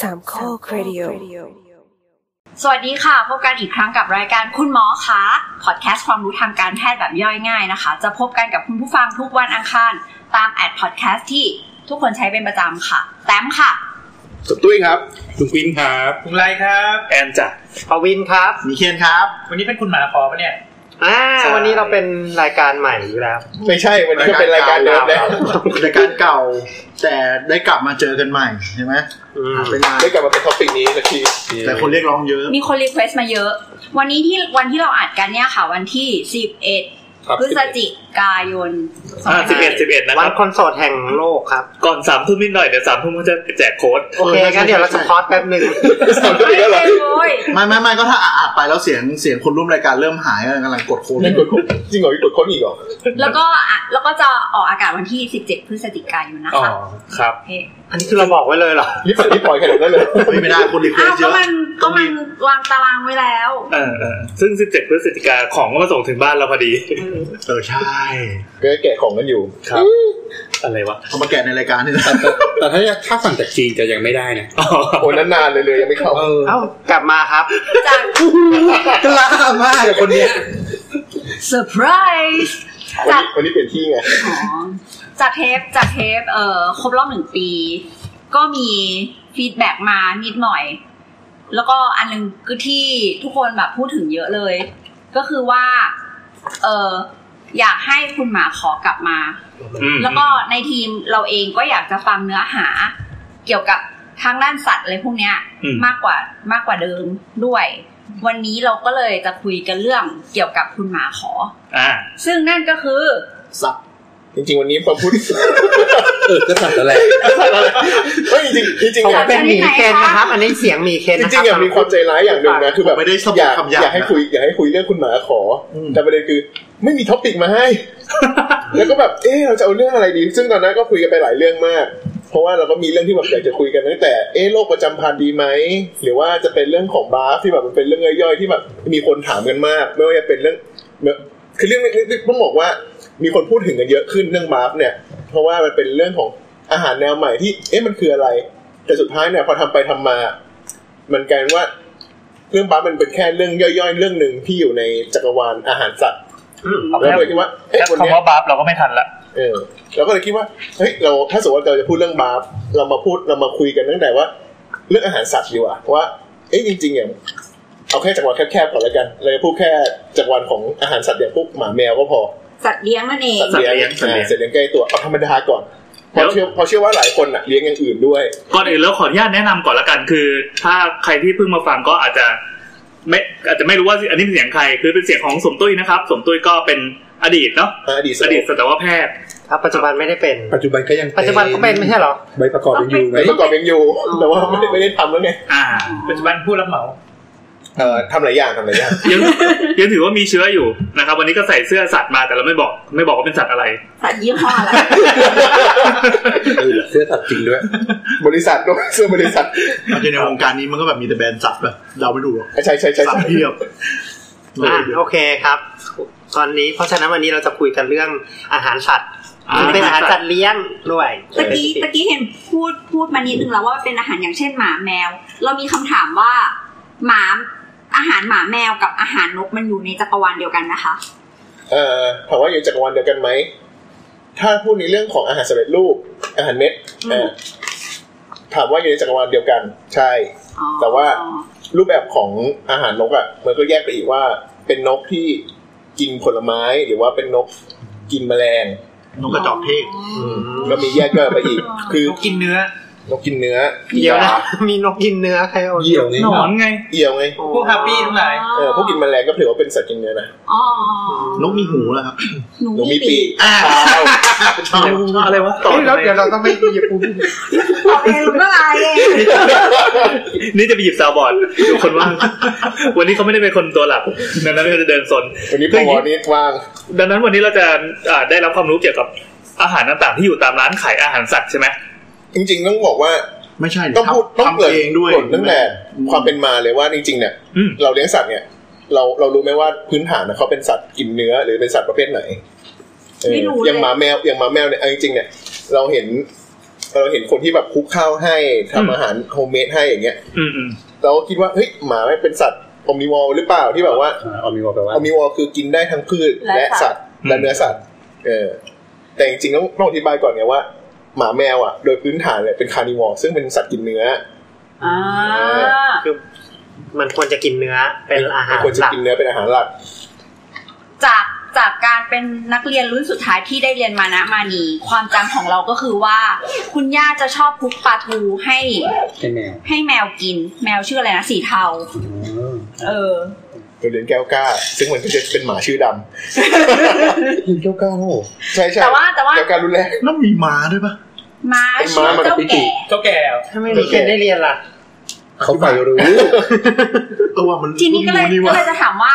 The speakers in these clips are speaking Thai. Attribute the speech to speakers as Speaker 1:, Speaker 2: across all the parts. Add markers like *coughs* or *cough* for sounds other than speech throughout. Speaker 1: สามข้อครดิโอ
Speaker 2: สวัสดีค่ะ พบกันอีกครั้งกับรายการคุณหมอคะพอดแคสต์ความรู้ทางการแพทย์แบบย่อยง่ายนะคะ จะพบกันกับคุณผู้ฟังทุกวันอังคาร ตามแอดพอดแคสต์ที่ทุกคนใช้เป็นประจำค่ะ แต้มค่ะ
Speaker 3: สมตุ้ยครับ
Speaker 4: ลุงปิ้นครับ
Speaker 5: คุณไรครับ
Speaker 4: แอนจ้ะ
Speaker 6: ปวินครับ
Speaker 3: มีเคียนครับ
Speaker 5: วันนี้เป็นคุณหมาขอปะเนี่ย
Speaker 6: อ่า
Speaker 5: ใช่
Speaker 6: วันนี้เราเป็นรายการใหม่อยู่แล้ว
Speaker 3: ไม่ใช่วันนี้ก็เป็นรายการเดิมแล้ว
Speaker 7: รายการเก่า แต่ได้กลับมาเจอกันใหม่ใช่ไหม
Speaker 6: อืม
Speaker 7: เป็นงาน
Speaker 3: ได้กลับมาเป็นท็อปิกนี้สักที
Speaker 7: แต่คนเรียกร้องเยอะ
Speaker 2: มีคนรีเควสต์มาเยอะ วันนี้ที่วันที่เราอัดกันเนี่ยค่ะ วันที่ 11
Speaker 4: ครับ
Speaker 2: พฤศจิกายน
Speaker 4: อ่าสิบเอ็ดสิบเอ็ดนะค
Speaker 6: วั
Speaker 4: รั
Speaker 6: น
Speaker 4: บ
Speaker 6: คอนโสดแห่งโลกครับ
Speaker 4: ก่อนสามทุ่มนิดหน่อย เดี๋ยวสามทุ่มก็จะแจกโค้ด
Speaker 6: โอเค
Speaker 7: เออใช่
Speaker 6: งั้นเดี๋ยวเรา
Speaker 7: ใช่
Speaker 6: สปอตแป๊บหนึ่ง
Speaker 4: สามทุ่มอีกแล้วเหรอ
Speaker 2: เลย
Speaker 7: ไม่ไม่ไม่ก็ถ้าอ่านไปแล้วเสียงเสียงคนร่วมรายการเริ่มหายกำลังกดโค้ด
Speaker 3: ยังกดค้นจริงเหรอยังกดค้นอีกเหรอ
Speaker 2: แล้วก็อ่ะแล้วก็จะออกอากาศวันที่ 17 พฤศจิกายนนะ
Speaker 4: อ๋อ
Speaker 2: คะ
Speaker 4: ครับ
Speaker 2: โอเค
Speaker 6: อันนี้คือเราบอกไว้เลยเหรอ
Speaker 3: รีบใส่รีบปล่อยขนาดนั้นเลย
Speaker 7: เฮ้ยไม่ได้คนรีเคว
Speaker 2: อ้า
Speaker 7: ส
Speaker 2: ว
Speaker 7: เย
Speaker 2: ก็
Speaker 7: อะ
Speaker 2: มันก็มันวางตารางไว้แล้ว
Speaker 4: เออเออซึ่งสิบเจ็ดพฤศจิกาของก็มาส่งถึงบ้านเราพอดี
Speaker 7: เออใช่
Speaker 3: ก็แกะของกันอยู่
Speaker 4: ครับ อะไรวะ
Speaker 7: เอามาแกะในรายการนี่นะ
Speaker 8: แต่ถ้าถ้าสั่งจากจีนจะยังไม่ได้นะ
Speaker 4: อ๋อ
Speaker 3: โอ้นั้นนานเลยเลยยังไม่เข้า
Speaker 7: เออ
Speaker 6: เอ้ากลับมาครับ
Speaker 2: จาก
Speaker 7: กล้ามากอะคนเนี้ย
Speaker 2: เซอร์ไพรส์
Speaker 3: วัน
Speaker 2: จาก
Speaker 3: นี้วันนี้เปลี่ยนที่ไง
Speaker 2: ของจากเทปจากเทปเอ่อครบรอบหนึ่งปี ก็มีฟีดแบ็กมานิดหน่อย แล้วก็อันหนึงคือที่ทุกคนแบบพูดถึงเยอะเลย ก็คือว่าเอออยากให้คุณหมาขอกลับมา
Speaker 4: อืม
Speaker 2: แล้วก็ในทีมเราเองก็อยากจะฟังเนื้อหา เกี่ยวกับทางด้านสัตว์อะไรพวกเนี้ย
Speaker 4: อืม
Speaker 2: มากกว่ามากกว่าเดิมด้วย วันนี้เราก็เลยจะคุยกันเรื่องเกี่ยวกับคุณหมาขอ
Speaker 4: อ่า
Speaker 2: ซึ่งนั่นก็คือ
Speaker 7: สับ
Speaker 3: จริง ๆ วันนี้พอพูด *laughs*
Speaker 8: เออจะสั่งอะไร
Speaker 3: เฮ้ยจริงๆจริงๆ
Speaker 6: ผม
Speaker 3: อะ
Speaker 6: เป็นหมีเคนนะครับ อันนี้เสียงหมีเคน
Speaker 3: จ
Speaker 6: นะค
Speaker 3: ริ
Speaker 6: รับ
Speaker 3: งๆอะมีความใจร้ายอย่างหนึ่งนะคือแบบ
Speaker 7: ไม่ได้สะ
Speaker 3: อ
Speaker 7: บัด
Speaker 3: ยาก
Speaker 7: คำหยาบ
Speaker 3: อยากให้คุยอยากให้คุยเรื่องคุณหมาขออแต่ประเด็นคือไม่มีท็อปิกมาให้ แล้วก็แบบเออเราจะเอาเรื่องอะไรดี ซึ่งตอนนั้นก็คุยกันไปหลายเรื่องมาก เพราะว่าเราก็มีเรื่องที่แบบอยากจะคุยกันตั้งแต่เออโรคประจำพันธุ์ดีไหมหรือว่าจะเป็นเรื่องของบาฟที่แบบมันเป็นเรื่องย่อยๆที่แบบมีคนถามกันมาก ไม่ว่าจะเป็นเรื่องคือเรื่องต้องบอกว่ามีคนพูดถึงกันเยอะขึ้นเรื่องบาฟเนี่ย เพราะว่ามันเป็นเรื่องของอาหารแนวใหม่ที่เอ๊ะมันคืออะไร แต่สุดท้ายเนี่ยพอทำไปทำมา มันกลายเป็นว่า เรื่องบาฟมันเป็นแค่เรื่องย่อยๆ เรื่องหนึ่งที่อยู่ในจักรวาลอาหารสัตว์
Speaker 6: อืม
Speaker 3: แล้วเลยคิดว่าเอ๊ะ
Speaker 4: แล้ว
Speaker 3: วันเนี้
Speaker 4: คำ
Speaker 3: ย
Speaker 4: ว่าบัฟเราก็ไม่ทันละ
Speaker 3: เออเราก็เลยคิดว่าเฮ้ยเราถ้าสมมติว่าเราจะพูดเรื่องบาปเรามาพูดเรามาคุยกันตั้งแต่ว่า เรื่องอาหารสัตว์ดีกว่าว่าเอ้ยจริงๆอย่างเอาแค่จักรวาลแคบๆก่อนแล้วกันเราจะพูดแค่จักรวาลของอาหารสัตว์อย่างพวกหมาแมวก็พอ
Speaker 2: สัตว์เลี้ยงนั่นเอง
Speaker 3: สัตว์เลี้ยง
Speaker 4: สัตว์เลี้ยง
Speaker 3: อ่าสัตว์เลี้ยงใกล้ตัวเอาธรรมดาก่อนเพราะเชื่อเพราะเชื่อว่าหลายคนอ่ะเลี้ยงอย่างอื่นด้วย
Speaker 4: ก่อนอื่นแล้วขออนุญาตแนะนำก่อนละกันคือ ถ้าใครที่เพิ่งมาฟังก็อาจจะไม่อาจจะไม่รู้ว่าอันนี้เป็นเสียงใคร คือเป็นเสียงของสมตุ้ยนะครับสมตุ้ยก็เป็นอดีตเนาะ
Speaker 3: อดีต
Speaker 4: อดีตสัตวแพทย์
Speaker 6: ครับปัจจุบันไม่ได้เป็น
Speaker 8: ปัจจุบันก็ยัง
Speaker 6: ปัจจุบันก็เป็นไม่ใช่เหรอ
Speaker 8: ใบประกอบยังอยู่ไหม
Speaker 3: แต่เมื่อก่อนยังอยู่ แต่ว่าไม่ได้ไม่ได้ทำแล้วไง
Speaker 4: อ่า
Speaker 5: ปัจจุบันผู้รับเหมา
Speaker 3: เออทำหลายอย่างทำหลายอย่าง *laughs*
Speaker 4: ยังยังถือว่ามีเชื้ออยู่นะครับ วันนี้ก็ใส่เสื้อสัตว์มาแต่เราไม่บอกไม่บอกว่าเป็นสัตว์อะไร
Speaker 2: สัตว์ยี่ห้ออะไร
Speaker 8: เออเสื้อตัดจริงด้วย
Speaker 3: บริษัทด้วยเสื้อบ *laughs* ริษัท
Speaker 7: มันอยู่ในวงการนี้มันก็แบบมีแต่แบรนด์สับแบบเดาไม่ถูกหรอก
Speaker 3: ใช่ใช่ใช่
Speaker 7: สับ
Speaker 3: ใช่
Speaker 7: เพียบ
Speaker 6: อ่ะโอเคครับ ตอนนี้เพราะฉะนั้นวันนี้เราจะคุยกันเรื่องอาหารสัตว์
Speaker 4: อ่า
Speaker 6: ซึ่งเป็นอาหารสัตว์เลี้ยงด้วย
Speaker 2: ตะกี้ตะกี้เห็นพูดพูดมานิดนึงแล้วว่าเป็นอาหารอย่างเช่นหมาแมว เรามีคำถามว่าหมาอาหารหมาแมวกับอาหารนกมันอยู่ในจักรวาลเดียวกันนะคะ
Speaker 3: เออถามว่าอยู่จักรวาลเดียวกันไหมถ้าพูดในเรื่องของอาหารสำเร็จรูปอาหารเม็ด
Speaker 2: อืม
Speaker 3: เออ ถามว่าอยู่ในจักรวาลเดียวกัน ใช่
Speaker 2: อ๋อ
Speaker 3: แต่ว่า รูปแบบของอาหารนกอะ่ะมันก็แยกไปอีกว่า เป็นนกที่กินผลไม้หรือว่าเป็นนกกินแมลง
Speaker 7: นกกระจอกเทศ
Speaker 3: อืมก็มีแยกย่อยไปอีก คือ
Speaker 5: ลูกกินเนื้อ
Speaker 3: นกกินเนื้อ
Speaker 6: เดี๋ยวนะ
Speaker 3: า
Speaker 6: มีนกกินเนื้อใครเอา
Speaker 8: เหี่ยวนี่
Speaker 5: หนอนไง
Speaker 3: เอียวไง
Speaker 6: โอ้
Speaker 5: พวกฮาปี้ทั้งหลาย
Speaker 3: เออพวกกินแมลงก็ถือว่าเป็นสัตว์กินเนื้อนะ
Speaker 2: อ๋อน
Speaker 7: กมีหูแล้วครับ
Speaker 2: หนู
Speaker 3: นก
Speaker 2: มี
Speaker 3: มี
Speaker 2: ปี
Speaker 3: ปี
Speaker 2: ก
Speaker 3: ก
Speaker 7: อ้าวชอบ
Speaker 4: อะไรวะ
Speaker 6: เฮ้ยแล้วเดี๋ยวเราต้องไปหยิบปู
Speaker 2: ตอบเองหรือเปล่าเอง
Speaker 4: นี่จะไปหยิบซาวบอร์ดดูคนว่าง วันนี้เขาไม่ได้เป็นคนตัวหลักดังนั้นเขาจะเดินสน
Speaker 3: วันนี้พอนี้ว่าง
Speaker 4: ดังนั้นวันนี้เราจะอ่าได้รับความรู้เกี่ยวกับอาหารต่างๆ ที่อยู่ตามร้านขายอาหารสัตว์ใช่ไหม
Speaker 3: จริง ๆ ต้องบอกว่า
Speaker 7: ไม่ใช่
Speaker 3: ต้องพูดต้อง
Speaker 7: ทำ
Speaker 3: เกริด
Speaker 7: เองด้วย
Speaker 3: ตั้งแต่ความเป็นมาเลยว่าจริงๆเนี่ย
Speaker 4: อืม
Speaker 3: เราเลี้ยงสัตว์เนี่ย เราเรารู้ไหมว่าพื้นฐานนะเขาเป็นสัตว์กินเนื้อหรือเป็นสัตว์ประเภทไหนเออ
Speaker 2: ไม่รู้เลย
Speaker 3: อย่างหมาแมวอย่างหมาแมวเนี่ยเอาจริงๆเนี่ย เราเห็น เราเห็นคนที่แบบคุกข้าวให้ทำอาหารโฮมเมดให้อย่างเงี้ย
Speaker 4: อืมอืม
Speaker 3: เราก็คิดว่าเฮ้ยหมาไม่เป็นสัตว์อมนิวอลหรือเปล่าที่แบบว่า
Speaker 8: อ่าเอามีวอลแปลว่า
Speaker 3: อมนิวอลคือกินได้ทั้งพืช
Speaker 2: และ
Speaker 3: และ
Speaker 2: สั
Speaker 3: สั
Speaker 2: ต
Speaker 3: ต
Speaker 2: ว์
Speaker 3: ว์และเนื้อสัตว์ เออ แต่จริงๆต้องต้องอธิบายก่อนไงว่า หมาแมวอ่ะ โดยพื้นฐานเลยเป็นคาร์นิวอลซึ่งเป็นสัตว์กินเนื้อ
Speaker 2: อ่า
Speaker 6: คือมันควรจะกินเนื้อเป็นอาหาร
Speaker 3: ควรจะ
Speaker 6: หลัก
Speaker 3: กินเนื้อเป็นอาหารหลัก
Speaker 2: จากจากการเป็นนักเรียนรุ่นสุดท้ายที่ได้เรียนมานะมานีความจำของเราก็คือว่า คุณย่าจะชอบคลุกปลาทูให้
Speaker 8: ใช่แมว
Speaker 2: ให้แมวกิน แมวชื่ออะไรนะสีเทา
Speaker 8: อ๋อ
Speaker 2: เออ
Speaker 3: โดยเรียนแก้วกล้า ซึ่งมันก็จะเป็นหมาชื่อดำ
Speaker 8: คุณเจ้าก้าว
Speaker 3: ใช่ใช่
Speaker 2: แต่ว่าแต่ว่า
Speaker 3: แก้วกล้ารุ่นแรก
Speaker 7: แล้วมีม้าด้วยปะ
Speaker 2: ม้า
Speaker 3: เป็น
Speaker 2: ชื่
Speaker 3: ม้า
Speaker 2: อ
Speaker 3: มาจาก
Speaker 2: เจ้า
Speaker 8: ฟิจิ
Speaker 2: แก่
Speaker 5: เจ้าแก่
Speaker 6: ถ้าไม่มีกินได้เรียนล่ะ
Speaker 8: เขาใฝ่รู้
Speaker 7: เออว่ามัน
Speaker 2: ทีนี้ก็เลย
Speaker 7: รู้นี่
Speaker 2: ก็
Speaker 7: ว่า
Speaker 2: เลยจะถามว่า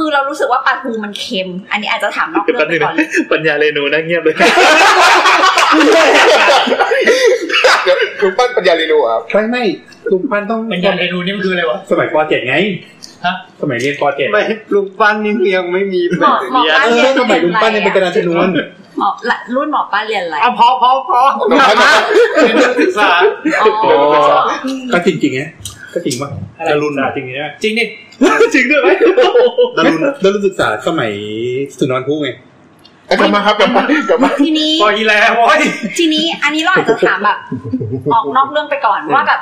Speaker 2: คือเรารู้สึกว่าปลาทูมันเค็ม อันนี้อาจจะถามนอก
Speaker 4: เดี๋ยว
Speaker 2: เรื่
Speaker 4: แป๊
Speaker 2: อบ งไปก่
Speaker 4: นึง
Speaker 2: อ
Speaker 4: นะ
Speaker 2: นเลย
Speaker 4: ปัญญาเรนูนั่งเงียบเลย
Speaker 3: *laughs* เดี๋ยวคุณปั้นปัญญาเรียนรู้ครับ
Speaker 8: ไม่ไม่ลุงปั้นต้อง
Speaker 5: เป็นยานเรนูนี่มันคืออะไรวะ
Speaker 8: สมัยป .7 ไง
Speaker 5: ฮะ
Speaker 8: สมัยเรียนป .7
Speaker 6: ไม่ลุงปั้นนี่คือยังไม่มี
Speaker 2: หมอหมอป้า
Speaker 8: เอ
Speaker 2: เรีย
Speaker 8: อน สมัยลุงปั้นยังเป็นกระ
Speaker 2: อะ
Speaker 8: ดาน
Speaker 2: ไร
Speaker 8: ชนวน
Speaker 2: หมอละรุ่นหมอป้าเรียนอะไร
Speaker 6: อ่ะพอพอพอ
Speaker 2: *laughs*
Speaker 5: เป็นนักศึกษา
Speaker 2: อ๋
Speaker 8: เดี๋ยวไปสอบ
Speaker 2: อ
Speaker 8: ก็จริงจริงๆไงก็จริงป่ะ
Speaker 5: อะไร
Speaker 8: ดารุณ
Speaker 5: ศึกษา
Speaker 8: จริงใช่ไหม
Speaker 5: จริงดิ
Speaker 4: จริงด้วยไหม
Speaker 8: ดารุณดารุณศึกษาสมัยสุนทรภู่ไง
Speaker 3: กลับมาครับกลับมากลับมา
Speaker 2: ทีนี้
Speaker 5: ปล่อยแล้ว *laughs* โอ้ย
Speaker 2: ทีนี้อันนี้เราอาจจะถามแบบ ออกนอกเรื่องไปก่อนว่าแบบ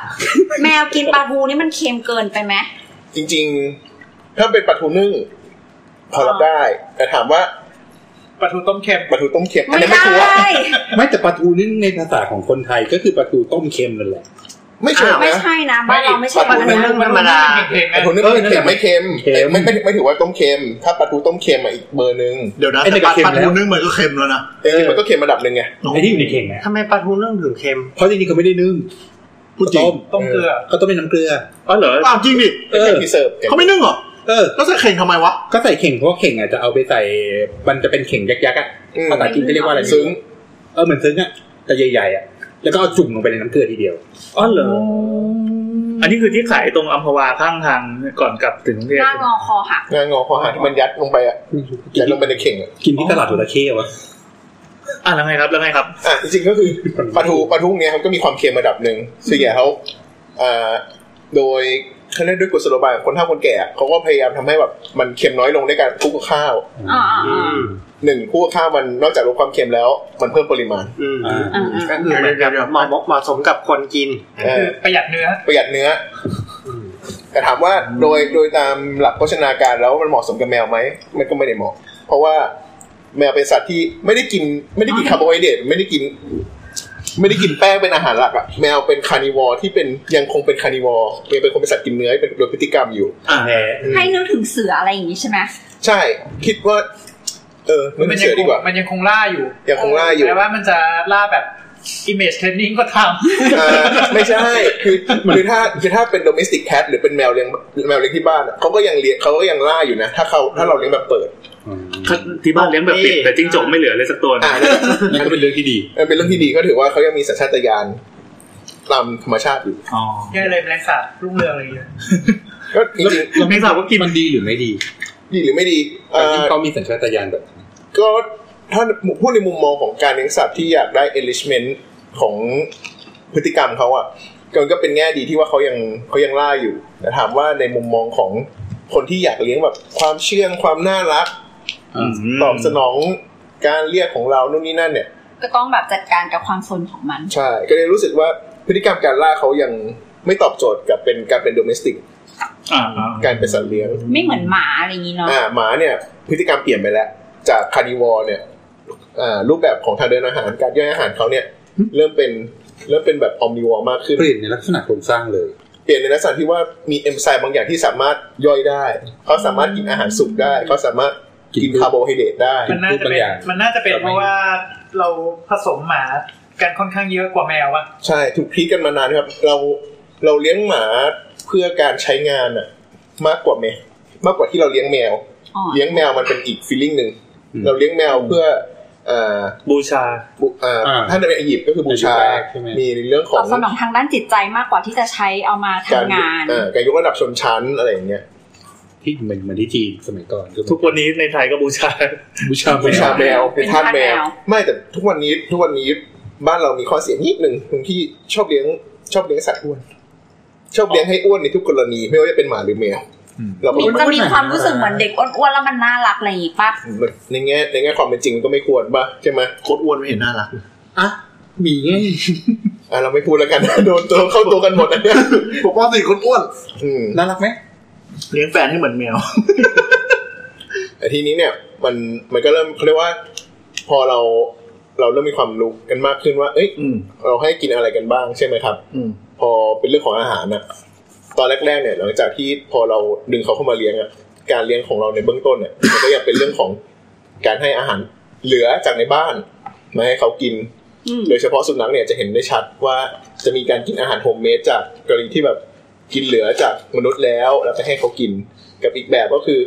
Speaker 2: แมวกินปลาทูนี่มันเค็มเกินไปไหม
Speaker 3: จริง ๆ ถ้าเป็นปลาทูนึ่งพอรับได้ แต่ถามว่า
Speaker 5: ปลาทูต้มเค็ม
Speaker 3: ปลาทูต้มเค็มอัน
Speaker 2: ไม่
Speaker 3: นี้ไม่
Speaker 2: ได้
Speaker 3: ชัวร์
Speaker 8: ไม่แต่ปลาทูนี่ในภาษาของคนไทยก็คือปลาทูต้มเค็มนั่นแหละ
Speaker 3: ไม่เชิง
Speaker 2: ไม่
Speaker 3: นะ
Speaker 2: ใช่นะบ้านเราไม่ใช่
Speaker 3: ปลาทู
Speaker 2: แบบนั้น
Speaker 6: เป็นเรื่องธรรมดา
Speaker 5: เค็มๆนะ
Speaker 3: ปลาทูนึ่ง
Speaker 8: เออ
Speaker 3: ไม่เค็มไม่เค็ม
Speaker 8: เค็ม
Speaker 3: ไม่ไม่ไม่ถือว่าต้มเค็ม ถ้าปลาทูต้มเค็มอ่ะอีกเบอร์หนึ่ง
Speaker 7: เดี๋ยวนะ
Speaker 8: ไอ้นี่
Speaker 7: แต่
Speaker 8: ก็
Speaker 7: ปลา
Speaker 8: เค็ม
Speaker 7: ปลา
Speaker 8: แล้ว
Speaker 7: ทูนึ่งมันก็เค็มแล้วนะ
Speaker 3: จริงๆมันก็เค็มระดับหนึ่งไง
Speaker 8: ไอ้ที่อยู่ในเข่งนะ
Speaker 6: ทำไมปลาทูนึ่งถึงเค็ม
Speaker 8: เพราะจริงๆเขาไม่ได้นึ่ง
Speaker 7: พูดจริง
Speaker 5: ต้มเกลือ
Speaker 8: เขาต้มเป็นน้ำเกลือ
Speaker 4: อ๋อเหรอ
Speaker 7: อ้าวจริงดิ
Speaker 8: เออ
Speaker 3: เป็นพิเศษ
Speaker 7: เขาไม่นึ่งเหรอ
Speaker 8: เออ
Speaker 7: แล้วจะเค็มทำไมวะ
Speaker 8: ก็ใส่เข่งเพราะว่าเข่งอ่ะจะเอาไปใส่ มันจะเป็นเข่งยักษ์ๆอ่ะภาษาจีนเขาเรียกว่าอะไรไม่รู้
Speaker 3: ซึ้ง
Speaker 8: เออเหมือนซึ้งอ่ะแต่ใหญ่ๆอ่ะ แล้วก็เอาจุ่มลงไปในน้ำเกลือทีเดียว
Speaker 4: อ๋อเหรอ อันนี้คือที่ขายตรงอัมพวาข้างทางก่อนกลับถึงกรุงเทพ
Speaker 2: หน้างอคอหัก
Speaker 3: งานงอคอหาที่มันยัดลงไปอ่ะยัดลงไปในเข่งอะ
Speaker 8: กินที่ตลาดหัวตะเข้วะ
Speaker 4: อ่ะแล้วไงครับแล้วไงครับ
Speaker 3: อ่ะจริงๆก็คือปลาทูปลาทูเนี้ยมันก็มีความเค็มระดับหนึ่งส่วนใหญ่เขาอ่าโดยเขาเรียกด้วยกุศโลบายของคนเฒ่าคนแก่อะเขาก็พยายามทำให้แบบมันเค็มน้อยลงด้วยการคลุกกับข้าว
Speaker 2: อ่าอ่า
Speaker 6: อืม
Speaker 3: หนึ่งคลุกกับข้าวมันนอกจากลดความเค็มแล้ว มันเพิ่มปริมาณ
Speaker 6: อืม
Speaker 8: อ่า
Speaker 2: อ่าอ่า
Speaker 6: ก็คือเหมือนกับเหมาะเหมาะสมกับคนกิน
Speaker 3: เออ
Speaker 5: ประหยัดเนื้อ
Speaker 3: ประหยัดเนื้ออแต่ถามว่าโดยโดยตามหลักโภชนาการแล้วมันเหมาะสมกับแมวไหมมันก็ไม่ได้เหมาะ เพราะว่าแมวเป็นสัตว์ที่ไม่ได้กิน ไม่ได้กินคาร์โบไฮเดรตไม่ได้กิน ไม่ได้กินแป้งเป็นอาหารหลักอะแมวเป็นคาร์นิวอร์ที่เป็นยังคงเป็นคาร์นิวอร์ยังเป็นคนเป็นสัตว์กินเนื้อเป็นโดยพฤติกรรมอยู่
Speaker 4: อ่า
Speaker 8: แหม
Speaker 2: ให้นึกถึงเสืออะไรอย่างนี้ใช่ไหม
Speaker 3: ใช่คิดว่า เออมัน
Speaker 5: มั
Speaker 3: เป็น น
Speaker 5: ยั
Speaker 3: เสือ
Speaker 5: ค
Speaker 3: ดี
Speaker 5: ง
Speaker 3: กว่า
Speaker 5: มันยังคงล่าอยู่
Speaker 3: ยังคงล่าอยู่
Speaker 5: แม้ว่ามันจะล่าแบบ image training ก็ท
Speaker 3: เออไม่ใช่คือคือถ้าคือถ้าเป็น domestic cat หรือเป็นแมวเลี้ยงแมวเลี้ยงที่บ้านอะเขาก็ยังเลี้ยงเขาก็ยังล่าอยู่นะ ถ้าเขาถ้าเราเลี้ยงแบบเปิด
Speaker 4: ที่บ้านเลี้ยงแบบปิดแต่จิ้งจกไม่เหลือเลยสักตัวนะ
Speaker 3: อ่า
Speaker 8: นั่นก็เป็นเรื่องที่ดี
Speaker 3: เออเป็นเรื่องที่ดีก็ถือว่าเขายังมีสัญชาตญาณตามธรรมชาติอยู่
Speaker 4: อ๋อ
Speaker 5: ำแย่เลยแมลงสาบรุ่งเรืองอะไรอย่างเงี้ย
Speaker 3: ก็จริง
Speaker 4: แมงสาบก็กิน
Speaker 8: มันดีหรือไม่ดี
Speaker 3: ๆดีหรือไม่ดีเอ่
Speaker 8: การที่
Speaker 3: อ
Speaker 8: เขามีสัญชาตญาณแบบนั้น
Speaker 3: ก็ถ้าพูดในมุมมองของการเลี้ยงสัตว์ที่อยากได้ enrichment ของพฤติกรรมเขาอ่ะก็มันก็เป็นแง่ดีที่ว่าเขายังเขายังล่าอยู่แต่ถามว่าในมุมมองของคนที่อยากเลี้ยงแบบความเชื่องความน่ารัก
Speaker 4: ม
Speaker 3: ตอบสนองการเรียกของเรานู่นนี่นั่นเนี่ย
Speaker 2: ก็ต้องแบบจัดการกับความสนของมัน
Speaker 3: ใช่ ก็เลยรู้สึกว่าพฤติกรรมการล่าเขายังไม่ตอบโจทย์กับเป็นการเป็น domestic
Speaker 4: อ่า
Speaker 3: การเป็นสัตว์เลี้ยง
Speaker 2: ไม่เหมือนหมาอะไรอย่างนี้เนาะ
Speaker 3: อ่าหมาเนี่ยพฤติกรรมเปลี่ยนไปแล้ว จากคาร์นิวอร์เนี่ยอ่ารูปแบบของทางเดินอาหารการย่อยอาหารเขาเนี่ย เริ่มเป็นเริ่มเป็นแบบออมนิวอร์มากขึ้น
Speaker 8: เปลี่ยนในลักษณะโครงสร้างเลย
Speaker 3: เปลี่ยนในลักษณะที่ว่ามีเอนไซม์บางอย่างที่สามารถย่อยได้เขาสามารถกินอาหารสุกได้เขาสามารถ
Speaker 8: กิ
Speaker 3: กิ
Speaker 8: น
Speaker 3: นคาร์โบไฮเดรตได้
Speaker 5: มันน่าจะเป็
Speaker 8: พูดบาง
Speaker 5: น
Speaker 8: อย่าง
Speaker 5: มันน่าจะเป็นเพราะว่าเราผสมหมากันค่อนข้างเยอะกว่าแมวอะ
Speaker 3: ใช่ถูกพีคกันมานานครับ เราเราเลี้ยงหมาเพื่อการใช้งานอะมากกว่าแมวมากกว่าที่เราเลี้ยงแมว
Speaker 2: อ๋อ
Speaker 3: เลี้ยงแมวมันเป็นอีกฟีลลิ่งหนึ่ง
Speaker 8: อืม
Speaker 3: เราเลี้ยงแมวเพื่ออ่า
Speaker 4: บูชา
Speaker 3: บูเอ่ออาท่านในอียิปต์ก็คือบูชา
Speaker 8: ในยุคแรกใช่ไหม
Speaker 3: มีในเรื่องข
Speaker 2: ต
Speaker 3: อ
Speaker 2: อบ
Speaker 3: ง
Speaker 2: สนองทางด้านจิตใจมากกว่าที่จะใช้เอามาทำ
Speaker 3: การ
Speaker 2: งาน
Speaker 3: เอ่อการยกระดับชนชั้นอะไรอย่างเงี้ย
Speaker 8: ที่เหมือนเหมือนที่จีนสมัยก่อน
Speaker 4: ทุกวันนี้ในไทยก็บูชา
Speaker 8: บูชา
Speaker 3: บูชา
Speaker 8: แมว
Speaker 3: แมว เป็นทาสแม
Speaker 2: เป็น
Speaker 3: ว
Speaker 2: ทาสแมว
Speaker 3: ไม่แต่ทุกวันนี้ทุกวันนี้ บ้านเรามีข้อเสียนิดหนึ่งตรงที่ชอบเลี้ยงชอบเลี้ยงสัตว์อ้วน ชอบเลี้ยงให้อ้วนในทุกกรณีไม่ว่าจะเป็นหมาหรือแมวเราก็
Speaker 2: มี
Speaker 3: ไม่
Speaker 2: จะมีความรู้สึกเหมือนเด็กอ้วนๆแล้วมันน่ารักอะไรอย่างงี้ปะ
Speaker 3: ในแง่ในแง่ความเป็นจริงมันก็ไม่ควรปะใช่ไหม
Speaker 7: โคตรอ้วนไม่เห็นน่ารัก
Speaker 6: อ่ะ
Speaker 7: หมีไง
Speaker 3: อ่ะเราไม่พูดแล้วกัน *laughs* โดนตัวเข้าตัวกันหมดอันเนี้ย
Speaker 7: ผมว่าสิคนอ้วน
Speaker 3: *laughs* อืม
Speaker 8: น่ารักไหม
Speaker 7: เลี้ยงแฟนให้เหมือนแมว
Speaker 3: แต่ทีนี้เนี่ยมันมันก็เริ่มเขาเรียกว่า พอเราเราเริ่มมีความรู้กันมากขึ้นว่า เอ้ย
Speaker 7: อืม
Speaker 3: เราให้กินอะไรกันบ้างใช่ไหมครับ
Speaker 7: อืม
Speaker 3: พอเป็นเรื่องของอาหารนะตอนแรกๆเนี่ย หลังจากที่พอเราดึงเขาเข้ามาเลี้ยงอะการเลี้ยงของเราในเบื้องต้นเนี่ยมันก็ยังเป็นเรื่องของการให้อาหารเหลือจากในบ้านมาให้เขากิน
Speaker 2: อืม
Speaker 3: โดยเฉพาะสุนัขเนี่ยจะเห็นได้ชัดว่าจะมีการกินอาหารโฮมเมดจากกรณีที่แบบกินเหลือจากมนุษย์แล้ว แล้วไปให้เขากินกับอีกแบบก็คือ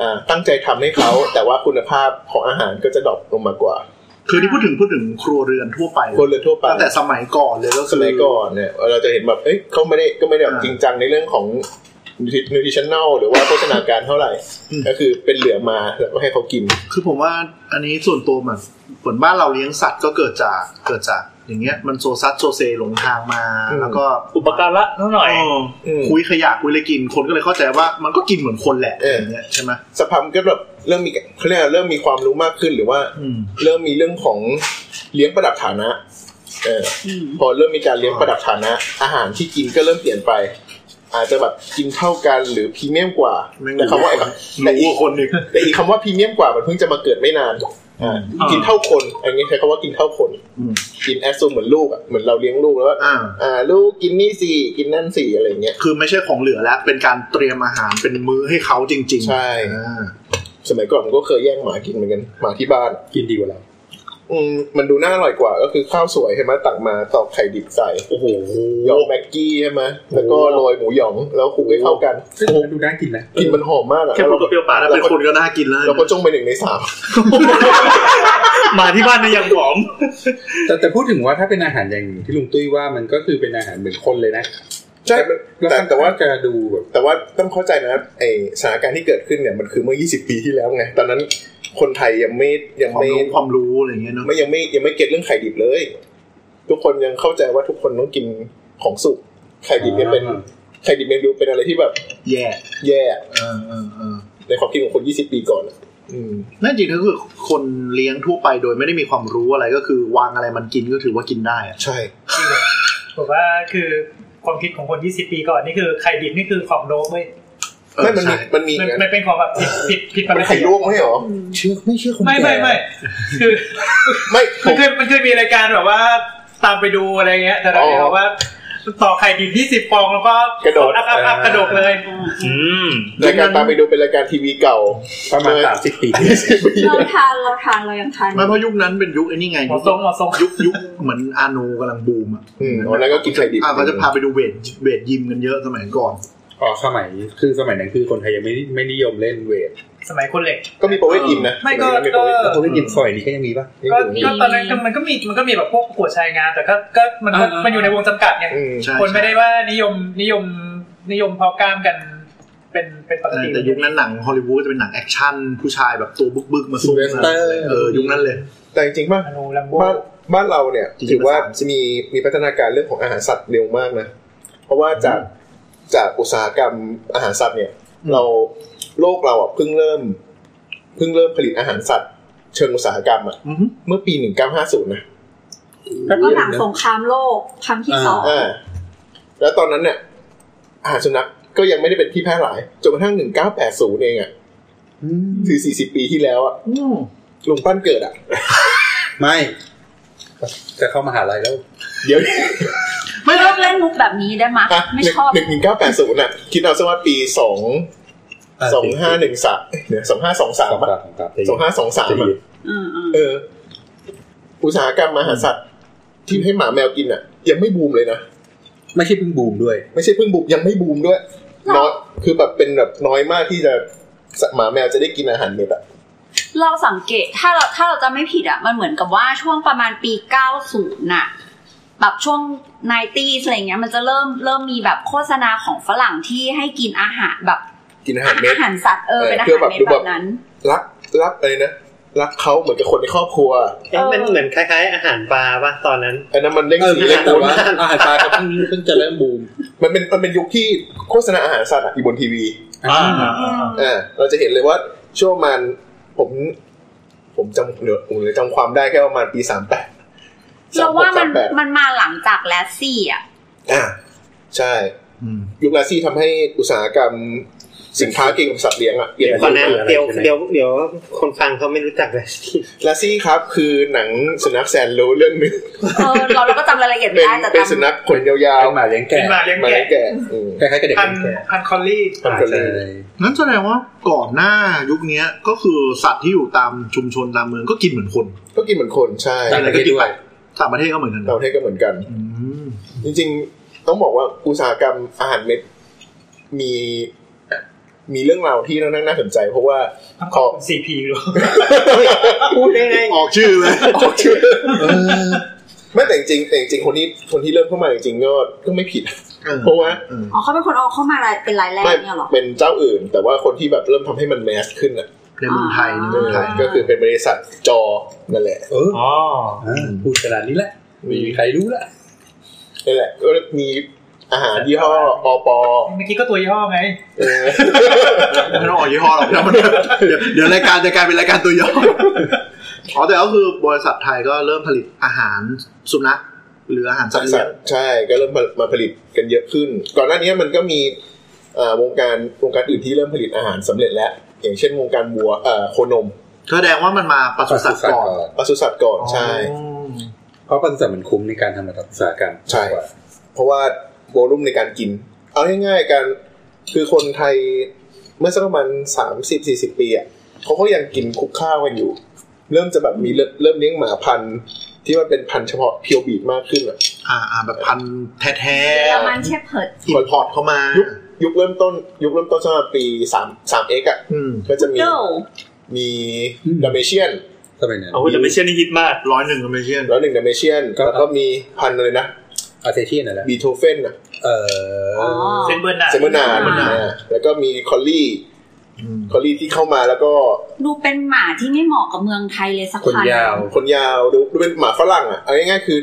Speaker 3: อ่าตั้งใจทำให้เขา แต่ว่าคุณภาพของอาหารก็จะดรอปลงมากว่า
Speaker 7: คือที่พูดถึงพูดถึงครัวเรือนทั่วไป
Speaker 3: คนเรือนทั่วไป
Speaker 7: ตั้งแต่สมัยก่อนเลยก็
Speaker 3: ส
Speaker 7: คือ
Speaker 3: มัยก่อนเนี่ยเราจะเห็นแบบเอ้ยเขาไม่ได้ก็ไม่ได้แบบ
Speaker 7: อ่า
Speaker 3: จริงจังในเรื่องของนูทริชั่นแนลหรือว่าโภชนาการเท่าไหร่
Speaker 7: อืม
Speaker 3: ก็คือเป็นเหลือมาแล้วก็ให้เขากิน
Speaker 7: คือผมว่าอันนี้ส่วนตัวเหมือนเหมือนบ้านเราเลี้ยงสัตว์ก็เกิดจากเกิดจาก อย่างเงี้ยมันโซซัดโซเซหลงทางมา
Speaker 3: อืม
Speaker 7: แล้วก็
Speaker 4: อุปการะนิดหน่อย
Speaker 7: เออ
Speaker 3: ม
Speaker 7: คุยขยะคุยอะไรกินคนก็เลยเข้าใจว่ามันก็กินเหมือนคนแหละ
Speaker 3: เอออ
Speaker 7: ย่างเงี้ยใช่ไหม
Speaker 3: สภาพมันก็แบบเริ่มมีเขาเรียกว่าเริ่มมีความรู้มากขึ้นหรือว่า
Speaker 7: อืม
Speaker 3: เริ่มมีเรื่องของเลี้ยงประดับฐานะเออ
Speaker 2: อืม
Speaker 3: พอเริ่มมีการเลี้ยงประดับฐานะ อาหารที่กินก็เริ่มเปลี่ยนไป อาจจะแบบกินเท่ากันหรือพรีเมียมกว่า
Speaker 7: ไม่รู้
Speaker 3: แต่คำว่าไอ้คำแต่
Speaker 7: รู้
Speaker 3: อีก
Speaker 7: ว่าคนหนึ่ง
Speaker 3: แต่อีกคำว่าพรีเมียมกว่ามันเพิ่งจะมาเกิดไม่นานอ่า
Speaker 4: อ่ากิ
Speaker 3: กินเท่าคนอันนี้ใช้คำว่ากินเท่าคน
Speaker 7: อืม
Speaker 3: กินแอสซูเหมือนลูกอ่ะเหมือนเราเลี้ยงลูกแล้วว่า
Speaker 7: อ่า
Speaker 3: อ่าลูกกินนี่สี่กินนั่นสี่อะไรอย่างเงี้ย
Speaker 7: คือไม่ใช่ของเหลือแล้ว เป็นการเตรียมอาหารเป็นมื้อให้เขาจริงๆ
Speaker 3: ใช่
Speaker 7: อ่า
Speaker 3: สมัยก่อนผมก็เคยแย่งหมากินเหมือนกันหมาที่บ้าน
Speaker 8: กินดีกว่าเรา
Speaker 3: อืมมันดูน่าอร่อยกว่าก็คือข้าวสวยใช่ไหมตักมาตอกไข่ดิบใส่
Speaker 8: โอ้โห
Speaker 3: หยองแม็กกี้ใช่ไหมแล้วก็โรยหมูหยองแล้วคลุกให้เข้ากัน
Speaker 8: ซึ่งมันดูน่ากินนะ
Speaker 3: กลินมันหอมมากอ่ะ
Speaker 4: แค่พูดก็เปรี้ยวปาก
Speaker 7: แต่
Speaker 4: แล้ว
Speaker 7: เป็นคนก็น่ากินแล้ว
Speaker 3: เราก็จ้องไปหนึ่งในสาม
Speaker 4: มาที่บ้านในยยังหอม
Speaker 8: แต่แต่พูดถึงว่าถ้าเป็นอาหารอย่างที่ลุงตุ้ยว่ามันก็คือเป็นอาหารเหมือนคนเลยนะ
Speaker 3: ใช่
Speaker 8: แล้ว
Speaker 3: แต่แต่ว่า
Speaker 8: จะดูแบบ
Speaker 3: แต่ว่าต้องเข้าใจนะไอสถานการณ์ที่เกิดขึ้นเนี่ยมันคือเมื่อ 20 ปีที่แล้วไงตอนนั้นคนไทยยังไม่ยัง
Speaker 7: ความ
Speaker 3: ไม่
Speaker 7: รู้ความรู้อะไรอย่างเงี้ยเนาะ
Speaker 3: ไม่ยังไม่ยังไม่เก็ตเรื่องไข่ดิบเลย ทุกคนยังเข้าใจว่าทุกคนต้องกินของสุกไข่ดิบเนี่ยเป็นไข่ดิบยังดูเป็นอะไรที่แบบ
Speaker 7: แย่
Speaker 3: แย่อะ
Speaker 7: เออเออเออ
Speaker 3: ในความคิดของคน 20 ปีก่อนอะอืม
Speaker 7: นั่นจริงๆก็คือคนเลี้ยงทั่วไปโดยไม่ได้มีความรู้อะไรก็คือวางอะไรมันกินก็ถือว่ากินได้อะ
Speaker 3: ใช่
Speaker 5: ผมว่าคือความคิดของคน 20 ปีก่อนนี่คือไข่ดิบนี่คือของโลกเว้ย
Speaker 3: ไม่มันมี
Speaker 7: เออใช่
Speaker 3: มันมี
Speaker 5: มัน
Speaker 3: อย่าง
Speaker 5: มั
Speaker 3: นั้น
Speaker 5: นเป็นของแบบผิดผิดผิดป
Speaker 3: มัน
Speaker 5: กติ
Speaker 3: เป็นไข่ลวกไม่ใช่หรอเชื่อไม่เชื่อคน
Speaker 5: ไม่
Speaker 3: แก่
Speaker 5: ไม่ไม่คือ
Speaker 3: ไม่ผ
Speaker 5: มัน
Speaker 3: ม
Speaker 5: เคยมันเคยมีรายการแบบว่าตามไปดูอะไรเงี้ย แต่เรา
Speaker 3: อ๋อ
Speaker 5: เห็นว่าต่อไข่ดิบ20ฟองแล้วก็
Speaker 3: กระโดด
Speaker 5: อัพอัพอัพกระโดดเลย
Speaker 4: อืม
Speaker 3: รายการตามไปดูเป็นรายการทีวีเก่า
Speaker 8: ประมาณ
Speaker 3: เออ
Speaker 8: สามสิบ
Speaker 3: *laughs*
Speaker 8: ปี
Speaker 2: เราทานเราทานเรายังทาน
Speaker 7: ไม่เพราะยุคนั้นเป็นยุคไอ้นี่ไง
Speaker 5: หมอทรงหมอทรง
Speaker 7: ยุคยุคเหมือนอาโนกำลังบูมอ่ะ
Speaker 3: อืมวันนั้นก็กินไข่ดิบ
Speaker 7: อ่ะเขาจะพาไปดูเวทเวทยิมกันเยอะสมัยก่อน
Speaker 8: อ๋อสมัยคือสมัยนั้นคือคนไทยยังไม่ไม่นิยมเล่นเวท
Speaker 5: สมัยคนเหล็ก
Speaker 3: ก็มีประเวทยิมนะ
Speaker 5: ไม่ก็
Speaker 3: สยนั้นประเวทยิม
Speaker 5: ก็
Speaker 8: เขาเล่นยิมซอยนี้ก็ยังมีป่ะ
Speaker 5: ก็
Speaker 3: ยังอยู่
Speaker 5: ก็ตอนนั้นก็มันก็มีมันก็มีแบบพวกประกวดชายงามแต่ก็ก็มันก็
Speaker 8: อ่าอ่ามั
Speaker 5: มันอยู่ในวงจำกัดไง
Speaker 3: อืม
Speaker 7: ใช่
Speaker 5: คนไม่ได้ว่านิยมนิยมนิยมพอกล้ามกันเป็นเป็นปก
Speaker 7: ใช่
Speaker 5: ติ
Speaker 7: แต่ยุคนั้นหนังฮอลลีวูดจะเป็นหนังแอคชั่นผู้ชายแบบตัวบึกๆมาสู้
Speaker 8: Sylvester
Speaker 7: เออยุคนั้นเลย
Speaker 3: แต่จริงๆป่ะ
Speaker 5: อนุลัมโบ
Speaker 3: บ้านบ้านเราเนี่ยถือว่ามีมีพัฒนาการเรื่องของอาหารสัตว์เร็วมากนะ เพราะว่าจากจากอุตสาหกรรมอาหารสัตว์เนี่ย เราโลกเราอ่ะเพิ่งเริ่มเพิ่งเริ่มผลิตอาหารสัตว์ เชิงอุตสาหกรรมอ่ะ
Speaker 7: อือฮึ
Speaker 3: เมื่อปี 1950 นะ
Speaker 2: ก็หลังสงครามโลกครั้งที่สอง
Speaker 3: อ่าแล้วตอนนั้นเนี่ยอาหารสุนัขก็ยังไม่ได้เป็นที่แพร่หลายจนกระทั่ง 1980 เองอ่ะคือ 40 ปีที่แล้วอ่ะลุงปั้นเกิดอ่ะ
Speaker 8: ไม่ จะเข้ามหาลัยแล้ว
Speaker 3: เดี๋ยว
Speaker 2: ไม่เลิกเล่นมุกแบบนี้ได้ไหมย
Speaker 3: อ่ะ
Speaker 2: ไม่ชอบ
Speaker 3: หนึ่งหนึ่งเก้าแปดศูนย์อ่ะคิดเอาซะว่าปีสอง สองห้าหนึ่งสามเดี๋ยวสองห้าสองสา
Speaker 8: ส
Speaker 3: ม
Speaker 8: องสามสองสาม
Speaker 3: สองห้าสองสาม
Speaker 8: สี่
Speaker 2: อืมอืม
Speaker 3: เออ อุตสาหกรรมอาหารสัตว์ ที่ให้หมาแมวกินอ่ะ ยังไม่บูมเลยนะ
Speaker 8: ไม่ใช่เพิ่งบูมด้วย
Speaker 3: ไม่ใช่เพิ่งบูมยังไม่บูมด้วยน้อยคือแบบเป็นแบบน้อยมากที่จะหมาแมวจะได้กินอาหารเม็ดอ่ะ
Speaker 2: เราสังเกตถ้าเราถ้าเราจะไม่ผิดอ่ะ มันเหมือนกับว่าช่วงประมาณปี 90 น่ะ แบบช่วงนตี้อะไรเงี้ย มันจะเริ่มเริ่มมีแบบโฆษณาของฝรั่งที่ให้กินอาหารแบบ
Speaker 3: กินอาหารเม็ด
Speaker 2: อาหารสัตว์เออ
Speaker 3: เออ
Speaker 2: เป็นอา
Speaker 3: เพื่อ
Speaker 2: หาร
Speaker 3: แบบ
Speaker 2: เม็ด
Speaker 3: ดู
Speaker 2: แบ
Speaker 3: แบบ
Speaker 2: บนั้น
Speaker 3: รักรักอะไรนะ รักเขาเหมือนกับคนในครอบครัว
Speaker 6: เอ๊ะมันเหมือนคล้ายๆ อาหารปลาป่ะตอนนั้น
Speaker 3: อันนั้นมันเล่ง
Speaker 8: เออ
Speaker 3: สี
Speaker 8: มี
Speaker 3: เล่ง
Speaker 8: แต่
Speaker 3: บุญ
Speaker 8: ว่าอาหารปลาก็เพิ่งเพิ่งจะเริ่มบูม
Speaker 3: มันเป็นมันเป็นยุคที่โฆษณาอาหารสัตว์อะอยู่บนทีวี
Speaker 4: อ่า
Speaker 3: อ่าเราจะเห็นเลยว่าช่วงประมันผมผมจำเหลือผมเหลือจำความได้แค่ประมาณปีสามแปด
Speaker 2: เราว่ามัน
Speaker 3: แปด
Speaker 2: มันมาหลังจากแลสซี่อ่ะ
Speaker 3: อ่าใช่
Speaker 7: อืม
Speaker 3: ยุคลาซี่ทำให้อุตสาหกรรมสินค้าเกี่ยวกับสัตว์เลี้ยงอะเปลี่ยนไป
Speaker 6: ก่อนนะ
Speaker 3: เยอะ
Speaker 6: เดี๋ยวเดี๋ยวเดี๋ยวคนฟังเขาไม่รู้จักเลยที่
Speaker 3: ลาซี่ครับคือหนังสุนัขแสนรู้เรื่องหนึง
Speaker 2: เออเราเราก็จำรายละเอียดไม่
Speaker 3: *laughs* เป็น
Speaker 2: ได้แต่
Speaker 3: เป็นสุ
Speaker 2: จำ
Speaker 3: นัขขนยาว
Speaker 8: เป็นหมาเลี้ยง
Speaker 5: เป็
Speaker 8: แกะ
Speaker 5: นมาเลี้ยง
Speaker 3: ๆมาเลี้ยง
Speaker 5: แกะ
Speaker 3: แกะอืม
Speaker 8: คล้ายๆกับเด็ก
Speaker 5: พัน
Speaker 8: เลี้ยงแกะ
Speaker 5: พันคอลลี่
Speaker 3: พัน
Speaker 8: อ่าใช่
Speaker 7: งั้นแสดงว่าก่อนหน้ายุคเนี้ยก็คือสัตว์ที่อยู่ตามชุมชนตามเมืองก็กินเหมือนคน
Speaker 3: ก็กินเหมือนคนใช่
Speaker 8: ต่างประเทศด้วย
Speaker 7: ต่างประเทศก็เหมือนกัน
Speaker 3: ต่างประเทศก็เหมือนกัน
Speaker 7: อืม
Speaker 3: จริงๆต้องบอกว่าอุตสาหกรรมอาหารเม็ดมี มีเรื่องราวที่น่าน่าสนใจ เพราะว่า
Speaker 5: ต้อง
Speaker 3: ข
Speaker 5: ขอ
Speaker 3: อ
Speaker 5: บบคุณซีพีด้วย
Speaker 6: พูดได้ไง
Speaker 7: ออกชื่อเลย
Speaker 3: ออกชื่อไม่แต่จริงๆแต่จริงๆคนที่คนที่เริ่มเข้ามาจริงๆก็ก็ไม่ผิด
Speaker 7: เออ
Speaker 3: เพราะว่า
Speaker 7: เออ
Speaker 2: อ๋อเขาเป็นคนเอาเข้ามารายเป็นรายแรก
Speaker 3: ไม่
Speaker 2: เนี่ยเหรอ
Speaker 3: เป็นเจ้าอื่น แต่ว่าคนที่แบบเริ่มทำให้มันแมสขึ้นอ่ะ
Speaker 7: ในเมืองไทยในเมืองไทย
Speaker 3: ก็คือเป็นบริษัทจอนั่นแหละ
Speaker 8: เออ
Speaker 6: อ๋อ
Speaker 8: อ่าพูดขนาดนี้แหละไม่มีใครรู้ละ
Speaker 3: นี่นแหละก็มีอาหารยี่ห้ออปอ
Speaker 5: เมื่อกี้ก็ตัวยี่ห้อไง
Speaker 3: เออ
Speaker 7: ไม่ต้องออกยี่ห้อหรอกนะมันเดี๋ยวเดี๋ยวรายการจะกลายเป็นรายการตัวย่ออ๋อแต่ก็คือบริษัทไทยก็เริ่มผลิตอาหารสุนัขหรืออาหารสัตว์เลี้ยง
Speaker 3: ใช่ก็เริ่มมาผลิตกันเยอะขึ้น ก่อนหน้านี้มันก็มีเอ่อวงการวงการอื่นที่เริ่มผลิตอาหารสำเร็จแล้ว อย่างเช่นวงการวัวเอ่อโคนม
Speaker 7: ก็แสดงว่ามันมาปศุสัตว์ก่อน
Speaker 3: ปศุสัตว์ก่อนใช่
Speaker 7: อ๋อ
Speaker 8: เพราะปศุสัตว์มันคุ้มในการทำอุตสาหกรรม
Speaker 3: ใช่ เพราะว่าโวลุ่มในการกิน เอาง่ายๆการคือคนไทยเมื่อสักประมาณสามสิบสี่สิบปีอ่ะเขาก็ยังกินคุกข้าวกันอยู่ เริ่มจะแบบมีเริ่มเริ่มเลี้ยงหมาพันธุ์ที่มันเป็นพันธุ์เฉพาะเพียวบีดมากขึ้นอ่ะ
Speaker 7: อ่าอ่าแบบพันธุ์แท้
Speaker 2: เยอรมันเชฟเพิร์ด
Speaker 7: ๆอินพอร์ตเข้ามา
Speaker 3: ยุคยุคเริ่มต้นยุคเริ่มต้นสมัยปีสามสามเอ็กอ่ะ
Speaker 7: อืม
Speaker 3: ก็จะมี
Speaker 2: โด
Speaker 3: มีดัมเมเชียน
Speaker 8: ก็เป็นนั้น
Speaker 4: โอ้ยแต่ไม่เช่นนี้ฮิตมาก
Speaker 7: ร้อยหนึ่งอเมริกัน
Speaker 3: แล้วหนึ่งดัมเมเชียนแล้วก็มีพันธุ์อะไรนะ
Speaker 8: อาเซเทียนนั่นแหละ
Speaker 3: บีโทเฟนอ่ะ
Speaker 8: เอ
Speaker 2: อ๋
Speaker 8: อ
Speaker 2: อ
Speaker 5: เซนเบอร์นาร์
Speaker 3: เซ
Speaker 5: ด
Speaker 3: มเบอร์นาร์ด
Speaker 2: อ่า
Speaker 3: อ่าแล้วก็มีคอลลี่
Speaker 7: อืม
Speaker 3: คอลลี่ที่เข้ามาแล้วก็
Speaker 2: ดูเป็นหมาที่ไม่เหมาะกับเมืองไทยเลยสัก
Speaker 8: คน
Speaker 2: พัน
Speaker 8: ยาว
Speaker 3: คนยาวดูดูเป็นหมาฝรั่งอ่ะเอาง่ายๆคือ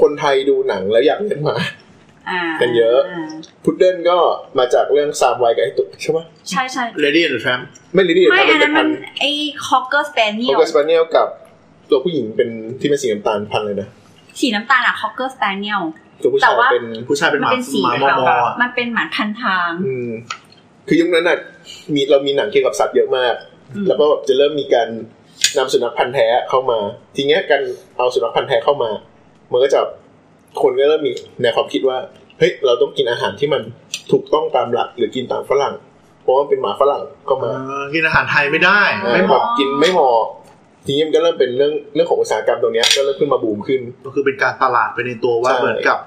Speaker 3: คนไทยดูหนังแล้วอยากเลี้ยงหมา
Speaker 2: อ่า
Speaker 3: เป็นเยอะ
Speaker 2: า
Speaker 3: พุดเดิ้ลก็มาจากเรื่องซามไวกับไอ้ตุ๊กใช่ไหม
Speaker 2: ใช่ใช่
Speaker 7: เลดี้แอนด์แฟม
Speaker 3: ไม่ลิลี่
Speaker 2: ไม่อั
Speaker 3: นะมัน น
Speaker 2: นั้มั
Speaker 3: เป็น นพั
Speaker 2: น
Speaker 3: นธุ์
Speaker 2: ไอ้คอกเกอร์สเปเนี
Speaker 3: โค
Speaker 2: ยล
Speaker 3: กัสปาเนียลกับตัวผู้หญิงเป็นที่เป็นสีน้ำตาลพันธุ์เลยนะ
Speaker 2: สีน้ำตาลอะคอกเกอร์สเปเนียล
Speaker 3: ตัวผู้
Speaker 2: แต่
Speaker 3: ชาย
Speaker 2: ว่า
Speaker 3: เป็น
Speaker 7: ผู้ชายเป็นห
Speaker 2: มัน
Speaker 7: มา
Speaker 2: เป็นสี
Speaker 7: หมา
Speaker 2: ขามว
Speaker 7: อมอ
Speaker 2: อะ
Speaker 7: อะ
Speaker 2: มันเป็นหมาพันทาง
Speaker 3: อืมคือยุคนั้นน่ะมีเรามีหนังเกี่ยวกับสัตว์เยอะมาก
Speaker 2: อืม
Speaker 3: แล้วก็แบบจะเริ่มมีการนำสุนัขพันธุ์แท้เข้ามา ทีเนี้ยการเอาสุนัขพันธุ์แท้เข้ามา มันก็จะคนก็เริ่มมีแนวความคิดว่าเฮ้ยเราต้องกินอาหารที่มันถูกต้องตามหลักหรือกินตามฝรั่ง เพราะว่าเป็นหมาฝรั่งก็
Speaker 7: เอ
Speaker 3: มา
Speaker 7: อกินอาหารไทยไม่ได้ ไม่
Speaker 3: ไม่
Speaker 7: เห
Speaker 3: เห
Speaker 7: มาะ
Speaker 3: มาะกินไม่เหมาะทีนี้มันก็เริ่มเป็นเรื่องเรื่องของอุตสาหกรรมตรงเนี้ยก็เริ่มขึ้นมาบูมขึ้น
Speaker 7: ก็คือเป็นการตลาดไปในตัวว่า
Speaker 3: ใช่
Speaker 7: เหมือนกับ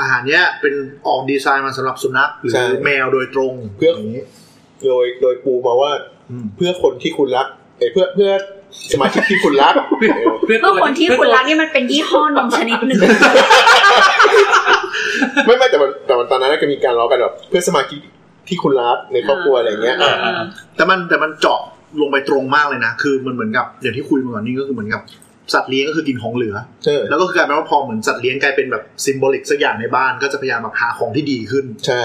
Speaker 7: อาหารเนี้ยเป็นออกดีไซน์มาสำหรับสุนัขหรื
Speaker 3: ใช่
Speaker 7: อแมวโดยตรง
Speaker 3: เพื่ออ
Speaker 7: ย่างนี้
Speaker 3: โดยโดยปูมาว่า
Speaker 7: อืม
Speaker 3: เพื่อคนที่คุณรักเอ้ยเพื่อเพื่อสมาชิกที่คุณ
Speaker 7: *laughs*
Speaker 3: รัก
Speaker 2: เพื่อคนที่คุณรักนี่มันเป็นยี่ห้อนมชนิดหนึ่ง
Speaker 3: ไม่ไม่แต่มันแต่มันตอนนั้นก็มีการล้อกันแบบเพื่อนสมาชิกที่คุณรักในครอบครัวอะไรอย่างเงี้ย
Speaker 2: อ่า
Speaker 3: อ่า
Speaker 7: แต่มันแต่มันเจาะลงไปตรงมากเลยนะ คือมันเหมือนกับอย่างที่คุยมาก่อนนี่ก็คือเหมือนกับสัตว์เลี้ยงก็คือกินของเหลือ
Speaker 3: เออ
Speaker 7: แล้วก็คือกลายเป็นว่าพอเหมือนสัตว์เลี้ยงกลายเป็นแบบซิมโบลิกสักอย่างในบ้านก็จะพยายามแบบหาของที่ดีขึ้น
Speaker 3: ใช่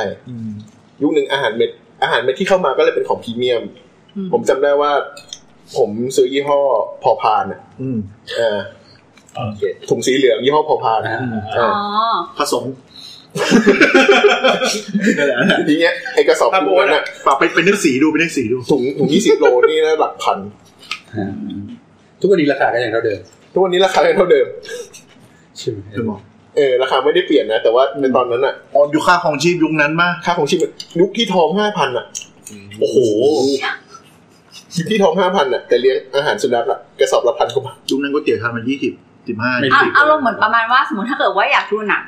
Speaker 3: ยุคหนึ่งอาหารเม็ดอาหารเม็ดที่เข้ามาก็เลยเป็นของพรีเมียม
Speaker 2: อืม
Speaker 3: ผมจำได้ว่า ผมซื้อยี่ห้อพอพานอ่ะ
Speaker 7: อืม
Speaker 3: เออถุงสีเหลืองยี่ห้อพอพาน
Speaker 8: อ่า
Speaker 3: เอ
Speaker 2: อ๋
Speaker 3: อ
Speaker 2: อ
Speaker 7: ผสมนั่นแหละ
Speaker 3: ทีเนี้ยไอกระสอบถุงนั้นอ่ะ
Speaker 7: ปรับไปเป็นนึกสีดูเป็นนึกสีดู
Speaker 3: ถุงถุงยี่สิบโลนี่นะหลักพัน
Speaker 8: อ่าทุกวันนี้ราคาก็ยังเท่าเดิม
Speaker 3: ทุกวันนี้ราคายังเท่าเดิม
Speaker 8: ใช่ไหม
Speaker 7: ถึงบอก
Speaker 3: เออราคาไม่ได้เปลี่ยนนะ แต่ว่าในตอนนั้นอ่ะ
Speaker 7: อ่อนอยู่ค่าของชีพยุคนั้นมาก
Speaker 3: ค่าของชีพยุคที่ทองห้าพันอ่ะ
Speaker 7: โอ้โห
Speaker 3: ที่ทองห้าพันอ่ะแต่เลี้ยงอาหารสุนัขอ่ะกระสอบละพันกว่าบาท
Speaker 7: ยุคนั้นก๋วยเตี๋ยวทานมันยี่สิบสิบห้า
Speaker 2: อ่ะอารมณ์เหมือนประมาณว่าสมมติถ้าเกิดว่าอยากดูหนัง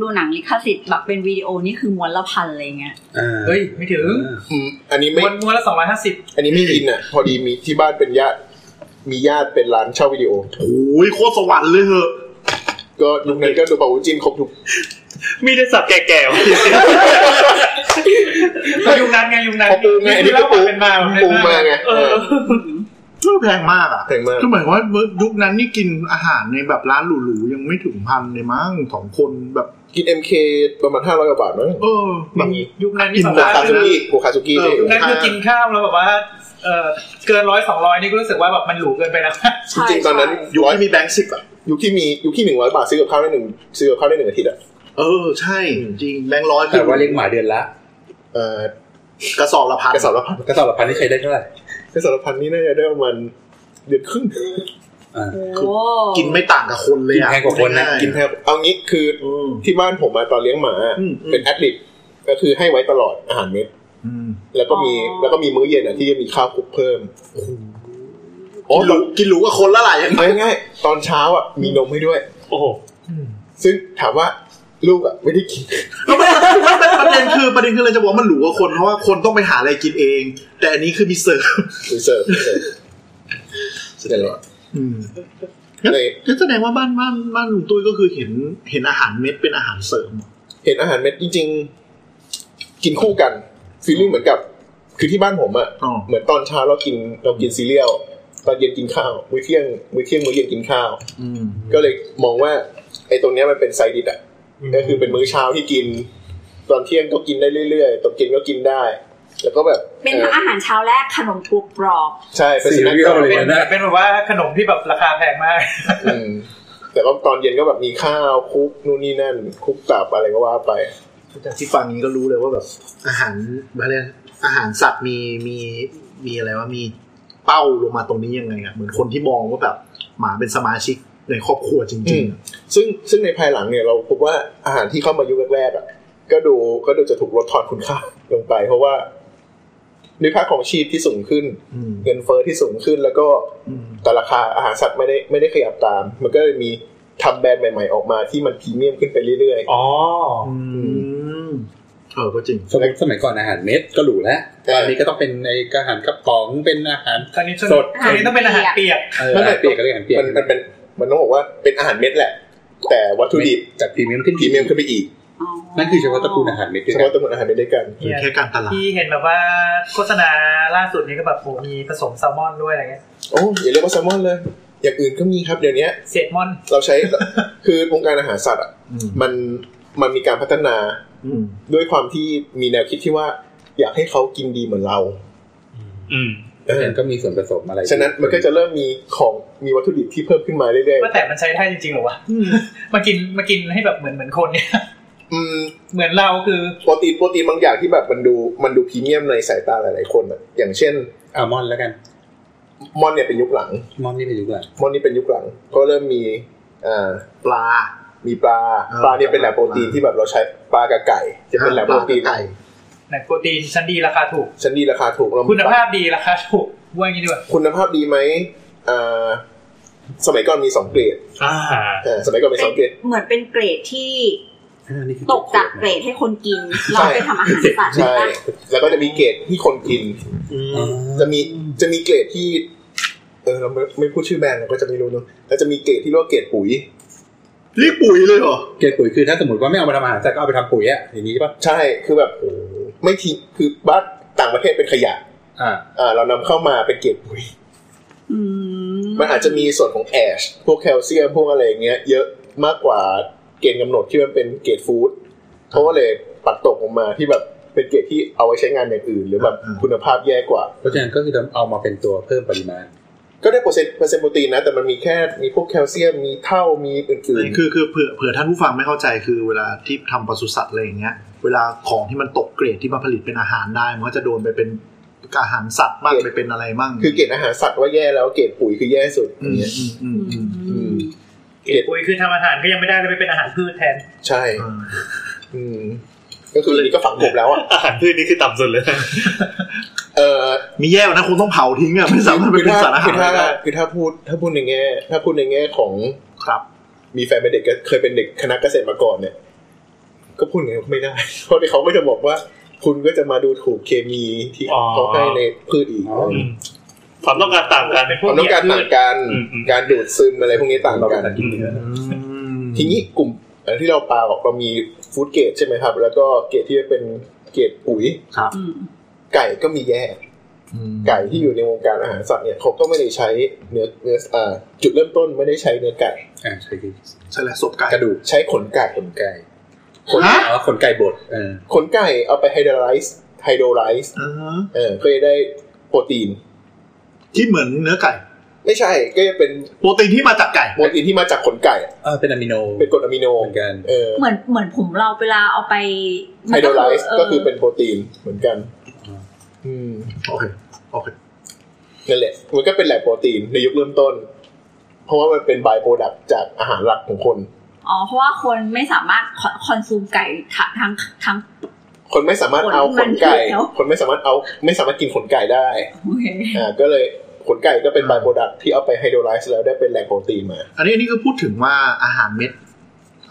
Speaker 2: ดูหนังลิขสิทธิ์แบบเป็นวิดีโอนี่คือม้วนละพันอะไรเงี้ย
Speaker 8: อ่า
Speaker 5: เฮ้ย ไม่ถึง
Speaker 3: อืมอันนี้ไม่
Speaker 5: มวนมวนละสองร้อยห้าสิบ
Speaker 3: อันนี้ไม่อินอ่ะ พอดีมีที่บ้านเป็นญาติ มีญาติเป็นร้านเช่าวิดีโอ
Speaker 7: โอ้ยโคตรสวรรค์เลยเหอะ
Speaker 3: ก็ยุคนั้นก็ดูปาวุจินครบทุก
Speaker 4: มีแต่สับแก่ๆวะ
Speaker 5: ยุคนั้นไงยุคนั้น
Speaker 3: เขาปูไงอันนี้ก็
Speaker 5: เล่า
Speaker 3: ปู
Speaker 5: เป็นมา
Speaker 3: ปูมาไง
Speaker 5: เอ
Speaker 3: เอ
Speaker 5: อ
Speaker 3: อ
Speaker 7: ไม่แพงมากอ่ะ
Speaker 3: แพงมาก
Speaker 7: คือหมายความว่ายุคนั้นนี่กินอาหารในแบบร้านหรูๆยังไม่ถึงพันเลยมั้งสองคนแบบ
Speaker 3: กิน MK ประมาณห้าร้อยกว่าบาทมั้ง
Speaker 7: เออแบบ
Speaker 5: ยุคนั้น
Speaker 7: กิ
Speaker 5: นี่
Speaker 7: น
Speaker 5: สอง
Speaker 3: โค
Speaker 5: ร้อย
Speaker 3: คา
Speaker 5: เลยนะ
Speaker 3: ซุกิโคคาซุกิ
Speaker 7: เออ
Speaker 3: เอง
Speaker 5: ยุคนั้นคือกินข้าวแล้วแบบว่าเออเกินร้อยสองร้อยนี่ก็รู้สึกว่าแบบมันหรูเกินไปแล้ว
Speaker 3: จริงๆตอนนั้น
Speaker 7: ยุค
Speaker 3: ร้อย
Speaker 7: ที่มีแบงค์สิบอ่ะ
Speaker 3: ยุคที่มียุคที่หนึ่งร้อยบาทซื้อกับข้าวได้หนึ่งซื้อกับข้าวได้หนึ่งอาทิตย์อ่ะ
Speaker 7: เออ ใช่ จริงแบงค์ร้อยคื
Speaker 8: แต่
Speaker 7: อ
Speaker 8: ว่าเลี้ยงหมาเดือนละ
Speaker 3: เอ่อก
Speaker 7: ระสอบละพัน
Speaker 3: กระสอบละพัน
Speaker 8: กระสอบละพันที่ใช้ได้เท่าไหร่
Speaker 3: กระสอบละพันนี่น่าจะได้ประมาณเดือนครึ่ง
Speaker 2: โอ้
Speaker 7: กินไม่ต่างกับคนเลย
Speaker 8: กิน
Speaker 7: อ่ะ
Speaker 8: แพงกว่าคนนะ
Speaker 7: กิ
Speaker 8: กิ
Speaker 7: น
Speaker 8: นแพ
Speaker 7: แพง
Speaker 8: ง
Speaker 3: เอางี้คือที่บ้านผมมาตอนเลี้ยงหมา
Speaker 7: อืม
Speaker 3: เป็นแอดลิปก็คือให้ไว้ตลอดอาหารเม็ด แล้วก็มีแล้วก็มีมื้อเย็นอ่ะที่จะมีข้าวคลุกเพิ่มอ๋อ
Speaker 7: กินหรูกินหรูกว่าคนละหลายอย่าง
Speaker 3: เอาง่ายๆตอนเช้าอ่ะมีนมให้ด้วย
Speaker 4: โอ้โห
Speaker 3: ซึ่งถามว่าลูกอ่ะไม่ได้กิน
Speaker 7: แล้วไม่ไม่ไม่ประเด็นคือประเด็นคืออะไรจะบอกว่ามันหรูกว่าคนเพราะว่าคนต้องไปหาอะไรกินเอง แต่อันนี้คือมีเสิร์ฟ
Speaker 3: รีเสิร์ฟเสิร์ฟสุดยอด
Speaker 7: อืมน
Speaker 3: ใน
Speaker 7: ั่นแสดงว่าบ้านบ้านบ้านลุงตุ้ยก็คือเห็นเห็นอาหารเม็ดเป็นอาหารเสริม
Speaker 3: เห็นอาหารเม็ดจริงๆ กินคู่กันฟีลลิ่งเหมือนกับ คือที่บ้านผมอะ
Speaker 7: อ๋อ
Speaker 3: เหมือนตอนเช้าเรากินเรากินซีเรียลตอนเย็นกินข้าวมื้อเที่ยงมื้อเที่ยงมื้อเย็นกินข้าว
Speaker 7: อืม
Speaker 3: ก็เลยมองว่าไอ้ตรงเนี้ยมันเป็นไซดิสอะก็คือเป็นมื้อเช้าที่กิน ตอนเที่ยงก็กินได้เรื่อยๆตอนกินก็กินได้ แล้วก็แบบ
Speaker 2: เป็น
Speaker 3: เอ่อ
Speaker 2: อาหารเช้าแรกขนมทุบกรอบ
Speaker 3: ใช่เป็น
Speaker 8: ซี
Speaker 3: ซี
Speaker 8: เรี
Speaker 3: เรี
Speaker 8: ย
Speaker 3: ย
Speaker 8: ล
Speaker 3: ล
Speaker 8: เลยนะ
Speaker 5: เป็นแบบว่าขนมที่แบบราคาแพงมาก
Speaker 3: อืมแต่ก็ตอนเย็นก็แบบมีข้าวคลุกนู่นนี่นั่นคลุกตับอะไรก็ว่าไป
Speaker 7: จากที่ฟังนี้ก็รู้เลยว่าแบบอาหารอะไรยกอาหารสัตว์มีมีมีอะไรว่ามีเป้าลงมาตรงนี้ยังไงอะเหมือนคนที่มองว่าแบบหมาเป็นสมาชิกในครอบครัวจริงๆอะ
Speaker 3: ซึ่งซึ่งในภายหลังเนี่ยเราพบว่าอาหารที่เข้ามายุคแรกๆอ่ะก็ดูก็ดูจะถูกลดทอนคุณค่า ลงไป เพราะว่าด้วยค่าของชีพที่สูงขึ้น
Speaker 7: อืม
Speaker 3: เงินเฟอ้อที่สูงขึ้น แล้วก็
Speaker 7: อืม
Speaker 3: แต่ราคาอาหารสัตว์ไม่ได้ไม่ได้ขยับตาม มันก็เลยมีทำแบรนด์ใหม่ ๆ ออกมาที่มันพรีเมียมขึ้นไปเรื่อย
Speaker 4: อ๋อ
Speaker 7: อืมเออก็จริง
Speaker 8: สมมติสมัยก่อนอาหารเม็ดก็หรูแล้ว
Speaker 3: แต่
Speaker 8: ตอนนี้ก็ต้องเป็นไอ้อาหารกระป๋องเป็นอาหาร
Speaker 5: ตอนนี้ช่วง
Speaker 8: สด
Speaker 5: ตอนนี้ต้องเป็นอาหารเปียก
Speaker 8: เอออาหารเปียกก็เรียกอาหารเปียก
Speaker 3: ๆมันมันเป็นมันต้องบอกว่าเป็นอาหารเม็ดแหละ แต่วัตถุดิบ
Speaker 8: จากพรีเมียมขึ้น
Speaker 3: พรีเมียมขึ้นไปอีก
Speaker 2: อ๋อ
Speaker 8: นั่นคือเฉพาะตระกูลอาหารเม็ดด้ว
Speaker 3: เฉ
Speaker 8: ยกั
Speaker 3: พาะ
Speaker 8: น
Speaker 3: ตัวอาหารเม็ดด้วยกัน
Speaker 5: เปียก
Speaker 7: แค่การตลาด
Speaker 5: ที่เห็นแบบว่าโฆษณาล่าสุดนี้ก็แบบโหมีผสมแซลมอนด้วยอะไรเงี้ย
Speaker 3: โอ้อย่าเรียกว่าแซลมอนเลย อย่างอื่นก็มีครับเดี๋ยวนี้
Speaker 5: เศษมอน
Speaker 3: เราใช้ คือวงการอาหารสัตว์อ่ะ
Speaker 7: อืม
Speaker 3: มันมันมีการพัฒนา
Speaker 7: อืม
Speaker 3: ด้วยความที่มีแนวคิดที่ว่า อยากให้เขากินดีเหมือนเรา
Speaker 4: อืม
Speaker 3: เออ
Speaker 8: มันก็มีส่วนผสมอะไร
Speaker 3: ฉะนั้นมันก็จะเริ่มมีของมีวัตถุดิบที่เพิ่มขึ้นมาเรื่อย
Speaker 5: ว่าแต่มันใช้ได้จริงๆเหรอวะมากินมากินให้แบบเหมือนเหมือนคนเนี่ย
Speaker 3: ๆอืม
Speaker 5: เหมือนเราคือ
Speaker 3: โปรตีนโปรตีนบางอย่างที่แบบมันดูมันดูพรีเมียมในสายตาหลาย ๆ คนอะอย่างเช่น
Speaker 8: อัลมอนด์แล้วกัน
Speaker 3: มอนเนี่ยเป็นยุคหลัง
Speaker 8: อัลมอนด์นี่ไปดีกว่า
Speaker 3: มอนนี่เป็นยุคหลัง ก็เริ่มมีอ่า
Speaker 7: ปลา
Speaker 3: มีปลา
Speaker 7: เออ
Speaker 3: ปลาเนี่ยเป็นแหล่งโปรตีน
Speaker 7: ปลา
Speaker 3: ที่แบบเราใช้ปลากับไก่ จะเป็นแหล่งโปรตีน
Speaker 7: ไก่
Speaker 5: แหล่งโปรตีนชั้นดีราคาถูก
Speaker 3: ชั้นดีราคาถูกเร
Speaker 5: คุณภาพดีราคาถูกว่าอย่างนี้ดีกว่า
Speaker 3: คุณภาพดีไหมอ่าสมัยก่อนมีสองเกรด
Speaker 4: อ่า
Speaker 3: เออสมัยก่อนมีสองเกรด
Speaker 2: เหมือนเป็นเกรดที่
Speaker 8: อ่านี่คือ
Speaker 2: ตกจากเกรดให้คน
Speaker 3: *laughs*
Speaker 2: กิน เราไปทำอาหารสัตว์
Speaker 3: ใช่
Speaker 2: ปะ
Speaker 3: แล้วก็จะมีเกรดที่คนกิน
Speaker 8: อ๋อ
Speaker 3: จะมี จะมีเกรดที่ เออ เราไม่ไม่พูดชื่อแบรนด์เราก็จะไม่รู้เนอะแล้วจะมีเกรดที่เรียกว่าเกรดปุ๋ย
Speaker 7: เรียกปุ๋ยเลยเหรอ
Speaker 8: เกรดปุ๋ยคือถ้าสมมติว่าไม่เอามาทำอาหารแต่ก็เอาไปทำปุ๋ยอะอย่างนี้ใช่ปะ
Speaker 3: ใช่ คือแบบไม่ทิ้งคือบ้านต่างประเทศเป็นขยะ
Speaker 8: อ่า
Speaker 3: อ่า เรานำเข้ามาเป็นเกรดปุ๋ย
Speaker 2: อืม
Speaker 3: มันอาจจะมีส่วนของแอช พวกแคลเซียม พวกอะไรอย่างเงี้ย เยอะมากกว่าเกณฑ์กำหนดที่มันเป็นเกรดฟู้ดเขาก็เลยปัดตกออกมาที่แบบเป็นเกรดที่เอาไว้ใช้งานอย่างอื่น หรือแบบคุณภาพแย่กว่า
Speaker 8: เพราะฉะนั้นก็คือเอามาเป็นตัวเพิ่มปริมาณ
Speaker 3: ก็ได้เปอร์เซ็นต์เปอร์เซ็นต์โปรตีนนะ แต่มันมีแค่มีพวกแคลเซียมมีเท่ามีอื่น ๆ
Speaker 7: คือคือเผื่อเผื่อท่านผู้ฟังไม่เข้าใจคือเวลาที่ทำปศุสัตว์อะไรอย่างเงี้ย เวลาของที่มันตกเกรดที่มาผลิตเป็นอาหารได้มันก็จะโดนไปเป็นอาหารสัตว์บ้างไปเป็นอะไรบ้าง
Speaker 3: คือเกรดอาหารสัตว์ว่าแย่แล้วเกรดปุ๋ยคือแย่สุดอย่างเงี้ย
Speaker 2: อืมอืม
Speaker 3: เกรด
Speaker 5: ปุ๋ยคือทำอาหารก็ยังไม่ได้เลยไปเป็นอาหารพืชแทน
Speaker 3: ใช่อืมก็คือนี่ก็ฝังกลบแล้วอ่ะ
Speaker 4: อาหารพืชนี่คือต่ำสุดเลย
Speaker 3: เออ
Speaker 7: มีแย่กว่านะคงต้องเผาทิ้งอะไม่สามารถ
Speaker 3: คื
Speaker 7: เป็น
Speaker 3: ถ้า
Speaker 7: สารอาหา
Speaker 3: คื
Speaker 7: ร
Speaker 3: ถ้า
Speaker 7: ได้
Speaker 3: คือถ้าพูดถ้าพูดในแง่ ถ้าพูดในแง่ของ
Speaker 7: ครับ
Speaker 3: มีแฟนเป็นเด็กก็เคยเป็นเด็กคณะเกษตรมาก่อนเนี่ย ก็พูดอย่างนี้ไม่ได้ *laughs* เพราะที่เขาก็จะบอกว่า คุณก็จะมาดูถูกเคมีที่
Speaker 4: อ๋อ
Speaker 3: เขาให้ในพืชอีก
Speaker 8: อ๋อ
Speaker 4: อืมความต้องการต่างกันเป็น
Speaker 3: ค
Speaker 4: พ
Speaker 3: ว วาก มต้องการต่างกัน
Speaker 4: อืมอืม
Speaker 3: การดูดซึมอะไรพวกนี้ต่างกัน
Speaker 4: อืม
Speaker 3: ทีนี้กลุ่มอันที่เราปาออกเรามีฟู้ดเกรดใช่ไหมครับ แล้วก็เกรดที่เป็นเกรดปุ๋ย
Speaker 2: อืม
Speaker 3: ไก่ก็มีแย่
Speaker 7: อืม
Speaker 3: ไก่ที่อยู่ในวงการอาหารสัตว์เนี่ยเขาก็ไม่ได้ใช้เนื้อเนื้ออ่าจุดเริ่มต้นไม่ได้ใช้เนื้อไก่
Speaker 8: อ่าใช่คือ
Speaker 7: ใช่แหละศพไก่
Speaker 8: กระดูก
Speaker 3: ใช้ขนไก่
Speaker 8: ขนไก่
Speaker 3: ขน
Speaker 8: อ๋อขนไก่บดเออ
Speaker 3: ขนไก่เอาไปไฮโดรไลซ์ไฮโดรไลซ์
Speaker 7: อ่าฮะ
Speaker 3: เออก็จะได้โปรตีน
Speaker 7: ที่เหมือนเนื้อไก่
Speaker 3: ไม่ใช่ก็จะเป็น
Speaker 7: โปรตีนที่มาจากไก่
Speaker 3: โปรตีนที่มาจากขนไก่อะ
Speaker 8: เออเป็นอะมิโน
Speaker 3: เป็นกรดอะมิโน
Speaker 8: เหมือนกัน
Speaker 3: เออ
Speaker 2: เหมือนเหมือนผมเราเวลาเอาไป
Speaker 3: ไฮโดรไลซ์ก็คือ
Speaker 2: เ
Speaker 3: เป็นโปรตีนเหมือนกันอืม
Speaker 7: โอเค โอเค
Speaker 3: นั่นแหละมันก็เป็นแหล่งโปรตีนในยุคเริ่มต้น เพราะว่ามันเป็นบายโปรดักจากอาหารหลักของคน
Speaker 2: อ๋อเพราะว่าคนไม่สามารถคอนซูมไก่ทั้งทั้งทั้ง
Speaker 3: คนไม่สามารถเอาขนไก่
Speaker 2: ขนมันเขียว
Speaker 3: คนไม่สามารถเอาไม่สามารถกินขนไก่ได้
Speaker 2: โอเค
Speaker 3: อ่าก็เลยขนไก่ก็เป็นบายโปรดักที่เอาไปไฮโดรไลซ์แล้วได้เป็นแหล่งโปรตีนมา
Speaker 7: อันนี้อันนี้คือพูดถึงว่าอาหารเม็ด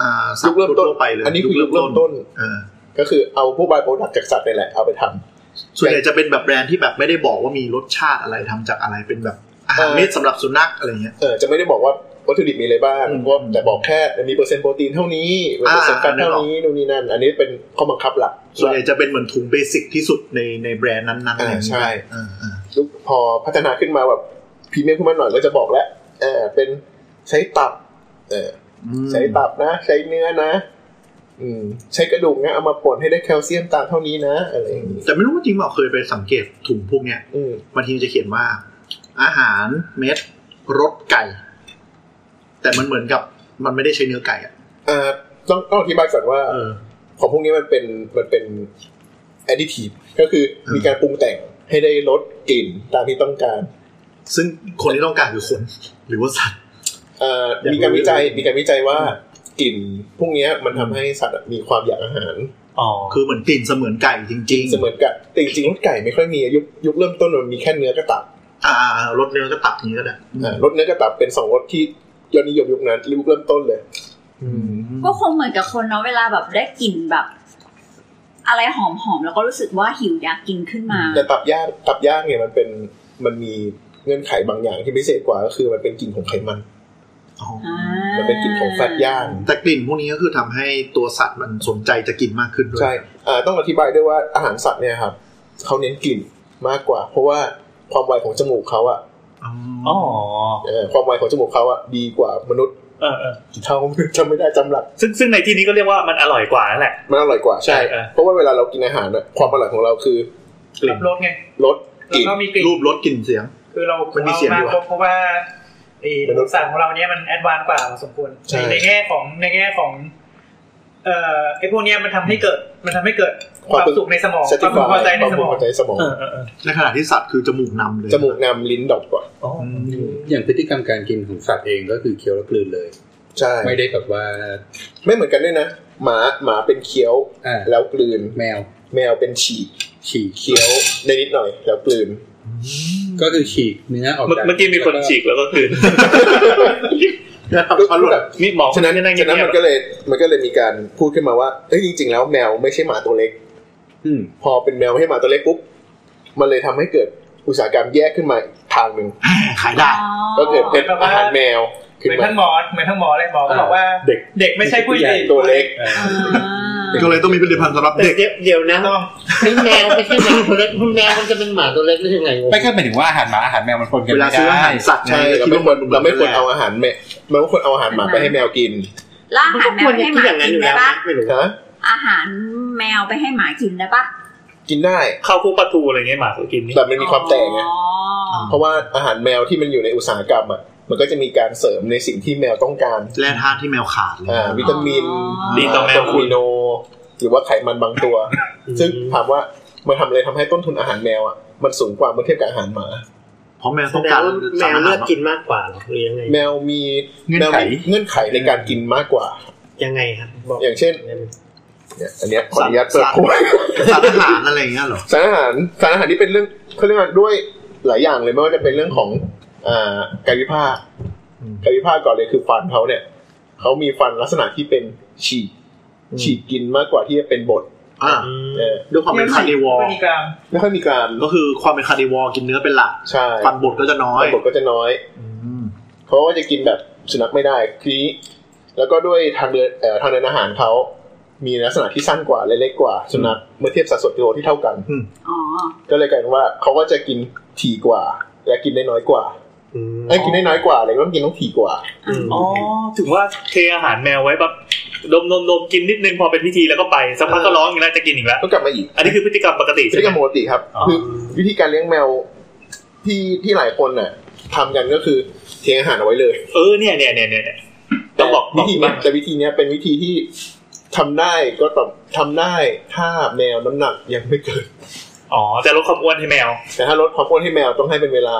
Speaker 7: อ่าสัต
Speaker 3: ยุค
Speaker 7: ว์
Speaker 3: เริ่มต้น
Speaker 7: ทั่วไปเลย
Speaker 3: อันนี้คือยุคเริ่มต้น
Speaker 7: เออ
Speaker 3: ก็คือเอาพวกบายโปรดักจากสัตว์นี่แหละเอาไปทำ
Speaker 7: ส่วนใหญ่จะเป็นแบบแบรนด์ที่แบบไม่ได้บอกว่ามีรสชาติอะไรทำจากอะไรเป็นแบบอาหารเม็ดสำหรับสุนัขอะไรเงี้ย
Speaker 3: เออจะไม่ได้บอกว่าวัตถุดิบมีอะไรบ้าง
Speaker 7: อืม
Speaker 3: เพราะแต่บอกแค่มีเปอร์เซ็นต์โปรตีนเท่านี้มีเปอร์เซ็นต์แฟต
Speaker 7: อ่า
Speaker 3: เท่านี้นู่นนี่นั่น อันนี้เป็นข้อบังคับหลัก
Speaker 7: ส่วนใหญ่จะเป็นเหมือนถุงเบสิกที่สุดในในแบรนด์นั้นๆอะไรอย่างเงี้ย
Speaker 3: อ่าใช่
Speaker 7: อ่าอ่า
Speaker 3: แล้วพอพัฒนาขึ้นมาแบบพรีเมียมขึ้นมาหน่อยก็จะบอกแล้วเออเป็นใช้ตับเออ
Speaker 7: อืม
Speaker 3: ใช้ตับนะ ใช้เนื้อนะ อืมใช้กระดูกนะเอามาป่นให้ได้แคลเซียมตามเท่านี้นะอะไรอย่างนี้
Speaker 7: แต่ไม่รู้ว่าจริงเปล่าเคยไปสังเกตถุงพวกเนี้ย
Speaker 3: อืม
Speaker 7: บางทีจะเขียนว่า อาหารเม็ดรสไก่ แต่มันเหมือนกับมันไม่ได้ใช้เนื้อไก่อะ
Speaker 3: อ่าต้องต้องอธิบายก่อนว่า
Speaker 7: เออ
Speaker 3: ของพวกนี้มันเป็นมันเป็น additive ก็คือมีการปรุงแต่งให้ได้ลดกลิ่นตามที่ต้องการ
Speaker 7: ซึ่งคนที่ต้องการคือคนหรือว่าสัตว์
Speaker 3: เอ่อ
Speaker 7: อยากรู้
Speaker 3: มีการวิจัย
Speaker 7: เรื่อง
Speaker 3: มีการวิจัยว่ากลิ่นพวกเนี้ยมันทำให้สัตว์มีความอยากอาหาร
Speaker 4: อ๋อ
Speaker 7: คือเหมือนกลิ่นเสมือนไก่จริง ๆ
Speaker 3: เสมือนกับแต่จริงๆรสไก่ไม่ค่อยมียุคยุคเริ่มต้นมันมีแค่เนื้อกระตับ
Speaker 7: อ่าอ่ารสเนื้อก็ตับนี้ก็ได้
Speaker 3: อ่ารสเนื้อกระตับเป็นสองรสที่ยอดนิยมยุคนั้นยุคเริ่มต้นเลย
Speaker 2: ก็คงเหมือนกับคนเนาะเวลาแบบได้กลิ่นแบบ อะไรหอมๆแล้วก็รู้สึกว่าหิวอยากกินขึ้นมา
Speaker 3: แต่ตับย่างตับย่างเนี่ยมันเป็นมันมีเงื่อนไขบางอย่างที่พิเศษกว่าก็คือมันเป็นกลิ่นของไขมัน
Speaker 7: อ๋ออ
Speaker 2: อ่า
Speaker 3: มันเป็นกลิ่นของแฟตย่าง
Speaker 7: แต่กลิ่นพวกนี้ก็คือทำให้ตัวสัตว์มันสนใจจะกินมากขึ้นด้วย
Speaker 3: ใช่อ่าต้องอธิบายด้วยว่าอาหารสัตว์เนี่ยครับเขาเน้นกลิ่นมากกว่า เพราะว่าความไวของจมูกเขาอะ
Speaker 7: อ๋อ
Speaker 4: อ๋อ
Speaker 3: เอ่อความไวของจมูกเขาอะดีกว่ามนุษย์
Speaker 4: เออเออ
Speaker 3: จำจำไม่ได้จำหลัก
Speaker 4: ซึ่งซึ่งในที่นี้ก็เรียกว่ามันอร่อยกว่านั่นแหละ
Speaker 3: มันอร่อยกว่าใช่
Speaker 4: เออ
Speaker 3: เพราะว่าเวลาเรากินอาหารอะความอร่อยของเราคือก
Speaker 5: ลิ่นรสไง
Speaker 3: รสก
Speaker 5: แล้ว
Speaker 3: ลิ่น
Speaker 5: ก็มีกลิ่น
Speaker 7: รูปรสกลิ่นเสียง
Speaker 5: คือเรา
Speaker 7: มันมีเสียง
Speaker 5: รา
Speaker 7: ด้
Speaker 5: มา
Speaker 7: วย
Speaker 5: พบเพราะว่าไอ้
Speaker 3: มนุษย์
Speaker 5: สั่งของเราเนี้ยมันแอดวานซ์กว่าพอสมควร
Speaker 3: ใช่
Speaker 5: ในในแง่ของในแง่ของ เอ่อไอ้พวกเนี้ยมันทำให้เกิด มันทำให้เกิดความสุขในสมอง
Speaker 3: ส
Speaker 5: ค
Speaker 3: ติ
Speaker 5: วามพึงพอใจในสมอง
Speaker 3: พอใจสมอง
Speaker 4: เออเออเออ
Speaker 7: ในขณะที่สัตว์คือจมูกนำเลย
Speaker 3: จมูกนำลิ้นดอกก่อน
Speaker 4: อ๋อ
Speaker 7: อืม
Speaker 8: อย่างพฤติกรรมการกินของสัตว์เองก็คือเคี้ยวแล้วกลืนเลย
Speaker 3: ใช่
Speaker 8: ไม่ได้แบบว่า
Speaker 3: ไม่เหมือนกันด้วยนะหมาหมาเป็นเคี้ยว
Speaker 8: อ่า
Speaker 3: แล้วกลืน
Speaker 8: แมว
Speaker 3: แมวเป็นฉีก
Speaker 8: ฉีก
Speaker 3: เคี้ยวได้นิดหน่อยแล้วกลืน
Speaker 8: ก็คือฉีกเนื้อออก
Speaker 4: เมื่อ
Speaker 8: จาก
Speaker 4: เมื่อกี้มีคนฉีกแล้วก็คือ
Speaker 7: แล้วทำเขาหลุดอะ
Speaker 4: นี่หมอ
Speaker 3: ฉะนั้น
Speaker 4: ที่งเงีย
Speaker 3: ฉะ
Speaker 4: บๆ
Speaker 3: นั้นมันก็เลยมันก็เลยมีการพูดขึ้นมาว่าเอ้ยจริง ๆ แล้วแมวไม่ใช่หมาตัวเล็ก
Speaker 8: อืม
Speaker 3: พอเป็นแมวไม่ใช่หมาตัวเล็กปุ๊บมันเลยทำให้เกิดอุตสาหกรรมแยกขึ้นมาอีกทางหนึ่ง
Speaker 7: ขายได้
Speaker 2: อ๋อ
Speaker 3: ก็เกิดเป็นอาหารแมว
Speaker 5: เห
Speaker 3: ขึ้น
Speaker 5: มือน
Speaker 3: มา
Speaker 5: ท่านหมอเหมือนท่านหมอเลยหมอก็บอกว่า
Speaker 8: เด็ก
Speaker 5: เด็กไม่ใช่ผู้ใหญ่
Speaker 3: ตัวเล็ก
Speaker 8: อ่า
Speaker 2: อ่า
Speaker 7: ก็เลยต้องมีผลิตภัณฑ์สำหรับเด็ก
Speaker 1: เดี๋ยวเดี๋ยวนะ
Speaker 5: ต้อง
Speaker 1: นี่แมวไม่ใช่หมาตัวเล็กแมวมันจะเป็นหมาตัวเล็กได้ยังไงวะ
Speaker 8: ไม่แค่หมายถึงว่าอาหารหมาอาหารแมวมันปนกัน
Speaker 7: เว
Speaker 8: ไม่
Speaker 7: ลา
Speaker 8: ได้
Speaker 7: ซื้ออาหารสัตว์
Speaker 3: ใช่เราไม่ควรเราไม่ควรเอาอาหารแมวเราไม่ควรเอาอาหารหมาไปให้แมวกิน
Speaker 2: แล่าอา
Speaker 1: มัน
Speaker 2: หา
Speaker 1: ก็ค
Speaker 2: ร
Speaker 1: วร
Speaker 2: แมว
Speaker 1: จะคิด
Speaker 2: ให้หมา
Speaker 1: อย่างนั้นอ
Speaker 2: กิน
Speaker 1: ยู่แล้
Speaker 2: ได้
Speaker 1: วนะ
Speaker 2: ปะ
Speaker 1: ไม่รู้
Speaker 3: ฮะ
Speaker 2: อาหารแมวไปให้หมากินได้ปะ
Speaker 3: กินได้
Speaker 4: เข้าคุกปลาทูอะไรเงี้ยหมาก็กินนี่
Speaker 3: แต่มันมีความแตกไง
Speaker 2: อ๋อ
Speaker 3: เพราะว่าอาหารแมวที่มันอยู่ในอุตสาหกรรมอ่ะมันก็จะมีการเสริมในสิ่งที่แมวต้องการ
Speaker 7: แร่ธาตุที่แมวขาดเลย
Speaker 3: อ่าวิตามิน
Speaker 4: ดีต่อแมว
Speaker 3: โค
Speaker 4: คุณ
Speaker 3: วิโน หรือว่าไขมันบางตัว ซึ่งถามว่ามันทำอะไรทำให้ต้นทุนอาหารแมวอ่ะมันสูงกว่าเมื่อเทียบกับอาหารหมา
Speaker 7: เพราะแมว
Speaker 1: แส
Speaker 7: ต้อง
Speaker 1: ดง
Speaker 7: การ
Speaker 1: ว่าแมว
Speaker 7: สารอา
Speaker 1: เลื
Speaker 7: หา
Speaker 1: อ
Speaker 7: ร
Speaker 1: กกินมากกว่าเหรอหรือยังไง
Speaker 3: แมวมี
Speaker 8: เงื่อน
Speaker 3: แมว
Speaker 8: ไข
Speaker 3: มีเงื่อนไขในการกินมากกว่า
Speaker 1: ยังไงครับบอก
Speaker 3: อย่างเช่นเนี่ยอันเนี้ยขออนุญาตเปิดขวด
Speaker 7: สารอาหารอะไรอย่างเงี้ยเหรอ
Speaker 3: สารอาหารสารอาหารที่เป็นเรื่องเขาเรียกว่าด้วยหลายอย่างเลยไม่ว่าจะเป็นเรื่องของอ่ากายวิภาคกายวิภาคก่อนเลยคือฟันเขาเนี่ยเขามีฟันลักษณะที่เป็นฉีกฉีกกินมากกว่าที่จะเป็นบด
Speaker 7: อ่า
Speaker 1: อืม
Speaker 3: เออ
Speaker 7: ด้วยความเป็นคาร์นิวอร์
Speaker 5: มีกลาง
Speaker 3: ไม่ค่อยมีการ
Speaker 7: ก็คือความเป็นคาร์นิวอร์กินเนื้อเป็นหลัก
Speaker 3: ใช่
Speaker 7: ฟันบดก็จะน้อย
Speaker 3: ฟันบดก็จะน้อย
Speaker 7: อืม
Speaker 3: เพราะว่าจะกินแบบสุนัขไม่ได้ทีนี้แล้วก็ด้วยทางเดินเอ่อทางเดินอาหารเขามีลักษณะที่สั้นกว่าและเล็กกว่าสุนัขเมื่อเทียบสัดส่วนกิโลที่เท่ากัน
Speaker 2: อ๋อ
Speaker 3: ก็เลยกลายเป็นว่าเขาก็จะกินถี่กว่า และกินได้น้อยกว่าไอ้ยกินได้น้อยกว่าเลยก็ต้องกินต้องถี่กว่า
Speaker 4: อ๋อถึงว่าเทอาหารแมวไว้แบบดมดมดมกินนิดนึงพอเป็นพิธีแล้วก็ไปสักพักก็ร้องอีกแล้วจะกินอีกแล้ว
Speaker 3: ก็กลับมาอีก
Speaker 4: อันนี้คือพฤติกรรมปกติ
Speaker 3: พฤ
Speaker 4: ใช่
Speaker 3: ติก
Speaker 4: ไห
Speaker 3: รรม
Speaker 4: ม
Speaker 3: ปกติครับ
Speaker 4: อ๋อ
Speaker 3: คือวิธีการเลี้ยงแมวที่ที่หลายคนน่ะทำกันก็คือเทอาหารเอาไว้เลย
Speaker 4: เออเนี่ยเนี่ยเนี่ยเนี่ยต้องบอกบ
Speaker 3: วิ
Speaker 4: อก
Speaker 3: ธี
Speaker 4: บ้า
Speaker 3: เนี้
Speaker 4: ง
Speaker 3: ยแต่วิธีเนี้ยเป็นวิธีที่ทำได้ก็ต้องทำได้ถ้าแมวน้ำหนักยังไม่เกิน
Speaker 4: อ๋อจะลดความอ้วนให้แมว
Speaker 3: แต่ถ้าลดความอ้วนให้แมวต้องให้เป็นเวลา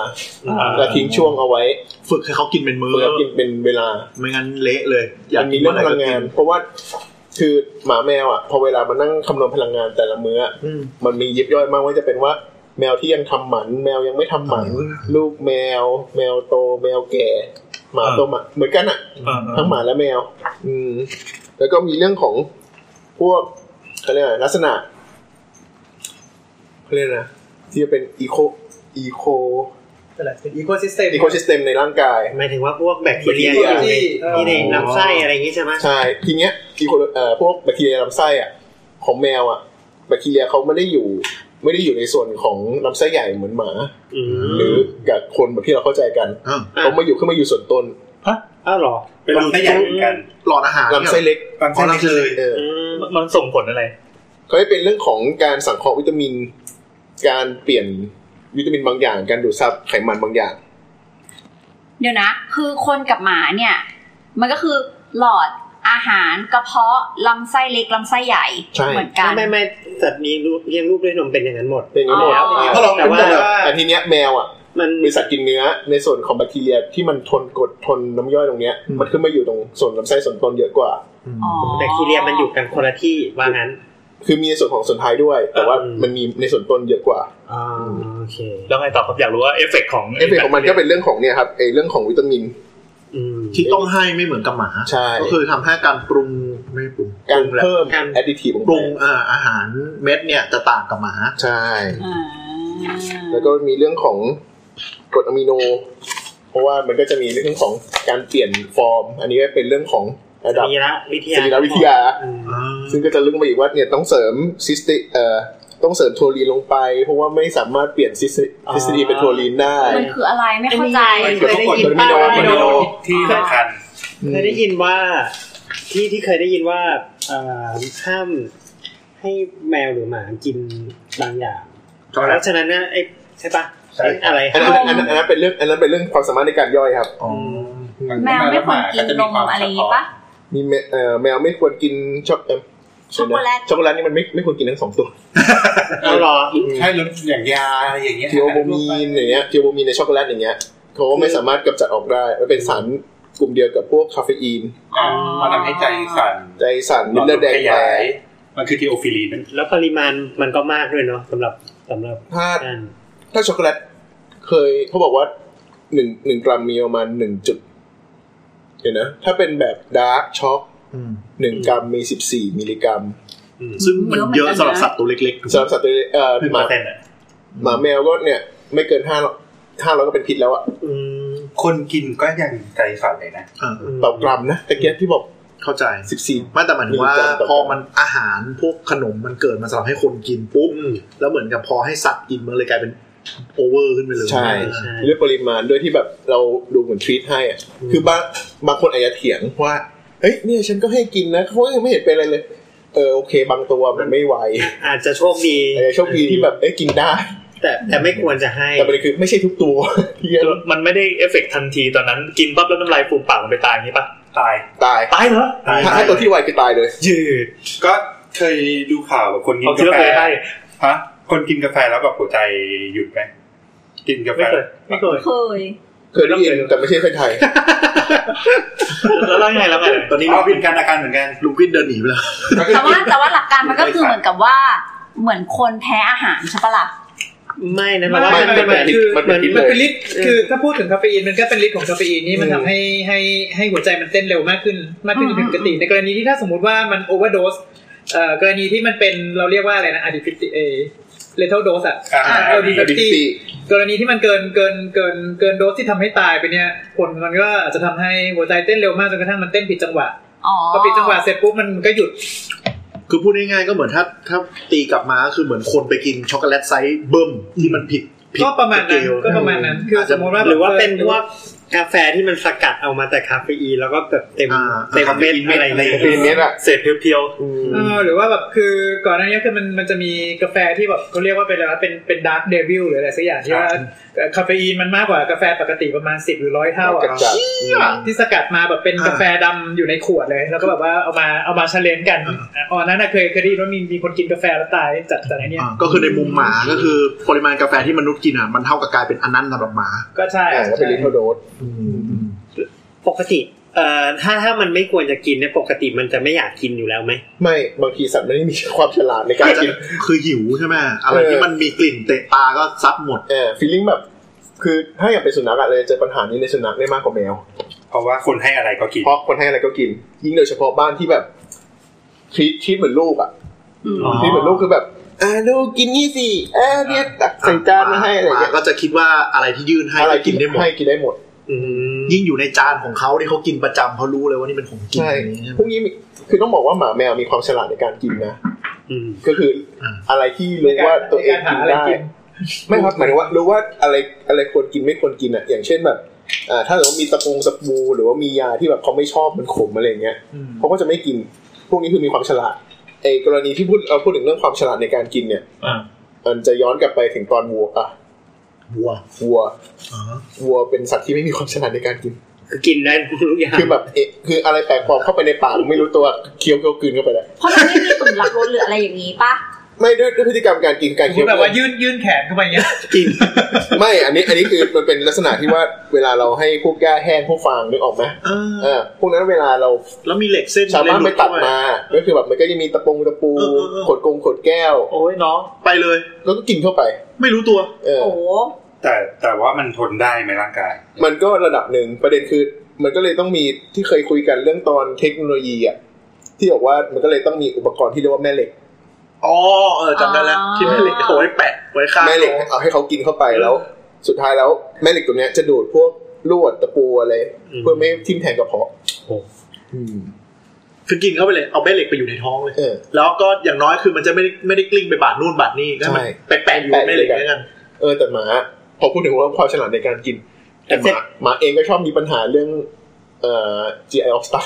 Speaker 4: อ่า
Speaker 3: และทิ้งช่วงเอาไว้
Speaker 7: ฝึกให้เขากินเป็นมือ
Speaker 3: เพื่อกินเป็นเวลา
Speaker 7: ไม่งั้นเละเลย
Speaker 3: มันมีเรื่องพลังงาน เพราะว่าคือหมาแมวอ่ะ พอเวลามันนั่งคำนวณพลังงานแต่ละมื้ออะมันมียิบย่อยมากว่าจะเป็นว่า แมวที่ยังทำหมัน แมวยังไม่ทำหมัน ลูกแมว แมวโต แมวแก่ หมาโตหมาเหมือนกันอ่ะ
Speaker 4: เออ
Speaker 3: ทั้งหมาและแมว อืม แล้วก็มีเรื่องของพวกเขาเรียกอะไรลักษณะเขาเรียกอะไรนะที่จะเป็นอีโคอีโค
Speaker 5: อะไรเป็นอีโคซิสเต็ม
Speaker 3: อีโคซิสเต็มในร่างกาย
Speaker 6: หมายถึงว่าพวกแบคทีเรีย
Speaker 3: แบคทีเรีย
Speaker 6: ที่ในลำไส้อะไรอย่างงี้ใช่ไหม
Speaker 3: ใช่ ทีเนี้ยอีโคเอ่อพวกแบคทีเรียลำไส้อ่ะ ของแมวอ่ะ แบคทีเรียเขาไม่ได้อยู่ ไม่ได้อยู่ในส่วนของลำไส้ใหญ่เหมือนหมา
Speaker 6: อืม
Speaker 3: หรือกับคนแบบที่เราเข้าใจกัน
Speaker 7: อ้าว
Speaker 3: เขามาอยู่ขึ้นมาอยู่ส่วนต้น
Speaker 6: อ้าวเหรอ
Speaker 9: เป็นรูปที่ใหญ่เหมือนกัน
Speaker 7: หลอดอาหาร
Speaker 3: ลำไส้เล็ก
Speaker 9: ฟังเส้นนี้เลย
Speaker 3: เออ
Speaker 6: อืม
Speaker 4: มันส่งผลอะไร
Speaker 3: เขาจะเป็นเรื่องของการสังเคราะห์วิตามิน การเปลี่ยนวิตามินบางอย่าง การดูดซับไขมันบางอย่าง
Speaker 2: เดี๋ยวนะ คือคนกับหมาเนี่ย มันก็คือหลอดอาหารกระเพาะลำไส้เล็กลำไส้ใหญ่
Speaker 3: ใช่
Speaker 2: เหมือนกัน
Speaker 6: ไม่ไม่สัตว์มีรูปเลี้ยงรูปด้วยนมเป็นอย่างนั้นหมด
Speaker 3: เป็นอย่างนี้หมด
Speaker 2: อ๋อ
Speaker 3: แต่
Speaker 9: ถ้าลอง
Speaker 6: แต่
Speaker 9: เป็น
Speaker 6: ว่า
Speaker 9: แบบ
Speaker 3: แต่ทีเนี้ยแมวอ่ะ
Speaker 6: มัน
Speaker 3: บริษัทกินเนื้อในส่วนของแบคทีเรียที่มันทนกดทนน้ำย่อยตรงเนี้ย มันขึ้นมาอยู่ตรงส่วนลำไส้ส่วนต้นเยอะกว่า
Speaker 2: อ๋อ
Speaker 6: แบคทีเรียมันอยู่กันคนละที่ว่างั้น
Speaker 3: คือมีในส่วนของส่วนท้ายด้วย แต่ว่า
Speaker 6: อืม
Speaker 3: มันมีในส่วนต้นเยอะกว่า
Speaker 6: อ๋อโอเค
Speaker 4: แล้วไงต่อครับอยากรู้ว่าเอฟเฟกของ
Speaker 3: เอฟเฟกต์ของมันก็เป็นเรื่องของเนี่ยครับไอ้เรื่องของวิตามิน
Speaker 6: อืม
Speaker 7: ที่ต้องให้ไม่เหมือนกับหมา
Speaker 3: ใช่
Speaker 7: ก็คือทำให้การปรุงไม่ปรุง
Speaker 3: การเพิ่ม
Speaker 6: การ
Speaker 3: แอดดิทีฟลง
Speaker 7: ปรุง
Speaker 3: ไป
Speaker 7: เอ่ออาหารเม็ดเนี่ยจะต่างกับหมา
Speaker 3: ใช่
Speaker 2: อ่า
Speaker 3: แล้วก็มีเรื่องของกรดอะมิโน เพราะว่ามันก็จะมีเรื่องของการเปลี่ยนฟอร์ม อันนี้ก็เป็นเรื่องของระ
Speaker 6: ส
Speaker 3: ดับ
Speaker 6: รีระวิท
Speaker 3: ส
Speaker 6: ยา
Speaker 3: รีรวิทยา
Speaker 6: อืม
Speaker 3: ซึ่งก็จะลึกไปอีกว่าเนี่ยต้องเสริมซิสติเอ่อต้องเสริมโทลีนลงไป เพราะว่าไม่สามารถเปลี่ยนซิสติซิสติเป็นโทลีนได้
Speaker 2: มันคืออะไรไม่เข้าใจ
Speaker 3: เคยได้ยินป่ะ
Speaker 9: คอนโดที่สำคัญ
Speaker 6: เคยได้ยินว่าที่ที่เคยได้ยินว่าเอ่อห้ามให้แมวหรือหมากินบางอย่างแล้วฉะนั้นนะไอ้ใช่ปะ
Speaker 9: ใช่
Speaker 6: ไอ้อะไร
Speaker 3: อันนั้นอันนั้นอันนั้นเป็นเรื่องอันนั้นเป็นเรื่องความสามารถในการย่อยครับ
Speaker 2: แมวไม่ควรกินนมอะไรอย่างงี้ปะ
Speaker 3: มีแมเอ่อแมวไม่ควรกินช็อกเอิ่ม
Speaker 2: ช็อกโกแลต
Speaker 3: ช็อกโกแลตนี่มันไม่ไม่ควรกินทั้งสองตัว
Speaker 6: เอาเหรอ
Speaker 9: ใช่แล้วอย่างยาอะไรอย่างเงี้ย
Speaker 3: เทียวโบมีนอย่างเงี้ยเทียวโบมีนในช็อกโกแลตอย่างเงี้ยเขาก็ไม่สามารถกำจัดออกได้มันเป็นสารกลุ่มเดียวกับพวกคาเฟอีน
Speaker 9: อ่ะมันทำให้ใจสั่น
Speaker 3: ใจสั่นเลือดแดง
Speaker 9: ข
Speaker 3: แต
Speaker 9: ยาย
Speaker 3: ก
Speaker 9: มันคือทีโอฟิลีนนั่น
Speaker 6: แล้วปริมาณมันก็มากด้วยเนาะสำหรับสำหรับ
Speaker 3: ถ้า
Speaker 6: การ
Speaker 3: ถ้าช็อกโกแลตเคยเขาบอกว่าหนึ่งหนึ่งกรัมมีประมาณหนึ่งจุดเดี๋ยวนะ ถ้าเป็นแบบดาร์กช็อก
Speaker 7: อืม
Speaker 3: หนึ่งกรัมมีสิบสี่มิลลิกรัม
Speaker 7: ซึ่งมันเยอะ
Speaker 2: เยอะเหมือนกันนะ
Speaker 7: สำหรับสัตว์ตัวเล็กๆ
Speaker 3: สำหรับสัตว์ตัวเล็กเอ่อหมาหมาแมวก็เนี่ย ไม่เกินห้าห้าร้อยก็เป็นพิษแล้วอะ
Speaker 6: อืม
Speaker 9: คนกินก็ยังใจสั่นเลยนะ
Speaker 7: อ่า
Speaker 3: ต่อกรัมนะตะเกียบที่บอก
Speaker 7: เข้าใจ
Speaker 3: สิบสี่
Speaker 7: ไม่แต่หมายถึงว่า
Speaker 3: หนึ่งกรัมต่อ
Speaker 7: พอมันอาหารพวกขนมมันเกิดมาสำหรับให้คนกินปุ๊บแล้วเหมือนกับพอให้สัตว์กินมันเลยกลายเป็นโอเวอร์ขึ้นไปเลย
Speaker 3: ใช่
Speaker 6: ใช่
Speaker 3: ด้วยปริมาณด้วยที่แบบเราดูเหมือนทรีตให้อะคือบางบางคนอาจจะเถียงว่าเฮ้ยเนี่ยฉันก็ให้กินนะเขาก็ยังไม่เห็นเป็นอะไรเลย เออโอเค บางตัวมันไม่ไหว
Speaker 6: อาจจะโชคดี
Speaker 3: เออโชคดีที่แบบเอ้ยกินได้
Speaker 6: แต่แต่ไม่ควรจะให้
Speaker 3: แต่ประเด็นคือไม่ใช่ทุกตัวที่จะ
Speaker 4: มันไม่ได้เอฟเฟกทันทีตอนนั้นกินปั๊บแล้วน้ำลายฟูมปากมันไปตายอย่างนี้ปะ
Speaker 9: ตาย
Speaker 3: ตาย
Speaker 4: ตายเหรอ
Speaker 9: ตาย
Speaker 3: ถ้าถ้าตัวที่ไวคือตายเลย
Speaker 4: ยืด
Speaker 9: ก็เคยดูข่าวแบบคนกิ
Speaker 4: เอา
Speaker 9: น
Speaker 4: ที่
Speaker 9: กา
Speaker 4: เรา
Speaker 9: แฟ
Speaker 4: เคยให้
Speaker 9: ฮะ คนกินกาแฟแล้วแบบหัวใจหยุดไหมกินกาแฟ
Speaker 4: ไม่เคย
Speaker 9: ไม่เคย
Speaker 2: เคย
Speaker 3: เคยได้ยินแต่ไม่ใช่คนไทย
Speaker 4: แล้วแล้วไงแล้วไง
Speaker 7: ตอนนี้
Speaker 9: เอาเป็นการอาการเหมือนกัน
Speaker 7: ลุงกินเดินหนีไปแล้ว
Speaker 9: ก็คือ
Speaker 2: แต่ว่าแต่ว่าหลักการมันก็คือเหมือนกับว่าเหมือนคนแพ้อาหารใช่ปะล่ะ
Speaker 6: ไม่นะ
Speaker 5: ไม่
Speaker 6: ว่า
Speaker 5: ไม่ไม่ไม่คือ
Speaker 3: มันเป็นพิษ
Speaker 5: มัน
Speaker 3: เลย
Speaker 5: เป็นฤทธิ์คือถ้าพูดถึงคาเฟอีนมันก็เป็นฤทธิ์ของคาเฟอีนนี่มันทำให้ให้ให้หัวใจมันเต้นเร็วมากขึ้นมากขึ้นผิดปกติในกรณีที่ถ้าสมมติว่ามันโอเวอร์โดสเอ่อกรณีที่มันเป็นเราเรียกว่าอะไรนะอะดิฟิตเอเลเทลโดสอะ
Speaker 9: อ่า
Speaker 5: เอลดิ
Speaker 3: แต่ดิ
Speaker 5: ฟิ
Speaker 3: ซี่
Speaker 5: กรณีที่มันเกินเกินเกินเกินโดสที่ทำให้ตายไปเนี่ยผลมันก็อาจจะทำให้หัวใจเต้นเร็วมากจนกระทั่งมันเต้นผิดจังหวะ
Speaker 2: อ๋อ
Speaker 5: พอผิดจังหวะเสร็จปุ๊บมันก็หยุด
Speaker 7: คือพูดง่ายๆก็เหมือนถ้าถ้าตีกลับมาก็คือเหมือนคนไปกินช็อกโกแลตไซส์เบิ่มที่มันผิดผิด
Speaker 5: ก็ประมาณนั้น
Speaker 7: เ
Speaker 5: ก็ประมาณนั้นคือ
Speaker 7: อาจ
Speaker 5: ส
Speaker 7: จะ
Speaker 5: มมติว่า
Speaker 6: หรือว่าเป็นพวกกาแฟที่มันสกัดเอามาแต่คาเฟอีนแล้วก็แบบเต็ม
Speaker 7: อ่า
Speaker 6: เต็มเม็ดอะไรอย่างเงี้ย
Speaker 9: คาเฟอีนเม็ดอะ
Speaker 4: เศษเพียว
Speaker 6: อืม
Speaker 5: เออหรือว่าแบบคือก่อนหน้านี้คือมันมันจะมีกาแฟที่แบบเขาเรียกว่าเป็นอะไรวะเป็นเป็นดาร์กเดวิลหรืออะไรสักอย่างที่ว่าคาเฟอีนมันมากกว่ากาแฟปกติประมาณสิบหรือร้อยเท่า
Speaker 3: จั
Speaker 5: อะ
Speaker 3: ดจัด
Speaker 5: ที่สกัดมาแบบเป็นกาแฟดำอยู่ในขวดเลย แล้วก็แบบว่าเอามาเอามาเชลเลนกันอ๋อนั้นน่ะเคยเคยได้ยินว่ามีมีคนกินกาแฟแล้วตายจัดจากไอ้เนี่ย
Speaker 7: อ่าก็คือในมุมหมาก็คือปริมาณกาแฟที่มนุษย์กินอ่ะมันเท่ากับกลายเป็นอันนั้นสำหรับหมา
Speaker 5: ก็ใช่
Speaker 3: อ่าก็เป็นลิทเทิลโดส
Speaker 6: ปกติเอ่อถ้าถ้ามันไม่ควรจะกินเนี่ยปกติมันจะไม่อยากกินอยู่แล้วไหม
Speaker 3: ไม่บางทีสัตว์มันไม่มีความฉลาดในการ
Speaker 7: อาจจะ
Speaker 3: กิน
Speaker 7: คือหิวใช่ไหมอะไรที่มันมีกลิ่นเตะตาก็ซับหมด
Speaker 3: เออฟีลลิ่งแบบ คือถ้าอยากเป็นสุนัขอะเลยเจอปัญหานี้ในสุนัขได้มากกว่าแมว
Speaker 9: เพราะว่าคนให้อะไรก็กิน
Speaker 3: เพราะคนให้อะไรก็กิน ยิ่งโดยเฉพาะบ้านที่แบบทีทเหมือนลูกอะ
Speaker 2: อืม
Speaker 3: ทีทเหมือนลูกคือแบบอ่าลูกกินนี่สิอ่าเนี่ยตักใส่จานมาให้อะไรอย่างเงี้ย
Speaker 7: ก็จะคิดว่าอะไรที่ยื่นให้
Speaker 3: อะไร
Speaker 7: ก็
Speaker 3: กิ
Speaker 7: กิ
Speaker 3: น
Speaker 7: น
Speaker 3: ได้
Speaker 7: ได้
Speaker 3: ห
Speaker 7: ห
Speaker 3: ม
Speaker 7: ม
Speaker 3: ด
Speaker 7: ด
Speaker 3: ให้กินได้หมด
Speaker 6: อืม
Speaker 7: ยิ่งอยู่ในจานของเขาที่เขากินประจำเขารู้เลยว่านี่เป็นของกิน
Speaker 3: ใช่
Speaker 7: อย่างนี้ใช่ไห
Speaker 3: พว
Speaker 7: ม
Speaker 3: กนี้มีคือต้องบอกว่าหมาแมวมีความฉลาดในการกินนะ
Speaker 6: อืม
Speaker 3: ก็คือ
Speaker 7: อ่า
Speaker 3: อะไรที่รู้ว่าตัวเอง
Speaker 5: หา
Speaker 3: กิน
Speaker 5: อะไร
Speaker 3: ได้
Speaker 5: กิน
Speaker 3: ไม่ครับหมายถึงว่ารู้ว่าอะไรอะไรควรกินไม่ควรกินอะอย่างเช่นแบบอ่าถ้าเกิดว่ามีตะปูสปูหรือว่ามียาที่แบบเขาไม่ชอบมันขมอะไรอย่างเงี้ยเขาก็จะไม่กิน พวกนี้คือมีความฉลาดไอ้กรณีที่พูดเราพูดถึงเรื่องความฉลาดในการกินเนี่ย
Speaker 4: อ่า
Speaker 3: มันจะย้อนกลับไปถึงตอนวัวอะ
Speaker 7: วัว
Speaker 3: วัว
Speaker 7: อ๋อ
Speaker 3: วัวเป็นสัตว์ที่ไม่มีความฉลาดในการกิน
Speaker 6: คือกินได้ทุกอย่าง
Speaker 3: คือแบบเอะคืออะไรแปลกปลอมเข้าไปในปากไม่รู้ตัวเคี้ยวเคี้ยวกลืนเข้าไปเลย
Speaker 2: เพราะมันไม่มีตุ่มรับรสหรืออะไรอย่างนี้ปะ
Speaker 3: ไม่ด้วยด้วยพฤติกรรมการกินการ
Speaker 5: คุ
Speaker 3: เคี้ย
Speaker 5: ณ
Speaker 3: ว
Speaker 5: แบบว่า
Speaker 3: เคี้ยว
Speaker 5: ยื่นยื่นแขนเข้าไปอย่างเงี้ย
Speaker 7: กิน
Speaker 3: ไม่อันนี้อันนี้คือมันเป็นลักษณะที่ว่าเวลาเราให้พวกหญ้าแห้งพวกฟางนึกออกไหม
Speaker 7: เออ
Speaker 3: เออพวกนั้นเวลาเรา
Speaker 7: แล้วมีเหล็กเส้น
Speaker 3: ชาวบ้าน
Speaker 7: อะรห
Speaker 3: ไป
Speaker 7: ลุ
Speaker 3: ตัด
Speaker 7: เข้
Speaker 3: มา ก็คือแบบมันก็จะมีตะปงตะปู
Speaker 7: เออเออเออ
Speaker 3: ขวดกงขวดแก้ว
Speaker 4: ๆ โอ้ยน้อง
Speaker 7: ไปเลย
Speaker 3: แล้วก็กินเข้าไป
Speaker 7: ไม่รู้ตัว
Speaker 3: เออ
Speaker 2: โอ้โห
Speaker 9: แต่แต่ว่ามันทนได้ไหมร่างกาย
Speaker 3: มันก็ระดับหนึ่งประเด็นคือ มันก็เลยต้องมีที่เคยคุยกันเรื่องตอนเทคโนโลยีอ่ะที่บอกว่ามันก็เลยต้องมีอุปกรณ์ที่เรียกว่าแม่เหล็ก
Speaker 7: อ๋อเออจำได้แล้วที่แม่เหล็กเอาไว้แปะไว้ข้าง
Speaker 3: แม่เหล็กเอาให้เขากินเข้าไปแล้ว สุดท้ายแล้วแม่เหล็กตัวเนี้ยจะดูดพวกลวดตะปูอะไรเพื่อไม่ให้ทิ่มแทงกระเพาะอืม
Speaker 7: คือกินเข้าไปเลยเอาแม่เหล็กไปอยู่ในท้องเลย
Speaker 3: เออ
Speaker 7: แล้วก็อย่างน้อยคือมันจะไม่ได้ไม่ได้กลิ้งไปบาดนู่นบาดนี่ก็ให้มัน
Speaker 3: ใช่
Speaker 7: แปะๆอยู่แม่เหล็กด้วยกัน
Speaker 3: เออแต่หมาพอพูดถึงว่าความฉลาดในการกิน แต่
Speaker 6: แต่
Speaker 3: หมาหมาเองก็ชอบมีปัญหาเรื่องเอ่อ GI of star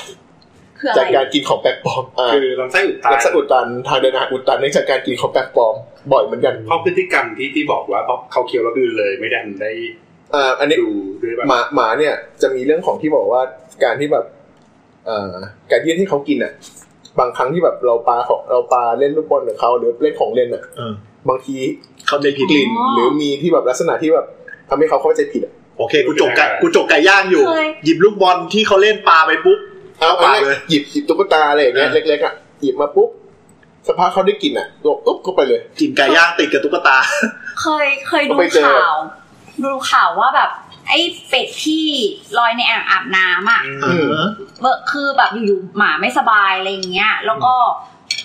Speaker 2: คืออะ
Speaker 3: จาก
Speaker 2: ไร
Speaker 3: การกินของแปลกปลอมอ่า
Speaker 9: คือลำไส้อุดตัน
Speaker 3: ลักษณะอุดตันทางเดินอาหารอุดตันเนื่องจากการกินของแปลกปลอมบ่อยเหมือนกัน
Speaker 9: เพราะพฤติกรรมที่ที่บอกว่าเพราะเขาเคี้ยวแล้วอือเลยไม่ดันได้
Speaker 3: อ่าอันนี้
Speaker 9: ดูด้วย
Speaker 3: ห
Speaker 9: ว่า
Speaker 3: มาหมาเนี่ยจะมีเรื่องของที่บอกว่าการที่แบบเอ่อการยื่นให้เขากินอ่ะ บางครั้งที่แบบเราปาของเราปาเล่นลูกบอลกับเขาหรือเล่นของเล่นอ่ะ
Speaker 7: เออ
Speaker 3: บางที
Speaker 7: เขาได้ผิด
Speaker 3: กลิ่นหรือมีที่แบบลักษณะที่แบบทำให้เขาเข้าใจผิดอะ
Speaker 7: โอเคกูจกไก่กูจกไก่ย่างอยู่ หยิบลูกบอลที่เขาเล่นปลาไปปุ๊บ
Speaker 3: เอา
Speaker 7: เอาปาก
Speaker 3: ง่ย
Speaker 7: เลย
Speaker 3: หยิบหยิบตุ๊กตาอะไรอย่างเงี้ย
Speaker 7: อ่า
Speaker 3: เล็กๆอ่ะหยิบมาปุ๊บสภาพกเขาได้กลินอ่ะตัวปุ๊บเข้าไปเลย
Speaker 7: กินไก่ย่างติดกับตุ๊กตา
Speaker 2: เคยเคย
Speaker 3: ก็
Speaker 2: ดู
Speaker 3: ไปเจอ
Speaker 2: ข่าว ดูข่าวว่าแบบ ไอ้เป็ดที่ลอยในอ่างอาบน้ำอ่ะ
Speaker 7: เออ
Speaker 2: เบอร์คือแบบอยู่ๆหมาไม่สบายอะไรอย่างเงี้ย แล้วก็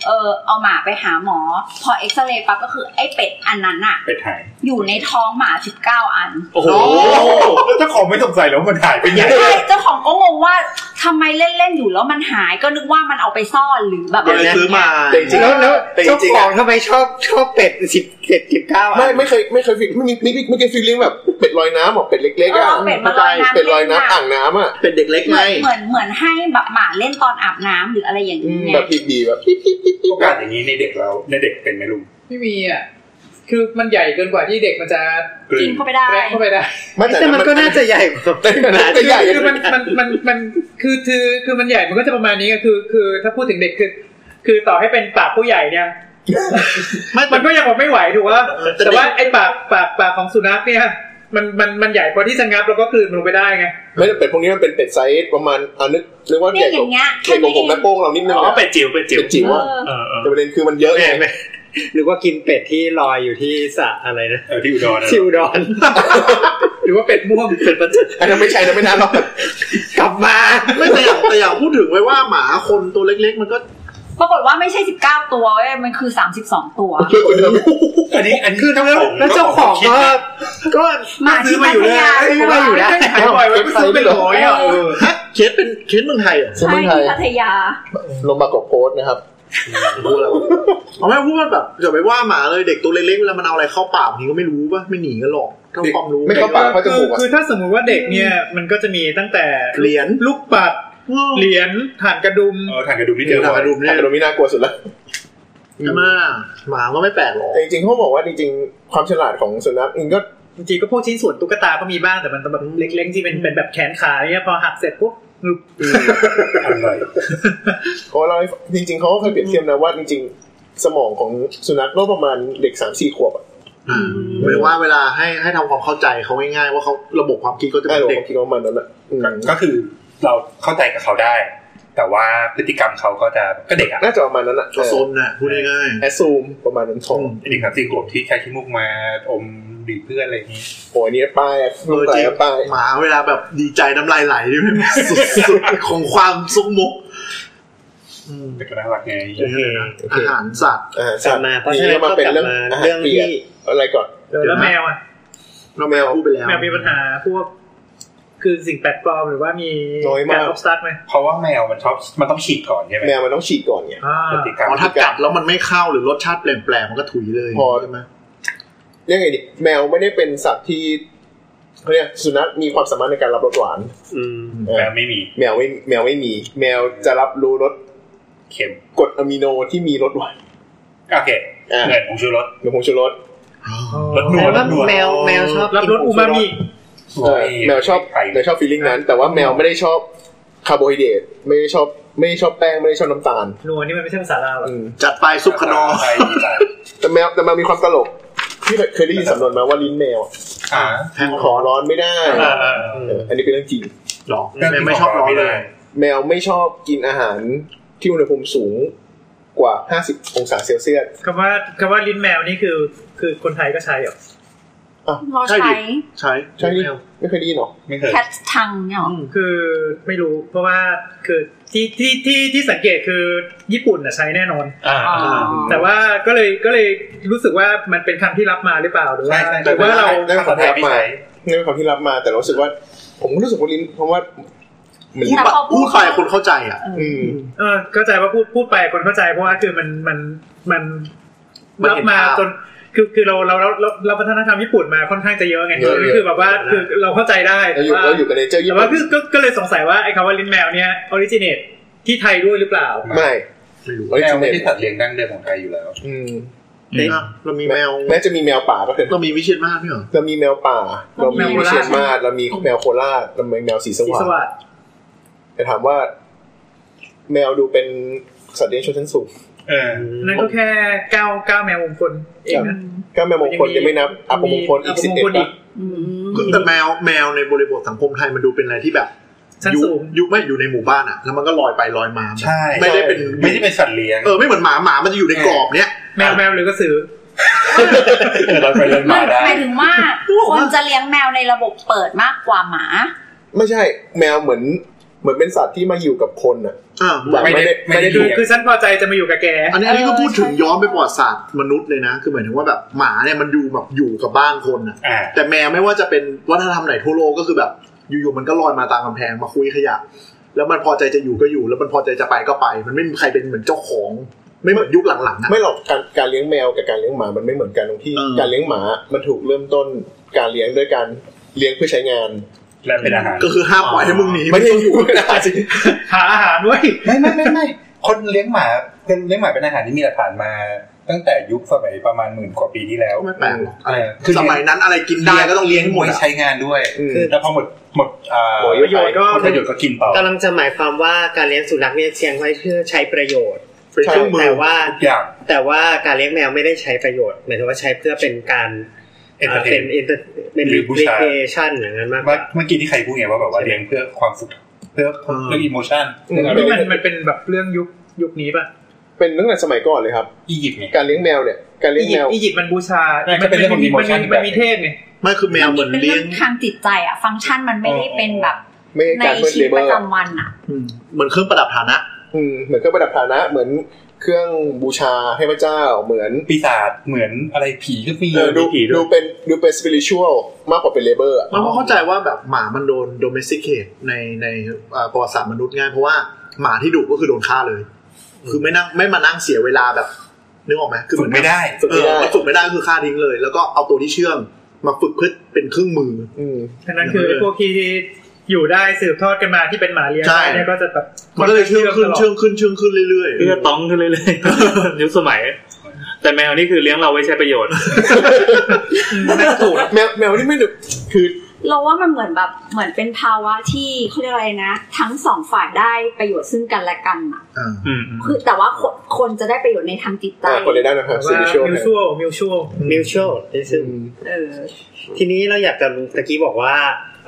Speaker 2: เออเอาหมาไปหาหมอ พอเอ็กซเรย์ปั๊บก็คือไอ้เป็ดอันนั้นอะ
Speaker 9: ไปถ่าย
Speaker 2: อยู่ในท้องหมา 19 อัน
Speaker 4: โอ้โห
Speaker 9: แล้วถ้าของไม่สงสัยแล้วมันหายไปไหน
Speaker 2: ใช่เจ้าของก็งงว่าทำไมเล่น ๆ อยู่แล้วมันหายก็นึกว่ามันเอาไปซ่อนหรือแบบ
Speaker 7: ก็เลยซื้อมา
Speaker 3: แต่จริงๆ
Speaker 6: แล้วแล้ว
Speaker 3: แต่จ
Speaker 6: เจ้า
Speaker 3: ริง
Speaker 6: ข
Speaker 3: ๆ
Speaker 6: อ
Speaker 3: อะ
Speaker 6: งทำไมชอบชอบเป็ดสิบเจ็ดสิบเก้า
Speaker 3: ไม่ไม่เคยไม่เคยฟิลไม่มีไม่ไม่ไม่เคยฟีลลิ่งแบบเป็ดลอยน้ำหรอกเป็ดเล็ก
Speaker 2: เอ
Speaker 3: ๆอ่ะ
Speaker 2: อเป็ดมาลอยน้ำ
Speaker 3: เป็ดลอยน้ำ
Speaker 2: ล่ะ
Speaker 3: อ่างน้ำอ่ะ
Speaker 7: เป็นเด็กเล็ก
Speaker 2: เห
Speaker 7: ไง
Speaker 2: มือนเหมือนเหมือนให้แบบหมาเล่นตอนอาบน้ำหรืออะไรอย่าง
Speaker 3: อืม
Speaker 2: เงี้
Speaker 3: แบ
Speaker 2: ย
Speaker 3: บบีบีแบบปิ๊บปิ๊บปิ๊บปิ๊บ
Speaker 9: โอกาสอย่างนี้ในเด็กเราในเด็กเป็นไหมลุง
Speaker 5: ไม่มีอ่ะคือมันใหญ่เกินกว่าที่เด็กมันจะ
Speaker 9: กลื
Speaker 2: กิน
Speaker 9: น
Speaker 2: เข้าไปได้
Speaker 5: แทะเข้าไปได้
Speaker 6: แต่มันก็น่าจะใหญ่กว่า
Speaker 3: แต่มันก็ใหญ่
Speaker 5: คือมันมันมันมันคือคือคือมันใหญ่มันก็จะประมาณนี้ก็คือ คือถ้าพูดถึงเด็กคือ คือต่อให้เป็นปากผู้ใหญ่เนี่ย
Speaker 7: ไม่
Speaker 5: มั
Speaker 7: แต่
Speaker 5: นก็ยังบอกไม่ไหวถูกว่า
Speaker 7: เออแต่
Speaker 5: แต่ว่าไอ้ปากปากปากของสุนัขเนี่ย มันมันมันใหญ่พอที่จะงับแล้วก็กลืนมันลงไปได้ไง
Speaker 3: ไม่แต่เป็ดพวกนี้มันเป็นเป็ดไซส์ประมาณอ่ะนึกเรียกว่า
Speaker 2: เนี่
Speaker 3: ให
Speaker 2: ย
Speaker 3: ญ่
Speaker 2: อก
Speaker 3: ว่า
Speaker 2: ย่างเงี้ย
Speaker 3: ใหญ่กว่าผม
Speaker 2: แค่
Speaker 3: แม่
Speaker 2: นี้
Speaker 3: โป้งเรานิดนึง
Speaker 4: อ๋อ
Speaker 3: อ่ะ
Speaker 4: เป็ดจิ๋วเป็ดจิ๋ว
Speaker 3: เป็ดจิ๋วอ่ะ
Speaker 2: เออ
Speaker 4: เออเออ
Speaker 3: แต่ประเด็นคือมันเยอะไง
Speaker 6: แม่ หรือว่า *laughs* กินเป็ดที่ลอยอยู่ที่สระอะไรนะ
Speaker 9: เออที่อุดรนะ
Speaker 6: ชิวดอน
Speaker 5: หรือว่าเป็ด
Speaker 6: *laughs*
Speaker 5: ม่วง
Speaker 6: เป็นประจ
Speaker 3: อันนั้นไม่ใช่นะไม่น่ารอด
Speaker 6: ำกลับมา
Speaker 7: ไม่แต่อยากแต่อยากพูดถึงไว้ว่าหมาคนตัวเล็ก ๆ มันก็
Speaker 2: ปรากฏว่าไม่ใช่ 19 ตัวเว้ยมันคือ 32 ตัว
Speaker 9: อันนี้อันนี้
Speaker 6: คือแล้วแล้วเจ้าของก็ก็
Speaker 2: มาที่พั
Speaker 6: มาอยู่
Speaker 2: ท
Speaker 6: ได้
Speaker 2: ยา
Speaker 6: ซื้อมาอยู่ได้
Speaker 5: ขายบ่อยไว้ไม่ซื้อเป็นร้อยอ่ะ
Speaker 7: ฮะเคสเป็นเคสเมืองไทยเหรอ
Speaker 3: ใช่
Speaker 2: ใช่ที่
Speaker 3: ไหมไทย
Speaker 2: พัทยา
Speaker 3: ลงมากบโพสต์นะครับ
Speaker 7: พูดอะไรวะเอาไม่พูดว่าแบบอย่าไปว่าหมาเลยเด็กตัวเล็กๆเวลามันเอาอะไรเข้าปากบางทีก็ไม่รู้ป่ะไม่หนีกันหรอกเท่าความรู้
Speaker 3: ไม่เข้าปากเพราะจ
Speaker 5: คื
Speaker 3: มู
Speaker 5: อก
Speaker 3: อะ
Speaker 5: คือถ้าสมมุติว่าเด็กเนี่ยมันก็จะมีตั้งแต่
Speaker 7: เหรียญ
Speaker 5: ลูกปัดเหรียญฐานกระดุม
Speaker 9: เออถ่านกระดูกนี่
Speaker 7: เห
Speaker 9: เจ
Speaker 7: รียญ
Speaker 9: อ
Speaker 7: หนัก
Speaker 9: บ่อก ย
Speaker 7: ระดุมเนี่ย
Speaker 3: อัตโนมิน่ากลัวสุดละ
Speaker 7: ใช่ไหมหมาก็ไม่แปลกหรอก
Speaker 3: แต่จริงๆเขาบอกว่าจริงๆ ความฉลาดของสุนัขเองก็
Speaker 5: จริงๆก็พวกชิ้นส่วนตุ๊กตาก็มีบ้างแต่มันแบบเล็กๆที่เป็นเป็นแบบแขนขาเนี่ยพอหักเสร็จปุ๊บงึบ
Speaker 9: อร่อย
Speaker 3: เขาเล่าให้ฟังจริงๆเขาก็เคยเปรียบเทียบนะว่าจริงๆ สมองของสุนัขก็ประมาณเด็กสามสี่ขวบอะ
Speaker 7: หมายถึงว่าเวลาให้ให้ทำความเข้าใจเขาง่ายๆว่าเขาระบบความคิดเขาจะ
Speaker 3: ไอ้
Speaker 7: เป็น
Speaker 3: หล
Speaker 7: เด็ก
Speaker 3: งที่เขามันนั้นแหละอืม
Speaker 9: ก็คือเราเข้าใจกับเขาได้ แต่ว่าพฤติกรรมเขาก็จะก็เด็กอ่ะ
Speaker 3: น่าจะประมาณนั้นอะ
Speaker 7: ก็ซนน่ะพูดง่าย
Speaker 3: แอสซูมประมาณนั้นทอง
Speaker 9: เด็กสามสี่ขวบที่ใช้ขี้มูกมาอมดีดเพื่อนอะไรอย่างนี้
Speaker 3: โอ้ยนี่ป้าย
Speaker 7: ๆเอ
Speaker 3: ลูก
Speaker 7: อ
Speaker 3: ไหล
Speaker 7: จริง
Speaker 3: ป้าย
Speaker 7: หมาเวลาแบบดีใจน้ำลาย *laughs* ไหลนี่เป็นสุดๆของความซุกมกอืม
Speaker 9: แต่ก็น่ารักไง
Speaker 7: เดี๋ยวนะอาหารสัตว์
Speaker 3: อ่าก
Speaker 6: ลับมาเพราะฉะนั้นก็
Speaker 3: มากเป็น
Speaker 6: ลับ
Speaker 3: เรื่อง
Speaker 6: มา
Speaker 3: อาหาร
Speaker 6: เรื่อง
Speaker 3: เปี
Speaker 6: ที่
Speaker 3: ยกอะไรก่อน
Speaker 5: แล้วแมวอ่ะ
Speaker 7: เราแมวพูดไปแล้ว
Speaker 5: แมวมีปัญหาพวก คือสิ่งแปลกปลอมหรือว่ามี
Speaker 3: น้อยมาก
Speaker 5: การออฟสตัดไหม
Speaker 9: เพราะว่าแมวมันชอบมันต้องฉีดก่อนใช่ไหม
Speaker 3: แมวมันต้องฉีดก่อนไง
Speaker 5: อ่า
Speaker 9: พฤติกรรม
Speaker 7: อ๋อถ้ากัดแล้วมันไม่เข้าหรือรสชาติแปลกๆมันก็ถุยเลย
Speaker 3: พอ
Speaker 7: ใช่ไหม
Speaker 3: เรียกไงดิแมวไม่ได้เป็นสัตว์ที่เขาเรียกสุนัขมีความสามารถในการรับรสหวาน
Speaker 6: อืม
Speaker 3: เอ
Speaker 9: แม
Speaker 3: อ
Speaker 9: วไม่มี
Speaker 3: แมวไม่แมวไม่มี แมวจะรับรู้รส
Speaker 9: เค็ม
Speaker 3: กรดอะมิโนที่มีรสหวาน
Speaker 9: โอเค
Speaker 3: อ่ะ
Speaker 9: เงินผงชูรส
Speaker 3: หรือผงชูรส
Speaker 9: รถหนวดรถหนวด
Speaker 6: แมวแมวชอบ
Speaker 5: รับรสอูมามิ
Speaker 3: เออแมวชอบ
Speaker 9: ไข่
Speaker 3: แมวชอบฟีลลิ่งนั้น แต่ว่าแมวไม่ได้ชอบคาร์โบไฮเดรตไม่ได้ชอบไม่ได้ชอบแป้งไม่ได้ชอบน้ำตาล
Speaker 5: นัวนี่มันไม่ใช่ภาษาลาวหรอก
Speaker 3: อืม
Speaker 7: จัดไปซุปขนอ
Speaker 9: ไข่ไก่
Speaker 3: แต่แมวแต่แมวมีความตลกที่เคยได้ยินสำนวนมาว่าลิ้นแมวอะ
Speaker 9: อ่า
Speaker 7: แทง
Speaker 3: ข
Speaker 7: ค
Speaker 3: อ
Speaker 7: อ
Speaker 3: ร้อนไม่ได้
Speaker 4: อ่าอ่า
Speaker 3: เอออันนี้เป็นเรื่องจริง
Speaker 7: หรอแมวไม่ชอบร้อนเลย
Speaker 3: แมวไม่ชอบกินอาหารที่อุณหภูมิสูงกว่า 50 องศาเซลเซียส
Speaker 5: คำว่าคำว่าลิ้นแมวนี่คือ คือคนไทยก็ใช้เหรอ
Speaker 2: เรา
Speaker 7: ใช่
Speaker 2: ใช้
Speaker 7: ดิ ใช่
Speaker 3: ใช่นี่
Speaker 7: แมว
Speaker 3: ไม่เคยได้ยินหรอ
Speaker 9: ไม่เคย
Speaker 2: แคททังเนี่ยหรอ
Speaker 5: คือไม่รู้ เพราะว่าคือที่ที่ที่ที่สังเกตคือญี่ปุ่นน่ะใช้แน่นอน
Speaker 4: อ่า
Speaker 2: อ๋อ
Speaker 5: แต่ว่าก็เลยก็เลยรู้สึกว่ามันเป็นคำที่รับมาหรือเปล่าหรือว่า
Speaker 9: ใช่ใช่
Speaker 5: หรือว่าเรา
Speaker 9: ภาษาไทยไม่ใช่
Speaker 3: นี่เป็นคำที่รับมาแต่รู้สึกว่า ผมรู้สึกว่าลิ้นเพราะว่าเหมือน
Speaker 7: พูดไปพูดไปคนเข้าใจอ่ะ
Speaker 3: อืม
Speaker 5: เออเข้าใจว่าพูดพูดไปคนเข้าใจเพราะว่าคือมันมันมัน
Speaker 7: มัน
Speaker 5: รับ
Speaker 7: เห็น
Speaker 5: มา
Speaker 7: ภาพ
Speaker 5: จนคือคือเราเราเราเราเราวัฒนธรรมญี่ปุ่นมาค่อนข้างจะเยอะไง
Speaker 3: เยอะเยอะ
Speaker 5: คือแบบว่าคือเราเข้าใจได้
Speaker 3: เราอยู่
Speaker 5: ว่า
Speaker 3: เราอยู่กับเนเจอร์ญี่
Speaker 5: แต่
Speaker 3: ปุ่
Speaker 5: ว่าน คือก็ก็เลยสงสัยว่าไอ้คำว่าลิ้นแมวเนี่ยออริจิเนตที่ไทยด้วยหรือเปล่า
Speaker 3: ไม่
Speaker 7: ไม่รู้
Speaker 3: ออริ
Speaker 9: แมว
Speaker 3: จิเน
Speaker 9: ไม่
Speaker 3: ต
Speaker 9: ใช่สัตว์เลี้ยงดั้งเดิมของไทยอยู่แล้ว
Speaker 3: อืม
Speaker 7: เอ๊ะเรามีแมว
Speaker 3: แม้จะมีแมวป่าก็เถอะ
Speaker 7: เรามีวิเชียรมาศพี่เหรอ
Speaker 3: เรามีแมวป่า เรามี
Speaker 5: เรามี
Speaker 3: วิเชียรมาศเรามีแมวโคราชเรามีแมวสีส
Speaker 5: สี
Speaker 3: ว่าง
Speaker 5: สวัสด
Speaker 3: แต่ถามว่า แมวดูเป็นสัตว์เลี้ยงชนชั้นสูง
Speaker 9: เออ
Speaker 5: นั่นก็แค่เก้าเก้าแมวมงคลเองนะ
Speaker 3: ก็แมวมงคลยังไม่นับอัปมงคลอีกสิบ
Speaker 5: มง
Speaker 3: เอ็ด
Speaker 5: คลอีก
Speaker 2: อืม
Speaker 7: แต่แมวแมวในบริบทสังคมไทยมันดูเป็นอะไรที่แบบ
Speaker 5: ชั้น
Speaker 7: อยู่
Speaker 5: สูง
Speaker 7: อยู่ไม่อยู่ในหมู่บ้านอ่ะ แล้วมันก็ลอยไปลอยมา
Speaker 9: ใช่
Speaker 7: ไม่ได้เป็น
Speaker 9: ไม่ได้เป็นสัตว์เลี้ยง
Speaker 7: เออไม่เหมือนหมาหมามันจะอยู่ในกรอบเนี้ย
Speaker 5: แมวแมวหรือกระสือ
Speaker 9: เราไปเลี้ยงห
Speaker 2: ไม่
Speaker 9: มาได้
Speaker 2: หมายถึงว่าคนจะเลี้ยงแมวในระบบเปิดมากกว่าหมา
Speaker 3: ไม่ใช่ แมวเหมือน เหมือนเป็นสัตว์ที่มาอยู่กับคนอ่ะ
Speaker 7: เออ
Speaker 3: แบบไม่ได้ไม่ได้
Speaker 5: คื
Speaker 3: ถู
Speaker 5: อก คือฉันพอใจจะมาอยู่กับแก
Speaker 7: อันนี้อันนี้ก็พูดถึงย้อนไปประวัติศาสตร์มนุษย์เลยนะ คือหมายถึงว่าแบบหมาเนี่ยมันอยู่แบบอยู่กับบ้านคนอ่ะ
Speaker 9: อ่า
Speaker 7: แต่แมวไม่ว่าจะเป็นวัฒนธรรมไหนทั่วโลกก็คือแบบ อยู่ๆมันก็ลอยมาตามกำแพงมาคุยขยะ แล้วมันพอใจจะอยู่ก็อยู่ แล้วมันพอใจจะไปก็ไป มันไม่มีใครเป็นเหมือนเจ้าของ ไม่เหมือนยุคหลังๆนะ
Speaker 3: ไม่หรอกการการเลี้ยงแมวกับการเลี้ยงหมามันไม่เหมือนกันตรงที่
Speaker 7: เออ
Speaker 3: การเลี้ยงหมา มันถูกเริ่มต้นการเลี้ยงด้วยการเลี้ยงเพื่อใช้งาน
Speaker 9: และเป็นอาหาร
Speaker 7: ก็คือห้ามปล่อยให้มึงหนี
Speaker 3: ไม่ได้อยู่ไม่ได้จริง
Speaker 5: หาอาหารด้วย
Speaker 9: ไม่ไม่ไม่ไม่คนเลี้ยงหมาเป็นเลี้ยงหมาเป็นอาหารที่มีหลักฐานมา ตั้งแต่ยุคสมัยประมาณหมื่นกว่าปีที่แล้ว
Speaker 7: ก็ไม่แปลกหรอก
Speaker 9: เออคือ
Speaker 7: สมัยนั้นอะไรกินได้ก็ต้องเลี้ยงให้หมด
Speaker 9: ไว้
Speaker 7: อะ
Speaker 9: ใช้งานด้วย
Speaker 3: อืม
Speaker 9: แล้วพอหมดหมดอ่า
Speaker 3: หมดอายุ
Speaker 5: ประโยชน์ก็
Speaker 9: หมดประโยชน์ก็กินต่อก
Speaker 6: ำลังจะหมายความว่าการเลี้ยงสุนัขเนี่ยเชียงไว้เพื่อใช้ประโยชน์
Speaker 7: เป็นเครื่องมือ
Speaker 6: แต่ว่า
Speaker 9: ทุกอย่าง
Speaker 6: แต่ว่าการเลี้ยงแมวไม่ได้ใช้ประโยชน์หมายถึงว่าใช้เพื่อเป็นการอ่า
Speaker 9: Entertain
Speaker 6: เป็นเอนเตอร์เป็น
Speaker 9: หรือบู
Speaker 6: รี
Speaker 9: ชา
Speaker 6: เคชันอย่างนั้นมากก
Speaker 9: เมื่อ
Speaker 6: ว่า
Speaker 9: เมื่อกี้ที่ใครพูดไงว่าแบบว่าเลี้ยงเพื่อความสุขเพื่อเพื่ออิโมชันเพื่ออะไร
Speaker 5: นี่มันมันเป็นแบบเรื่องยุคยุคนี้ป่ะ
Speaker 3: เป็นตั้งแต่สมัยก่อนเลยครับ
Speaker 9: อียิปต์ไง
Speaker 3: การเลี้ยงแมวเนี่ย การเลี้
Speaker 5: อียิป
Speaker 3: ยงแมว
Speaker 5: ต์อียิปต์มันบูชา
Speaker 9: ใช่ก็เป็นเรื่องของ
Speaker 5: มัมีมั
Speaker 9: emotion
Speaker 5: มีมันมีเทพไง
Speaker 7: ไม่คือแมวเหมือน
Speaker 2: เป็น
Speaker 7: เลี้
Speaker 2: เรื่
Speaker 7: ย
Speaker 2: อง งทางจิตใจอะฟังก์ชันมันไม่ได้เป็นแบบ
Speaker 3: ไม่ใช่
Speaker 2: ใน
Speaker 3: การเพิ่ม
Speaker 2: ชี
Speaker 3: เล
Speaker 2: วิตป
Speaker 3: เบอ
Speaker 2: ระ
Speaker 3: ร์
Speaker 2: จำวันอะ
Speaker 7: อืมเหมือนเครื่องประดับฐานะ
Speaker 3: อืมเหมือนเครื่องประดับฐานะเหมือนเครื่องบูชาให้พระเจ้าเหมือน
Speaker 9: ปีศาจเหมือนอะไรผีก็มี
Speaker 3: เออดู
Speaker 9: มีผีด้
Speaker 3: ดู
Speaker 9: วย
Speaker 3: เป็นดูเป็นสปิริชวลมากกว่าเป็นเลเบอร์อะ
Speaker 7: มันก็เข้าใจว่าแบบหมามันโดน domesticate ในในเอ่อประวัติศาสตร์มนุษย์ง่ายเพราะว่าหมาที่ดุก็คือโดนฆ่าเลย คือไม่นั่งไม่มานั่งเสียเวลาแบบนึกออกไหมคือ
Speaker 9: ฝึกไม่ได้
Speaker 3: ฝึก
Speaker 7: เอ
Speaker 3: ไม่
Speaker 7: อ
Speaker 3: ได้
Speaker 7: มันฝึกไม่ได้คือค่าทิ้งเลย แล้วก็เอาตัวที่เชื่อมมาฝึกเพื่อเป็นเครื่องมือ
Speaker 3: อืม
Speaker 5: ฉะนั้นคือไอ้พวกที่อยู่ได้สืบทอดกันมาที่เป็นหมาเลี้ยง
Speaker 7: ใช่
Speaker 5: เนี่ยก็จะแบบ
Speaker 7: มันก็เลยเชื่องขึ้นเชื่องขึ้นเชื่องขึ้นเรื่อย
Speaker 4: เพื่อต้องขึ้นเรื่อยๆ ยุคสมัย แต่แมวนี่คือเลี้ยงเราไว้ใช้ประโยชน์
Speaker 5: นั่นถูก
Speaker 3: แมวแมวนี่ไม่ดุคือ
Speaker 2: เราว่ามันเหมือนแบบเหมือนเป็นภาวะที่เขาเรียกอะไรนะ ทั้งสองฝ่ายได้ประโยชน์ซึ่งกันและกันอะ
Speaker 7: ๆอ่า
Speaker 4: อืม
Speaker 2: คือแต่ว่าคนคนจะได้ประโยชน์ในทางจิตใจ
Speaker 3: อ่าคนเลยได้นะครับ
Speaker 5: ว่า
Speaker 3: ซีนิชวล
Speaker 5: มิวชัวมิวชัว
Speaker 6: มิวชัลลิซึม
Speaker 2: เออ
Speaker 6: ทีนี้เราอยากจะรู้ตะกี้บอกว่า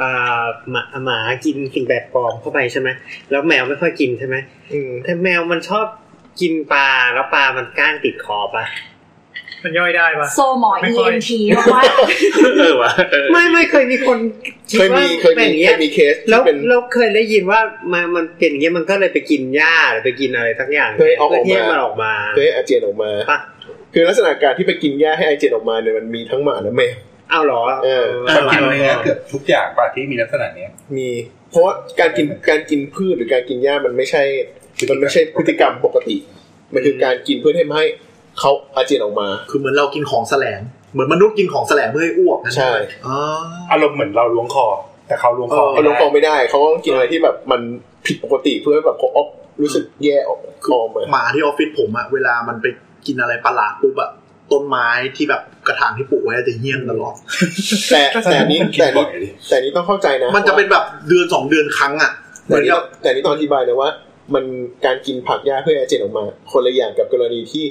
Speaker 6: อ่าหมาหมากินสิ่งแปลกปลอมเข้าไปใช่ไหมแล้วแมวไม่ค่อยกินใช่ไหม
Speaker 3: อืม
Speaker 6: แต่แมวมันชอบกินปลาแล้วปลามันก้างติดคอปะ
Speaker 5: มันย่อยได้ปะ
Speaker 2: โซหมอ
Speaker 5: ไม่ค่อย
Speaker 2: ENT
Speaker 5: *laughs*
Speaker 2: มากว่า
Speaker 4: เออวะเออ
Speaker 6: ไม่ไม่เคยมีคนด
Speaker 3: เคย
Speaker 6: ว่า
Speaker 3: มีเคย
Speaker 6: ป็
Speaker 3: มี
Speaker 6: นาง
Speaker 3: เค
Speaker 6: งี้
Speaker 3: ยมีเคส
Speaker 6: แล้
Speaker 3: ที่
Speaker 6: ว
Speaker 3: เป็น
Speaker 6: เราเคยได้ยินว่ามันมันเป็นอย่างเงี้ยมันก็เลยไปกินหญ้าหรือไปกินอะไรสักอย่าง
Speaker 3: เคยเอาอ
Speaker 6: เพื่
Speaker 3: อก
Speaker 6: ที่
Speaker 3: มา
Speaker 6: ให้มันออกมา
Speaker 3: เคยให้อาเจียนออกมา
Speaker 6: ปะ
Speaker 3: คือลักษณะการที่ไปกินหญ้าให้อาเจียนออกมาเนี่ยมันมีทั้งหมาและแมว
Speaker 6: เอาเหรอ
Speaker 3: เออ
Speaker 9: มันกินเนื้อเกือบทุกอย่างป่ะที่มีลักษณะเนี้ย
Speaker 3: มี เพราะว่าการกินการกินพืชหรือการกินหญ้ามันไม่ใช่ มันไม่ใช่พฤติกรรมปกติ มันคือการกินเพื่อให้ให้เขาอาเจียนออกมา
Speaker 7: คือเหมือนเรากินของแสลง เหมือนมนุษย์กินของแสลงเพื่อให้อ้วกนั่น
Speaker 3: ใช่
Speaker 7: ไหมอ๋อ
Speaker 9: อารมณ์เหมือนเราล้วงคอ แต่เขาล้วงคอ
Speaker 3: เขาลงฟองไม่ได้ เขาก็ต้องกินอะไรที่แบบมันผิดปกติเพื่อให้แบบเขาออกรู้สึกแย่ออกคอมา
Speaker 7: หมาที่ออฟฟิศผมอะเวลามันไปกินอะไรประหลาดปุ๊บอะต้นไม้ที่แบบกระถางที่ปลูกไว้จะเหี้ยนตลอด
Speaker 3: แต่แต่นี้
Speaker 9: มันกิน
Speaker 3: แต่
Speaker 9: บ่อย
Speaker 3: นี้
Speaker 9: ดิ
Speaker 3: แต่นี้ต้องเข้าใจนะ
Speaker 7: มันจะเป็นแบบเดือนสองเดือนครั้งอะเหมื
Speaker 3: แต่
Speaker 7: อน
Speaker 3: นี้
Speaker 7: กับ
Speaker 3: แต่นี้ต้องอธิบายนะว่า มันการกินผักหญ้าเพื่อให้อาเจียนออกมา คนละอย่างกับกรณีที่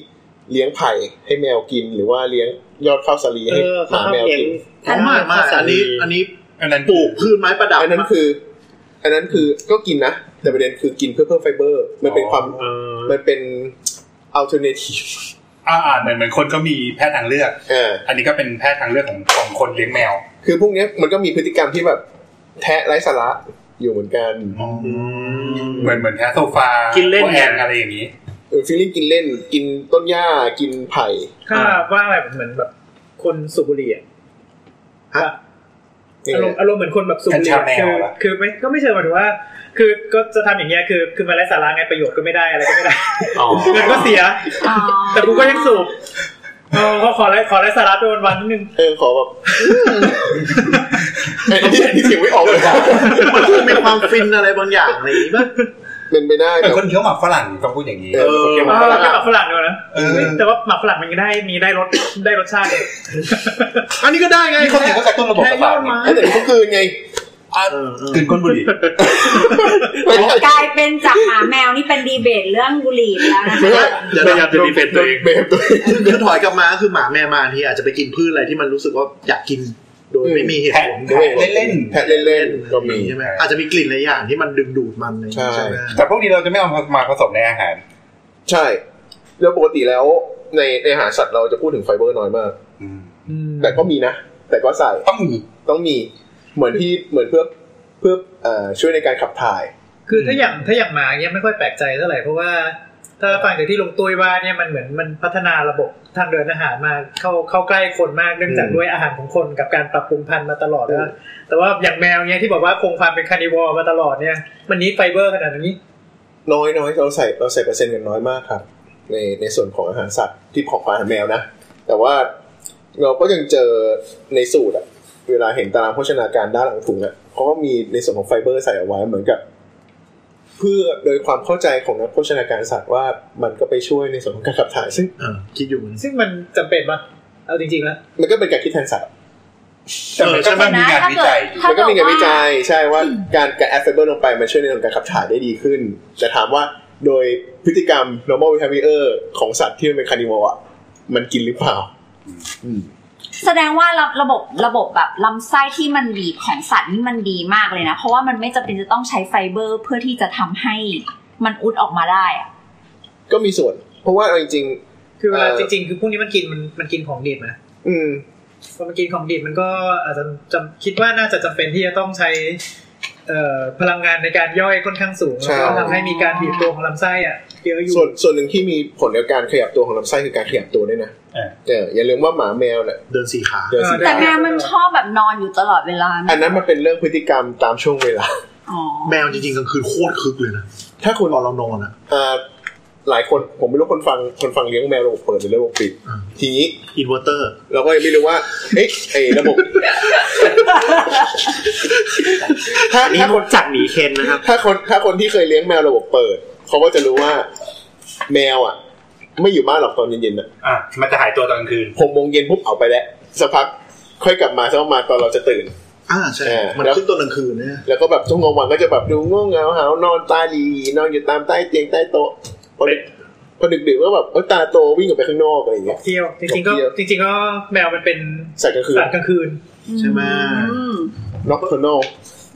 Speaker 3: เลี้ยงไผ่ให้แมวกินหรือว่าเลี้ยงยอดข้าวสาลี
Speaker 6: เอ
Speaker 3: ให้
Speaker 6: อ
Speaker 3: ห
Speaker 6: เขาเอา
Speaker 3: มาแมว
Speaker 6: เอง
Speaker 3: กิน
Speaker 7: อ๋อไม่ไม่อันนี้ อันนี้
Speaker 9: อันนั้น
Speaker 7: ปลูกพืชไม้ประ *laughs* ดับ
Speaker 3: อันนั้นคือ อันนั้นคือก็กินนะ แต่ประเด็นคือกินเพื่อเพิ่มไฟเบอร์ มันเป็นความ
Speaker 6: เออ
Speaker 3: มันเป็น alternative *laughs*
Speaker 9: อ่าๆเหมือนเหมือนคนก็มีแพทย์ทางเลือก
Speaker 3: อ่า
Speaker 9: อันนี้ก็เป็นแพทย์ทางเลือกของของคนเลี้ยงแมว
Speaker 3: คือพวกเนี้ยมันก็มีพฤติกรรมที่แบบแทะไร้สาระอยู่เหมือนกัน
Speaker 9: เหมือนเหมือนแพทย์โซฟา
Speaker 4: กินเล่น
Speaker 9: พวแอนอะไรอย่างนี้
Speaker 3: ฟีลลิ่งกินเล่น กินต้นหญ้ากินไผ่
Speaker 5: ถ้าว่าแบบเหมือนแบบคนสูบบุหรี่อะ
Speaker 7: ฮะ
Speaker 5: อารมณ์อารมณ์เหมือนคนแบบสูบบุหรี่
Speaker 9: กัญชาแม
Speaker 5: อะคื
Speaker 9: ว
Speaker 5: อ
Speaker 9: เหรอ
Speaker 5: คือไม่ก็ไม่เชิงหมายถึงว่า คือก็จะทำอย่างเงี้ยคือคือมันไร้สาระไงประโยชน์ก็ไม่ได้อะไรก็ไม่ได้
Speaker 4: อ๋อ
Speaker 5: เงินก็เสีย
Speaker 2: อ๋อ
Speaker 5: แต่กูก็ยังสูบเออขอขอไร้ขอไร้สาระไปวันวันๆนิดนึง
Speaker 3: เออขอแบบไอ้ที่ที่เสียงไม่ออกเลยอะ
Speaker 7: มันคือมีความฟินอะไรบางอย่างอะไรอย่างนี้ป่ะ
Speaker 3: เป็นไปได้
Speaker 9: แต่
Speaker 3: แต่
Speaker 9: คนเคี้ยวหมากฝรั่งต้องพูดอย่างนี้
Speaker 3: เออ
Speaker 7: เออ
Speaker 5: เออแค่หมักฝรั่งดีกว่านะ
Speaker 9: เออ
Speaker 5: แต่ว่าหมักฝรั่งมันยังได้มีได้รสได้รสชาติ
Speaker 7: อันนี้ก็ได้ไง
Speaker 9: นี่เขาถือว่ากระตุ้นระบบ
Speaker 7: แค่
Speaker 9: ประ
Speaker 7: ย
Speaker 9: สา
Speaker 7: อ
Speaker 9: ท
Speaker 7: ดไม้
Speaker 3: ไอ้แต่ก็คืนไง
Speaker 7: เออเออ
Speaker 9: กินก้นบุหรี่
Speaker 3: ไม่ได้
Speaker 2: กลายเป็นจากหมาแมวนี่เป็นดีเบตเรื่องบุหรี่ไปแล้วนะ
Speaker 3: ไม่
Speaker 2: คะ
Speaker 3: ได้
Speaker 7: เดี๋ยว
Speaker 4: พ
Speaker 7: นะ
Speaker 4: ยายามจะดีเฟนต์ตัวเอง
Speaker 3: เบฟตัวเอง
Speaker 7: คือถอยกลับมาคือหมาแม่มาทีอาจจะไปกินพืชอะไรที่มันรู้สึกว่าอยากกิน โดยไม่มีเหตุผล
Speaker 9: แทะ เล่นๆ
Speaker 3: แทะเล่นๆก็มี
Speaker 7: ใช่ไหมอาจจะมีกลิ่นหลายอย่างที่มันดึงดูดมันอะไรอย่างงี้
Speaker 3: ใช่
Speaker 7: ใช่ไหม
Speaker 9: แต่พวกนี้เราจะไม่เอามาผสมในอาหาร
Speaker 3: ใช่ แล้วปกติแล้วในในอาหารสัตว์เราจะพูดถึงไฟเบอร์น้อยมาก แต่ก็มีนะ แต่ก็ใส่
Speaker 9: ต้องมี
Speaker 3: ต้องมีเหมือนที่เหมือนเพื่อเพื่อเอ่อช่วยในการขับถ่าย
Speaker 5: คือถ้าอย่างถ้าอย่างหมาเนี่ยไม่ค่อยแปลกใจเท่าไหร่เพราะว่า ถ้าฟังจากที่ลุงตุ้ยว่าเนี่ยมันเหมือนมันพัฒนาระบบทางเดินอาหารมาเข้าเข้าใกล้คนมากเนื่องจาก
Speaker 3: อืม
Speaker 5: ด้วยอาหารของคนกับการปรับปรุงพันธุ์มาตลอดนะแต่ว่าอย่างแมวเนี่ยที่บอกว่าคงความเป็นคาร์นิวอร์มาตลอดเนี่ยมันนี้ไฟเบอร์ขนาดนี้
Speaker 3: น้อยน้อยเราใส่เราใส่เปอร์เซ็นต์กันน้อยมากครับ ในในส่วนของอาหารสัตว์ที่ของอาหารแมวนะ แต่ว่าเราก็ยังเจอในสูตรอะเวลาเห็นตารางโภชนาการด้านหลังถุงอะเขาก็มีในส่วนของไฟเบอร์ใส่เอาไว้เหมือนกับ เพื่อโดยความเข้าใจของนักโภชนาการสัตว์ว่ามันก็ไปช่วยในส่วนของการขับถ่ายซึ่ง
Speaker 7: เออคิดอยู่เหมือนกัน
Speaker 5: ซึ่งมันจำเป็นปะเอาจริงๆแล้ว
Speaker 3: มันก็เป็นการคิดแทนสัตว์
Speaker 9: แต่มันก็ต้องมีงานวิจัย
Speaker 2: ถ้า
Speaker 3: มัน
Speaker 2: เกิ
Speaker 3: ก็
Speaker 2: ด
Speaker 3: มีงานวิ
Speaker 2: ว่า
Speaker 3: จัยใช่ว่าการการแอดไฟเบอร์ลงไปมันช่วยในเรื่องการขับถ่ายได้ดีขึ้น แต่ถามว่าโดยพฤติกรรม normal behavior ของสัตว์ที่มันเป็นคานิวอ่ะมันกินหรือเปล่า
Speaker 2: แสดงว่าระระบบระบบแบบลำไส้ที่มันบีบของสัตว์นี่มันดีมากเลยนะ เพราะว่ามันไม่จำเป็นจะต้องใช้ไฟเบอร์เพื่อที่จะทำให้มันอุดออกมาได้อะ
Speaker 3: ก็มีส่วน เพราะว่าเอาจริง
Speaker 5: คือเวลา
Speaker 3: เออ
Speaker 5: จริงๆคือพวกนี้มันกินมันมันกินของดิบนะ
Speaker 3: ๆ อืม
Speaker 5: พอมันกินของดิบมันก็อาจจะจำคิดว่าน่าจะจำเป็นที่จะต้องใช้เอ่อพลังงานในการย่อยค่อนข้างสูง
Speaker 3: ใช่
Speaker 5: แล้วก็ทำให้มีการบีบตัวของลำไส้อะเยอะอยู่
Speaker 3: ส่วนส่วนหนึ่งที่มีผลกับการขยับตัวของลำไส้คือการขยับตัวด้วยนะ
Speaker 9: เออ
Speaker 3: เอออย่าลืมว่าหมาแมวเนี่ย
Speaker 7: เดินสี่ขา
Speaker 3: เดินสิ
Speaker 5: เออได้
Speaker 2: แต่แมวมันชอบแบบนอนอยู่ตลอดเวลา
Speaker 3: อัน
Speaker 2: นะ
Speaker 3: นั้นมันเป็นเรื่องพฤติกรรมตามช่วงเวลา *laughs*
Speaker 2: อ๋อ
Speaker 7: แมวจริงๆกลางคืนโคตรคึกเลยนะ
Speaker 3: ถ้าคุณ
Speaker 7: ตอนเรานอนอะ
Speaker 3: เอ่อ หลายคนผมไม่รู้คนฟังคนฟังเลี้ยงแมวระบบเปิดหรือระบบปิด
Speaker 7: อ่า
Speaker 3: ทีนี้
Speaker 7: อินเวอร์เตอร์
Speaker 3: เราก็เลยไม่รู้ว่าเอ๊ะไอ้ระบบ ถ้า
Speaker 10: อันนี้
Speaker 3: ถ้าค
Speaker 10: ม
Speaker 3: น
Speaker 10: ดจากหมีเคนนะครับ
Speaker 3: ถ้าคนถ้าคนที่เคยเลี้ยงแมวระบบเปิดเขาก็จะรู้ว่าแมวอ่ะ ไม่อยู่บ้านหรอกตอนเย็นๆอ่ะ
Speaker 9: อ่ะมันจะหายตัวตอนกลางคืน
Speaker 3: หกโมงเย็นปุ๊บเอาไปแล้วสักพักค่อยกลับมาสักประมาณตอนเราจะตื่น
Speaker 7: อ่าใช่
Speaker 3: เออ
Speaker 7: มันขึ้นตอนกลางคืนนะ
Speaker 3: แล้วก็แบบช่วงกลางวันก็จะแบบดูง่วงเหงาหาวนอนตาหลีนอนอยู่ตามใต้เตียงใต้โต๊ะพอพอดึกๆก็แบบเอ้ยตาโตวิ่งออกไปข้างนอกอะไรอย่างเงี้ย
Speaker 5: เที่ยวจริงๆก็
Speaker 3: เที่ยว
Speaker 5: จริงๆก็แมวมันเป็น
Speaker 3: สัตว์กลางคืน
Speaker 5: สัตว์กลางคืน
Speaker 7: ใช่ไหม
Speaker 2: อืม
Speaker 3: nocturnal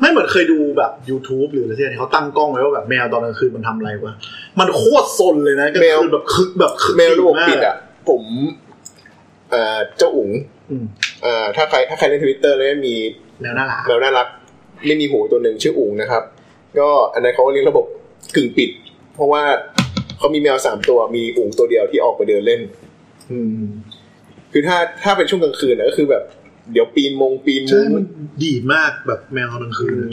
Speaker 7: ไม่เหมือนเคยดูแบบ YouTube หรืออะไรที่นี่เขาตั้งกล้องไว้ว่าแบบแมวตอนกลางคืนมันทำอะไรวะ มันโคตรซนเลยนะกลาง
Speaker 3: แมว
Speaker 7: คืนแบบคึกแบบคึก
Speaker 3: แมวระบบ
Speaker 7: มา
Speaker 3: ปิด
Speaker 7: ก
Speaker 3: อ่ะ ผมเอ่อเจ้าอุ๋ง
Speaker 7: อืม
Speaker 3: เอ่อถ้าใครถ้าใครเล่นทวิตเตอร์แล้วมี
Speaker 7: แมวน่ารัก
Speaker 3: แมวน่ารัก ไม่มีหูตัวหนึ่งชื่ออุ๋งนะครับ ก็อันนั้นเขาก็เลี้ยงระบบกึ่งปิด เพราะว่าเขามีแมวสามตัวมีอุ๋งตัวเดียวที่ออกไปเดินเล่น
Speaker 7: อืม
Speaker 3: คือถ้าถ้าเป็นช่วงกลางคืนนะก็คือแบบเดี๋ยวปีนมงปีน
Speaker 7: ใช่
Speaker 3: มุ้ง
Speaker 7: มันดีดมากแบบแมวตอนกลางคืน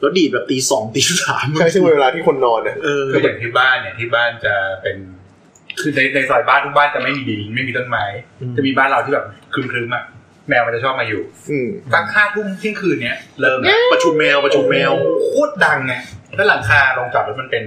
Speaker 7: แล้วดีดแบบตีสองตีสาม
Speaker 3: ใช่ใช่เวลาที่คนนอนนะ
Speaker 7: เออ
Speaker 9: คืออย่างที่บ้านเนี่ยที่บ้านจะเป็น คือในในซอยบ้านทุกบ้านจะไม่มีดินไม่มีต้นไม้
Speaker 7: อืม
Speaker 9: จะมีบ้านเราที่แบบครึมๆอ่ะแมวมันจะชอบมาอยู่
Speaker 3: อืม
Speaker 9: ตั้งค่าทุ่มเที่ยงคืนเนี้ยเริ่มแล้ว
Speaker 7: ประชุมแมวประชุมแมว
Speaker 9: โคตรดังไงแล้วหลังคาลงจอดรถมันเป็น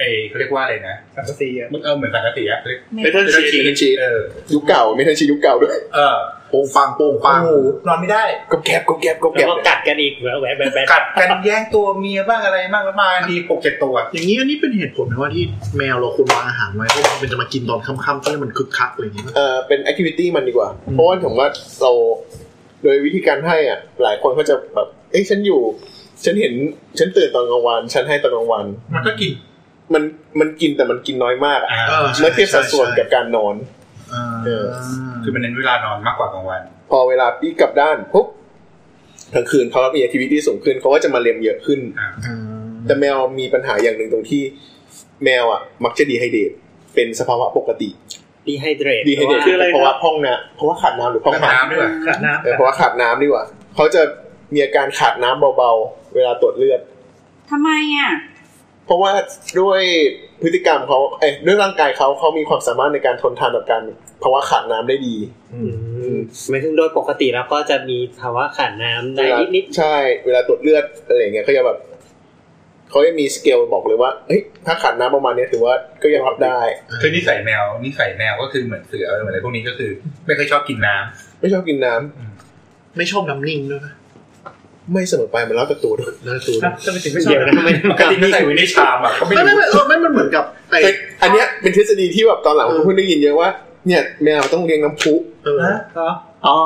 Speaker 9: เออเขาเรียกว่าอะไรนะ
Speaker 5: สังกะสีอะ
Speaker 9: มันเออเหมือนสังกะสีอะเรียก
Speaker 4: เมทัลชี
Speaker 9: เมทัลชีทเออ
Speaker 3: ยุคเก่าไม่ใช่ชียุคเก่าด้วย
Speaker 9: เออ
Speaker 7: โป่งฟางโป่งฟาง
Speaker 9: โอ้โหนอนไม่ได้
Speaker 3: ก็แกบก็แกบก็แก
Speaker 10: แล้ว
Speaker 3: บ
Speaker 10: ก็กัดกันอีกแหวะแหวะแหวะแหวะ
Speaker 9: กัดกันแย่งตัวเมียบ้างอะไรบ้างแล้วมาทีปกเจ็ดตัว
Speaker 7: อย่างนี้อันนี้เป็นเหตุผลไหมว่าที่แมวเราควรวางอาหารไว้เพราะมันจะมากินตอนค่ำๆเพื่อให้มันคึกคักอะไรอย่างเงี้ย
Speaker 3: เออเป็นแอคทิวิตี้มันดีกว่า
Speaker 7: อืม
Speaker 3: เพราะว่าผมว่าเราโดยวิธีการให้อ่ะ หลายคนก็จะแบบ เอ้ยฉันอยู่ ฉันเห็น ฉันตื่นตอนกลางวัน ฉันให้ตอนกลางวัน
Speaker 9: มันก็กิน
Speaker 3: มันมันกินแต่มันกินน้อยมากอะ
Speaker 9: อ่า
Speaker 7: เออใช่
Speaker 3: เมื่อเทียบสัดส่วนกับการนอน
Speaker 7: ใช่
Speaker 3: เอ
Speaker 7: เอ
Speaker 3: อ
Speaker 7: อ
Speaker 9: คือมันเน้นเวลานอนมากกว่ากลางวัน
Speaker 3: พอเวลาปีกกลับด้านปุ๊บกลางคืนเขามีแอคทิวิตี้สูงขึ้นเขาก็จะมาเลียมเยอะขึ้น
Speaker 7: อ่า
Speaker 3: แต่แมวมีปัญหาอย่างหนึ่งตรงที่ แมวอ่ะ มักจะดีไฮเดตเป็นสภาวะปกติ
Speaker 10: ดีไฮเดรต
Speaker 3: ดีไฮเดต
Speaker 10: คืออะไร
Speaker 3: เพ
Speaker 10: ค
Speaker 3: ราะ
Speaker 10: รั
Speaker 3: ว่า
Speaker 10: บ
Speaker 3: ห้องน้ำเพราะว่าขาดน้ำหรือห้องน้ำ
Speaker 9: น้ำด้วย
Speaker 5: ขาดน้
Speaker 3: เออเพราะว่าขาดน้ำดีกว่าเขาจะมีอาการขาดน้ำเบาๆ เวลาตรวจเลือด
Speaker 2: ทำไมอ่ะ
Speaker 3: เพราะว่าด้วยพฤติกรรมเขาเอ้ยด้วยร่างกายเขาเขามีความสามารถในการทนทานกับการภาวะขาดน้ำได้ดี
Speaker 10: หมายถึงโดยปกติแล้วก็จะมีภาวะขาดน้ำ
Speaker 3: เว
Speaker 10: ได้
Speaker 3: ลา
Speaker 10: นิด
Speaker 3: ใช่เวลาตรวจเลือดอะไรอย่างเงี้ยเขาจะแบบเขาจะมีสเกลบอกเลยว่าเฮ้ยถ้าขาดน้ำประมาณเนี้ยถือว่าก็ยังรับได้
Speaker 9: คือนิสัยแมวนิสัยแมวก็คือเหมือนเสือเหมือนอะไรพวกนี้ก็คือ ไม่เคอยชอบกินน้ำ
Speaker 3: ไม่ชอบกินน้ำ
Speaker 7: ไม่ชอบน้ำนิ่งด้วยปะ
Speaker 3: ไม่เสมอไปมันแล้วแต่ตัวด้วย
Speaker 7: น่าตัว
Speaker 5: ำครับจะไปถึงไม่ชอ
Speaker 10: เดี๋ย
Speaker 5: บ
Speaker 10: วนะไม่
Speaker 9: ปกติก็ใส่ไว้ในชามอ่ะเขาไม่
Speaker 7: ไม่ไม่
Speaker 9: รู้
Speaker 7: ไม่เออไม่มันเหมือนกับไอ้
Speaker 3: แต่อันเนี้ยเป็นทฤษฎีที่แบบตอนหลังผมเพิ่งได้ยินเยอะว่าเนี่ยแมวต้องเลี้ยงน้ำพุ
Speaker 7: เออ
Speaker 5: นะเหรอ
Speaker 4: อ๋อ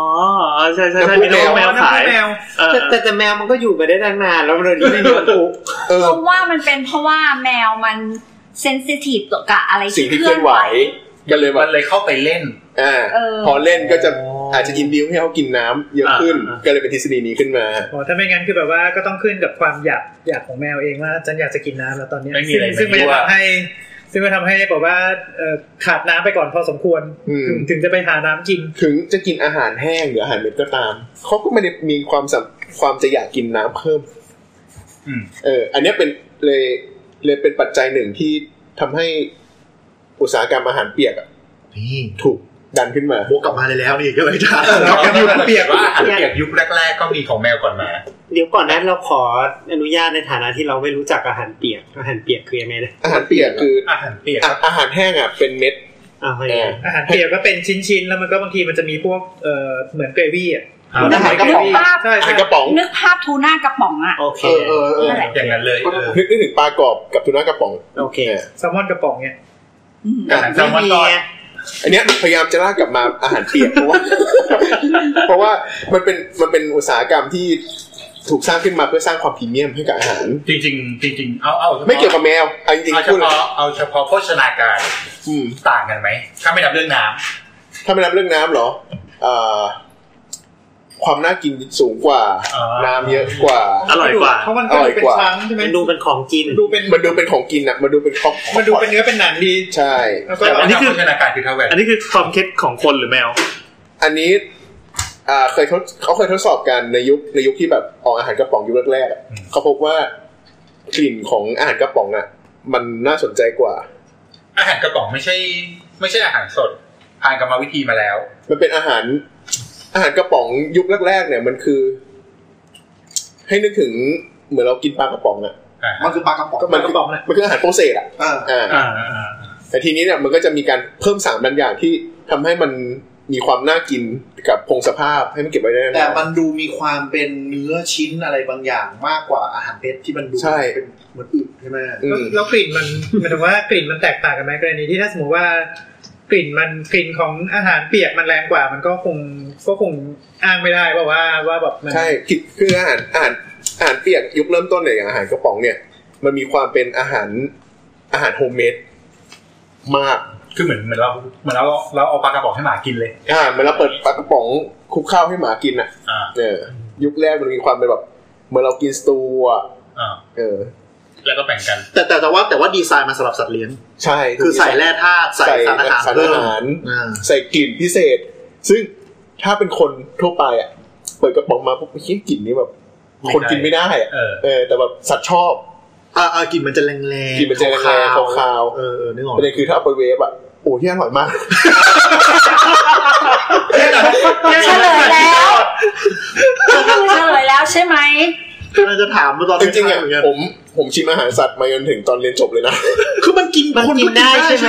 Speaker 4: ใช่ใช่ใช่
Speaker 3: แต่พวก
Speaker 4: มีน้อง
Speaker 3: แม
Speaker 4: แม
Speaker 3: ว
Speaker 4: ว
Speaker 5: น้ำ
Speaker 4: ขา
Speaker 5: พุ
Speaker 4: ย
Speaker 5: แมว
Speaker 4: เออ
Speaker 10: แต่แต่แต่แมวมันก็อยู่มาได้ตั้งนานแล้วเราไม่มีมันถูก
Speaker 3: เออ
Speaker 2: เพราะว่ามันเป็นเพราะว่าแมวมันเซนซิทีฟต่อกับอะไร
Speaker 3: สิ่ง
Speaker 2: ที่
Speaker 3: ที่
Speaker 2: เค
Speaker 3: เค
Speaker 2: ลื่อ
Speaker 3: ลื่อนน
Speaker 2: ไห
Speaker 3: ไห
Speaker 2: ว
Speaker 3: วก็เลยแบบ
Speaker 9: มันเลยเข้าไปเล่น
Speaker 3: อ่า
Speaker 2: เออ
Speaker 3: พอเล่นก็จะอาจจะยินดีให้เขากินน้ำเยอะขึ้น ก็เลยเป็นทฤษฎีนี้ขึ้นมา
Speaker 5: อ๋อถ้าไม่งั้นคือแบบว่าก็ต้องขึ้นกับความอยากอยากของแมวเองว่าฉันอยากจะกินน้ำแล้วตอนเนี้ย
Speaker 9: ไม่มีอะไร
Speaker 5: ซึ่งซึ่งมันจะ
Speaker 9: ไม่รู้อะ
Speaker 5: ทำให้ ซึ่งมันทำให้บอกว่าเอ่อขาดน้ำไปก่อนพอสมควร
Speaker 3: อืม
Speaker 5: ถึงถึงจะไปหาน้ำกิน
Speaker 3: ถึงจะกินอาหารแห้งหรืออาหารเม็ดก็ตามเขาก็ไม่ได้มีความสำความจะอยากกินน้ำเพิ่ม
Speaker 9: อืม
Speaker 3: เออ อันเนี้ยเป็นเลยเลยเป็นปัจจัยหนึ่งที่ทำให้อุตสาหกรรมอาหารเปียกอะ
Speaker 7: นี่
Speaker 3: ถูกดันขึ้นมา
Speaker 7: โบกกลับมาเลยแล้วนี่ก็เลยจ้า
Speaker 9: เราก็ยุคเปียกว่าอาหารเปียกยุคแรก ๆ ก็มีของแมวก่อนมา
Speaker 10: เดี๋ยวก่อนนั้นเราขออนุญาตในฐานะที่เราไม่รู้จักอาหารเปียกอาหารเปียกคือยังไงนะ
Speaker 3: อาหารเปียกคือ
Speaker 9: อาหารเปียก
Speaker 3: อ่ะอาหารแห้งอ่ะเป็นเม็ด
Speaker 10: อ้าว
Speaker 3: เออ
Speaker 5: อาหารเปียกก็เป็นชิ้นๆ แล้วมันก็บางทีมันจะมีพวกเอ่อเหมือนเกรวี่อ่ะ
Speaker 10: อาหารกระป๋อง
Speaker 2: ภาพ
Speaker 5: ใช่
Speaker 3: อา
Speaker 5: ใช่
Speaker 3: หารกระป๋อง
Speaker 2: นึกภาพทูน่ากระป๋องอ่ะ
Speaker 10: โอเค
Speaker 3: เออเออเออ
Speaker 2: นั่นแหละ
Speaker 9: อย่างนั้นเลยเออ
Speaker 3: นึกนึกถึงปลากรอบกับทูน่ากระป๋อง
Speaker 10: โอเค
Speaker 3: เออ
Speaker 5: แซลมอนกระป๋องเนี่ย
Speaker 2: อืม
Speaker 9: อาหารแซลมอนทอด
Speaker 3: อันเนี้ยพยายามจะลากกลับมาอาหารเปียกเพราะว่า *laughs* เพราะว่ามันเป็นมันเป็นอุตสาหกรรมที่ถูกสร้างขึ้นมาเพื่อสร้างความพรีเมียมให้กับอาหาร
Speaker 9: จริงๆจริงๆเอาเอาฉพาะ
Speaker 3: ไม่เกี่ยวกับแมวเอาจริง
Speaker 9: เอา
Speaker 3: ๆ
Speaker 9: เฉ
Speaker 3: พูดเลย
Speaker 9: พาะเอาเฉพาะโภชนาการ
Speaker 3: อืม
Speaker 9: ต่างกันไหมถ้าไม่นับเรื่องน้
Speaker 3: ถ้าไม่นับเรื่องน้ำเหรอเอ่อความน่ากินสูงกว่า
Speaker 9: ำอ่า
Speaker 3: น้ำเยอะกว่า
Speaker 4: อร่อยกว่า
Speaker 5: เพราะมันก็
Speaker 3: อร่
Speaker 5: ดู
Speaker 3: อย
Speaker 5: เป็น
Speaker 3: กว่า
Speaker 5: ชั้นใช่ไหม
Speaker 10: มันดูเป็นของกิน
Speaker 5: ดูเป็น
Speaker 3: มันดูเป็นของกินอะมันดูเป็นของ
Speaker 5: มันดูเป็นเนื้อเป็นหนังดี
Speaker 3: ใช่
Speaker 5: แล้วก็
Speaker 9: แต่
Speaker 5: แบบ
Speaker 9: ว่า
Speaker 4: อันนี้
Speaker 9: ทาง
Speaker 4: คือ
Speaker 9: โภชนาการคือข้าวแหวน
Speaker 4: อันนี้คือความคิดของคนหรือแมว
Speaker 3: อันนี้อ่าเคยทดเขาเคยทดสอบกันในยุคในยุคที่แบบออกอาหารกระป๋องยุคแรกๆอะเขาพบว่ากลิ่นของอาหารกระป๋องอะมันน่าสนใจกว่า
Speaker 9: อาหารกระป๋องไม่ใช่ ไม่ใช่อาหารสด ผ่านกรรมวิธีมาแล้ว
Speaker 3: มันเป็นอาหาร อาหารกระป๋องยุคแรกๆเนี่ยมันคือ ให้นึกถึงเหมือนเรากินปลากระป๋องอะ
Speaker 7: มันคือปลากระป๋อง
Speaker 3: มันกระป๋องมันคืออาหารโปรเซสอะ
Speaker 7: อ่า
Speaker 3: อ่า แต่ทีนี้เนี่ยมันก็จะมีการเพิ่มสารบางอย่างที่ทำให้มันมีความน่ากินกับพงสภาพให้มันเก็บไว้ได้
Speaker 7: แต่
Speaker 3: นาน
Speaker 7: มันดูมีความเป็นเนื้อชิ้นอะไรบางอย่างมากกว่าอาหารเพชรที่มันดู
Speaker 3: ใช่
Speaker 7: เป็นเหมือนอึใช่ไหม
Speaker 3: อื
Speaker 5: แล้ว
Speaker 3: ม
Speaker 5: แล้วกลิ่นมันหมายถึงว่ากลิ่นมันแตกต่างกันไหมกรณีที่ถ้าสมมติว่ากลิ่นมันกลิ่นของอาหารเปียกมันแรงกว่า มันก็คงก็คงอ้างไม่ได้ว่าว่าว่าแบบมัน
Speaker 3: ใช่คือคืออาหารอาหารอาหารเปียกยุคเริ่มต้นเนี่ยอย่างอาหารกระป๋องเนี่ย มันมีความเป็นอาหารอาหารโฮมเมดมาก
Speaker 9: คือเหมือนเหมือนเราเหมือนเราเราเอาปลากระป๋องให้หมากินเลย
Speaker 3: อ่าเหมือนเราเปิดปลากระป๋องคลุกข้าวให้หมากินอ่ะ
Speaker 9: อ่า
Speaker 3: เออ ยุคแรกมันมีความเป็นแบบเหมือนเรากินสตูอ่ะ
Speaker 9: อ่า
Speaker 3: เออ
Speaker 9: แล้วก็แบ่งกัน
Speaker 7: แต่แต่แต่ว่าแต่ว่าดีไซน์มันสำหรับสัตว์เลี้ยง
Speaker 3: ใช่
Speaker 7: คือใส่แร่ธาตุใส่
Speaker 3: ใส่
Speaker 7: สารอาหาร
Speaker 3: สาร
Speaker 7: เพิ่
Speaker 3: อาม หาร
Speaker 7: อ่า
Speaker 3: ใส่กลิ่นพิเศษ ซึ่งถ้าเป็นคนทั่วไปอ่ะ เปิดกระป๋องมาปุ๊บคิดกลิ่นนี้แบบ
Speaker 9: ไม่ได้
Speaker 3: คนกินไม่ได้อะ
Speaker 9: เออ
Speaker 3: เออ แต่แบบสัตว์ชอบ
Speaker 7: อ่าอ่ากลิ่นมันจะแรงแรง
Speaker 3: กลิ่นมันจะแรงๆคาวๆ
Speaker 7: เออเออนึกออก
Speaker 3: ประเด็นคือถ้าเอาไปเวฟอ่ะโอ้ที่อร่อยมาก
Speaker 2: เฉลยแล้วเฉลยแล้วใช่ไหม
Speaker 7: กำลังจะถามมาตอน
Speaker 3: จริงๆ
Speaker 7: ท้ายๆ
Speaker 3: อ่ะ
Speaker 7: เหมือนกัน
Speaker 3: ผมผมชิมอาหารสัตว์มาจนถึงตอนเรียนจบเลยนะ
Speaker 7: คือมันกิน
Speaker 10: มัน
Speaker 7: คน
Speaker 10: กินได้ใช่ไหม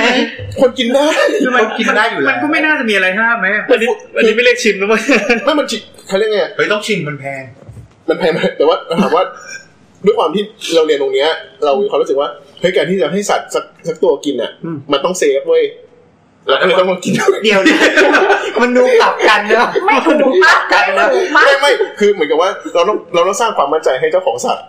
Speaker 3: คนกินได้
Speaker 5: คือมัน
Speaker 9: กินได้อยู่แล้ว
Speaker 5: มันก็ไม่น่าจะมีอะไรห้ามไหม
Speaker 4: อันนี้อันนี้ไม่เรียกชิมนะมั้ย
Speaker 3: ไม่มันชิเขาเรียกไง
Speaker 9: เฮ้ยต้องชิมมันแพง
Speaker 3: มันแพงไห *laughs* มแต่ว่าถามว่า ด้วยความที่เราเรียนตรงเนี้ย เรามีความรู้สึกว่าเฮ้ยการที่จะให้สัตว์สักสักตัวกินอ่ะ มันต้องเซฟเว้ยเราก็เลยต้องมากิน
Speaker 10: เดียวนะมันดูกลับกันเนอะ
Speaker 2: ไม่ถูกปะไม่ถูกปะ
Speaker 3: ไม่ไม่คือเหมือนกับว่าเราต้องเราต้องสร้างความมั่นใจให้เจ้าของสัตว์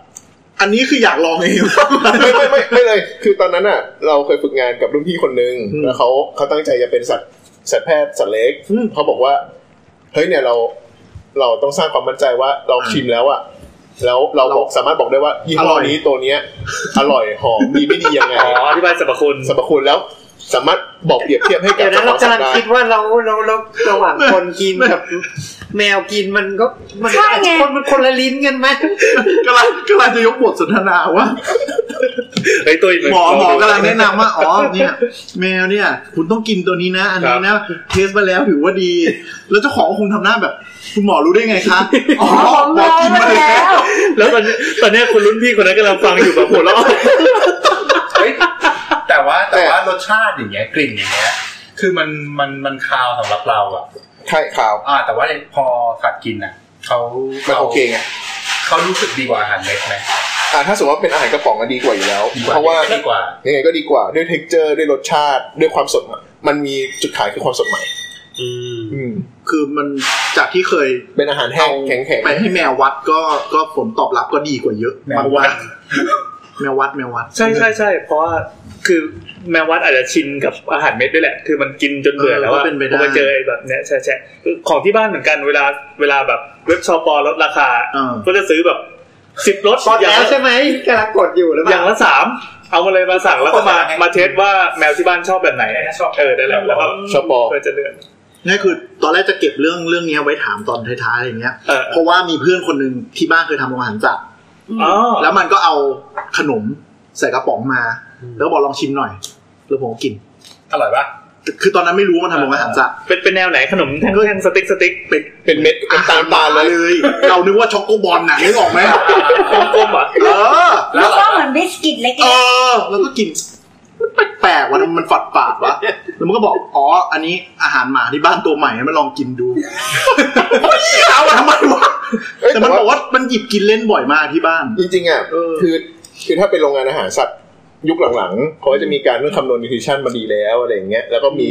Speaker 7: อันนี้คืออยากลองเอง
Speaker 3: ไม่ไม่ไม่ไม่เลย คือตอนนั้นอ่ะ เราเคยฝึกงานกับรุ่นพี่คนนึง
Speaker 7: อืม
Speaker 3: แล้วเขาเขาตั้งใจจะเป็นสัตว์สัตวแพทย์สัตว์เล็ก
Speaker 7: อืม
Speaker 3: เขาบอกว่าเฮ้ยเนี่ยเราเราต้องสร้างความมั่นใจว่าเราชิมแล้วอ่ะแล้วเราบอกสามารถบอกได้ว่ายี่ห้อ
Speaker 7: ร่อย
Speaker 3: นี้ตัวเนี้ย อร่อยหอมดีไม่ดียังไง
Speaker 4: อ๋ออธิบายสรรพคุณ
Speaker 3: สรรพคุณแล้ว สามารถบอกเปรียบเทียบให้กั
Speaker 10: เดี๋
Speaker 3: บ
Speaker 10: ยวนะเรา
Speaker 3: เจ้าของสัต
Speaker 10: กำลัง
Speaker 3: ว์ได้
Speaker 10: คิดว่าเราเราเราระหว่างคนกินกับแมวกินมันก็มัน
Speaker 2: ใช่ไง
Speaker 10: คนมันคนละลิ้นกันไหม
Speaker 7: กำลังกำลังจะยกบทสนทนาว่า
Speaker 4: ไอ้ยตัวก
Speaker 3: *laughs*
Speaker 7: หมอหมอกำลังแนะนำว่าอ๋อเนี่ย แมวเนี่ย คุณต้องกินตัวนี้นะ อันนี้นะเทสมาแล้วถือว่าดี แล้วเจ้าของคงทำหน้าแบบ คุณหมอรู้ได้ไงคะอ๋อ
Speaker 2: ผม
Speaker 7: หม
Speaker 2: ล
Speaker 7: อ
Speaker 2: อง
Speaker 7: กิน
Speaker 2: มา
Speaker 7: มาเลย
Speaker 2: แล้ว
Speaker 4: แล้วตอนนี้ตอนนี้คุณรุ่นพี่คนนั้นกำลังฟังอยู่แบบหัวเราะ
Speaker 9: เฮ้ยแต่ว่าแต่ว่ารสชาติอย่างเงี้ยกลิ่นอย่างเงี้ย คือมันมันมันคาวสำหรับเราอ่ะ
Speaker 3: ใช่ข่าว
Speaker 9: อ่า แต่ว่าพอสัตว์กินอ่ะเขา
Speaker 3: มันโอเคไง
Speaker 9: เขารู้สึกดีกว่าอาหารเม็ดไหม
Speaker 3: อ่ะถ้าสมมติว่าเป็นอาหารกระป๋องก็ดีกว่าอยู่แล้ว
Speaker 9: ดีกว่า
Speaker 3: เพราะว่า
Speaker 9: ดีกว่า
Speaker 3: ยังไงก็ดีกว่าด้วยเท็กเจอร์ด้วยรสชาติด้วยความสดใหม่มันมีจุดขายคือความสดใหม่ อืม
Speaker 7: คือมันจากที่เคย
Speaker 3: เป็นอาหารแห้งแข็งแข็ง
Speaker 7: ไปให้แมววัดก็ก็ผลตอบรับก็ดีกว่าเยอะ
Speaker 9: แมววัด
Speaker 7: แมววัดแมววัด
Speaker 4: ใช่ใช่ใช่เพราะว่าคือแมววัดอาจจะชินกับอาหารเม็ดด้วยแหละ คือมันกินจนเบื่อแล้ว
Speaker 7: เออก็
Speaker 4: อะ
Speaker 7: เป็นไปได้
Speaker 4: พอมาเจอไอ้แบบเนี้ยใช่ใช่คือของที่บ้านเหมือนกันเวลาเวลาแบบเว็บชอปอลดราคา
Speaker 7: เออ
Speaker 4: ก็จะซื้อแบบสิบรถ
Speaker 10: ตอน
Speaker 4: อย่าง
Speaker 10: แล้ว
Speaker 4: ละ
Speaker 10: ใช่ไหมกำลังกดอยู่หรือเป
Speaker 4: อย่า
Speaker 10: ล่าง
Speaker 4: ละสามเอามาเลยมาสั่งแล้วก็มามาเทสว่าแมวที่บ้านชอบแบบไหน
Speaker 5: ชอบ
Speaker 4: เออได้แล้วแล้วก็
Speaker 3: ชอบปอ
Speaker 4: ก็จะเลือก
Speaker 7: นี่นคือตอนแรกจะเก็บเรื่องเรื่องเนี้ยไว้ถามตอนท้ายๆอะไรเงี้ย
Speaker 4: เออ
Speaker 7: เพราะว่ามีเพื่อนคนหนึ่งที่บ้านเคยทำโรงอาหารจัด
Speaker 4: อ๋อ
Speaker 7: แล้วมันก็เอาขนมใส่กระป๋องมา แล้วบอกลองชิมหน่อย แล้วผมก็กิน
Speaker 9: อร่อยปะ
Speaker 7: คือตอนนั้นไม่รู้ว่ามันทำลงอาหารสัตว์
Speaker 4: เป็นเป็นแนวไหนขนมแท่งๆสติ๊กสติ๊กเป็น
Speaker 3: เป็นเม็ดน้ำตาลปานเลย
Speaker 7: เลย เรานึกว่าช็อกโกบอลน่ะนึกออกไหม
Speaker 4: กลมๆเหรอ่ะ
Speaker 7: เออ
Speaker 2: แล้วก็เหมือนบิสกิตเล็ก
Speaker 7: เออ แล้วก็กินมันแปลกๆวะมันฝัดปาดวะแล้วมันก็บอก อ๋อ อันนี้อาหารหมาที่บ้านตัวใหม่ให้มันลองกินดูเฮ้ยเอาอะทำไมวะ
Speaker 3: เอ้ย
Speaker 7: แต่
Speaker 3: แต่
Speaker 7: มัน
Speaker 3: ว่า
Speaker 7: บอกว่ามันหยิบกินเล่นบ่อยมากที่บ้าน
Speaker 3: จริงๆอ่ะ
Speaker 7: เออ
Speaker 3: คือคือถ้าเป็นโรงงานอาหารสัตว์ยุคหลังๆเขาก็จะมีการเรื่องคำนวณนิวทริชั่นมาดีแล้วอะไรอย่างเงี้ยแล้วก็มี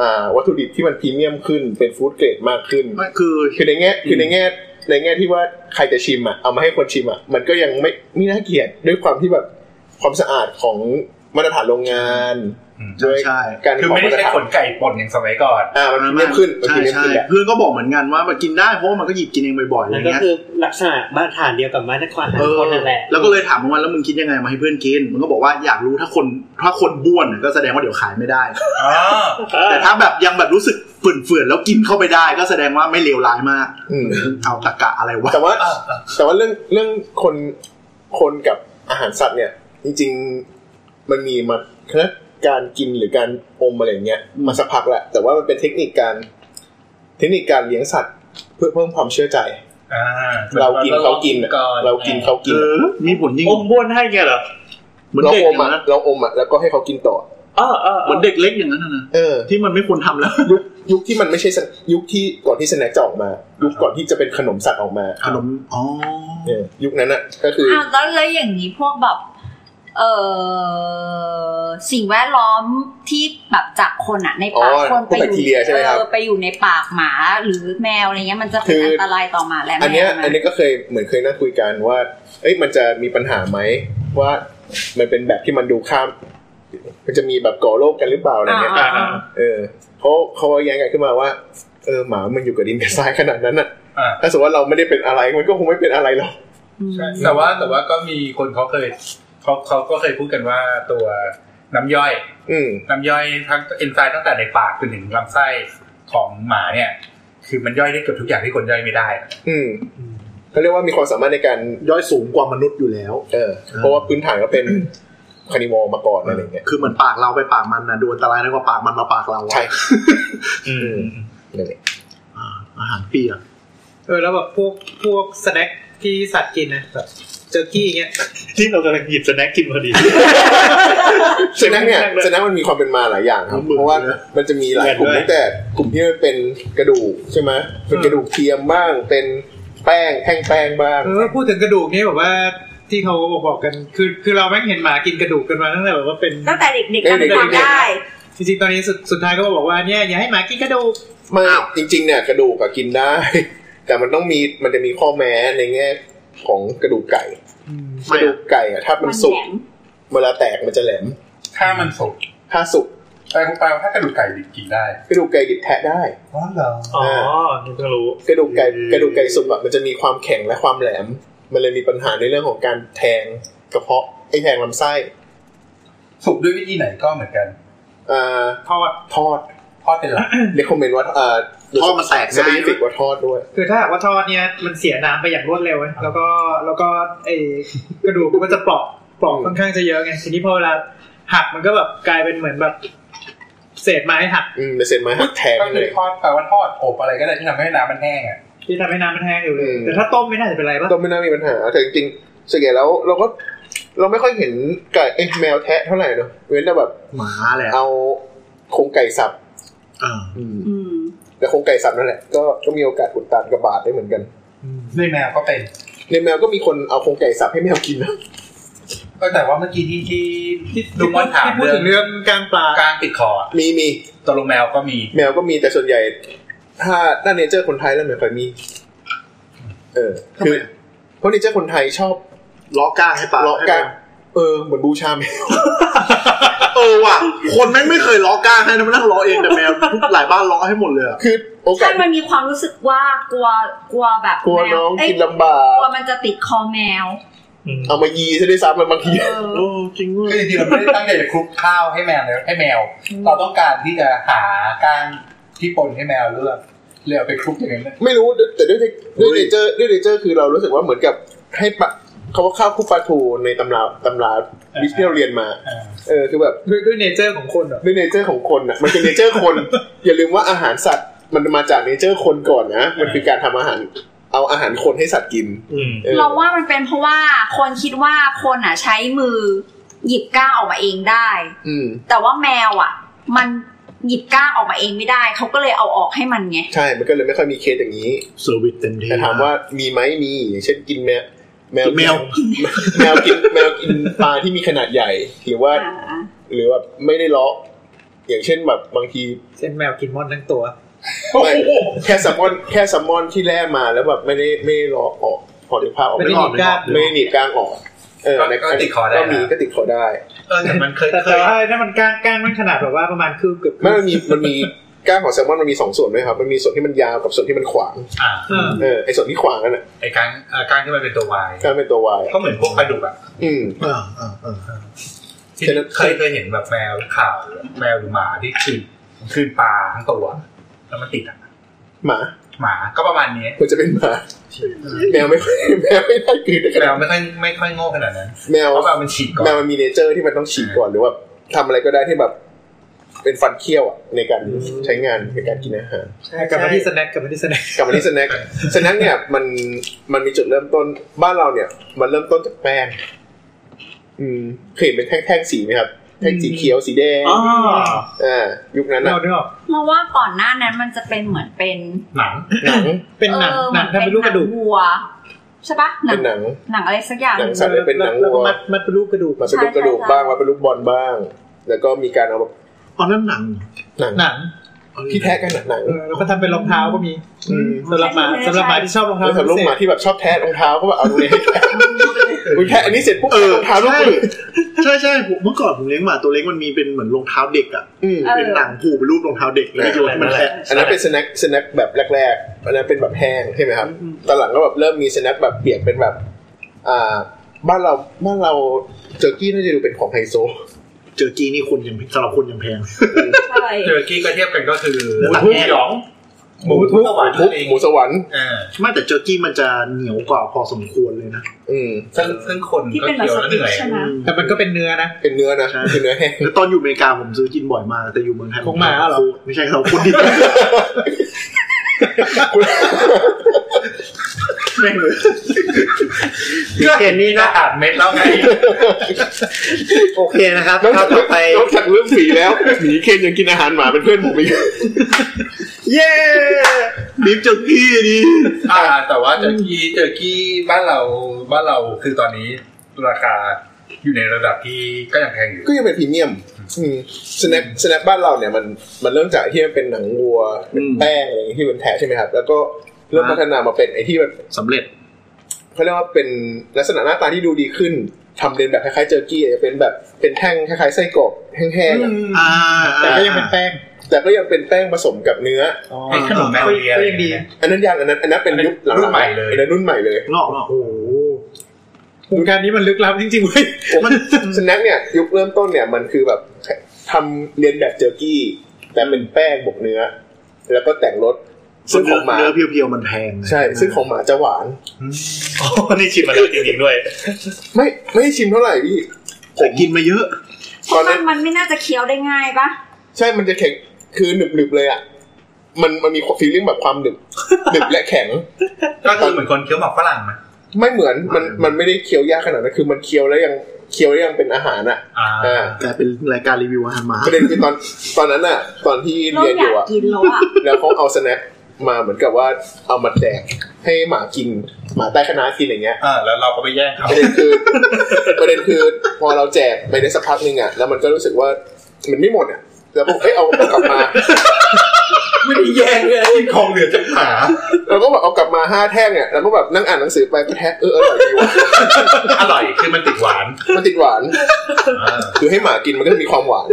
Speaker 3: อ่าวัตถุดิบที่มันพรีเมียมขึ้นเป็นฟู้ดเกรดมากขึ้น
Speaker 7: มันคือ
Speaker 3: คือในแง่คือในแง่ในแง่ที่ว่าใครจะชิมอ่ะเอามาให้คนชิมอ่ะมันก็ยังไม่ไม่น่าเกลียดด้วยความที่แบบความสะอาดของมาตรฐานโรงงาน
Speaker 9: อืม
Speaker 3: ด้วย
Speaker 7: ใช่
Speaker 3: การ
Speaker 9: คือ
Speaker 3: ขอ
Speaker 9: ไม่
Speaker 3: ง
Speaker 9: ได้
Speaker 3: มาตร
Speaker 9: ใช้
Speaker 3: ฐาน
Speaker 9: ขนไก่ป่นอย่างสมัยก่อน
Speaker 3: อ่ามันพรีเมียมขึ้นมันพ
Speaker 7: ใช่
Speaker 3: รีเมียม
Speaker 7: ใช่
Speaker 3: ขึ้นแหละ
Speaker 7: เพื่อนก็บอกเหมือนกันว่ามันกินได้เพราะว่ามันก็หยิบกินเองบ่อยๆอะไร
Speaker 10: มันก็
Speaker 7: เงี้ย
Speaker 10: คือลักษณะมาตรฐานเดียวกับมาตรฐาน
Speaker 7: เออ
Speaker 10: คนนั่นแหละ
Speaker 7: แล้วก็เลยถามมันว่าแล้วมึงคิดยังไงมาให้เพื่อนกิน มันก็บอกว่าอยากรู้ถ้าคนถ้าคนบ้วนน่ะก็แสดงว่าเดี๋ยวขายไม่ได้
Speaker 9: อ๋อ
Speaker 7: แต่ถ้าแบบยังแบบรู้สึกฝืนๆแล้วกินเข้าไปได้ ก็แสดงว่าไม่เลวร้ายมาก
Speaker 3: อืม
Speaker 7: เอาตะกะอะไรวะ
Speaker 3: แต่ว่าแต่ว่าเรื่องเรื่องคนคนกับอาหารสัตว์เนี่ย จริง ๆ มันมีมาคณะ การกินหรือการอมอะไรอย่างเงี้ยมาสักพักแหละแต่ว่ามันเป็นเทคนิคการ เทคนิคการเลี้ยงสัตว์ เพื่อเพิ่มความเชื่อใจ
Speaker 9: อ่า
Speaker 3: เรากินเขากินอะ
Speaker 9: ก่อ
Speaker 3: เรากินเขากินอะ
Speaker 7: มีผลยิ่ง
Speaker 4: อมบ้วนให้แกเหรอเหมือน
Speaker 3: เรา
Speaker 4: เด็ก
Speaker 3: อ
Speaker 4: อ
Speaker 3: ม
Speaker 4: ย่าง
Speaker 3: อ่ะ
Speaker 4: นั้นนะ
Speaker 3: เราอมอ่ะแล้วก็ให้เขากินต่อ
Speaker 4: เออเออ
Speaker 7: เหมือนเด็กเล็กอย่างนั้นน่ะนะ
Speaker 3: เออ
Speaker 7: ที่มันไม่ควรทำแล้ว
Speaker 3: ยุคยุคที่มันไม่ใช่สแนยุคที่ก่อนที่สแน็คจะออกมา ยุคก่อนที่จะเป็นขนมสัตว์ออกมา
Speaker 7: ขนมอ๋อ
Speaker 3: เออยุคนั้นอ่ะก็คืออ
Speaker 2: อ้าวแล้วแล้วอย่างนี้พวกแบบเออสิ่งแวดล้อมที่แบบจากคนอะใน
Speaker 3: อ๋อ
Speaker 2: ป่าคน
Speaker 3: พวกแบคทีเรียใช่ไหมครับ
Speaker 2: เออไปอยู่ในปากหมาหรือแมวอะไรเงี้ยมันจะ
Speaker 3: คื
Speaker 2: เป็น
Speaker 3: ออั
Speaker 2: อันตรายต่อหมาและแมว
Speaker 3: อันเนี้ย
Speaker 2: ไหม
Speaker 3: อันนี้ก็เคยเหมือนเคยนั่งคุยกันว่า เอ้ยมันจะมีปัญหาไหมว่ามันเป็นแบบที่มันดูข้าม มันจะมีแบบก่อโรคกันหรือเปล่าอะไรเงี้ย
Speaker 2: อ่าอ่า
Speaker 3: เออเขาเขาแย้งกันขึ้นมาว่า เออหมามันอยู่กับดินกับทรายขนาดนั้นอ่ะ
Speaker 9: อ่า
Speaker 3: ถ้าสมมติว่าเราไม่ได้เป็นอะไรมันก็คงไม่เป็นอะไรหรอก
Speaker 2: อืม
Speaker 9: ใช่แต่ว่าแต่ว่าก็มีคนเขาเคยเขาเขาก็เคยพูดกันว่าตัวน้ำย่อย
Speaker 3: อืม
Speaker 9: น้ำย่อยทั้งเอนไซม์ตั้งแต่ในปากจนถึงลำไส้ของหมาเนี่ย คือมันย่อยได้เกือบทุกอย่างที่คนย่อยไม่ได้
Speaker 3: อืมเขาเรียกว่ามีความสามารถในการ
Speaker 7: ย่อยสูงกว่ามนุษย์อยู่แล้ว
Speaker 3: เออ เพราะว่าพื้นฐาน *coughs* ก็เป็นคานิวอลมาก่อนอะไรเงี้ย
Speaker 7: คือเหมือนปากเราไปปากมันนะดูอันตรายน้อยกว่าปากมันมาปากเราอะ
Speaker 3: ใช่
Speaker 4: อืม
Speaker 3: นั่นแหละ
Speaker 7: อ่าอาหารเปียก
Speaker 5: เออแล้วแบบพวกพวกสแน็คที่สัตว์กินนะแบบเจอกี้อย่างเงี้ย
Speaker 4: ที่เรากำลังหยิบสแน็คกินพอดี
Speaker 3: ฉะนั้นเนี่ยฉะนั้นมันมีความเป็นมาหลายอย่างครับ เพราะว่ามันจะมีหลายกลุ่มตั้งแต่กลุ่มที่มันเป็นกระดูกใช่ไหมเป็นกระดูกเทียมบ้าง เป็นแป้งแท่งแป้งบ้าง
Speaker 5: เออพูดถึงกระดูกนี่แบบว่าที่เขาบอกบอกกันคือคือเราแม่งเห็นหมากินกระดูกกันมาตั้งแต่แบบว่าเป็น
Speaker 2: ตั้งแต่เด็กๆ
Speaker 3: เด็กๆ
Speaker 2: ทำได้
Speaker 5: จริงๆ ตอนนี้สุดสุดท้ายก็บอกว่าเนี่ยอย่าให้หมากินกระดูก
Speaker 3: มาจริง ๆ เนี่ยกระดูกอะกินได้ *laughs* แต่มันต้องมีมันจะมีข้อแม้ในแง่ของกระดูกไก่กระดูกไก่อะถ้ามั
Speaker 2: มัน น
Speaker 3: สุก
Speaker 2: แข็ง
Speaker 3: เวลาแตกมันจะแหลม
Speaker 9: ถ้ามันสุก
Speaker 3: ถ้าสุก
Speaker 9: แปลแปลว่าถ้ากระดูกไก่ดิบกินได้
Speaker 3: กระดูกไก่ดิบแทะได้
Speaker 9: อ๋อเหรอ
Speaker 4: อ๋อนี่เพิ่งรู้
Speaker 3: กระดูกไก่กระดูกไก่สุกอะมันจะมีความแข็งและความแหลม มันเลยมีปัญหาในเรื่องของการแทงกระเพาะไอแทงลำไส้
Speaker 9: สุกด้วยวิธีไหนก็เหมือนกัน
Speaker 3: อ่า
Speaker 5: ทอด
Speaker 3: ทอด
Speaker 9: ทอด *laughs* เป็นหลัก
Speaker 3: เรคคอมเมนต์ว่าอ่า
Speaker 7: ท่อมันแตก
Speaker 3: ส
Speaker 7: ง่า
Speaker 3: เป
Speaker 7: ย
Speaker 3: ซิฟิกว่าทอดด้วย
Speaker 5: คือถ้าหากว่าทอดเนี่ยมันเสียน้ำไปอย่างรวดเร็วเว้ยแล้วก็แล้วก็ไอ้กระดูกมันก็จะเปราะเปราะค่อนข้างจะเยอะไงทีนี้พอเวลาหักมันก็แบบกลายเป็นเหมือนแบบ เศษไม้หัก
Speaker 3: อืมเป็นเซนไม้หักแทง
Speaker 9: ก็คื
Speaker 3: เล
Speaker 9: อย ทอดแปลว่าทอดอบอะไรก็ได้ที่ทำให้น้ำมันแห้งอ่ะ
Speaker 5: ที่ทำให้น้ำมันแห้งอยู่เลย
Speaker 3: อืม
Speaker 5: แต่ถ้าต้มไม่น่าจะเป็นไรป่ะ
Speaker 3: ก็ไม่น่ามีปัญหาแต่จริงๆส่วนใหญ่แล้วเราก็เราไม่ค่อยเห็นไก่เอ้ยแมวแทะเท่าไหร่เนอะเว้นแต่แบบ
Speaker 7: หมาแหละ
Speaker 3: เอาโครงไก่สับ
Speaker 7: อ่า
Speaker 3: อืม
Speaker 2: อืม
Speaker 3: แต่โครงไก่สับนั่นแหละก็ก็มีโอกาสอุดตันกระบาดได้เหมือนกัน
Speaker 9: ในแมวก็เป็น
Speaker 3: ในแมวก็มีคนเอาโครงไก่สับให้แมวกินนะ
Speaker 9: ก็แต่ว่าเมื่อกี้ที่ที่ที่ลุงมอนถาม
Speaker 5: ที่พูด
Speaker 9: เรื่อ
Speaker 5: ถึ
Speaker 9: ง
Speaker 5: งเรื่องกลางปลา
Speaker 9: การติดคออะ
Speaker 3: มีมี
Speaker 9: ตกลงแมวก็มี
Speaker 3: แมวก็มีแต่ส่วนใหญ่ ถ้าด้านเนเจอร์คนไทยแล้วไม่ค่อยมี เออ คือเพราะเนเจอร์คนไทยชอบ
Speaker 7: ล้อกล้างให้ปาก
Speaker 3: เลาะกลางเออ เหมือนบูชาแม *laughs* ว
Speaker 7: เออว่ะ คนแม่งไม่เคยล้อกล้างให้นะมันนั่งล้อเองแต่แมวทุกหลายบ้านล้อให้หมดเลยอะ
Speaker 3: คือโอกา
Speaker 2: ใช่
Speaker 3: ส
Speaker 2: มันมีความรู้สึกว่ากลัวกลัวแบบ
Speaker 3: กลัว
Speaker 2: แม
Speaker 3: น้อง
Speaker 2: เย
Speaker 3: กินลำบาก
Speaker 2: กลัวมันจะติดคอแมว
Speaker 3: เอามายีซะด้วยซ้ำมันบางที
Speaker 2: เออ
Speaker 7: โอ้จริงเว้ย
Speaker 9: คือจริงๆเราไม่ได้ตั้งใจจะคลุกข้าวให้แมวเลยให้แมว เราต้องการที่จะหาก้างที่ปนให้แมวเลือกเลยเอาไปคลุกอย่างนั้น
Speaker 3: ไม่รู้แต่ด้วยด้วยเนเจอร์ด้วยเนเจอร์คือเรารู้สึกว่าเหมือนกับให้ปะเขาว่าข้าวคลุกปลาทูในตำราตำราวิทย์ที่เราเรียนมา เออ คือแบบ
Speaker 5: ด้วยด้วยเนเจอร์ของคนเหรอ
Speaker 3: ด้วยเนเจอร์ของคนอ่ะมันคือเนเจอร์คน อย่าลืมว่าอาหารสัตว์มันมาจากเนเจอร์คนก่อนนะ มันคือการทำอาหาร เอาอาหารคนให้สัตว์กิน
Speaker 4: อืม
Speaker 3: เออ
Speaker 2: เราว่ามันเป็นเพราะว่าคนคิดว่าคนอ่ะใช้มือหยิบก้างออกมาเองได้
Speaker 3: อืม
Speaker 2: แต่ว่าแมวอ่ะ มันหยิบก้างออกมาเองไม่ได้ เขาก็เลยเอาออกให้มันไง
Speaker 3: ใช่มันก็เลยไม่ค่อยมีเคสอย่างนี้
Speaker 7: เซอร์วิสเต็มที่
Speaker 3: แต่ถามว่ามีไหมมีอย่างเช่นกินแมวแมว
Speaker 7: แมว
Speaker 3: แมวกิน *laughs* แมวกินปลาที่มีขนาดใหญ่ หรือว่า
Speaker 2: อ่า
Speaker 3: หรือแบบไม่ได้เลาะอย่างเช่นแบบบางที
Speaker 5: เช่นแมวกินมอนทั้งตัว
Speaker 3: ไม่แค่แซลมอนแค่แซลมอนที่แล่มาแล้วแบบไม่ได้ไม่ได้เลาะออกพอถึงภาพออก
Speaker 5: ไม่ได้หนีบกล้าง
Speaker 3: ไม่ได้หนีบกล้างออกเออในก็มีก็ติดคอได้
Speaker 9: เออแต่มันเคย
Speaker 5: แต่
Speaker 9: เค
Speaker 5: แต่
Speaker 9: ย
Speaker 5: ว่าถ้ามันกล้างกล้างมันขนาดแบบว่าประมาณคืบเกือบคื
Speaker 3: ไม่
Speaker 5: บ
Speaker 3: มันมีมันมีก้างของแซลมอนมันมีสองส่วนไหมครับ มันมีส่วนที่มันยาวกับส่วนที่มันขวาง
Speaker 9: อ่า
Speaker 5: เออ
Speaker 3: เออไอส่วนที่ขวางนั่นแหละ
Speaker 9: ไอ้ก้างอ่าก้างที่มันเป็นตัววาย
Speaker 3: ก้างเป็นตัววาย
Speaker 9: ก็เหมือนพวกปลาดุกอ่ะ
Speaker 3: อืม
Speaker 7: อ่าอ่าอ่า
Speaker 9: ที่
Speaker 3: ฉะนั้น
Speaker 9: เคยเคยเห็นแบบแมวข่าวแมวหรือหมาที่คืนคืนปลาทั้งตัวแล้วมันติดอ่ะ
Speaker 3: หมา
Speaker 9: หมาก็ประมาณนี้
Speaker 3: ควรจะเป็นหมาแมวไม่ค่อย *laughs* แมวไม่ได้กลืนข
Speaker 9: แม
Speaker 3: นาด
Speaker 9: วไม่ค่อยไม่ค่อยโง่ขนาดนั้น
Speaker 3: แมว
Speaker 9: เพราะแบบมันฉีกก่อน
Speaker 3: แมวมันมีเนเจอร์ที่มันต้องฉีกก่อนหรือว่า ทำอะไรก็ได้ที่แบบ เป็นฟันเคี้ยวอะในการใช้งานในการกินอาหาร
Speaker 5: กลับมาที่สแน็คกลับมาที่สแน็ค
Speaker 3: *laughs* กลับมาที่สแน็คสแน็คเนี่ยมันมันมีจุดเริ่มต้นบ้านเราเนี่ย มันเริ่มต้นจากแป้งอืมเคยเห็นเป็นแท่งๆสีไหมครับแท่งสีเขียวสีแดง
Speaker 4: อ๋อ
Speaker 3: อ่ายุคนั้นอะ
Speaker 5: เราด้วยหรอ
Speaker 2: เราว่าก่อนหน้านั้นมันจะเป็นเหมือนเป็น
Speaker 9: หนัง
Speaker 3: หนั
Speaker 2: *laughs*
Speaker 3: ง
Speaker 5: เป็นหนัง
Speaker 2: ออ
Speaker 5: หนังทำเป็นรูปกระดูก
Speaker 2: หนังวัวใช่ปะหนั
Speaker 3: เป็
Speaker 2: ง
Speaker 3: นหนัง
Speaker 2: หนังอะไรสักอย่าง
Speaker 3: หนังสัตว์ เป็นหนังวัว
Speaker 5: แล้วก็มัดมัดเป็นรูปกระดูก
Speaker 3: มาเป็นลูกกระดูก
Speaker 2: ใช่
Speaker 3: บ้างมาเป็นลูกบอลบ้าง แล้วก็มีการเอามา
Speaker 7: อ๋อนั่นหนัง
Speaker 3: หนัง
Speaker 5: หนัง
Speaker 3: ที่แท้กันหนังหนัง
Speaker 5: เออแล้วก็ทำเป็นรองเท้าก็มี
Speaker 3: อืม
Speaker 5: สำหรับหมาสำหรับหมาที่ชอบรองเท้า
Speaker 3: แล้วสำหรับลูกหมาที่แบบชอบแท้รองเท้าก็แบบเอาตรงนี้ให้แท้อุ๊ยแท้อันนี้เสร็จปุ๊บ
Speaker 7: เออ
Speaker 3: รองเท้าลูก
Speaker 7: ใช่
Speaker 3: อื่น
Speaker 7: ใช่ใช่ผมเมื่อก่อนผมเลี้ยงหมาตัวเล็กมันมีเป็นเหมือนรองเท้าเด็กอ่ะ
Speaker 3: อืม
Speaker 2: เออ
Speaker 7: เป็นหนังผูกเป็นรูปรองเท้าเด็กแล้วก็โยนให้มันแทะ
Speaker 3: อันนั้นเป็นสแน็คสแน็คแบบแรกๆ อันนั้นเป็นแบบแห้งใช่ไหมครับ ตอนหลังก็แบบเริ่มมีสแน็คแบบเปียกเป็นแบบ อ่า บ้านเรา บ้านเราเจอร์กี้น่าจะดูเป็นของไฮโซ
Speaker 7: เจอจีนี่คนยังสำหรับคนยังแพง
Speaker 2: ใช่
Speaker 9: เจอกี้ก็เทียบกันก็คือ
Speaker 7: หมูทุบ
Speaker 9: หยอง
Speaker 3: หมูทุบ
Speaker 9: สวรรค์
Speaker 3: ทุบหมูสวรรค์
Speaker 9: อ่า
Speaker 7: ไม่แต่เจอกี้มันจะเหนียวกว่าพอสมควรเลยนะ
Speaker 3: อืม
Speaker 9: ซึ่งซึ่งคน
Speaker 2: ที่
Speaker 9: ก็
Speaker 2: เป็นแบ
Speaker 9: เกี่
Speaker 2: บ
Speaker 9: ยว
Speaker 2: ส
Speaker 9: แล้วเห
Speaker 2: ติ๊ก
Speaker 9: นื่อย
Speaker 2: ใช่ไหม
Speaker 5: แต่มันก็เป็นเนื้อนะ
Speaker 3: เป็นเนื้อนะ
Speaker 7: ใช่
Speaker 3: เป็นเนื้อแห้ง
Speaker 7: แล้วตอนอยู่อเมริกาผมซื้อกินบ่อยมากแต่อยู่เมืองไทย
Speaker 5: ของหมาเหรอ
Speaker 7: ไม่ใช่เราคนดี
Speaker 10: เห็นนี่
Speaker 9: ก็
Speaker 10: นะ
Speaker 9: อ่านเม็ดแล้วไง
Speaker 10: โอเคนะครับ
Speaker 3: นอก
Speaker 10: ข้า
Speaker 3: จาว ก
Speaker 10: ต่อไป
Speaker 3: นอกจากเรื่องฝีแล้วหมีเคนยังกินอาหารหมาเป็นเพื่อนผมอีก
Speaker 10: เย้
Speaker 7: บีฟเจอกี้ดี
Speaker 9: อ่า แต่ว่าเจอกี้เจอกี้บ้านเราบ้านเราคือตอนนี้ราคาอยู่ในระดับที่ก็ยังแพงอยู่
Speaker 3: ก็ยังเป็นพรีเมียม อืมสแน็คสแน็คบ้านเราเนี่ยมัน มันเริ่มจากที่มันเป็นหนังวัว เป็นแป้งอะไรอย่างเงี้ยที่เป็นแท้ใช่ไหมครับ แล้วก็เริ่มพัฒนามาเป็นไอ้ที่แบบ
Speaker 7: สำเร็จ
Speaker 3: เขาเรียกว่าเป็นลักษณะหน้าตาที่ดูดีขึ้นทำเรียนแบบคล้ายๆเจอร์กี้อาจจะเป็นแบบเป็นแท่งคล้ายๆไส้กรอกแห้งๆอะ
Speaker 7: อ่า
Speaker 5: แต่ก็ยังเป็นแป้ง
Speaker 3: แต่ก็ยังเป็นแป้งผสมกับเนื้อ
Speaker 9: ไอ้ขนมแมวเลีย
Speaker 5: ก็ยังดี
Speaker 3: อันนั้นยังอันนั้นอันนั้นเป็นยุคหลังๆ
Speaker 9: รุ่นใหม่เลย
Speaker 3: อันนั้นรุ่นใหม่เลย
Speaker 7: งอกงอก
Speaker 5: โอ้โหวงการนี้มันลึกลับจริงๆเว้ย
Speaker 3: มันสแน็คเนี่ยยุคเริ่มต้นเนี่ยมันคือแบบทำเรียนแบบเจอร์กี้ แต่เป็นแป้งบวกเนื้อ แล้วก็แต่งรสซึ่งของหมา
Speaker 7: เนื้อเพียวๆมันแพงนะ
Speaker 3: ใช่ ซึ่งของหมาจะหวาน
Speaker 4: อ๋อนี่ชิมมาแล้วจริงๆด้วย
Speaker 3: ไม่ไม่ชิมเท่าไหร่พี่
Speaker 7: แต่กินมาเยอะ
Speaker 3: ตอน
Speaker 2: มั
Speaker 3: นั้น น
Speaker 2: มันไม่น่าจะเคี้ยวได้ง่ายปะ
Speaker 3: ใช่ มันจะแข็ง คือหนึบหนึบๆเลยอ่ะ มันมันมีฟีลลิ่งแบบความหนึบ หนึบและแข็ง
Speaker 9: ก็คือเหมือนคนเคี้ยวหมากฝรั่งมั้ย
Speaker 3: ไม่เหมือน มัน มันไม่ได้เคี้ยวยากขนาดนั้น คือมันเคี้ยวแล้วยัง เคี้ยวแล้วยังเป็นอาหารอ่ะ
Speaker 9: อ่า
Speaker 3: อ่า
Speaker 7: กลายเป็นรายการรีวิวอาหารหมา
Speaker 3: ประเด็นคือตอน ตอนนั้นอ่ะ ตอนที่
Speaker 2: เรา
Speaker 3: เรียนอย
Speaker 2: อาก
Speaker 3: ยู่อ่ะ
Speaker 2: กินแล้วอะ
Speaker 3: แล้วเขาเอาสแน็คมาเหมือนกับว่า เอามาแจกให้หมากิน หมาใต้คณะกินอย่างเงี้ย
Speaker 9: อ่าแล้วเราก็ไปแย่งเขา
Speaker 3: ประเด็นคือ ประเด็นคือพอเราแจกไปได้สักพักหนึ่งอ่ะ แล้วมันก็รู้สึกว่ามันไม่หมดอ่ะ แล้วก็เอ้ยเอากลับมา
Speaker 9: ไม่ได้แย่งเลยกินของเหลือจากหมา
Speaker 3: เราก็แบบเอากลับมาห้าแท่งเนี่ยแล้วก็แบบนั่งอ่านหนังสือไปก็แท้เอออร่อยดีว่ะ
Speaker 9: อร่อยคือมันติดหวาน
Speaker 3: มันติดหวาน
Speaker 9: อ่า
Speaker 3: คือให้หมากินมันก็จะมีความหวาน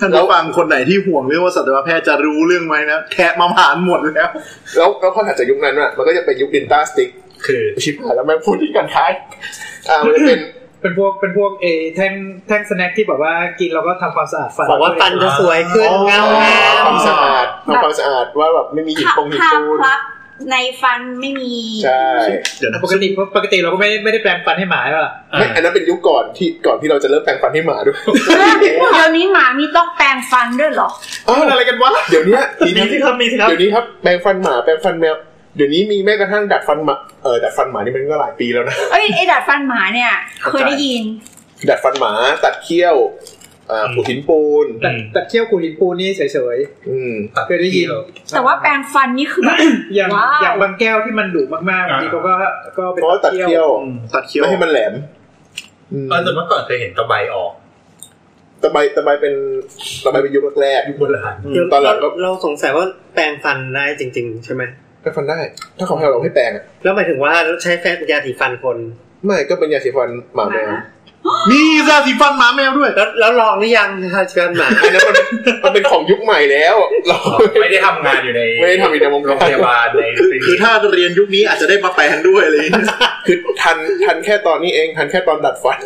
Speaker 7: ท่านผู้ฟังคนไหนที่ห่วงเรื่องว่าสัตวแพทย์จะรู้เรื่องไหมนะแทะมาผ่านหมดแล้ว
Speaker 3: แล้วแล้วพอถัดจากยุคนั้นอ่ะ มันก็จะเป็นยุคดินตาสติก
Speaker 9: คือ
Speaker 3: ชิบหายแล้วแม่งพูดที่กันท้าย อ่า มันจะเป็น
Speaker 5: เป็นพวกเป็นพวกเอแท่งแท่งสแน็คที่แบบว่ากินแล้วก็ทำความสะอาดฟัน
Speaker 10: บอกว่าฟันจะสวยขึ้นเงา
Speaker 3: อ่าง
Speaker 10: าม
Speaker 3: ความสะอาดทำความสะอาดว่าแบบไม่มีหิน
Speaker 2: ถ้า
Speaker 3: ปงหิน
Speaker 2: ถ้า
Speaker 3: ปูน
Speaker 2: พลับในฟันไม่มี
Speaker 3: ใช่
Speaker 7: เดี๋ยวนะ
Speaker 5: ปกติปกติเราก็ไม่ไม่ได้แปรงฟันให้หมาแล้วล่ะ
Speaker 3: ไม่ อันนั้นเป็นยุคก่อนที่ก่อนที่เราจะเริ่มแปรงฟันให้หมาด้วย
Speaker 2: เดี๋ยวนี้หมามีต้องแปรงฟันด้วยเหรอ
Speaker 3: อ้าวอะไรกันวะ เดี๋ยวเนี้ย
Speaker 4: มีสิครับมีสิครับ
Speaker 3: เดี๋ยวนี้ครับแปรงฟันหมาแปรงฟันแมว เดี๋ยวนี้มีแม้กระทั่งดัดฟันหมา เออ ดัดฟันหมานี่มันก็หลายปีแล้วนะ *laughs*
Speaker 2: เอ้ยไอ้ดัดฟันหมาเนี่ย เคยได้ยิน
Speaker 3: ดัดฟันหมาตัดเขี้ยวอ่า
Speaker 4: อืม
Speaker 3: ขูดหินปูน
Speaker 5: แต่แต่เคี้ยวกูลินปูนนี่เฉย
Speaker 3: อืม
Speaker 5: ๆเคยได้ยิน
Speaker 2: แต่ว่าแปรงฟันนี่คือแบบ
Speaker 5: อย่าง
Speaker 2: ว้าว
Speaker 5: อย่างบางแก้วที่มันดุมากๆบางทีเขาก็ก็เป็น
Speaker 3: เพราะว่าตัดเขี้ยว
Speaker 7: ตัดเคี้ยว
Speaker 3: ไม่ให้มันแหลมอืม
Speaker 9: เออแต่เมื่อก่อนเคยเห็นตะไบออก
Speaker 3: ตะไบตะไบเป็นตะไบเป็นยุคแรก
Speaker 9: ยุคโบราณ
Speaker 3: อืมตอนหลังก็
Speaker 10: เราสงสัยว่าแปรงฟันได้จริง ๆ ใช่ไหม
Speaker 3: ๆก็ฟันได้ ถ้าเขาให้เราให้แปลงอะ
Speaker 10: แล้วหมายถึงว่าใช้แฟนยาสีฟันคน
Speaker 3: ไม่ก็เป็นยาสีฟันหมาแมว
Speaker 7: มีซาสีฟันหมาแมวด้วย
Speaker 10: แล้วแล้วลองหรือยังทาฟันหมา
Speaker 3: อันนั้นมันมันเป็นของยุคใหม่แล้ว เรา
Speaker 9: ไม่ได้ทำงานอยู่ใน
Speaker 3: ไม่ได้ทำอีกในวง
Speaker 9: โร
Speaker 3: กาง ร
Speaker 9: พยาบาลใน
Speaker 7: คือถ้าเรียนยุคนี้อาจจะได้มาแปลงด้วยอะไรอย่างเลย
Speaker 3: คือทันทันแค่ตอนนี้เอง ทันแค่ตอนดัดฟัน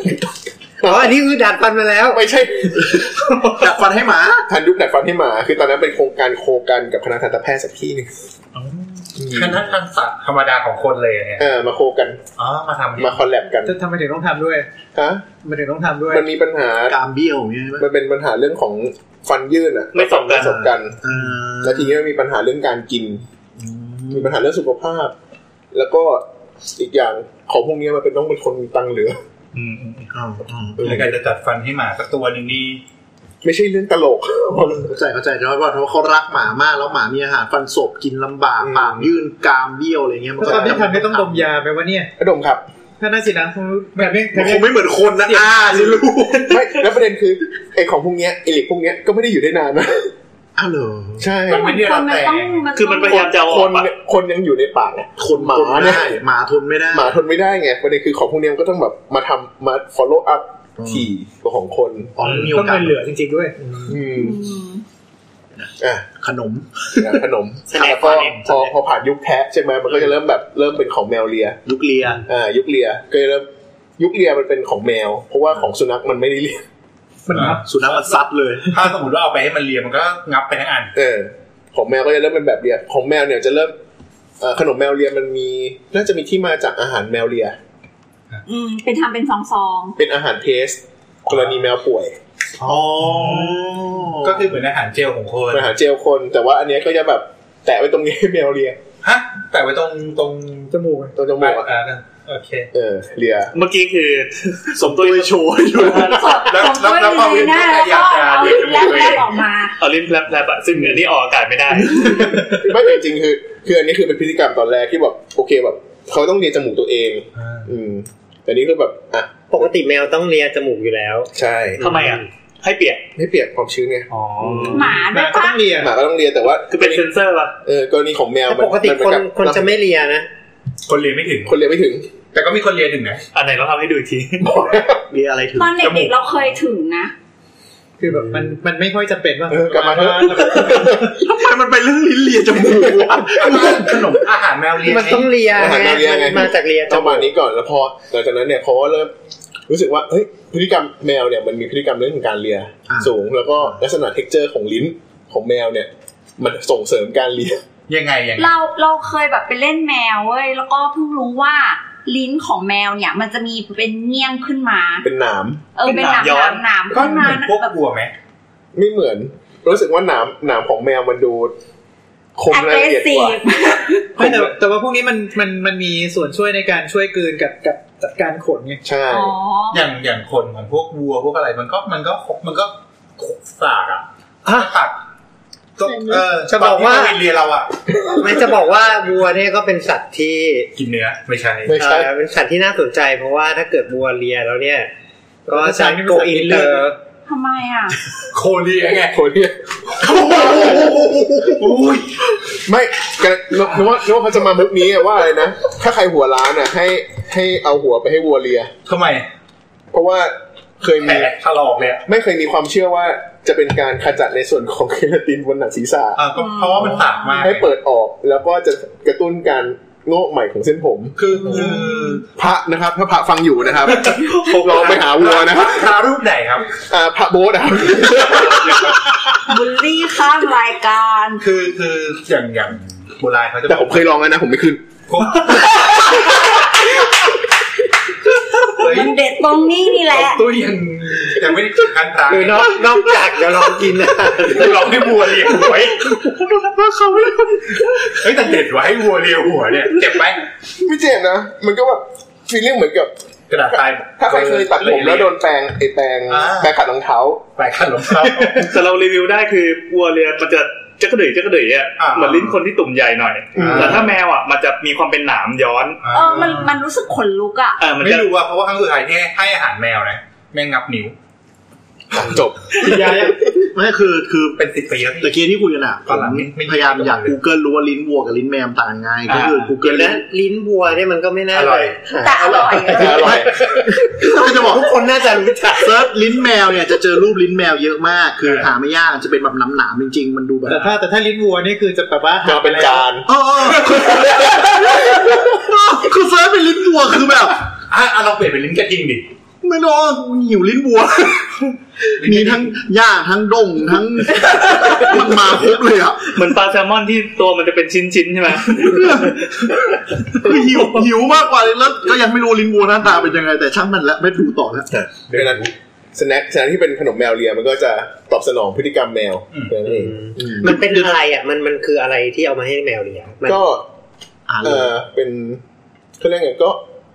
Speaker 10: อ๋อ อันนี้คือดัดฟันมาแล้ว
Speaker 3: ไม่ใช่
Speaker 7: ดัดฟันให้หมา
Speaker 3: ทันยุคดัดฟันให้หมา คือตอนนั้นเป็นโครงการโครงการกับคณะทันตแพทย์สักที่หนึ่งอืม
Speaker 9: คณะทันศาสตร์ธรรมดาของคนเลยเนี่ย
Speaker 3: เออมาโคกัน
Speaker 9: อ๋อมาทำเนี่ย
Speaker 3: มาคอลแลบกัน
Speaker 5: แต่ทำไมถึงต้องทำด้วย
Speaker 3: ฮะ
Speaker 5: ทำไมถึงต้องทำด้วย
Speaker 3: มันมีปัญหา
Speaker 7: กรามเบี้ยวอย่างเงี้ยใช่ไหม
Speaker 3: มันเป็นปัญหาเรื่องของฟันยื่นอ่ะ
Speaker 4: ไม่สบกัน
Speaker 3: สบกัน
Speaker 7: เออ
Speaker 3: แล้วทีนี้มันมีปัญหาเรื่องการกิน
Speaker 7: อืม
Speaker 3: มีปัญหาเรื่องสุขภาพ แล้วก็อีกอย่างของพวกนี้มันเป็นต้องเป็นคนมีตังค์เหลือ
Speaker 4: อืมอืมอืม
Speaker 7: อ๋ออ๋อ
Speaker 9: แล้วการจะจัดฟันให้หมาสักตัวหนึ่งนี่
Speaker 3: ไม่ใช่เรื่องตลก *laughs*
Speaker 7: เข้าใจเข้าใจเพราะว่าเพราะว่าเขารักหมามากแล้วหมามีอาหารฟันศพกินลำบาก
Speaker 3: อืม
Speaker 7: ปากยื่นกรามเบี้ยวอะไรเงี้ย
Speaker 5: แล้วตอนที่ทำเนี่ยต้องดมยาไปวะเนี่ย
Speaker 3: กระดมครับ
Speaker 5: ถ้าน่าสินะแบบนี้
Speaker 7: มันคงไม่เหมือนคนนะอ่านี่รู้
Speaker 3: ไม่แล้วประเด็นคือไอ้ของพวกเนี้ยไอ้เหล็กพวกเนี้ยก็ไม่ได้อยู่ได้นานนะ
Speaker 7: อ้าวเหรอ
Speaker 3: ใช่
Speaker 9: มันไม่ได้
Speaker 2: ค
Speaker 9: รั
Speaker 2: น
Speaker 9: บ
Speaker 2: มัน
Speaker 9: แต่
Speaker 2: ต้องมัน
Speaker 4: คือมันพยายามจะเอาอ
Speaker 3: ค
Speaker 4: อก
Speaker 3: น
Speaker 4: อะ
Speaker 3: เนี่ยคนยังอยู่ในปากอะ
Speaker 7: คน
Speaker 3: หมา
Speaker 7: ทน
Speaker 3: เนี่ย
Speaker 7: ได้หมาทนไม่ได้
Speaker 3: หมาทนไม่ได้ไงประเด็นคือของพวกเนี้ยมันก็ต้องแบบมาทำมา follow up ถี่กว่าของคน
Speaker 7: อ๋อมีโอ
Speaker 5: ต้อง
Speaker 7: กา
Speaker 5: เงิ
Speaker 7: ส
Speaker 5: นเหลือจริงๆด้วย
Speaker 3: อืม
Speaker 2: อืม
Speaker 3: อ่ะ
Speaker 7: ขนม
Speaker 3: อย่างขนมแล้วก็ *laughs* พอพอผ่านยุคแท้ใช่ไหมมันก็จะเริ่มแบบเริ่มเป็นของแมวเลีย
Speaker 7: ลูกเลีย
Speaker 3: อ่ายุคเลียก็จะเริ่มยุคเลียมันเป็นของแมว เพราะว่าของสุนัขมันไม่ได้เลีย
Speaker 5: มันครับ
Speaker 7: สุนัขมันซัดเลย
Speaker 9: ถ้าสมมติว่าเอาไปให้มันเลียมันก็งับไปทั้งอัน
Speaker 3: เออ ของแมวก็จะเริ่มเป็นแบบเลียของแมวเนี่ยจะเริ่มเอ่อขนมแมวเลียมันมี น่าจะมีที่มาจากอาหารแมวเลีย
Speaker 2: อืมเป็นทำเป็นซองซอง
Speaker 3: เป็นอาหารเพสกรณีแมวป่วย
Speaker 7: อ๋อ
Speaker 9: ก็คือเหมือนอาหารเจลของคน
Speaker 3: เป็นอาหารเจลคน แต่ว่าอันเนี้ยก็จะแบบแตะไว้ตรงนี้ให้แมวเลีย
Speaker 9: ฮะแต่ไว้ตรงตรง
Speaker 5: จมูกอะ
Speaker 3: ตรงจมูกอะ
Speaker 9: อ่าโอเค
Speaker 3: เออเลีย
Speaker 4: เมื่อกี้คือ สมตัว
Speaker 7: โชว์อยู่
Speaker 2: ๆสด
Speaker 9: แล้ว
Speaker 2: ผมก็
Speaker 9: แล้วแล้วพอ
Speaker 2: เลยหน้า
Speaker 9: วิ่
Speaker 2: แล้วก็เอา
Speaker 9: งไปอยากจะ
Speaker 2: ลิ้นแลบแลบออกมา
Speaker 4: เอาลิ้นแผลบๆอะซึ่งอันนี้ออกอากาศไม่ได้
Speaker 3: ไม่แต่จริงๆคือคืออันนี้คือเป็นพฤติกรรมตอนแรกที่แบบโอเคแบบเขาต้องเลียจมูกตัวเอง อืมแต่นี้คือแบบอ่ะ
Speaker 10: ปกติแมวต้องเลียจมูกอยู่แล้ว
Speaker 3: ใช่
Speaker 4: ทำไมอ่ะ ให้เปียก
Speaker 3: ไม่เปียกความชื้นไง
Speaker 10: อ๋อ
Speaker 2: หมา
Speaker 5: ห
Speaker 2: ด้
Speaker 5: มา
Speaker 2: วย
Speaker 5: ก็ต้อ
Speaker 2: ปะ
Speaker 5: งเลีย
Speaker 3: หมาก็ต้องเลียแต่ว่า
Speaker 4: คือเป็นเซนเซอร์ป่ะ
Speaker 3: เออกรณีของแมวมัน
Speaker 10: ปกติ
Speaker 3: มัเป็
Speaker 10: คน
Speaker 3: แบบ
Speaker 10: คนจะไม่เลียนะ
Speaker 9: คนเลียไม่ถึง
Speaker 3: คนเลียไม่ถึง
Speaker 9: แต่ก็มีคนเลียถึงนะ
Speaker 4: อันไหนเราทำให้ดูอีกที
Speaker 7: เรียอะไรถึง
Speaker 2: ตอนเด็กๆเราเคยถึงนะ
Speaker 5: คือแบบมันมันไม่ค่อยจะเป็นว่า
Speaker 3: เออกลับมาเถอะ
Speaker 7: ทำไมมันไปเรื่องลิ้นเลียจมูกวะ
Speaker 9: ขนมอาหารแมวเลีย
Speaker 10: มันต้องเลีย
Speaker 3: อาหารแมวเลียไง
Speaker 10: มันมาจากเลียจ
Speaker 3: จังห
Speaker 10: มู
Speaker 3: วะ
Speaker 10: ก
Speaker 3: นี้ก่อนแล้วพอหลังจากนั้นเนี่ยเขาก็เริ่มรู้สึกว่าเฮ้ยพฤติกรรมแมวเนี่ยมันมีพฤติกรรมเรื่องของการเลีย
Speaker 7: อ่า
Speaker 3: สูง แล้วก็ลักษณะเท็กเจอร์ของลิ้นของแมวเนี่ย มันส่งเสริมการเลีย
Speaker 9: ยังไงยังไง
Speaker 2: เราเราเคยแบบไปเล่นแมวเว้ยแล้วก็เพิ่งรู้ว่าลิ้นของแมวเนี่ย มันจะมีเป็นเงี้ยงขึ้นมา
Speaker 3: เป็นหนาม
Speaker 2: เออเป็นหนาม
Speaker 4: เป็นหนามย้อน
Speaker 2: หนาม
Speaker 9: ก็
Speaker 2: ขึ้น
Speaker 9: เห
Speaker 2: มา
Speaker 9: มือนพวก
Speaker 2: แบบ
Speaker 9: วัวไหม
Speaker 3: ไม่เหมือน รู้สึกว่าหนามหนามของแมวมันดูคม
Speaker 2: แอค
Speaker 3: ละ
Speaker 2: เ e
Speaker 3: เอีย
Speaker 2: ส
Speaker 3: ดก
Speaker 2: i ี
Speaker 3: ว่า
Speaker 2: ฟ
Speaker 5: ไม่แต่แต่ว่าพวกนี้มันมันมันมีส่วนช่วยในการช่วยกลืนกับกับจัดการขนไง
Speaker 3: ใช่
Speaker 2: อ๋อ
Speaker 9: อย่างอย่างคนของพวกวัวพวกอะไรมันก็มันก็มันก็สากอ่ะ
Speaker 10: อ่ะ
Speaker 9: ตักก็เออ
Speaker 10: จะบอกว่า
Speaker 9: ตนที่เรเลียเราอ่ะ
Speaker 10: ไม่จะบอกว่าวัวเนี่ยก็เป็นสัตว์ที่
Speaker 9: กินเนื้อไม่ใช่
Speaker 3: ไม่ใช่
Speaker 10: เอ่อเป็นสัตว์ที่น่าสนใจ เพราะว่าถ้าเกิดวัวเลียแล้วเนี่ย ก็จะโกอินเตอร์
Speaker 2: ทำไมอ่ะ
Speaker 9: โคเลียไง
Speaker 3: โคเรีย
Speaker 9: อุ้ย
Speaker 3: ไม่กำลังนึกนึกว่านึกว่าเขาจะมามุกนี้อะว่าอะไรนะ ถ้าใครหัวล้านอ่ะ ให้ให้เอาหัวไปให้วัวเลีย
Speaker 9: ทำไม
Speaker 3: เพราะว่าเคย
Speaker 9: แผล
Speaker 3: มี
Speaker 9: ถลอกเลยอะ
Speaker 3: ไม่เคยมีความเชื่อว่าจะเป็นการขจัดในส่วนของเคราตินบนหนังศีรษะ
Speaker 9: อ่ะก็เพราะว่ามันสากมาก
Speaker 3: ให้เปิดออกแล้วก็จะกระตุ้นการงอกใหม่ของเส้นผม
Speaker 9: คือคือ
Speaker 3: พระนะครับ ถ้าพระฟังอยู่นะครับ ลองไปหาวัวนะครับ
Speaker 9: พระรูปไหนครับ
Speaker 3: อ่าพระโบ๊ท
Speaker 9: *laughs*
Speaker 3: นะครับ
Speaker 2: บุลลี่ข้ามรายการ
Speaker 9: คือคืออย่างอย่างโบราณเขาจะ
Speaker 3: แต่ผมเคยลองแล้วนะ ผมไม่ขึ้น
Speaker 9: พวกเฮ้ย
Speaker 2: มันเด็ดตรงนี้นี่แหละ
Speaker 9: ตุ้ยยังยังไม่ได้ถึงขั้นตาย
Speaker 10: หรือนอกนอกจากจะลองกินนะ
Speaker 9: เราให้วัวเลียหัวเฮ้ยแต่เด็ดไว้ให้วัวเลียหัวเนี่ยเจ็บไหม
Speaker 3: ไม่เจ็บนะ มันก็แบบฟีลลิ่งเหมือนกับ
Speaker 9: กระดาษทราย
Speaker 3: ถ้าใครเคยตัดผมแล้วโดนแปรงไอแปรง
Speaker 9: อ่า
Speaker 3: แปรงขัดรองเท้า
Speaker 9: แปลกขันหลงเท้า
Speaker 4: แต่เรารีวิวได้คือวัวเลียมันจะจะกระเดื่อยจะกระเดื่อยอ่ะ
Speaker 9: อ่า
Speaker 4: เหมือนลิ้นคนที่ตุ่มใหญ่หน่อย
Speaker 3: อืม
Speaker 4: แต่ถ้าแมวอ่ะมันจะมีความเป็นหนามย้อน
Speaker 2: เออ มัน มันรู้สึกขนลุกอ่ะ
Speaker 4: เออมัน
Speaker 9: ไม่
Speaker 4: จะ
Speaker 9: รู้ว่าเพราะว่าครั้งสุดท้ายที่ให้อาหารแมวนะแม่งงับนิ้ว
Speaker 3: จบ
Speaker 5: ยา
Speaker 7: ไม่คือคือ
Speaker 9: เป็นสิบปีแล้วพี่
Speaker 7: ตะกี้ที่คุยกันอ่ะ
Speaker 9: ตอนหลังไม่ไม่
Speaker 7: พยายามอยาก Google รู้ว่าลิ้นวัวกับลิ้นแมวต่างไงก็คือ
Speaker 10: เดี๋ยว
Speaker 7: Google
Speaker 10: นะลิ้นวัวเนี่ยมันก็ไม่น่า
Speaker 9: อร่อย
Speaker 10: หา
Speaker 2: แต่อร่อยเอ
Speaker 3: แต่
Speaker 2: อ
Speaker 3: อร่อย
Speaker 7: ก็จะบอก
Speaker 10: ทุกคนน่าจะรู้จัก
Speaker 7: เซิร์ชลิ้นแมวเนี่ยจะเจอรูปลิ้นแมวเยอะมาก คือหาไม่ยากจะเป็นแบบหนามๆจริง ๆ มันดูแบบ
Speaker 5: แต่ถ้าแต่ถ้าลิ้นวัวนี่คือจะแบบว่า
Speaker 3: มาเป็นจาน
Speaker 7: เออเออคือคือเซิร์ชเป็นลิ้นวัวคือแบบ
Speaker 9: อ่ะอ่ะเราเปลี่ยนเป็นลิ้นกระทิงดิ
Speaker 7: ไม่นอนหิวลิ้นวัว มีทั้งหญ้าทั้งดงทั้ง *laughs* มันมาครบเลยอ่ะ
Speaker 4: เหมือนปลาแซลมอนที่ตัวมันจะเป็นชิ้นๆใช่ไหม
Speaker 7: คือหิวหิวมากกว่าเลยแล้วก็ยังไม่รู้ลิ้นวัวหน้าตาเป็นยังไง แต่ช่างมันแล้วไม่ดูต่อแล้ว
Speaker 3: ดังนั้นสแน็คสแน็คที่เป็นขนมแมวเลียมันก็จะตอบสนองพฤติกรรมแมวแค่นั้นเอง
Speaker 6: มันเป็นอะไรอ่ะมันมันคืออะไรที่เอามาให้แมวเลี้ยงมัน
Speaker 3: ก็
Speaker 7: อ่าเล
Speaker 3: เอย อเป็นเขาเรียกไงก็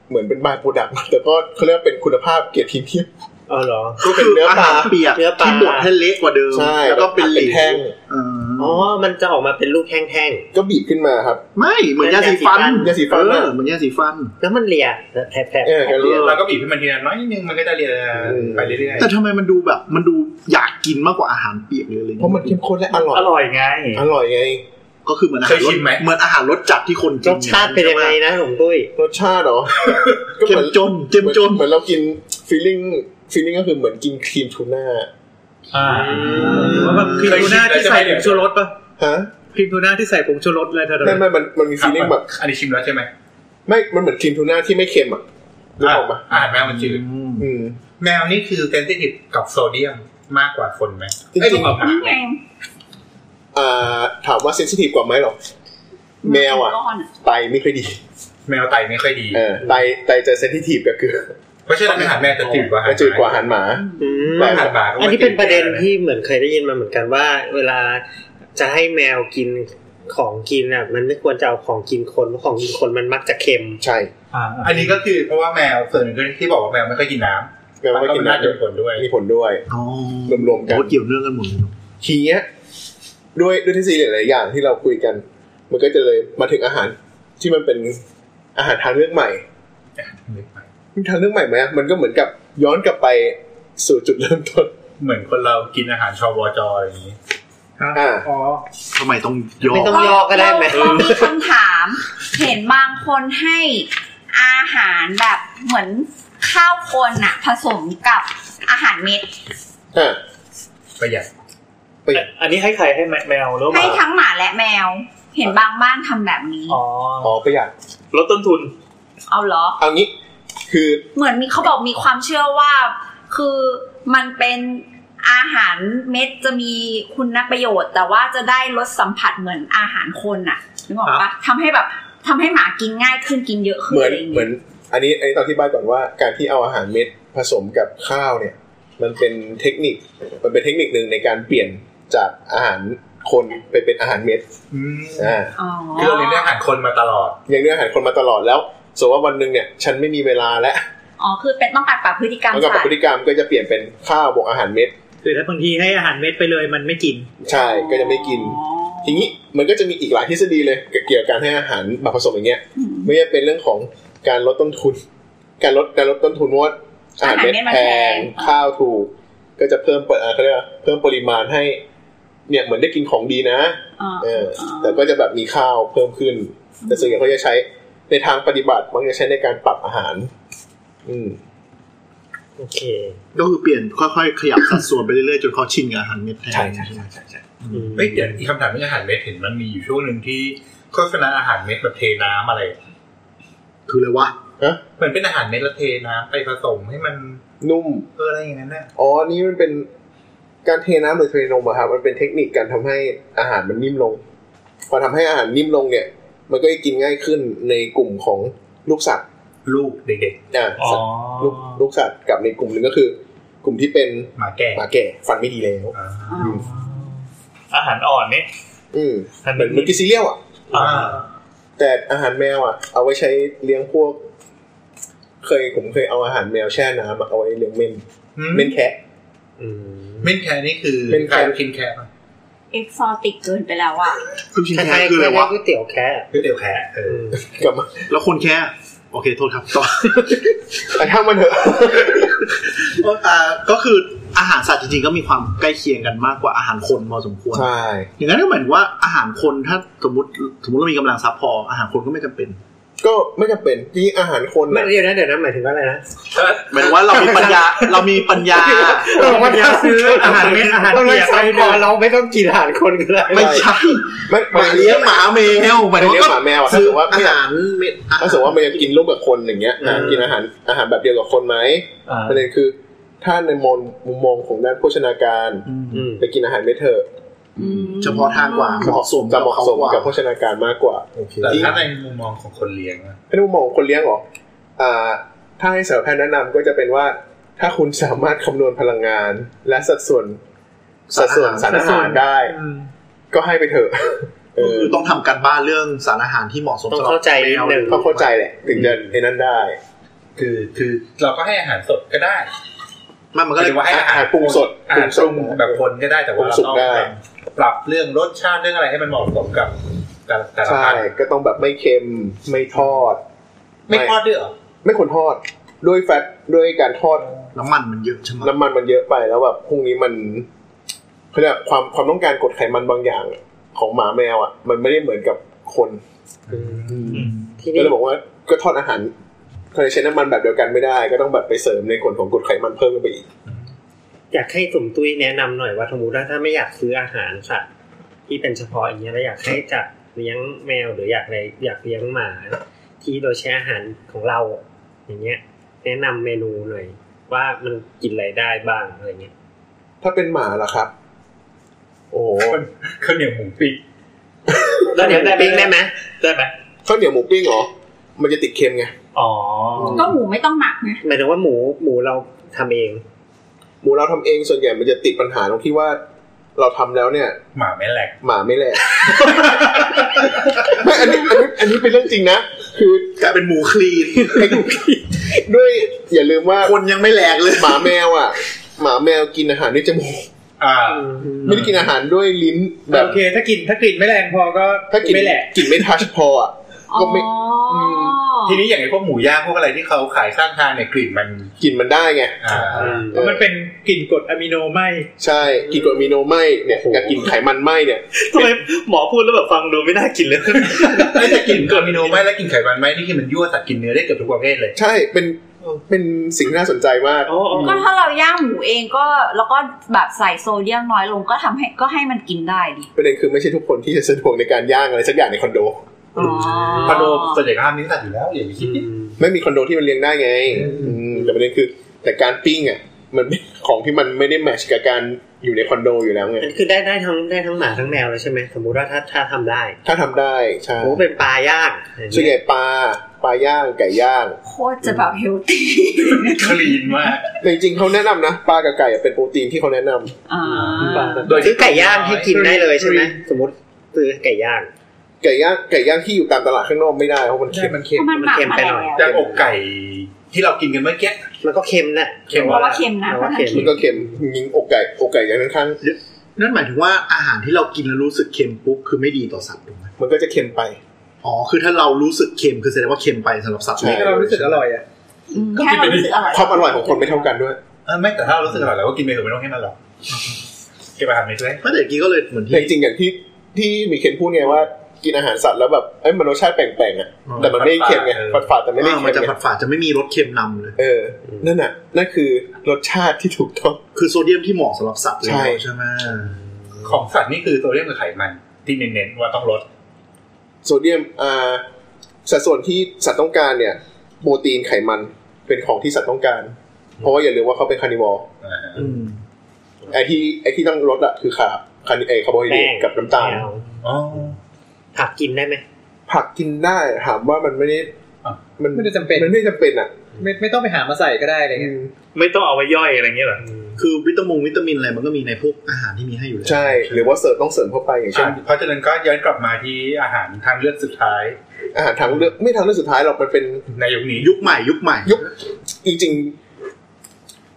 Speaker 3: เหมือนเป็นบายโปรดักต์แต่ก็เขาเรียกว่าเป็นคุณภาพเกียรติพรีเมียม
Speaker 6: อ๋อเหรอ
Speaker 3: ก็เป็นเนื้อ
Speaker 7: *laughs* อา
Speaker 3: ปลา
Speaker 7: หารเปียก
Speaker 6: เนื้อปลา
Speaker 7: ที่บดให้เละกว่าเดิม
Speaker 3: ใช่
Speaker 7: แล้วก็เป็น
Speaker 3: แล้วก็
Speaker 7: เหล
Speaker 3: เป็นแท่ง
Speaker 7: วอ่า
Speaker 6: อ๋อ มันจะออกมาเป็นลูกแห้ง
Speaker 3: ก็บีบขึ้นมาครับ
Speaker 7: ไม่เหมือนยาสีฟัน
Speaker 3: ยาสีฟัน
Speaker 7: เอ
Speaker 3: น่ะ
Speaker 7: อเหมือนยาสีฟัน
Speaker 6: ๆ แล้วมันเลียแผลบแผลบ
Speaker 3: เออการเรียน
Speaker 9: เราก็บีบให้มันทีละน้อยนิดนึงมันก็จะเรียน
Speaker 3: อืม
Speaker 9: ไปเรื่อย
Speaker 7: แต่ทำไมมันดูแบบ มันดูอยากกินมากกว่าอาหารเปียกเลยอะไร
Speaker 3: เพราะมันเข้มข้นและอร่อย
Speaker 4: อร่อยไง
Speaker 3: อร่อยไง
Speaker 7: ก็คือเหมือนอาหา
Speaker 9: เค
Speaker 7: ร
Speaker 9: ย
Speaker 7: ร
Speaker 9: ชิ
Speaker 7: ส
Speaker 9: มไหม
Speaker 7: เหมือนอาหารรสจัดที่คนกิ
Speaker 6: ร
Speaker 7: น
Speaker 6: สชาติเป็นยังไงนะผมตุ้ย
Speaker 3: รสชาติเหรอ
Speaker 7: *laughs* เจ็มจนเจ็มจน
Speaker 3: เหมือนเรากินฟีลิ่งฟีลิ่งก็คือเหมือนกินครีมทูน่า
Speaker 4: อ่า
Speaker 5: ว่าแบบครีมทูน่าที่ใส่ผงชูรสป่ะ
Speaker 3: ฮะ
Speaker 5: ครีมทูน่าที่ใส่ผงชูรสอะไรเท่า
Speaker 3: ไม่
Speaker 5: นั้น
Speaker 3: ไม่มันมันมี
Speaker 9: ๆ
Speaker 3: ฟีลิ่งแบบ
Speaker 9: อันนี้ชิมแล้วใช่ไหม
Speaker 3: ไม่มันเหมือนครีมทูน่าที่ไม่เค็มอ่ะนึกออกปะ
Speaker 9: อ่าแมวมันจืด
Speaker 3: อืม
Speaker 9: แมวนี่คือเซนซิทีฟกับโซเดียมมากกว่าคนไหม
Speaker 3: จริงๆ
Speaker 9: เอ้ยกับหมา
Speaker 2: แมว
Speaker 3: อ่าถามว่าเซนซิทีฟกว่าไหมหรอ แมวอ่ะ
Speaker 2: ก้น
Speaker 3: ไตไม่ค่อยดี
Speaker 9: แมวไตไม่ค่อยดี
Speaker 3: เออไตไตจะเซนซิทีฟกับเกลือ
Speaker 9: เพราะฉะนั้นอาหารแมวจะจืดกว่าอาหาร
Speaker 3: จะจืดกว่าอาหารหมา
Speaker 6: อืม
Speaker 9: อาหารหมาก็ไม่
Speaker 6: อันนี้เป็นประเด็น
Speaker 9: จืด
Speaker 6: ที่เหมือนเคยได้ยินมาเหมือนกันว่า เวลาจะให้แมวกินของกินอ่ะ มันไม่ควรจะเอาของกินคนเพราะของกินคนมันมักจะเค็ม
Speaker 3: ใช่
Speaker 9: อันนี้ก็คือเพราะว่าแมวส่วนหนึ่งก็ที่บอกว่าแมวไม่ค่อยกินน้ำ
Speaker 3: แมวไม่ค่อยกินน้ำ
Speaker 9: มัจะมีผลด้วย
Speaker 3: มีผลด้วย
Speaker 7: อ๋อ
Speaker 3: รวมๆกัน
Speaker 7: โอ้เกี่ยวเนื่องกันหมดเลยเนอะ
Speaker 3: ทีเนี้ยด้วยด้วยทฤษฎีหลายๆอย่างที่เราคุยกัน มันก็จะเลยมาถึงอาหารที่มันเป็นอาหารทางเลือกใหม่มันทางเลือกใหม่ไหมอะมันก็เหมือนกับย้อนกลับไปสู่จุดเริ่มต้น
Speaker 9: เหมือนคนเรากินอาหารชอบวจออะไรอย่างนี้
Speaker 3: อ่า
Speaker 5: อ๋อ
Speaker 7: ทำไมต้องย่อ
Speaker 6: ไม่ต้อง ย่ก็ได้ไหม
Speaker 2: เรามีคำถาม เห็นบางคนให้อาหารแบบเหมือนข้าวคนอะผสมกับอาหารเม็ด
Speaker 3: อ่า
Speaker 9: ประหยัด
Speaker 3: ไป
Speaker 4: อันนี้ให้ใครให้แมวหรือ
Speaker 2: ให้
Speaker 4: เปล่า
Speaker 2: ทั้งหมาและแมว เห็นบางบ้านทำแบบนี้
Speaker 4: อ๋อ
Speaker 3: อ๋อประหยัด
Speaker 4: ลดต้นทุน
Speaker 2: เอาเหรอ
Speaker 3: เอางี้ คือ
Speaker 2: เหมือนมีเขาบอกมีความเชื่อว่า คือมันเป็นอาหารเม็ดจะมีคุณประโยชน์ แต่ว่าจะได้รสสัมผัสเหมือนอาหารคนน่ะนึกออกปะทำให้แบบทำให้หมากินง่ายขึ้นกินเยอะขึ้น
Speaker 3: เหมือน
Speaker 2: อะไรอย่าง
Speaker 3: เหมื
Speaker 2: เงี้
Speaker 3: อย น อันนี้อันนี้ต้องอธิบายก่อนว่าการที่เอาอาหารเม็ดผสมกับข้าวเนี่ย มันเป็นเทคนิค มันเป็นเทคนิคหนึ่งในการเปลี่ยนจากอาหารคนไปเป็นอาหารเม็ดอ่า
Speaker 2: อ๋อ
Speaker 9: คือเราเรียนเรื่องอาหารคนมาตลอด
Speaker 3: ยังเนื้อหาคนมาตลอดแล้วสมมติว่าวันหนึ่งเนี่ย ฉันไม่มีเวลาแล้ว
Speaker 2: อ๋อคือเป็นต้องการปรับพฤติกรรม
Speaker 3: แล้วก็ปรั
Speaker 2: สั
Speaker 3: บ
Speaker 2: ต
Speaker 3: พฤ
Speaker 2: ว์
Speaker 3: ติกรรมก็จะเปลี่ยนเป็นข้าวบวกอาหารเม็ด
Speaker 5: คือถ้าบางทีให้อาหารเม็ดไปเลยมันไม่กิน
Speaker 3: ใช่ก็จะไม่กิน
Speaker 2: อ๋อ
Speaker 3: ทีนี้มันก็จะมีอีกหลายทฤษฎีเลยเกี่ยวกับการให้อาหารแบบผสมอย่างเงี้ย
Speaker 2: อืม
Speaker 3: ไม่ใช่าจะเป็นเรื่องของการลดต้นทุน การลดการลดต้นทุนเพราะว่าอาหารเม็ด
Speaker 2: อาหารเม็ดมัน
Speaker 3: แพ
Speaker 2: แพ
Speaker 3: ง
Speaker 2: ง
Speaker 3: ข้าวถูก ก็จะเพิ่มเปิดเขาเรียกว่าเพิ่มปริมาณให้ เนี่ยเหมือนได้กินของดีนะ
Speaker 2: อ๋อ
Speaker 3: เออแต่ก็จะแบบมีข้าวเพิ่มขึ้น แต่ส่วนใหญ่เขาจะใช้ในทางปฏิบัติมักจะใช้ในการปรับอาหาร อืม
Speaker 6: โอเค
Speaker 7: ก็คือเปลี่ยนค่อยๆขยับสัดส่วนไปเรื่อยๆจนเขาชินกับอาหารเม็ดแทน
Speaker 3: ใช่ใช่ใช่ใช่ใช่
Speaker 7: อืม
Speaker 9: เฮ้ยเดี๋ยวอีกคำถามเรื่องอาหารเม็ดเห็นมันมีอยู่ช่วงหนึ่งที่โฆษณาอาหารเม็ดแบบเทน้ำอะไร
Speaker 7: คือเลยวะ
Speaker 9: เหมือนเป็นอาหารเม็ดแล้วเทน้ำไปผสมให้มัน
Speaker 3: นุ่ม
Speaker 9: เอออะไรอย่างนั้นน่ะ
Speaker 3: อ๋อ นี่มันเป็นการเทน้ำหรือเทนมอะครับ มันเป็นเทคนิคการทำให้อาหารมันนิ่มลง พอทำให้อาหารนิ่มลงเนี่ย มันก็จะกินง่ายขึ้นในกลุ่มของลูกสัตว์
Speaker 9: ลูกเด็ก
Speaker 3: อ่า
Speaker 4: อ๋อ
Speaker 3: ลูกลูกสัตว์กับในกลุ่มหนึ่งก็คือ กลุ่มที่เป็น
Speaker 9: ๆหมาแก่
Speaker 3: หมาแก่ฟันไม่ดีแล้ว
Speaker 9: อ่า
Speaker 2: อ๋อ
Speaker 4: อาหารอ่อนนี่
Speaker 3: อืม
Speaker 4: ฟัน
Speaker 3: เห
Speaker 4: ไม่
Speaker 3: มือน
Speaker 4: ดี
Speaker 3: เหมือนกินซีเรียลอ่ะ
Speaker 4: อ่า
Speaker 3: แต่อาหารแมวอ่ะ เอาไว้ใช้เลี้ยงพวก เคยผมเคยเอาอาหารแมวแช่น้ำอะเอาไว้เลี้ยงเม่น
Speaker 9: อืม
Speaker 3: เม่นแคะ
Speaker 6: อืม
Speaker 9: เม่นแค่นี่คือ
Speaker 3: เม่นแคะ
Speaker 9: ขายลูกชิ้นแค่ปะ
Speaker 2: เอ็กซอติกเกินไปแล้วอ่ะ
Speaker 7: ลูกชิ้น
Speaker 6: คล้าย
Speaker 7: แค่
Speaker 6: ๆ
Speaker 7: คืออะไรวะ
Speaker 6: ก๋วยเตี๋ยวแค่
Speaker 9: ก๋วยเตี๋ยวแคะเออ
Speaker 3: กลับมา
Speaker 7: แล้วคนแค่ โอเคโทษครับต่อ
Speaker 3: แต่ถ้างมันเถอะ
Speaker 7: อ่าก็คืออาหารสัตว์จริงๆก็มีความใกล้เคียงกันมากกว่าอาหารคนพอสมควร
Speaker 3: ใช่
Speaker 7: อย่างนั้นก็เหมือนว่าอาหารคนถ้าสมมติสมมติเรามีกำลังทรัพย์พออาหารคนก็ไม่จำเป็น
Speaker 3: ก็ไม่จำเป็นจริงๆอาหารคน
Speaker 6: ไม่
Speaker 3: น่ะ
Speaker 6: เดี๋ยวนะเดี๋ยวนะหมายถึงว่าอะไรนะ
Speaker 7: หมายถึงว่าเรามีปัญญา *laughs* เรามีปัญญา
Speaker 6: มันจะซื้ออาหารเม็ดอาหารเปียกไปเดินเราไม่ต้องกินอาหารคนก็ได้
Speaker 7: ไม่ใช่
Speaker 3: ไม่
Speaker 7: หมาเลี้ยงหมาแมวหมายถึง
Speaker 3: เลี้ยง
Speaker 7: ว่า
Speaker 3: หมาแมวอะ
Speaker 7: ก็
Speaker 3: ถ้า
Speaker 7: ซื้อ
Speaker 3: เกิดว่า
Speaker 7: อา
Speaker 3: ไม่อยาก
Speaker 7: หารเม็ด
Speaker 3: ถ้าสมมติว่ามันจะกินร่วมกับคนอย่างเงี้ยนะ
Speaker 7: อืม
Speaker 3: กินอาหารอาหารแบบเดียวกับคนไหมประเด็นคือ ถ้าในมองมุมมองของด้านโภชนาการ
Speaker 7: อืม
Speaker 3: ไปกินอาหารเม็ดเถอะ
Speaker 7: เฉพาะทางกว่าเหมาะสม
Speaker 3: จะเหมาะสมกับ
Speaker 7: เข
Speaker 3: โภชนาการมากกว่า
Speaker 7: โอเค
Speaker 9: แต่ถ้าในมุมมองของคนเลี้ยงอะ
Speaker 3: ไม่ได้มุมมองของคนเลี้ยงหรออ่า ถ้าให้สาวแพทย์แนะนำก็จะเป็นว่า ถ้าคุณสามารถคำนวณพลังงาน และสัดส่วน สัดส่วนสารอาหารได้ ก็ให้ไปเถอะเออ
Speaker 7: คือต้องทำการบ้านเรื่องสารอาหารที่เหมาะสม
Speaker 6: ต้อง
Speaker 7: สำหรับ
Speaker 6: เข้าใจนิด
Speaker 7: แมว
Speaker 6: หนึ่ง
Speaker 3: ต้องเข้าใจแหละ ถึงจะไอ้นั้นได้
Speaker 9: คือคือเราก็ให้อาหารสดก็ได้
Speaker 7: มันมัน
Speaker 9: หมาย
Speaker 7: ก็เลย
Speaker 9: ถึงว่าให้อาหาร
Speaker 3: ปรุงสด
Speaker 9: อาหารปรุงแบบคนก็ได้แต่ว่าเรา
Speaker 3: ปรุงสุก
Speaker 9: ต้อง
Speaker 3: ได้
Speaker 9: ปรับเรื่องรสชาติเรื่องอะไรให้มันเหมาะสมกับแต่ละแต่ละ
Speaker 3: ใช่
Speaker 9: พัน
Speaker 3: ก็ต้องแบบไม่เค็มไม่ทอด
Speaker 9: ไม่ทอดด้วยเหรอ
Speaker 3: ไม่ควรทอด ด้วยแฟตด้วยการทอด
Speaker 7: น้ำมันมันเยอะใช่ไหม
Speaker 3: น้ำมันมันเยอะไปแล้วแบบพรุ่งนี้มันเขาเรียกว่าความความต้องการกรดไขมันบางอย่างของหมาแมวอ่ะ มันไม่ได้เหมือนกับคน
Speaker 6: ที่
Speaker 3: ก็
Speaker 6: นี่
Speaker 3: เลยบอกว่าก็ทอดอาหารเขาจะใช้น้ำมันแบบเดียวกันไม่ได้ ก็ต้องแบบไปเสริมในส่วนของกรดไขมันเพิ่มเข้าไปอีก
Speaker 6: อยากให้สมตุ้ยแนะนำหน่อยว่าสมมติว่าถ้าไม่อยากซื้ออาหารสัตว์ที่เป็นเฉพาะอย่างเงี้ยแล้วอยากให้จัดเลี้ยงแมวหรืออยากอะไรอยากเลี้ยงหมา ที่โดยใช้อาหารของเรา อย่างเงี้ย แนะนำเมนูหน่อยว่ามันกินอะไรได้บ้างอะไรเงี้ย
Speaker 3: ถ้าเป็นหมาล่ะครับ โอ้โห
Speaker 9: ข้าวเหนียวหมูปิ้ง
Speaker 6: แล้วเดี๋ยวปิ้งได้ไหม
Speaker 4: ได้ไหม
Speaker 3: ข้าวเหนียวหมูปิ้งเหรอ มันจะติดเค็มไง
Speaker 6: อ๋อ
Speaker 2: ก็หมูไม่ต้องหมักนะ
Speaker 6: หมายถึงว่าหมูหมูเราทำเอง
Speaker 3: หมูเราทำเองส่วนใหญ่มันจะติดปัญหาตรงที่ว่าเราทำแล้วเนี่ย
Speaker 9: หมาไม่แหลก
Speaker 3: หมาไม่แหลก ไม่อันนี้อันนี้อันนี้เป็นเรื่องจริงนะ คือก
Speaker 7: ลายเป็นหมูคลีน
Speaker 3: *laughs* ด้วยอย่าลืมว่า
Speaker 7: คนยังไม่แหลกเลย
Speaker 3: หมาแมวอ่ะ หมาแมวกินอาหารด้วยจมูก
Speaker 9: อ่า
Speaker 3: ไม่ได้กินอาหารด้วยลิ้นแบบ
Speaker 5: โอเค ถ้ากลิ่นถ้ากลิ่นไม่แรงพอก็
Speaker 3: ถ้ากิน
Speaker 5: ไม่แหละ
Speaker 3: กินไม่ทัชพออ่ะ
Speaker 2: อ๋อ
Speaker 3: ก็ไม่
Speaker 9: ทีนี้อย่างไอ้พวกหมูย่างพวกอะไรที่เขาขายข้างทางเนี่ยกลิ่นมัน
Speaker 3: กินมันได้ไง
Speaker 9: อ่า
Speaker 5: เพราะมันเป็นกลิ่นกรดอะมิโนไหม
Speaker 3: ใช่กินกรดอะมิโนไม่เนี่ยกับกินไขมันไม่เนี่ย
Speaker 4: ทำไมหมอพูดแล้วแบบฟังดูไม่น่ากินเลย *laughs*
Speaker 9: ไอ้แต่กลิ่นกรดอะมิโนไหมและกลิ่นไขมันไหมนี่คือมันยั่วสัตว์กินเนื้อได้เกือบทุกประเภทเลย
Speaker 3: ใช่เป็นเป็นสิ่งที่น่าสนใจมาก
Speaker 2: ก็ถ้าเราย่างหมูเองก็แล้วก็แบบใส่โซเดียมน้อยลงก็ทำให้ก็ให้มันกินได้ดิ
Speaker 3: ประเด็นคือไม่ใช่ทุกคนที่จะสะดวกในการย่างอะไรสักอย่างในคอนโด
Speaker 2: อ๋อ
Speaker 9: คอนโดส่วนใหญ่ก็ห้ามเลี้ยงสัตว์อยู่แล้วอย่าไปคิด
Speaker 3: ไม่มีคอนโดที่มันเลี้ยงได้ไงอืมแต่ประเด็นคือ แต่การปิ้งอ่ะมันไม่ของที่มันไม่ได้แมทชกับการอยู่ในคอนโดอยู่แล้วไง
Speaker 6: มันคือได้ได้ทั้งได้ทั้งหมาทั้งแมวเลยใช่ไหมสมมุติว่าถ้าถ้าทำได้
Speaker 3: ถ้าทำได้ใช่
Speaker 6: โอ้เป็นปลาย่างอะไร
Speaker 3: ส่วนให
Speaker 6: เงี้ย
Speaker 3: ญ่ปลาปลาย่างไก่ย่าง
Speaker 2: โคตรจะแบบเฮลตี้
Speaker 9: คลีนมาก
Speaker 3: แต่จริงๆเขาแนะนำนะปลากับไก่อะเป็นโปรตีนที่เขาแนะนำ
Speaker 2: อ่า
Speaker 9: โดย
Speaker 6: ซื้อไก่ย่างให้กินได้เลยใช่ไหมสมมติซื้อไก่ย่าง
Speaker 3: ไก่ย่างไก่ย่างที่อยู่ตามตลาดข้างนอกไม่ได้เพราะมัน
Speaker 9: ใช่
Speaker 3: เค็ม
Speaker 9: มันเค็ม
Speaker 2: เพราะมันหมัก
Speaker 6: เค็ม
Speaker 2: มา
Speaker 6: ไป
Speaker 2: แล้
Speaker 6: หน่
Speaker 2: ว
Speaker 6: อย
Speaker 9: จากอกไก่ที่เรากินกันเมื่อกี้
Speaker 6: มันก็เค็มแหละ
Speaker 9: เค็ม
Speaker 2: เพราะว่าเค็มนะ
Speaker 6: เพ
Speaker 2: เพ
Speaker 6: ราะ
Speaker 2: ราะ
Speaker 6: ว่า
Speaker 2: ฉะ
Speaker 6: เค็
Speaker 2: นั้น
Speaker 6: ม
Speaker 3: มันก็เค็มยิงอกไก่อกไก่อย่างข้าง
Speaker 7: นั่นหมายถึงว่าอาหารที่เรากินแล้วรู้สึกเค็มปุ๊บคือไม่ดีต่อสัตว์ถูกไหม
Speaker 3: ๆมันก็จะเค็มไป
Speaker 7: อ๋อคือถ้าเรารู้สึกเค็มคือแสดงว่าเค็มไปสำหรับสัตว์
Speaker 3: ใช่
Speaker 7: เลี้ยง
Speaker 5: ถ้าเรารู้สึกอร่อยอ่ะ
Speaker 2: อืมแค่เรารู้สึกอร่อย
Speaker 3: ความอร่อยของคนไม่เท่ากันด้วย
Speaker 9: เออไม่แต่ถ้าเรารู้สึกอร่อยแล้วก็กินไปเถอะไม่ต้องให้มันหรอกเก็บอาหารไม่ได้
Speaker 7: เพราะแต่เมื่อกี้ก็เลยเหมือน
Speaker 3: แต่
Speaker 7: ที่
Speaker 3: จริงๆอย่างที่ที่มีเคนพูดไงว่ากินอาหารสัตว์แล้วแบบเอ้ยมันรสชาติแปลกๆอ่ะแต่มันไม่ได้เค็มไงฝาดฝาดๆแต่ไม่ได้
Speaker 7: อ่า
Speaker 3: เค็
Speaker 7: มัน
Speaker 3: ม
Speaker 7: จะ
Speaker 3: ไง
Speaker 7: ผัดฝาดจะไม่มีรสเค็มนำเลย
Speaker 3: เออ นั่นน่ะ นั่นคือรสชาติที่ถูกต้อง
Speaker 7: คือโซเดียมที่เหมาะสำหรับสัตว์เลี้ยง
Speaker 3: ใช่
Speaker 7: ใช่ไหม
Speaker 9: ของสัตว์นี่คือโซเดียมกับไขมันที่เน้นๆว่าต้องลด
Speaker 3: โซเดียมอ่าสัดส่วนที่สัตว์ต้องการเนี่ย โปรตีนไขมันเป็นของที่สัตว์ต้องการ เพราะว่าอย่าลืมว่าเขาเป็นคาร์นิวอร์
Speaker 9: อ่า
Speaker 7: อืม
Speaker 3: ไอที่ไอที่ต้องลดอะคือคาร์บคาร์นิไอคาร์โบไฮเดรตกับน้ำตาล
Speaker 6: แมว
Speaker 9: อ๋อ
Speaker 6: ผักกินได้ไหม
Speaker 3: ผักกินได้ถามว่ามันไม่ได้
Speaker 9: อ่ะ
Speaker 3: มัน
Speaker 5: ไม่ได้จำเป็น
Speaker 3: มันไม่จำเป็นอ่ะ
Speaker 5: ไม่ไม่ต้องไปหามาใส่ก็ได้อะไรเงี้ย
Speaker 4: ไม่ต้องเอาไว้ย่อยอะไรอย่างเงี้ยเหรอ
Speaker 7: คือวิตามินวิตามินอะไรมันก็มีในพวกอาหารที่มีให้อยู่แล้ว
Speaker 3: ใช่หรือว่าเสริมต้องเสริมเข้าไปอย่างเช่น
Speaker 9: เพราะฉะนั้นก็ย้อนกลับมาที่อาหารทางเลือกสุดท้าย
Speaker 3: อาหารทางเลือกไม่ทางเลือกสุดท้ายหรอกมันเป็น
Speaker 9: ในยุคนี้
Speaker 7: ยุคใหม่ยุคใหม่
Speaker 3: ยุค จริง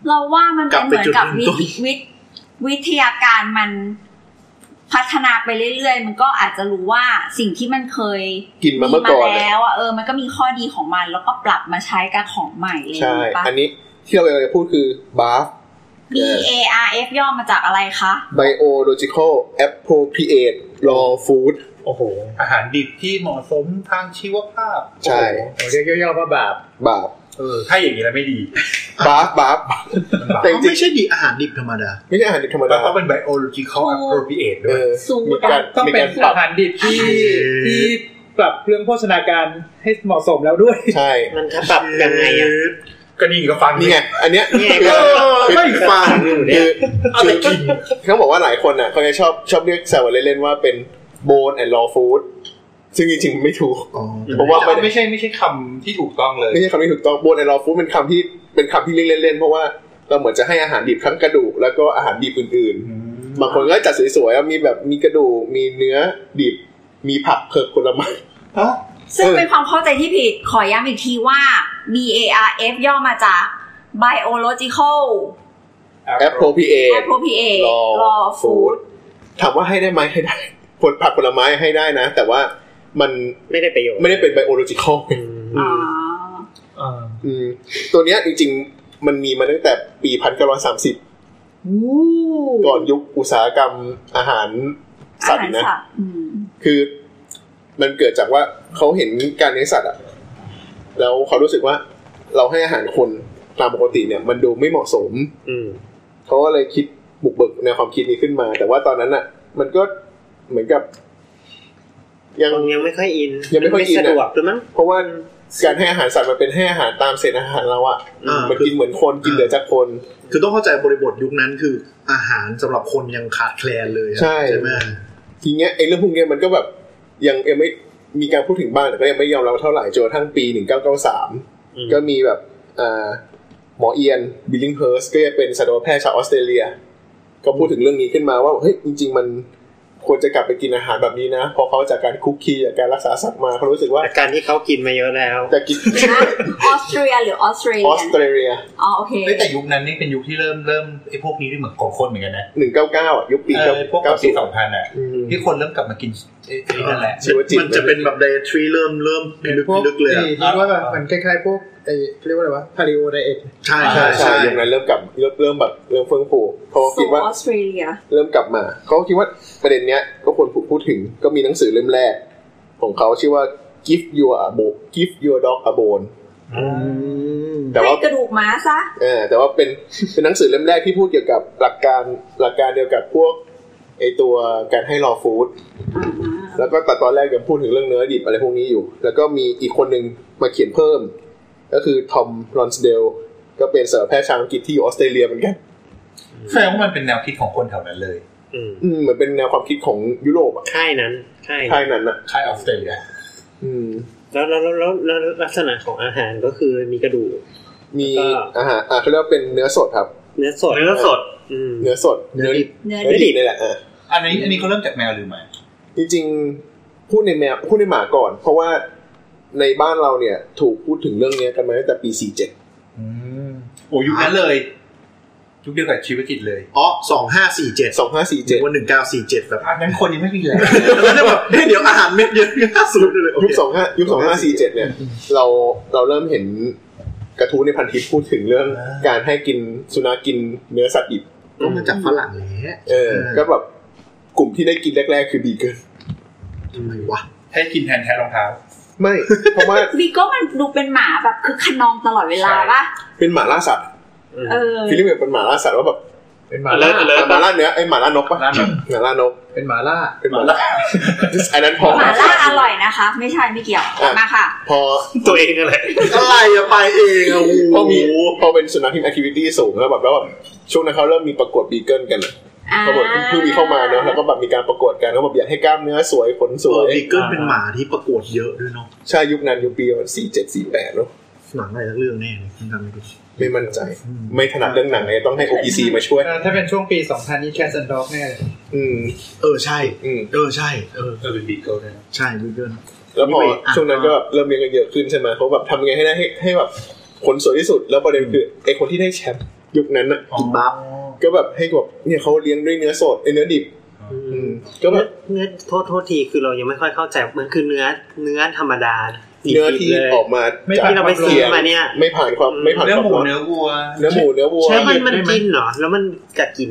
Speaker 2: เราว่ามันเป็นเหมือนกับวิ
Speaker 7: กลับไปจุดเริ่มต้น
Speaker 2: ธีวิทย์วิทยาการมันพัฒนาไปเรื่อยๆ มันก็อาจจะรู้ว่าสิ่งที่มันเคย
Speaker 3: ๆกินมาเมื่อก่อน
Speaker 2: มีมา
Speaker 3: เนี่ย
Speaker 2: แล้วอ่ะเออมันก็มีข้อดีของมัน แล้วก็ปรับมาใช้กับของใหม่เลย
Speaker 3: ใช่
Speaker 2: ปะ
Speaker 3: อันนี้ที่เราจะพูดคือบาฟ
Speaker 2: B A R F ย่อมาจากอะไรคะ
Speaker 3: biological appropriate raw food
Speaker 6: โอ้โห
Speaker 9: อาหารดิบที่เหมาะสมทางชีวภาพ
Speaker 3: ใช่
Speaker 9: โอ้โหเรียกย่อๆว่าบาป
Speaker 3: บาป
Speaker 9: เออถ้าอย่างนี้แล้วไม่ดี
Speaker 3: บาปบาป
Speaker 9: มันบาป
Speaker 3: แต่จ
Speaker 7: เขา
Speaker 3: ริง
Speaker 7: ไม่ใช่ดิบอาหารดิบธรรมดา
Speaker 3: ๆไม่ใช่อาหารดิบธรรม
Speaker 9: แล้
Speaker 3: ดาว
Speaker 9: ต้องเป็น biological appropriate
Speaker 3: เอ
Speaker 9: ด้วย
Speaker 3: อ
Speaker 2: สูตร
Speaker 3: มีการ
Speaker 5: ต้อง
Speaker 3: มี
Speaker 5: เป็น
Speaker 3: การปรั
Speaker 5: อา
Speaker 3: บ
Speaker 5: หารดิบที่ที่ปรับเรื่องโภชนาการให้เหมาะสมแล้วด้วย
Speaker 3: ใช่
Speaker 6: มันถ้าปรับยังไงอ่ะ
Speaker 9: ก็นี่ก็ฟัง
Speaker 3: นี่ไงอันเนี้ย
Speaker 6: นี่ไง
Speaker 3: คือ
Speaker 9: ไม่ฟัง
Speaker 3: คือคือกินเขาบอกว่าหลายคนอ่ะเขาจะชอบชอบเรียกแซวเล่นๆว่าเป็น bone and raw food ซึ่งจริงๆไม่ถูก
Speaker 7: อ๋อ
Speaker 3: เพราะว่าไม่ได้
Speaker 9: ไม่ใช่ไม่ใช่คำที่ถูกต้องเลย
Speaker 3: ไม่ใช่คำที่ถูกต้อง bone and raw food เป็นคำที่เป็นคำที่เรียกเล่นๆ เพราะว่าเราเหมือนจะให้อาหารดิบทั้งกระดูกแล้วก็อาหารดิบอื่นๆ บางคนก็จัดสวยๆอ่ะมีแบบมีกระดูกมีเนื้อดิบ มีผักเผือกผลไม้
Speaker 2: ซึ่ง
Speaker 3: เออ
Speaker 2: เป็นความเข้าใจที่ผิด ขอย้ำอีกทีว่า B A R F ย่อมาจาก biological
Speaker 3: appropriate
Speaker 2: appropriate
Speaker 3: raw
Speaker 2: raw food
Speaker 3: food ถามว่าให้ได้ไหมให้ได้ผลผักผลไม้ให้ได้นะ แต่ว่ามัน
Speaker 6: ไม่ได้ประโยชน์
Speaker 3: ไม่ได้เป็น biological
Speaker 6: อืม
Speaker 2: อ๋อ
Speaker 3: อืมตัวเนี้ยจริงๆ มันมีมาตั้งแต่ปีพันเก้าร้อยสามสิบก่อนยุคอุตสาหกรรมอาหารสั
Speaker 2: อา
Speaker 3: ตว์
Speaker 2: หาร
Speaker 3: อีกนะ
Speaker 2: สัตว์อืม
Speaker 3: คือมันเกิดจากว่าเขาเห็นการเลี้ยงสัตว์อะแล้วเขารู้สึกว่าเราให้อาหารคนตามปกติเนี่ย มันดูไม่เหมาะสม
Speaker 6: อืม
Speaker 3: เขาก็เลยคิดบุกเบิกแนวความคิดนี้ขึ้นมา แต่ว่าตอนนั้นอะมันก็เหมือนกับ ยัง
Speaker 6: คนยังไม่ค่อยอิน
Speaker 3: ยังไม่ค่อยอินอะ
Speaker 6: สะดวกด้วยมั้ง
Speaker 3: เพราะว่าการให้อาหารสัตว์มันเป็นให้อาหารตามเศษอาหารเราอะ
Speaker 7: อ่า
Speaker 3: มัน
Speaker 7: คือ
Speaker 3: กินเหมือนคนกินเหลือจากคน
Speaker 7: คือต้องเข้าใจบริบทยุคนั้นคืออาหารสำหรับคนยังขาดแคลนเลยอะ
Speaker 3: ใช่
Speaker 7: ไหม
Speaker 3: ทีเนี้ยไอ้เรื่องพวกเนี้ยมันก็แบบยังยังไม่มีการพูดถึงบ้างแต่ก็ยังไม่ยอมรับเท่าไหร่จนกระทั่งปี
Speaker 6: อืม
Speaker 3: 1993 ก็มีแบบอ่าหมอเอียนบิลลิงเฮิร์สก็จะเป็นสัตวแพทย์ชาวออสเตรเลีย ก็พูดถึงเรื่องนี้ขึ้นมาว่าเฮ้ยจริง ๆ มันควรจะกลับไปกินอาหารแบบนี้นะเพอเขาจากการคุกคีจากการรักษาสัตว์มาเขารู้สึกว่า
Speaker 6: อาการที่เขากินมาเยอะแล้ว
Speaker 3: จะกิน
Speaker 2: นะออสเตรียหรือออสเตร
Speaker 3: อ
Speaker 2: เลี
Speaker 3: อย สเตรเลีย
Speaker 2: อ๋อโอเค
Speaker 9: เอ้ยแต่ยุคนั้นนี่เป็นยุคที่เริ่มเริ่มไอ้พวกนี้ด้วยเหมือนของคนเหมือนกันนะ
Speaker 3: 199อ่ะยุคปี
Speaker 9: เออพวกกับปีสอง
Speaker 3: 90
Speaker 9: พันอ่ะ
Speaker 3: อืม
Speaker 9: ที่คนเริ่มกลับมากินไอ้ไอ้นั่นแหละ
Speaker 3: ชีวจิต
Speaker 7: มันจะเป็นแบบไดทรีเริ่มเริ่มพิลึก
Speaker 5: พวก
Speaker 7: พิลึกเลยอะ
Speaker 5: นี่เรียกว่าแบบมันคล้ายๆพวกไอ้เขาเรียกว่าอะไรวะพาริโอไดเอท
Speaker 7: ใช่
Speaker 3: ใช่
Speaker 7: ใช่
Speaker 3: ใช่
Speaker 7: ใช่
Speaker 3: ยุคนั้นเริ่มกลับเริ่มเริ่มแบบเริ่มเฟื่องฟูเขาก็คิด
Speaker 2: สู่
Speaker 3: ว่า
Speaker 2: ออสเตรเลีย
Speaker 3: เริ่มกลับมาเขาคิดว่าประเด็นเนี้ยก็ควรพูดถึงก็มีหนังสือเล่มแรก ของเขาชื่อว่า give your a bone give your dog a bone แต่
Speaker 2: ให้
Speaker 3: ว่าก
Speaker 2: ระดูกม้าซะ
Speaker 3: เออแต่ว่าเป็นเป็นหนังสือเล่มแรกที่พูดเกี่ยวกับหลักการหลักการเดียวกับพวกไอตัวการให้รอฟู้ดแล้วก็แต่ตอนแรกยังพูดถึงเรื่องเนื้อดิบอะไรพวกนี้อยู่ แล้วก็มีอีกคนหนึ่งมาเขียนเพิ่ม ก็คือทอมลอนสเดลก็เป็นสัตวแพทย์ชาวอังกฤษที่อยู่ออสเตรเลียเหมือนกัน
Speaker 9: แสดงว่ามันเป็นแนวคิดของคนแถวนั้นเลย
Speaker 6: อืม
Speaker 3: อืมเหมือนเป็นแนวความคิดของยุโรปอะ
Speaker 6: ค่ายนั้นค่าย
Speaker 3: ค่า
Speaker 6: นั้
Speaker 3: ย
Speaker 6: น
Speaker 3: นั้นอะ
Speaker 9: ค่ายออสเตรเลีย
Speaker 3: อืม
Speaker 6: แล้วแล้วแล้วแล้วแล้วแล้วลักษณะของอาหารก็คือมีกระดูก
Speaker 3: มี
Speaker 6: แล้วก็
Speaker 3: อาหารอ่าเขาเรียกว่าเป็นเนื้อสดครับ
Speaker 6: เนื้อสด
Speaker 4: เนื้อสด
Speaker 6: อืม
Speaker 3: เนื้อสด
Speaker 7: เนื้อดิบ
Speaker 2: เนื้อ
Speaker 3: เนื้อ
Speaker 2: ดิบ
Speaker 3: ดิบนี่แหละอ่ะ
Speaker 9: อันนี้อันนี้เขาเริ่มจากแมวหรือหมา
Speaker 3: จริงๆพูดในแมวพูดในหมาก่อน เพราะว่าในบ้านเราเนี่ย ถูกพูดถึงเรื่องเนี้ยกันมาตั้งแต่ปี 47
Speaker 9: อืมโอ้ยุคนั้นเลย ยุคเดียวกับชีวจิตเลย
Speaker 7: อ๋อสองห้าสี่เจ็ด
Speaker 3: 2547
Speaker 7: ว่าหนึ่งเก้าสี่เจ็ดแบบ
Speaker 9: อันนั้นคนยังไม่มีแล้ว
Speaker 7: แล้วเนี่ยแบบเฮ้ยเดี๋ยวอาหารเม็ดเยอะห้าสูตรเลยโอ
Speaker 3: ยุค
Speaker 7: เค
Speaker 3: 25ยุค2547 เนี่ย เราเราเริ่มเห็นกระทู้ในพันทิปพูดถึงเรื่องการให้กินสุนัขกินเนื้อสัตว์ดิบ
Speaker 7: ก็มาจากฝรั่งแหละ
Speaker 3: เออ ก็แบบกลุ่มที่ได้กินแรก ๆ คือบีเกิน
Speaker 7: ทำไมวะ
Speaker 9: ให้กินแทนแทนรองเท้า
Speaker 3: ไม่ เพราะว่า
Speaker 2: บีโก้มันดูเป็นหมาแบบคือขนองตลอดเวลาป่ะ
Speaker 3: เป็นหมาล่าสัตว์
Speaker 2: เออ
Speaker 3: ฟิลิปปินส์เป็นหมาล่าสัตว์ว่าแบบ
Speaker 5: เป็นหมา
Speaker 4: อะไร
Speaker 5: ล่า
Speaker 4: อะไร
Speaker 3: หมาล่าเนื้อไอยหมาล่านกปะ
Speaker 9: หมาล่านก
Speaker 3: หมาล่านก
Speaker 5: เป็นหมาล่า
Speaker 3: เป็นหมาล่าอันนั้นพอ
Speaker 2: หมาล่าอร่อยนะคะ ไม่ใช่ไม่เกี่ยว
Speaker 3: อ่ะ
Speaker 2: มาค่ะ
Speaker 3: พอ
Speaker 4: ตัวเองอะไร
Speaker 7: อะไรอะไปเองอะ
Speaker 3: พอมีพอเป็นสุนัขที่มี activity สูงแล้วแบบแล้วแบบช่วงนั้นเขาเริ่มมีประกวดบีเกิลกันอะ
Speaker 2: อ่า
Speaker 3: เขาบอกเพิ่งมีเข้ามาเนาะแล้วก็แบบมีการประกวดกันเขาแบบอยากให้กล้ามเนื้อสวยขนส
Speaker 7: ตัว
Speaker 3: วย
Speaker 7: บีเกิลเป็นหมาที่ประกวดเยอะด้วยเนาะ
Speaker 3: ใช่ยุคนั้นยุคปีสี่เจ็ดสี่แปดเนาะ
Speaker 7: หนังอะไรสักเรื่องแน่เลยทำไม่ดู
Speaker 3: ไม่มั่นใจ ไม่ถนัดเรื่องหนังเลยต้องให้ OPC มาช่วย
Speaker 5: ถ้าเป็นช่วงปี 2000 นี่แคสแอนด์ด็อกแน่เลย
Speaker 3: อืม
Speaker 7: เออใช่
Speaker 3: อืม
Speaker 7: เออใช่ เออ
Speaker 9: เออเป็นบีเกิลด้วยนะ
Speaker 7: ใช่บีเกิล
Speaker 3: แล้วพอ
Speaker 7: นี่ไปอ่ะ
Speaker 3: ช่วงนั้นก็แบบเริ่มเลี้ยงกันเยอะขึ้นใช่ไหมเขาแบบทำยังไงให้ได้ให้ให้แบบขนสวยที่สุด แล้วประเด็นคือไอ้คนที่ได้แชมป์ยุคนั้นอะ
Speaker 7: กินบัฟ
Speaker 3: ก็แบบให้แบบเนี่ยเขาเลี้ยงด้วยเนื้อสดไอ้เนื้อดิบ อืมก็แบบ
Speaker 6: เนื้อโทษโทษทีคือเรายังไม่ค่อยเข้าใจมันคือเนื้อเนื้อธรรมดา
Speaker 3: เนื้อที่ออกมาจาก
Speaker 6: ที่เราไปซื้อมาเนี่ย
Speaker 3: ไม่ผ่านความไม่ผ่าน
Speaker 9: เรื่อง
Speaker 3: ความ
Speaker 9: หมู
Speaker 3: ร้อน
Speaker 9: เนื้อวัว
Speaker 3: เนื้อหมูเนื้อวัว
Speaker 6: ใช่มันมันกินเหรอ แล้วมันจะกิน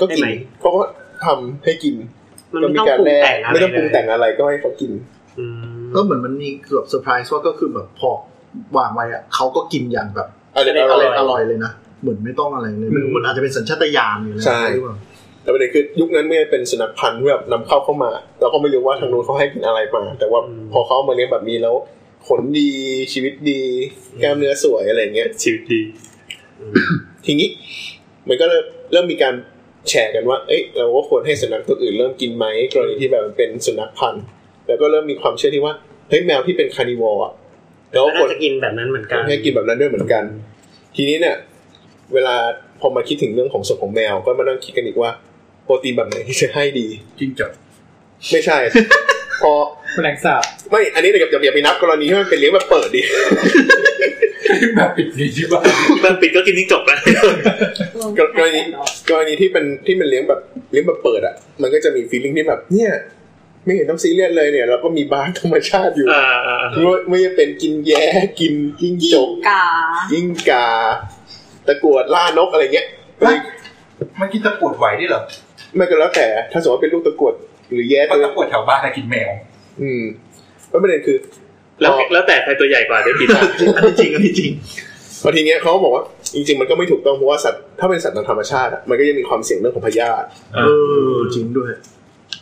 Speaker 3: ก็กิน
Speaker 6: ได้ไหม
Speaker 3: เขาก็ทำให้กิน
Speaker 6: มัน
Speaker 3: ก็
Speaker 6: ไม่
Speaker 3: มี
Speaker 6: ต้อง
Speaker 3: การ
Speaker 6: ปรุง
Speaker 3: แลก
Speaker 6: แต่งอะไร
Speaker 3: ไม่ต้องปรุงแต่ง
Speaker 6: เลย
Speaker 3: อะไรก็ให้เขากิน
Speaker 6: อืม
Speaker 7: ก็เหมือนมันมีเกือบเซอร์ไพรส์ว่าก็คือแบบพอวางไว้อะเขาก็กินอย่างแบบ
Speaker 3: อร่อย
Speaker 7: อ
Speaker 3: อ
Speaker 7: ร่อ
Speaker 3: ร่อย ย
Speaker 7: อร่อยเลยนะ เหมือนไม่ต้องอะไรเลยไม่รู้มันอาจจะเป็นสัญชาตญาณหรืออะไร
Speaker 3: ใช่
Speaker 7: หรือเปล่า
Speaker 3: แต่ประเด็นคือยุคนั้นไม่ได้เป็นสุนัขพันธุ์ที่แบบนำเข้าเข้ามา เราก็ไม่รู้ว่าทางนู้นเขาให้กินอะไรมา แต่ว่าพอเขาเอามาเลี้ยงแบบนี้แล้ว ขนดีชีวิตดีแก้มเนื้อสวยอะไรอย่างเงี้ย
Speaker 4: ชีวิตดี
Speaker 3: ทีนี้มันก็เริ่มเริ่มมีการแชร์กันว่า เอ้ยเราก็ควรให้สุนัขตัวอื่นเริ่มกินไหมกรณีที่แบบมันเป็นสุนัขพันธุ์ แล้วก็เริ่มมีความเชื่อที่ว่า เฮ้ยแมวที่เป็นคาร์นิวอร์อะแล้ว
Speaker 6: ก็
Speaker 3: ค
Speaker 6: น่าน จะกินแบบนั้นเหมือนกัน
Speaker 3: ให้กินแบบนั้นด้วยเหมือนกัน ทีนี้เนี่ย เวลาพอมาคิดถึงเรื่องของศพของแมว ก็มานั่งคิดกันอีกว่า โปรตีนแบบไหนที่จะให้ดี
Speaker 9: จิ้งจก
Speaker 3: ไม่ใช่ *laughs* พอ
Speaker 5: แมลงสาบ
Speaker 3: ไม่ อันนี้เดี๋ยวอย่าไปนับกรณีที่มันเป็นเลี้ยงแบบเปิดดิ
Speaker 9: แบบปิดดีที่บ้าน
Speaker 4: แบบปิดก็กินจิ้งจกแล้ว
Speaker 3: กรกรณีกรณีที่เป็นที่มันเลี้ยงแบบเลี้ยงแบบเปิดอ่ะ มันก็จะมีฟีลลิ่งที่แบบ เนี่ย ไม่เห็นต้องซีเรียสเลยเนี่ย เราก็มีบาร์ธรรมชาติอยู่
Speaker 4: *laughs* อ่าอ่าอ่า
Speaker 3: ไม่ไม่ว่าจะเป็นกินแย้กินกิ้งจก
Speaker 2: กา
Speaker 3: กิ้งกา ตะกรวดล่านกอะไรเงี้ย
Speaker 9: มันกินตะกรวดไหวได้วยเหรอ
Speaker 3: ไม่ก็แล้วแต่ ถ้าสมมติว่าเป็นลูกตะกรวดหรือแย้
Speaker 9: มั
Speaker 3: ตั
Speaker 9: น
Speaker 3: ว
Speaker 9: ตะกรวดแถวบ้านนะกินแมว
Speaker 3: อืมแล้วประเด็นคือ
Speaker 4: แล้วแล้วแต่ใครตัวใหญ่กว่าเดี๋ยวกินนะ
Speaker 7: อันนี้จริงอันนี้จริง
Speaker 3: พอทีเนี้ยเขาก็บอกว่าจริง ๆ มันก็ไม่ถูกต้องเพราะว่าสัตว์ถ้าเป็นสัตว์ตามธรรมชาติอะมันก็ยังมีความเสี่ยงเรื่องของพยาธิ
Speaker 7: เออจริงด้วย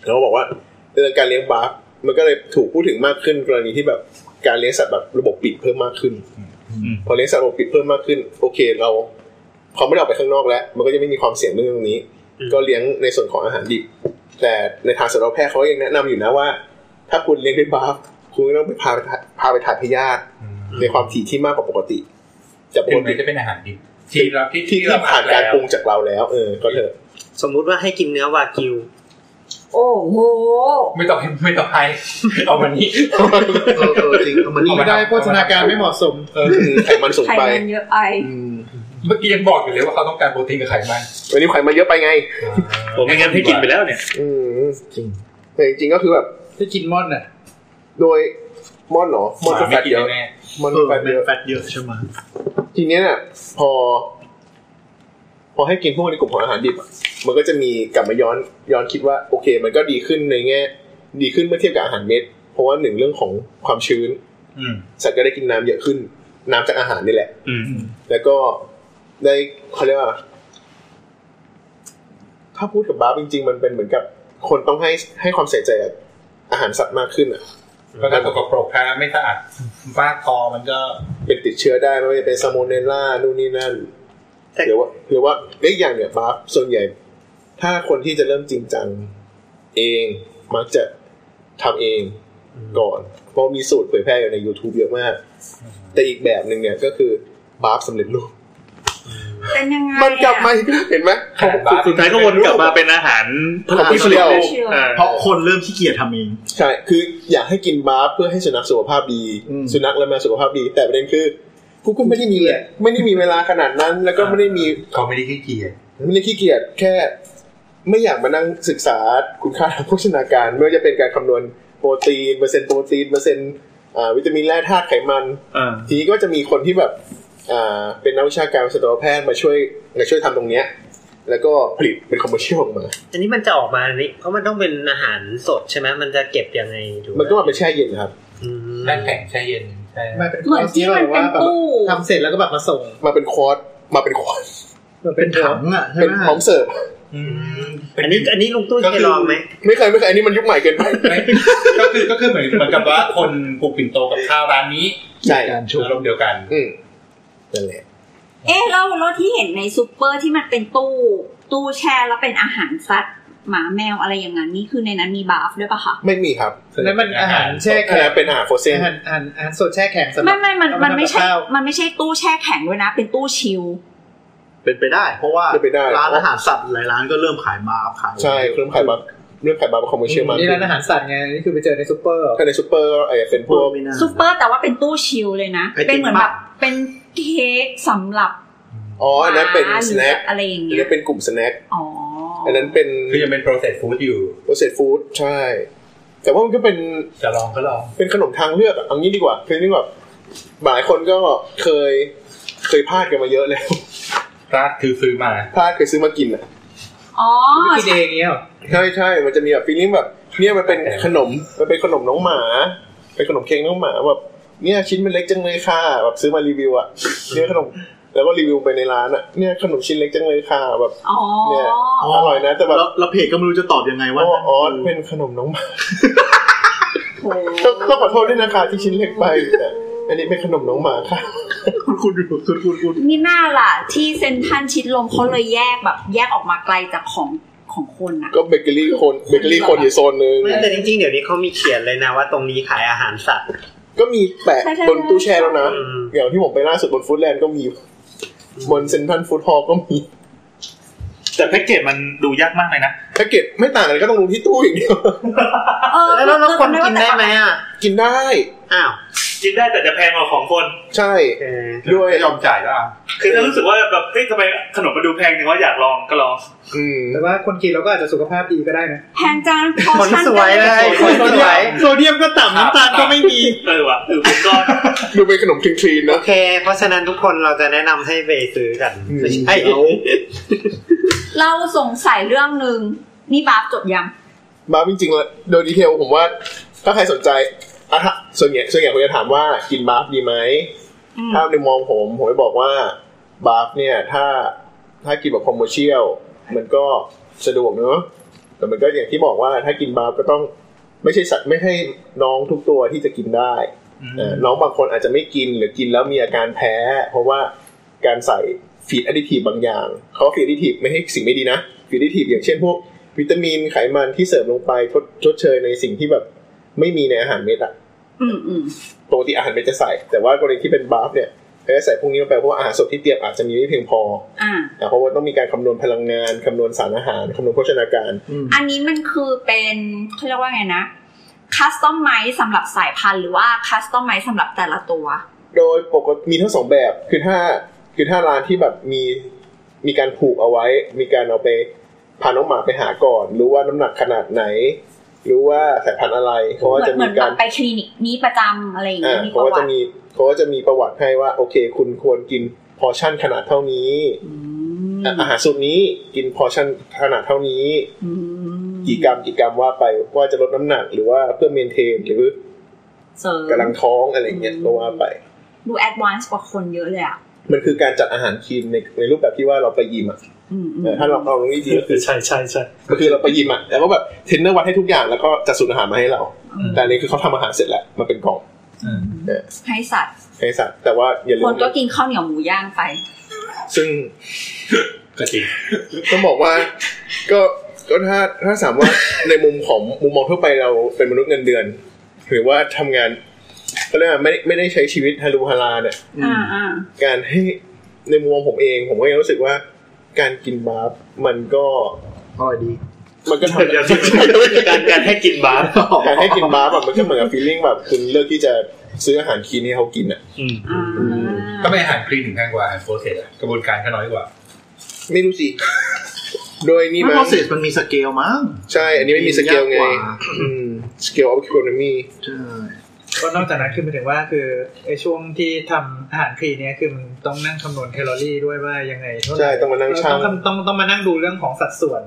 Speaker 3: แล้วก็บอกว่าเรื่องการเลี้ยงบาร์ฟมันก็เลยถูกพูดถึงมากขึ้นกรณีที่แบบการเลี้ยงสัตว์แบบระบบปิดเพิ่มมากขึ้น พอเลี้ยงสัตว์ระบบปิดเพิ่มมากขึ้น โอเคเราเขาไม่ได้ออกไปข้างนอกแล้ว มันก็จะไม่มีความเสี่ยงเรื่องตรงนี้ ก็เลี้ยงในส่วนของอาหารดิบ แต่ในทางสัตวแพทย์เขาก็ยังแนะนำอยู่นะว่า ถ้าคุณเลี้ยงด้วยบาร์ฟคุณก็ต้องไปพาไปถ่ายพาไปถ่ายพยาธิในความถี่ที่มากกว่าปกติจากป
Speaker 9: ถึ
Speaker 3: ก
Speaker 9: งแม้
Speaker 3: ติ
Speaker 9: จะเป็นอาหารดิบที่เราที่
Speaker 3: ที่
Speaker 9: ที่
Speaker 3: ที่
Speaker 9: เรา
Speaker 3: ผ่านการ
Speaker 9: แล้ว
Speaker 3: ปรุงจากเราแล้ว เออ ก็เถอะ
Speaker 6: สมมุติว่าให้กินเนื้อวากิว
Speaker 2: โอ้โห
Speaker 9: ไม่ต้องไม่ต้องให้เอามันนี้
Speaker 7: เออเออจริงเอามัน
Speaker 5: หนี
Speaker 7: นี่
Speaker 5: ได้โภชนาการไม่เหมาะสม
Speaker 3: ไขมันสูง
Speaker 2: ไข่
Speaker 3: ไป
Speaker 2: มันเยอะไป
Speaker 7: อืม
Speaker 9: เมื่อกี้ยังบอกอยู่เลยว่าเขาต้องการโปรตีนกับไขมัน
Speaker 3: วันนี้ไขมันเยอะไปไง
Speaker 4: ผมไม่งั้นให้กินไปแล้วเนี่ย
Speaker 3: อืม
Speaker 7: จริง
Speaker 3: แต่จริงๆก็คือแบบ
Speaker 5: ที่กินมอดน่ะ
Speaker 3: โดยมอนเหรอมอนก็
Speaker 9: ไม่
Speaker 3: แฟต
Speaker 9: กิน
Speaker 3: เยอะ
Speaker 9: แน่
Speaker 3: มอน
Speaker 7: เอ
Speaker 3: ก็
Speaker 7: อ
Speaker 3: แฟต
Speaker 7: แม
Speaker 3: เย
Speaker 7: น
Speaker 3: อะ
Speaker 7: แฟตเยอะใช่ไหม
Speaker 3: ทีเนี้ยเนี่ยพอ พอให้กินพวกในกลุ่มของอาหารดิบอะมันก็จะมีกลับมาย้อนย้อนคิดว่า โอเค มันก็ดีขึ้นในแง่ ดีขึ้นเมื่อเทียบกับอาหารเม็ด เพราะว่าหนึ่งเรื่องของความชื้น
Speaker 9: ๆอืม
Speaker 3: สัตว์ก็ได้กินน้ำเยอะขึ้น น้ำจากอาหารนี่แหละ
Speaker 4: อืม
Speaker 3: แล้วก็ได้เขาเรียกว่า ถ้าพูดกับบาร์บจริง ๆ มันเป็นเหมือนกับ คนต้องให้ให้ความใส่ใจกับอาหารสัตว์มากขึ้นอ่ะ
Speaker 9: ก็ถ้าตกกระโปรกถ้าไม่สะอาดมากพอมันก็
Speaker 3: เป็นติดเชื้อได้ไม่ว่าจะเป็นซาโมเนลล่านู่นนี่นั่น
Speaker 6: แต่
Speaker 3: หรือว่าหรือว่าเล็กอย่างเนี่ยบาฟส่วนใหญ่ ถ้าคนที่จะเริ่มจริงจังเองมักจะทำเองก่อน เพราะมีสูตรเผยแพร่อยู่ใน YouTube เยอะมาก แต่อีกแบบหนึ่งเนี่ยก็คือบาฟสำเร็จรูป
Speaker 2: เป็นยังไง
Speaker 3: มันกลับมา
Speaker 2: อะ
Speaker 3: เห็นไหม
Speaker 9: แต่บาฟ
Speaker 4: สุดท้ายก็วนกลับมาเป็นอาหารที่ผลิตเองอ่า
Speaker 7: เพราะคนเริ่มขี้เกียจทำเอง
Speaker 3: ใช่คืออยากให้กินบาฟเพื่อให้สุนัขสุขภาพดี
Speaker 7: อืม
Speaker 3: สุนัขและแมวสุขภาพดี แต่ประเด็นคือกูก็ไม่ได้มีเลยไม่ได้มีเวลาขนาดนั้น แล้วก็ไม่ได้มี
Speaker 9: เขาไม่ได้ขี้เกียจ
Speaker 3: ไม่ได้ขี้เกียจแค่ไม่อยากมานั่งศึกษาคุณค่าทางโภชนาการ ไม่ว่าจะเป็นการคำนวณโปรตีนเปอร์เซ็นต์โปรตีนเปอร์เซ็นต์อ่าวิตามินแร่ธาตุไขมัน
Speaker 4: อ่า
Speaker 3: ทีนี้ก็จะมีคนที่แบบอ่าเป็นนักวิชาการสัตวแพทย์มาช่วยมาช่วยทำตรงเนี้ยแล้วก็ผลิตเป็นคอมเมอร์เชียลออกมา
Speaker 6: อันนี้มันจะออกมานี่เพราะมันต้องเป็นอาหารสดใช่ไหมมันจะเก็บยังไงดู
Speaker 3: มันก็มาเป็นแช่เย็นนะครับ
Speaker 6: อืม
Speaker 9: นั่งแข็งใช่เย็นใช่
Speaker 5: ไม่เป็น
Speaker 2: เหมือนที่มันเป็นตู้
Speaker 5: ทำเสร็จแล้วก็แบบมาส่ง
Speaker 3: มาเป็นคอร์สมาเป็นคอร์ส
Speaker 5: มันเป็
Speaker 7: เป็น น
Speaker 5: ถั
Speaker 7: ถั
Speaker 5: ง
Speaker 7: งอ่ะใช่
Speaker 3: เป็น
Speaker 7: ไหม
Speaker 3: พร้อมเสิร์ฟ
Speaker 9: อืม
Speaker 6: อันนี้อันนี้ลุงตุ้ยเคยลองไหม
Speaker 3: ไม่เคยไม่เคยอันนี้มันยุคใหม่เกินไป
Speaker 9: ไม่ก็คือก็คือเหมือนเหมือนกับว่าคนปลูกปิ่นโตกับข้าวร้านนี้
Speaker 3: ใช่
Speaker 7: การชม
Speaker 9: อารมณ์เดียวกัน
Speaker 3: อืมนั่นแหละ
Speaker 2: เอ๊ะแล้วแล้วที่เห็นในซูเปอร์ที่มันเป็นตู้ ตู้แช่แล้วเป็นอาหารสัตว์หมาแมวอะไรอย่างนั้นนี่คือในนั้นมีบาฟด้วยปะคะ
Speaker 3: ไม่มีครับ
Speaker 5: แล้วมันอาหารแช่
Speaker 3: อัน
Speaker 5: แข็ง
Speaker 3: นั้นเป็นอาหารโฟเซน
Speaker 5: อาหารอาหารอาหารสดแช่แข็งสำหรั
Speaker 2: ไม่
Speaker 5: บ
Speaker 2: ไม่มัน
Speaker 5: เอาา
Speaker 2: มันไม่ใช่
Speaker 5: ทำกับข้าว
Speaker 2: มันไม่ใช่ตู้แช่แข็งด้วยนะ เป็นตู้ชิล
Speaker 7: เป็นไปได้ เพราะว่า
Speaker 3: เป็นไปได้
Speaker 7: ร้านอาหารสัตว์หลายร้านก็เริ่มขายมาร์ฟขาย
Speaker 3: ใช่เครื่องขายบาร์เรื่องขายบาร์เป็นคอมเมอร์เชียลมาก
Speaker 5: นี่
Speaker 3: ขึ้
Speaker 5: ร้าน นอาหารสัตว์ไงนี่คือไปเจอในซูเปอร์
Speaker 3: ถ้าในซูเปอร์ไอ้เป็นพวก
Speaker 7: ไม่น่า
Speaker 2: ซูเปอร์แต่ว่าเป็นตู้ชิลเลยนะ
Speaker 7: ไอ
Speaker 2: เป็
Speaker 7: ติม
Speaker 2: นเหมือน
Speaker 7: ปะ
Speaker 2: แบบเป็นเค้กสำหรับ
Speaker 3: อ๋อ อันนั้นเป็น
Speaker 2: หมาหรือ
Speaker 3: สแน็ค
Speaker 2: อะไรอย่าง
Speaker 3: อัน
Speaker 2: เงี้ย
Speaker 3: นั้นเป็นกลุ่มสแน็ค
Speaker 2: อ๋อ
Speaker 3: อันนั้นเป็น
Speaker 9: คือยังเป็น processed food อยู่
Speaker 3: โปรเซสฟู้ดใช่ แต่ว่ามันก็เป็น
Speaker 9: จะลองก็ลอง
Speaker 3: เป็นขนมทางเลือกอะเอางี้ดีกว่าคือนี่แบบหลายคนก็เคยเคยพลาดกันมาเยอะแล้ว
Speaker 9: ร้านคือซื้อมา
Speaker 3: พลาดเคยซื้อมากินอะ
Speaker 2: อ๋อ
Speaker 5: วิกิเดย์อย่างเงี้ยเหรอ
Speaker 3: ใช่ใช่มันจะมีแบบฟีลลิ่งแบบ เนี่ยมันเป็นขนมมันเป็นขนมน้องหมาเป็นขนมเค้กน้องหมาแบบเนี่ยชิ้นมันเล็กจังเลยค่ะแบบซื้อมารีวิวอะเนี่ยขนมแล้วก็รีวิวไปในร้านอะเนี่ยขนมชิ้นเล็กจังเลยค่ะแบบ
Speaker 2: อ๋อ
Speaker 3: เนี่ยอร่อยนะแต่แบบ
Speaker 7: แล้วแล้วเพจก็ไม่รู้จะตอบยังไงว่า
Speaker 3: อ๋ออ๋อเป็นขนมน้องหมา *laughs*
Speaker 2: โอ้โห
Speaker 3: ต้องต้องขอโทษด้วยนะคะที่ชิ้นเล็กไปแต่อันนี้เป็นขนมน้องหมาค่ะ
Speaker 7: คุณคุณคุณคุณคุณคุณ
Speaker 2: นี่น่าล่ะ ที่เซนทรันชิดลมเขาเลยแยกแบบแยกออกมาไกลจากของของคนอะ
Speaker 3: ก็เบเกอรี่คนเบเกอรี่คนอยู่โซนนึง
Speaker 6: ไม่แต่จริงๆ เดี๋ยวนี้เขามีเขียนเลยนะว่าตรงนี้ขายอาหารสัตว์
Speaker 3: ก็มีแปะ
Speaker 2: ใช่ใช่
Speaker 3: บนตู้แช่แล้วนะ
Speaker 6: อืม
Speaker 3: อย่างที่ผมไปล่าสุดบนฟู้ดแลนด์ก็มีบนเซนทรัลฟู้ดฮอลล์ก็มี
Speaker 4: แต่แพ็กเกจมันดูยากมากเลยนะ
Speaker 3: ถ้าเกิดไม่ต่างกันก็ต้องดูที่ตู้อย่างเดียว *laughs*
Speaker 2: เออ
Speaker 6: แล้วเราคนกินได้
Speaker 2: แต่
Speaker 6: ไหมอ่ะ
Speaker 3: กินได้
Speaker 6: อ้าว
Speaker 4: กินได้แต่จะแพงกว่าของคน
Speaker 3: ใช่
Speaker 6: โอเค
Speaker 3: ด้วย
Speaker 9: ยอมจ่ายแล้วอ่ะ
Speaker 4: คือถ้ารู้สึกว่าแบบเฮ้ยทำไมขนมมันดูแพงถึงว่าอยากลองก็ลอง
Speaker 3: อืม
Speaker 5: แต่ว่าคนกินเราก็อาจจะสุขภาพดีก็ได้นะ
Speaker 2: แพงจังพอ
Speaker 6: คน
Speaker 2: ชั่น
Speaker 6: สวย
Speaker 2: กั
Speaker 6: เล
Speaker 2: น
Speaker 6: ยคนสวย
Speaker 10: โซเดียมก็ต่ำน้ำตาลก็ไม่มี
Speaker 4: เออว่ะเออผมก็ *laughs*
Speaker 3: ดูเป็นขนมคลีนๆ
Speaker 6: โอ
Speaker 3: นะ
Speaker 6: เค เพราะฉะนั้นทุกคนเราจะแนะนำให้ไปซื้อกันไม่ใช่
Speaker 2: เราสงสัยเรื่องหนึ่งนี่บาฟจดยัง
Speaker 3: บาร์บจริงๆแล้วโดยดีเทลผมว่า ถ้าใครสนใจอะถ้าส่วนใหญ่ส่วนใหญ่ผมจะถามว่ากินบาร์บดีไหม
Speaker 2: อืม
Speaker 3: ถ้าในมองผมผมจะบอกว่าบาร์บเนี่ย ถ้าถ้ากินแบบคอมเมอรเชียลมันก็สะดวกเนอะแต่มันก็อย่างที่บอกว่าถ้ากินบาร์บก็ต้องไม่ใช่สัตว์ไม่ใช่น้องทุกตัวที่จะกินได้ เอ่อน้องบางคนอาจจะไม่กินหรือกินแล้วมีอาการแพ้ เพราะว่าการใส่ฟีดอะดิทีฟบางอย่างเขาฟีดอะดิทีฟไม่ให้สิ่งไม่ดีนะฟีดอะดิทีฟอย่างเช่นพวกวิตามินไขมันที่เสริมลงไปทดชดเชยในสิ่งที่แบบไม่มีในอาหารเม็ดอะ
Speaker 2: อืมอืม
Speaker 3: ปกติอาหารเม็ดจะใส่ แต่ว่ากรณีที่เป็นบาร์ฟเนี่ยเขาจะใส่พวกนี้ลงไปเพราะว่าอาหารสดที่เตรียมอาจจะมีไม่เพียงพอ
Speaker 2: อ่า
Speaker 3: อ่ะเพราะว่าต้องมีการคำนวณพลังงานคำนวณสารอาหารคำนวณโภชนาการ
Speaker 2: อันนี้มันคือเป็นเขาเรียกว่าไงนะ คัสตอมไมซ์สำหรับสายพันธุ์หรือว่าคัสตอมไมซ์สำหรับแต่ละตัว
Speaker 3: โดยปกติมีทั้งสองแบบ คือถ้าคือถ้าร้านที่แบบมีมีการผูกเอาไว้ มีการเอาไปพาน้องหมาไปหาก่อน รู้ว่าน้ำหนักขนาดไหน รู้ว่าสายพันธุ์อะไรเขา
Speaker 2: เหมือ
Speaker 3: ก็
Speaker 2: น
Speaker 3: จะ
Speaker 2: เหมือ
Speaker 3: มี
Speaker 2: นแบ
Speaker 3: การ
Speaker 2: บไปคลินิกนี้ประจำอะไรอย่าง
Speaker 3: อ่า
Speaker 2: นี้มีป
Speaker 3: เขา
Speaker 2: ระ
Speaker 3: ก็
Speaker 2: วั
Speaker 3: จะ
Speaker 2: ติ
Speaker 3: มีเขาก็จะมีประวัติให้ว่า โอเค คุณควรกินพอร์ชั่นขนาดเท่านี้
Speaker 2: อืม
Speaker 3: อาหารสูตรนี้กินพอร์ชั่นขนาดเท่านี้
Speaker 2: อืม
Speaker 3: กี่กรัมกี่กรัมว่าไปว่าจะลดน้ำหนักหรือว่าเพื่อเมนเทนหรือ
Speaker 2: เสริม
Speaker 3: กำลังท้องอะไรอย่างเงี้ย
Speaker 2: อืม
Speaker 3: ก็ว่าไป
Speaker 2: ดูแอดวานซ์กว่าคนเยอะเลยอ่ะ
Speaker 3: มันคือการจัดอาหารคลีนในในรูปแบบที่ว่าเราไปยิมอะ
Speaker 2: อืมอืม
Speaker 3: เออถ้าเราเอาตรงนี้ดีก็คือ
Speaker 4: ใช่ใช่ใช่
Speaker 3: ก็คือเราไปยิมอ่ะแล้วก็แบบเทรนเนอร์วัดให้ทุกอย่างแล้วก็จัดสูตรอาหารมาให้เรา แต่อันนี้คือเขาทำอาหารเสร็จแล้วมันเป็นกล่อง
Speaker 2: ให้สัตว์
Speaker 3: ให้สัตว์แต่ว่าอย่าลื
Speaker 2: ค
Speaker 3: ม
Speaker 2: นก็กินข้าวเหนียวหมูย่างไป
Speaker 3: ซึ่ง *laughs*
Speaker 8: ก็จริง
Speaker 3: ต้องบอกว่าก็ก็ถ้าถ้าถามว่า ในมุมของมุมมองทั่วไปเราเป็นมนุษย์เงินเดือน หรือว่าทำงานก็เรียกว่าไม่ได้ไม่ได้ใช้ชีวิตฮารุฮาราเนี่ย
Speaker 2: อ่าอ่า
Speaker 3: การให้ในมุมมองผมเอง ผมก็ยังรู้สึกว่า การกินบาร์ฟมันก็
Speaker 7: อร่อยดี
Speaker 3: มันก็ทำ
Speaker 4: การการให้กินบาร์
Speaker 3: การให้กินบาร์แบบมันก็เหมือนกับฟีลลิ่งแบบคุณเลือกที่จะซื้ออาหารคลีนให้เขากินอ่ะ
Speaker 2: อ่า
Speaker 9: ก็ไม่อาหารคลีนถึงแพงกว่าอาหารโปรเซสอะกระบวนการก็น้อยกว่า
Speaker 3: ไม่รู้สิ โดยนี่
Speaker 7: นี่มั
Speaker 3: มัน น
Speaker 7: โปรเซสมันมีสเกลมั้ง
Speaker 3: ใช่ อันนี้ไม่มีสเกลไง
Speaker 7: ยาว่า
Speaker 3: อืมสเกลอัพคิวนามี
Speaker 7: ใช่
Speaker 5: ก็นอกจากนั้นคือหมายถึงว่าคือไอ้ช่วงที่ทำอาหารคลีนเนี่ยคือมันต้องนั่งคำนวณแคลอรี่ด้วยว่ายังไงเท่าไหร่
Speaker 3: ใช่ ต้องมานั่งชั่ง
Speaker 5: ต้องต้องต้องมานั่งดูเรื่องของสัดส่วน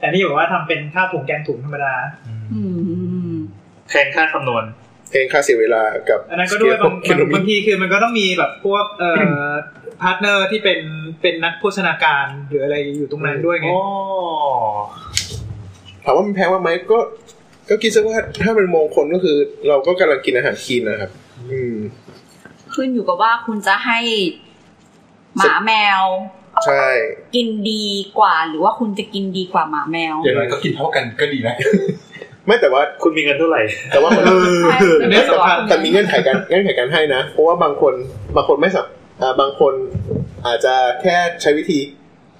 Speaker 5: แต่นี่บอกว่าทำเป็นข้าวถุงแกงถุงธรรมดา
Speaker 2: อืมอืม
Speaker 4: แพงค่าคำนวณ
Speaker 3: เองค่าเสียเวลากับ
Speaker 5: อันนั้นก็ด้วยบาง
Speaker 3: คิว
Speaker 5: บาง
Speaker 3: นามี
Speaker 5: บางทีคือมันก็ต้องมีแบบพวกเอ่อพาร์ทเนอร์ที่เป็นเป็นนักโภชนาการหรืออะไรอยู่ตรงนั้นด้วยไง
Speaker 3: ถามว่ามันแพงมากไหมก็ ก็คิดซะว่าถ้าเป็นมองคนก็คือ เราก็กำลังกินอาหารคลีนนะครับ อืม
Speaker 2: ขึ้นอยู่กับว่าคุณจะให้ หมาแมว
Speaker 3: ใช่
Speaker 2: กินดีกว่าหรือว่าคุณจะกินดีกว่าหมาแมว
Speaker 9: อย่างน้อยก็กินเท่ากันก็ดีนะ
Speaker 3: ไม่แต่ว่า
Speaker 4: คุณมีเงินเท่าไหร่
Speaker 3: แต่ว่ามัน
Speaker 5: เนี่ย
Speaker 3: แต่
Speaker 5: สำคัญ
Speaker 3: แต่มีเงื่อนไขการเงื่อนไขการให้นะ เพราะว่าบางคนบางคนไม่สับอ่าบางคนอาจจะแค่ใช้วิธี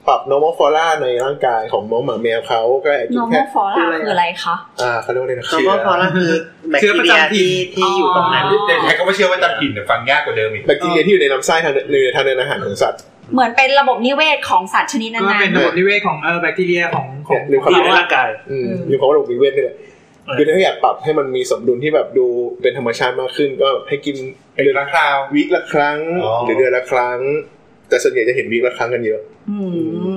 Speaker 3: ปรับ normal flora ในร่างกายของน้องหมาแมวเขาก็อาจ
Speaker 2: น
Speaker 3: จะกิ
Speaker 2: อน ร์ม
Speaker 3: แค่
Speaker 2: อลฟอร่าคืออะไรคะ
Speaker 3: อ่าเขาเรียกว่าอะไรนะ
Speaker 6: คำว่าพอละคือแบค
Speaker 5: เชื้อประ
Speaker 6: ทีเรีย
Speaker 5: จำถิ่น
Speaker 6: ที่ที่อยู่ตรงนั้น
Speaker 2: อ๋อ
Speaker 9: แต่ใครก็ไม่เชื่อว่าจำผิดเนี่ยฟังยากกว่าเดิมอีก
Speaker 3: แบคทีเรียที่อยู่ในลำไส้ทางเดินในทางเดินอาหารของสัตว์
Speaker 2: เหมือนเป็นระบบนิเวศของสัตว์ชนิดนั้
Speaker 5: ก็เป็น
Speaker 2: น
Speaker 5: ระบบนิเวศของเออแบคทีเรียของของ
Speaker 3: หรือ
Speaker 4: ที่
Speaker 3: คำ
Speaker 4: ใน
Speaker 3: ว่า
Speaker 4: ร่างกาย
Speaker 3: อืม
Speaker 2: อืม
Speaker 3: อยู่คำว่าระบบนิเวศนี่แหละ
Speaker 4: เออ
Speaker 3: คือถ้าอยากปรับให้มันมีสมดุลที่แบบดูเป็นธรรมชาติมากขึ้น ก็ให้กิน
Speaker 9: เป็น
Speaker 3: เดือน
Speaker 9: รั
Speaker 3: ละ
Speaker 9: กคราว
Speaker 3: วิละครั้ง
Speaker 9: อ๋อ
Speaker 3: หรือเดือนละครั้ง แต่ส่วนใหญ่จะเห็นวีคละครั้งกันเยอะ
Speaker 2: อื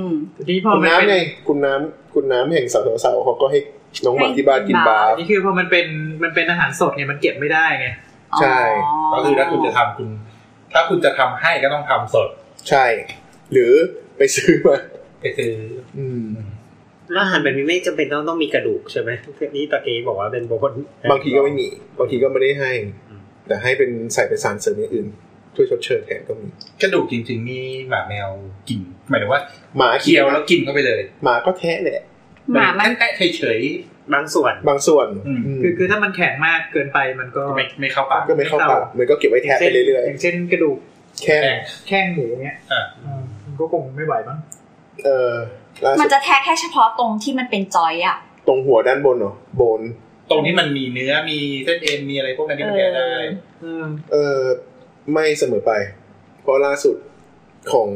Speaker 2: ม
Speaker 5: นี่พอ
Speaker 3: คุณ
Speaker 5: มันเป็
Speaker 3: น้ำ
Speaker 5: น
Speaker 3: ไงคุณน้ำคุณน้ำแห่งสาวสาวๆเขาก็ให้น้องหมาที่บ้านกินบาร์
Speaker 5: นี่คือพอมันเป็นมันเป็นอาหารสดไงมันเก็บไม่ได้ไง
Speaker 3: ใช่
Speaker 9: ก็คือถ้าคุณจะทำคุณ ถ้าคุณจะทำให้ก็ต้องทำสด
Speaker 3: ใช่ หรือไปซื้อมา
Speaker 9: ไปซื้อ
Speaker 3: อืม
Speaker 6: แล้วอาหารแบบนี้ไม่จำเป็นต้องต้องมีกระดูกใช่ไหมนี่ตะกี้บอกว่าเป็นบางคน
Speaker 3: บางทีก็ไม่มี บางทีก็ไม่ได้ให้ แต่ให้เป็นใส่เป็นสารเสริมอย่างอื่น ช่วยชดเชยแทนก็มี
Speaker 9: กระดูกจริง ๆ นี่หมาแมวกินหมายถึงว่า
Speaker 3: หมา
Speaker 9: เคี้ยวแล้วกินเข้าไปเลย
Speaker 3: หมาก็แทะแหละ
Speaker 2: หมามัน
Speaker 9: แตะๆเฉย
Speaker 6: บางส่วน
Speaker 3: บางส่วน
Speaker 9: อืม
Speaker 3: อืม
Speaker 5: คือคือถ้ามันแข็งมากเกินไปมันก็
Speaker 9: ๆก็ไม่ไม่เข้าปาก
Speaker 3: ก็ไม่เข้าปากมันก็เก็บไว้แทะไปเรื่อย
Speaker 5: อย่างเช่นกระดูก
Speaker 3: ๆ แค่
Speaker 9: แป้ง
Speaker 5: แข้งหมูเงี้ย
Speaker 9: อ่ะ
Speaker 5: อ่ามันก็คงไม่ไหวมั้ง
Speaker 3: เออล่า
Speaker 2: มัน
Speaker 3: สุด
Speaker 2: จะแทะแค่เฉพาะตรงที่มันเป็นจอยอ่ะ
Speaker 3: ตรงหัวด้านบนเหรอโบน
Speaker 9: ตรงที่มันมีเนื้อมีเส้นเอ็นมีอะไรพวกนั้นที่มันแก้ได้
Speaker 5: อืม
Speaker 3: เออไม่เสมอไป เพราะล่าสุดของ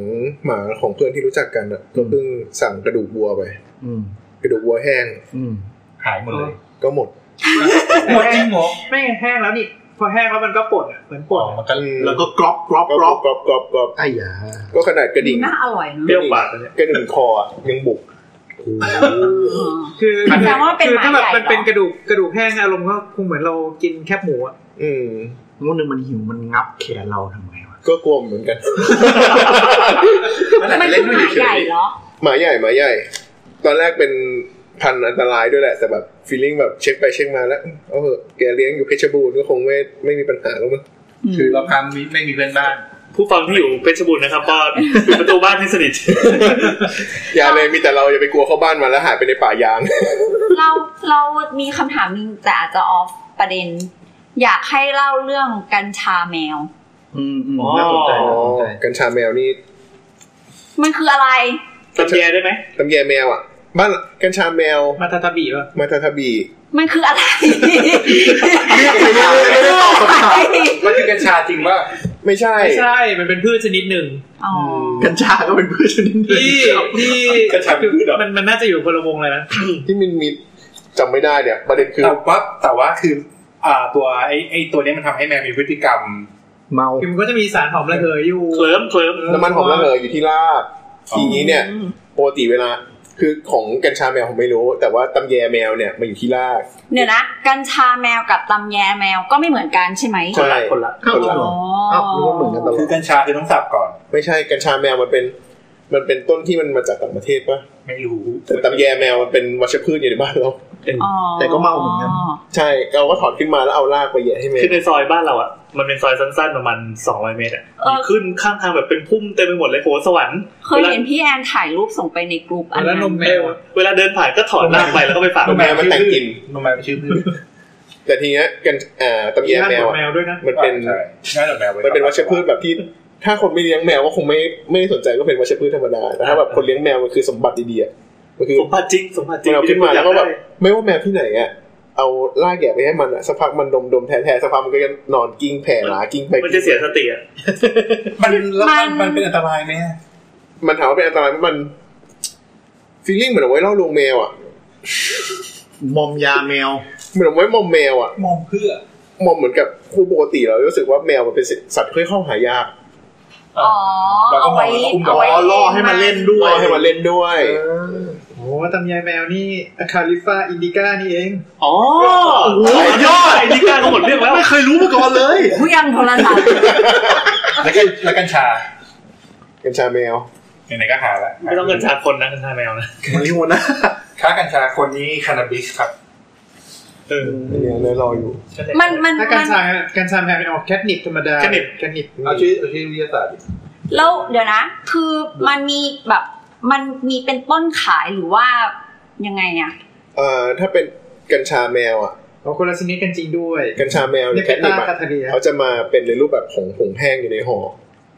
Speaker 3: หมาของเพื่อนที่รู้จักกันอ่ะก็เพิ่งสั่งกระดูกวัวไป
Speaker 7: อืม
Speaker 3: กระดูกวัวแห้ง
Speaker 7: อืม
Speaker 9: ขายหมดเลย
Speaker 3: ก็หมด
Speaker 9: หมดจริงเหรอ
Speaker 5: ไม่งั้นแห้งแล้วนี่พอแห้งแล้วมันก็ป่นอ่ะเหมือนป่
Speaker 9: อ๋
Speaker 5: น
Speaker 9: อ
Speaker 5: อะ
Speaker 9: มันก็
Speaker 7: แล้วก็กรอบกรอบ
Speaker 3: ก
Speaker 7: ก
Speaker 3: ร
Speaker 7: ร
Speaker 3: อ
Speaker 7: อ
Speaker 3: บบ กรอบกรอบกรอบ
Speaker 7: ไอ้ยา
Speaker 3: ก็ขนาดกระดิ่ง
Speaker 2: น่าอร่อยเน
Speaker 4: เปรี้
Speaker 2: อะ
Speaker 4: ยวปากอันเนี้ย
Speaker 3: กระดิ่งคออะยังบุก
Speaker 2: เออ
Speaker 5: คือ
Speaker 2: แสดงว่ามันเป็น
Speaker 5: คือถ้าแบบ
Speaker 2: หมาใหญ่
Speaker 5: มันเป็น
Speaker 2: เห
Speaker 5: ก
Speaker 2: รอ
Speaker 5: ระดูกกระดูกแห้งอารมณ์ก็คงเหมือนเรากินแคบหมูอ่ะ
Speaker 3: อืม
Speaker 7: งูนึงมันหิวมันงับแขนเราทำไงวะ
Speaker 3: ก็กลัวเหมือนกัน
Speaker 9: มันอาจ
Speaker 2: มั
Speaker 9: จะ
Speaker 2: น
Speaker 9: เล่
Speaker 2: คื
Speaker 9: น
Speaker 2: อห
Speaker 9: ไม่
Speaker 2: มา
Speaker 9: เฉ
Speaker 2: ใหญ่
Speaker 9: ย
Speaker 2: เหรอ
Speaker 3: หมาใหญ่หมาใหญ่ ตอนแรกเป็นพันธุ์อันตรายด้วยแหละ แต่แบบฟีลลิ่งแบบเช็คไปเช็คมาแล้วเอาเหอะแกเลี้ยงอยู่เพชรบูรณ์ก็คงไม่ไม่มีปัญหาแล้วมั้ง
Speaker 9: ๆคือเราพังมิไม่มีเพื่อนบ้าน
Speaker 4: ผู้ฟังที่อยู่เพชรบูรณ์นะครับก็ปิดประตูบ้านให้สนิท *laughs*
Speaker 3: อย่าเลยมีแต่เราอย่าไปกลัวเข้าบ้านมาแล้วหายไปในป่ายาง
Speaker 2: เราเรามีคำถามหนึงแต่อาจจะออฟประเด็น อยากให้เล่าเรื่องกัญชาแมว
Speaker 7: อืมอืม
Speaker 4: อ๋อ
Speaker 7: น่าสนใจ
Speaker 3: อ๋อ
Speaker 7: น่าสนใจ
Speaker 3: กัญชาแมวนี่
Speaker 2: มันคืออะไร
Speaker 4: จำแย่ได้ไหม
Speaker 3: ตำแยแมวอ่ะ บ้านกัญชาแมว
Speaker 5: มาทาทาบีป่ะ
Speaker 3: มาทาทาบี
Speaker 2: มันคืออะไร
Speaker 9: มันคือกัญชาจริงว่า
Speaker 3: ไม่ใช่
Speaker 5: ไม่ใช่มันเป็นพืชชนิดหนึ่ง
Speaker 2: อ๋อ
Speaker 7: กัญชาก็เป็นพืชชนิดหนึ่ง
Speaker 5: ที่ที่
Speaker 9: กัญชาเป็นพืชเหรอ
Speaker 5: มันมันน่าจะอยู่คนละวงเลยนะ
Speaker 3: ที่มันมีจำไม่ได้เนี่ย ประเด็นคือ
Speaker 9: แต่ว่าแต่ว่าคือ อ่าตัวไอ้ไอ้ตัวเนี้ยมันทำให้แมวมีพฤติกรรม
Speaker 7: เมา
Speaker 5: คือมันก็จะมีสารหอมระเหยอยู่
Speaker 4: เคลิ้มเคลิ้ม
Speaker 3: น้ำมันหอมระเหยอยู่ที่รากทีนี้เนี่ยปกติเวลา คือของกัญชาแมวผมไม่รู้ แต่ว่าตำแยแมวเนี่ยมันอยู่ที่ราก
Speaker 2: เดี๋ยวนะ กัญชาแมวกับตำแยแมวก็ไม่เหมือนกันใช่ไหม
Speaker 3: ใช่คนละคนละ
Speaker 7: เหรอ
Speaker 2: อ๋อ
Speaker 7: อ้าวรู้ว่าเหมือนกันตลอ
Speaker 9: คื
Speaker 7: ด
Speaker 9: อกัญชาคือต้องสับก่อน
Speaker 3: ไม่ใช่กัญชาแมวมันเป็น มันเป็นต้นที่มันมาจากต่างประเทศปะ
Speaker 9: ไม่รู้
Speaker 3: แต่ตำแยแมวมันเป็นวัชพืชอยู่ในบ้านเรา
Speaker 2: อ๋อ
Speaker 7: แต่ก็เมาเหมือนกัน
Speaker 3: ใช่เราก็ถอดขึ้นมาแล้วเอารากไปแยะให้แมว
Speaker 4: คือในซอยบ้านเราอ่ะมันเป็นซอยสั้นๆประมาณ200เมตรอ่ะมีขึ้นข้างทางแบบเป็นพุ่มเต็มไปหมดเลยโหสวรรค์
Speaker 2: เค
Speaker 4: เวย ลา
Speaker 2: เห็นพี่แอนถ่ายรูปส่งไปในกลุ่มอัน
Speaker 5: แล้
Speaker 2: นั้
Speaker 5: วนนมแมวอะ
Speaker 4: เวลาเดินผ่านก็ถอดหน้าไปแล้วก็ไปฝาก
Speaker 3: แมวมันแต่งกลิ่น
Speaker 9: นมแมวชื่อพืช
Speaker 3: แต่ทีเนี้ยกันอ่าตำแย
Speaker 5: มี
Speaker 3: แมว
Speaker 5: หอ
Speaker 3: อะ
Speaker 5: แมวด้วยนะ
Speaker 3: มันเป็น
Speaker 9: ใช่ง่ายกว่าแมวไ
Speaker 3: มันเป็นวัชพืชแบบที่ ถ้าคนไม่เลี้ยงแมวก็คงไม่ไม่ได้สนใจก็เป็นวัชพืชธรรมดาแต่ถ้าแบบคนเลี้ยงแมวมันคือสมบัติดีๆอะมันคือ
Speaker 4: สมบัติจริงสมบัติจริ
Speaker 3: มัน
Speaker 4: ง
Speaker 3: เอาขึ้นมา
Speaker 4: ที่
Speaker 3: แล้ว
Speaker 4: ผ
Speaker 3: ก็
Speaker 4: อย
Speaker 3: แบบ
Speaker 4: ได้
Speaker 3: ไม่ว่าแมวที่ไหนอ่ะเอาลากแกะไปให้มันอ่ะสักพักมันดมดมๆแท้ๆสักพักมันก็ยังนอนกิ้งแผ่หลากิ้งไป
Speaker 4: มันจะเสียสติอ่ะ
Speaker 9: มันแล้วมันมันเป็นอันตรายไหมฮะ
Speaker 3: มันถามว่าเป็นอันตรายไหมมันฟีลลิ่งเหมือนเอาไว้ล่อลวงแมวอ่ะ
Speaker 7: มอมยาแมว
Speaker 3: เหมือนเอาไว้มอมแมวอ่ะ
Speaker 9: มองเพื่อ
Speaker 3: มอมเหมือนกับคู่ปกติเรารู้สึกว่าแมวมันเป็นสัตว์ค่อยเข้าหายาก
Speaker 2: อ๋อ
Speaker 9: แล้วก็
Speaker 2: เอา
Speaker 9: มอ
Speaker 2: ไว้
Speaker 9: งแล้วอุ้ม
Speaker 2: เอาไว้
Speaker 7: อ๋อล่อให้มันเล่นด้ว
Speaker 3: ล่
Speaker 7: ย
Speaker 3: อให้มันเล่นด้วย
Speaker 5: โอ้ตำยายแมวนี่อะคาลิฟาอินดิก้านี่เอง
Speaker 4: อ๋อ
Speaker 7: อยอด
Speaker 4: ไอ้นี่กล้าก็หมดเรื่องแล้ว
Speaker 7: ไม่เคยรู้มาก่อนเลย
Speaker 2: ผู้ยังโทรศัพท์
Speaker 9: แล้วก็แล้วกัญชา
Speaker 3: กัญชาแมว
Speaker 9: ไหนๆก็หาละ
Speaker 4: ไม่ต้องเงินชาคนนะเงินชาแมวนะ
Speaker 7: มันนี่หัวหนะ
Speaker 9: ค้ากัญชาคนนี้คานาบิสครับ
Speaker 4: เออ
Speaker 3: เนี่ยเลยรออยู่
Speaker 2: มันมัน
Speaker 5: ถ้ากั
Speaker 2: มั
Speaker 5: ญ
Speaker 2: น
Speaker 5: ชากัญชาแมวเป็นออกแคทนิปธรรมดา
Speaker 4: แคทนิป
Speaker 5: แคทนิป
Speaker 9: เอาชื่อเอาชื่อวิทยาศาสตร์ดิ
Speaker 2: แล้วเดี๋ยวนะ คือมันมีแบบมันมีเป็นต้นขายหรือว่ายังไงอะ
Speaker 3: เอ่อถ้าเป็นกัญชาแมวอ่ะ
Speaker 5: เอาคนละชนิดกันจริงด้วย
Speaker 3: กัญชาแมวห
Speaker 5: เน
Speaker 3: รือ
Speaker 5: ป
Speaker 3: แคทนิ
Speaker 5: ตา
Speaker 3: ปอะ
Speaker 5: คาทาเรีย
Speaker 3: เขาจะมาเป็นในรูปแบบของผงแห้งอยู่ในห่อ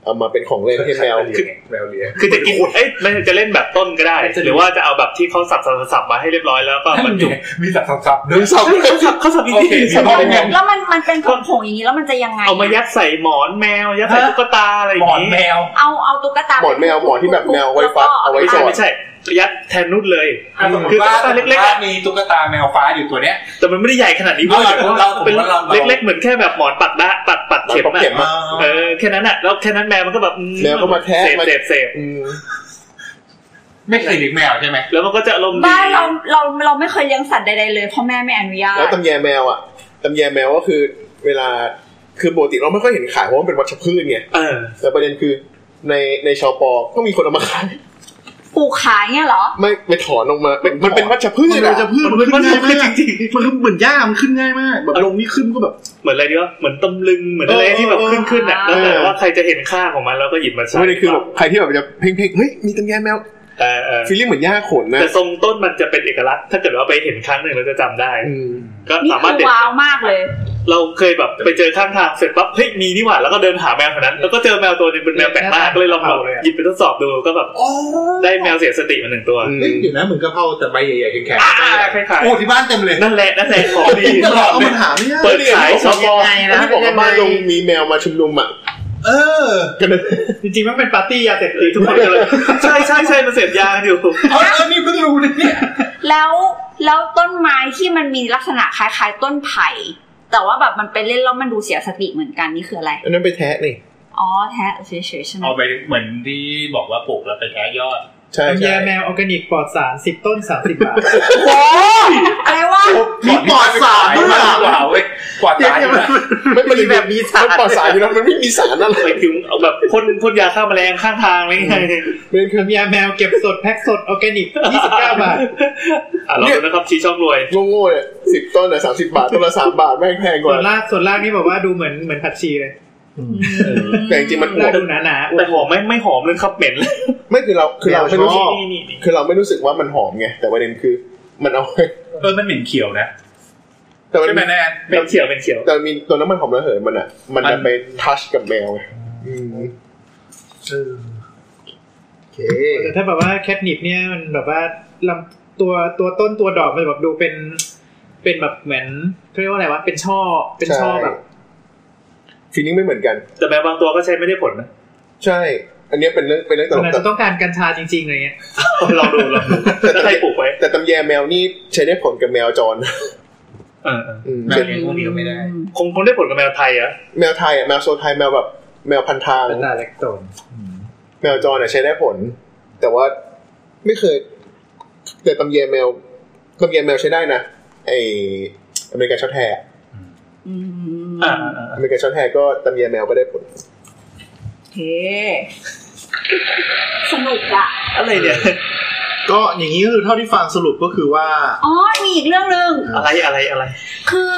Speaker 3: เอามาเป็นของเล่นให้แมว
Speaker 9: คือแมวเลี้ยง
Speaker 4: คือจะกินเอ้ยไม่จะเล่นแบบต้นก็ได้ หรือว่าจะเอาแบบที่เขาสับสับสับมาให้เรียบร้อยแล้วก็บรรจุ
Speaker 9: มีสับซับๆด้วย
Speaker 4: เฮ้ยเขาสับเขาสับจ
Speaker 9: โอ
Speaker 4: ริง
Speaker 9: เค
Speaker 4: ๆสับ
Speaker 2: แล้ว
Speaker 4: ได้ไง
Speaker 2: แล้วมันมันเป็นผงผงอย่างนี้แล้วมันจะยังไงะ
Speaker 4: เอามายัดใส่หมอนแมวยัดใส่ตุ๊กตาอะไรอ
Speaker 9: หม
Speaker 4: ย่าง
Speaker 9: อน
Speaker 4: นี้
Speaker 9: แมว
Speaker 2: เอาเอาตุ๊กตา
Speaker 3: หมอนแมวหมอนที่แบบแมวไว้ฟักเอาไว้
Speaker 4: ไม่
Speaker 3: ส
Speaker 4: ใช่
Speaker 3: อด
Speaker 4: ไม่ใช่ ยัดแทนนุชเลย
Speaker 9: ถ้าสมม
Speaker 4: คือ
Speaker 9: ติ
Speaker 4: ตุ๊
Speaker 9: ว่าก
Speaker 4: ตาเล็กๆ
Speaker 9: ถ้า
Speaker 4: อะ
Speaker 9: มีตุ๊กตาแมวฟ้าอยู่ตัวเนี้ย
Speaker 4: แต่มันไม่ได้ใหญ่ขนาดนี้
Speaker 9: เอา
Speaker 4: เ
Speaker 9: ล่ะ
Speaker 4: ว้ยแต่ว่า
Speaker 9: เราผม
Speaker 4: เป็น
Speaker 9: ว่าเราเรา
Speaker 4: เล็กๆเหมือนแค่แบบหมอนปักดะปักปักเข็ม
Speaker 3: หมอนปักเข็ม
Speaker 4: อะ
Speaker 3: อะ
Speaker 4: เออแค่นั้นอะแล้วแค่นั้นแมวมันก็แบบอื
Speaker 3: แมวก็มาแทะ
Speaker 4: เสพ
Speaker 3: มา
Speaker 4: เสพเสพ
Speaker 3: อืม
Speaker 9: ไม่เคยเลี้ยงแมวใช่ไหม
Speaker 4: แล้วมันก็จะอารมณ์ดี
Speaker 2: บ้านเราเราเราไม่เคยเลี้ยงสัตว์ใดๆเลยเพราะแม่ไม่อนุญาต
Speaker 3: แล้วตำแยแมวอ่ะตำแยแมวก็คือเวลาคือปกติเราไม่ค่อยเห็นขายเพราะมันเป็นวัชพืชไง
Speaker 4: เออ
Speaker 3: แต่ประเด็นคือในในชาวปอก็มีคนเอามาขาย
Speaker 2: ปลูกขายเนี่ยเหรอ
Speaker 3: ไม่ไปถอนออกมาเป็นมันเป็นวัชพืช
Speaker 7: มัน
Speaker 3: อะ
Speaker 7: จะพืชมัน
Speaker 4: มัน
Speaker 7: ขึ้นง่าย
Speaker 4: มัน
Speaker 7: มาน ก
Speaker 4: ขึ้จริงๆ
Speaker 7: มันคือเหมือนหญ้ามันขึ้นง่ายมาก แบบลงนี่ขึ้นก็แบบ
Speaker 4: เหมือนอะไรดีวะเหมือนตำลึงเหมือนอะไร
Speaker 7: เออ
Speaker 4: ที่แบบ
Speaker 7: เออ
Speaker 4: ขึ้นขึ้นๆอะ
Speaker 2: เอ
Speaker 4: แล้
Speaker 2: อ
Speaker 4: วแต่ว่าใครจะเห็นค่าของมันแล้วก็หยิบมาใช้
Speaker 3: ไม่ได้คือแบบใครที่แบบจะเพ่งเพ่งๆเฮ้ยมีตำแยแมว
Speaker 4: เออเออ
Speaker 3: ฟีลลิ่งเหมือนหญ้าขนนะ
Speaker 4: แต่ทรงต้นมันจะเป็นเอกลักษณ์ถ้าเกิดว่าไปเห็นครั้งหนึ่งเราจะจำได้
Speaker 3: อืม
Speaker 4: ก็
Speaker 2: นี่
Speaker 4: สามารถ
Speaker 2: คือ
Speaker 4: เด็ด
Speaker 2: ว้าวมากเลย
Speaker 4: เราเคยแบบไปเจอข้างทางเสร็จปั๊บเฮ้ยมีนี่หว่าแล้วก็เดินหาแมวแถวนั้น แล้วก็เจอแมวตัวหนึงเป็นแมวแปลกหน้าก็เลยลองแบบหยิบไปทดสอบดูก็แบบได้แมวเสียสติมาหนึ่งตัว
Speaker 3: อืม
Speaker 9: เฮ้ยเดี๋ยวนะเหมือนกะเพราแต่ใบใหญ่ๆแข็ง
Speaker 4: อ่าคล้า
Speaker 9: ๆ
Speaker 4: ย
Speaker 9: โอ้ที่บ้านเต็มเลย
Speaker 4: ๆนั่นแหละนั่นแหละของดี
Speaker 9: ตลอด
Speaker 7: เอา
Speaker 9: เล
Speaker 7: มั
Speaker 9: ย
Speaker 7: นหาไม่ยาก
Speaker 4: เปิดขายชอบ
Speaker 3: ยังไงนะที่บอกว่าบ้านลงมีแมวมาชุมนุมอ่ะ
Speaker 9: เออ
Speaker 3: กันนะ
Speaker 5: *laughs* จริงๆมันเป็นปาร์ตี้ยาเสพติ
Speaker 4: คื
Speaker 5: ด
Speaker 4: อทุกคนก็เลยใช่ใช่ใช่มันเสพยากันอยู่
Speaker 9: เอาเอานี่เพิ่งรู้นะเนี่ย
Speaker 2: แล้วแล้วต้นไม้ที่มันมีลักษณะคล้ายๆต้นไผ่ แต่ว่าแบบมันเป็นเล่นแล้วมันดูเสียสติเหมือนกันนี่คืออะไร
Speaker 3: อันนั้นไปแทะนี่
Speaker 2: อ๋อแท้เฉยๆใช่ไหม
Speaker 8: เอาไปเหมือนที่บอกว่าปลูกแล้วเป็นแอยอด
Speaker 3: ใช่
Speaker 5: น้ำ
Speaker 3: ใช่
Speaker 5: ยาแมวออร์แกนิกปลอดสารสิบต้นสามสิบบาท
Speaker 2: อะไรวะ
Speaker 7: มีปอดสารด้
Speaker 9: ด้
Speaker 7: ว
Speaker 9: วยย
Speaker 7: อะ
Speaker 9: กว่าเว้ยกว่าตายอยู่นะ
Speaker 3: ไม่มันแบบมีสารมันปลอดสารอยู่แล้วมันไม่มีสารอะไร
Speaker 4: ไปถึงเอาแบบพ่นพ่นยาฆ่าแมลงข้างทางอะไรอย่างเงี้ย
Speaker 3: เป็นคือ
Speaker 5: น้ำยาแมวเก็บสดแพ็คสดออร์แกนิกยี่สิบเก้าบาท
Speaker 4: อ่ะเราดูนะครับชี้ช่องรวย
Speaker 3: โง่ๆเนี่ยสิบต้นอ่ะสามสิบบาทต้นละสามบาทแม่งแพงก
Speaker 5: ส่
Speaker 3: ว่า
Speaker 5: วนล่างส่วนล่างนี่บอกว่าดูเหมือนเหมือนผัดชีเลย
Speaker 3: แต่จริงๆมันอ
Speaker 5: ล่าว ง
Speaker 3: บ
Speaker 5: ดูหนาหนาๆอว
Speaker 4: แต่
Speaker 5: บ
Speaker 4: หอมไหม่ไม่หอมเลยครับเหม็นเลย
Speaker 3: ไม่คือเราคือเราไม่รู้สึก
Speaker 4: นี่นี่นี่
Speaker 3: คือเราไม่รู้สึกว่ามันหอมไงแต่ประเด็นคือมันเอาไว้
Speaker 9: เออมันเหม็นเขียวนะ
Speaker 3: แต่มัน
Speaker 9: ใช่ไหมแนน
Speaker 4: เป็นเขียวเป็นเขียว
Speaker 3: แต่มันมีตัวน้ำมันหอมระเหยมันอ่ะ มันจะไปทัชกับแมวไงอืม
Speaker 7: เออโอเค
Speaker 5: แต่ถ้าแบบว่าแคทนิปเนี่ยมันแบบว่าลำตัวตัวต้นตัวดอกมันแบบดูเป็น เป็นแบบเหมือนเขาเรียกว่าอะไรวะเป็นช่อเป็นช่อแบบ
Speaker 3: ฟีลลิ่งไม่เหมือนกัน
Speaker 4: แต่แมวบางตัวก็ใช้ไม่ได้ผลนะ
Speaker 3: ใช่ อันเนี้ยเป็นเรื่องเป็นเรื่องต
Speaker 5: ส่
Speaker 3: ล
Speaker 5: วน
Speaker 3: ก
Speaker 5: อาจ
Speaker 3: แต่
Speaker 5: จะต้องการกัญชาจริงๆอะไรเงี้ย
Speaker 4: เราดูเราดูถ้าใครปลูกไว้
Speaker 3: แต่ตำแยแมวนี่ใช้ได้ผลกับแมวจร
Speaker 4: เออเออ
Speaker 3: อืม
Speaker 9: แม่
Speaker 3: เช่น
Speaker 9: เลี้ยงพวกนี้ก็ไม่ได้
Speaker 4: คงคงได้ผลกับแมวไทยอะ
Speaker 3: แมวไทยอ่ะแมวโซนไทยแมวแบบแมวพันทาง
Speaker 10: เป็นดาเล็กโตน
Speaker 3: แมวจรอ่ะใช้ได้ผล แต่ว่าไม่เคย แต่ตำแยแมวตำแยแมวใช้ได้นะไออเมริกันช็อตแฮร์
Speaker 2: อืม
Speaker 4: อ่าอ่าอ่า
Speaker 3: อเมริกันช็อตแฮร์ก็ตำแยแมวก็ได้ผล
Speaker 2: โอเคสนุกอะ
Speaker 4: อะไรเนี่ย
Speaker 7: ก็อย่างนี้ก็คือเท่าที่ฟังสรุปก็คือว่า
Speaker 2: อ๋อมีอีกเรื่องหนึ่ง
Speaker 4: อะไรอะไรอะไร
Speaker 2: คือ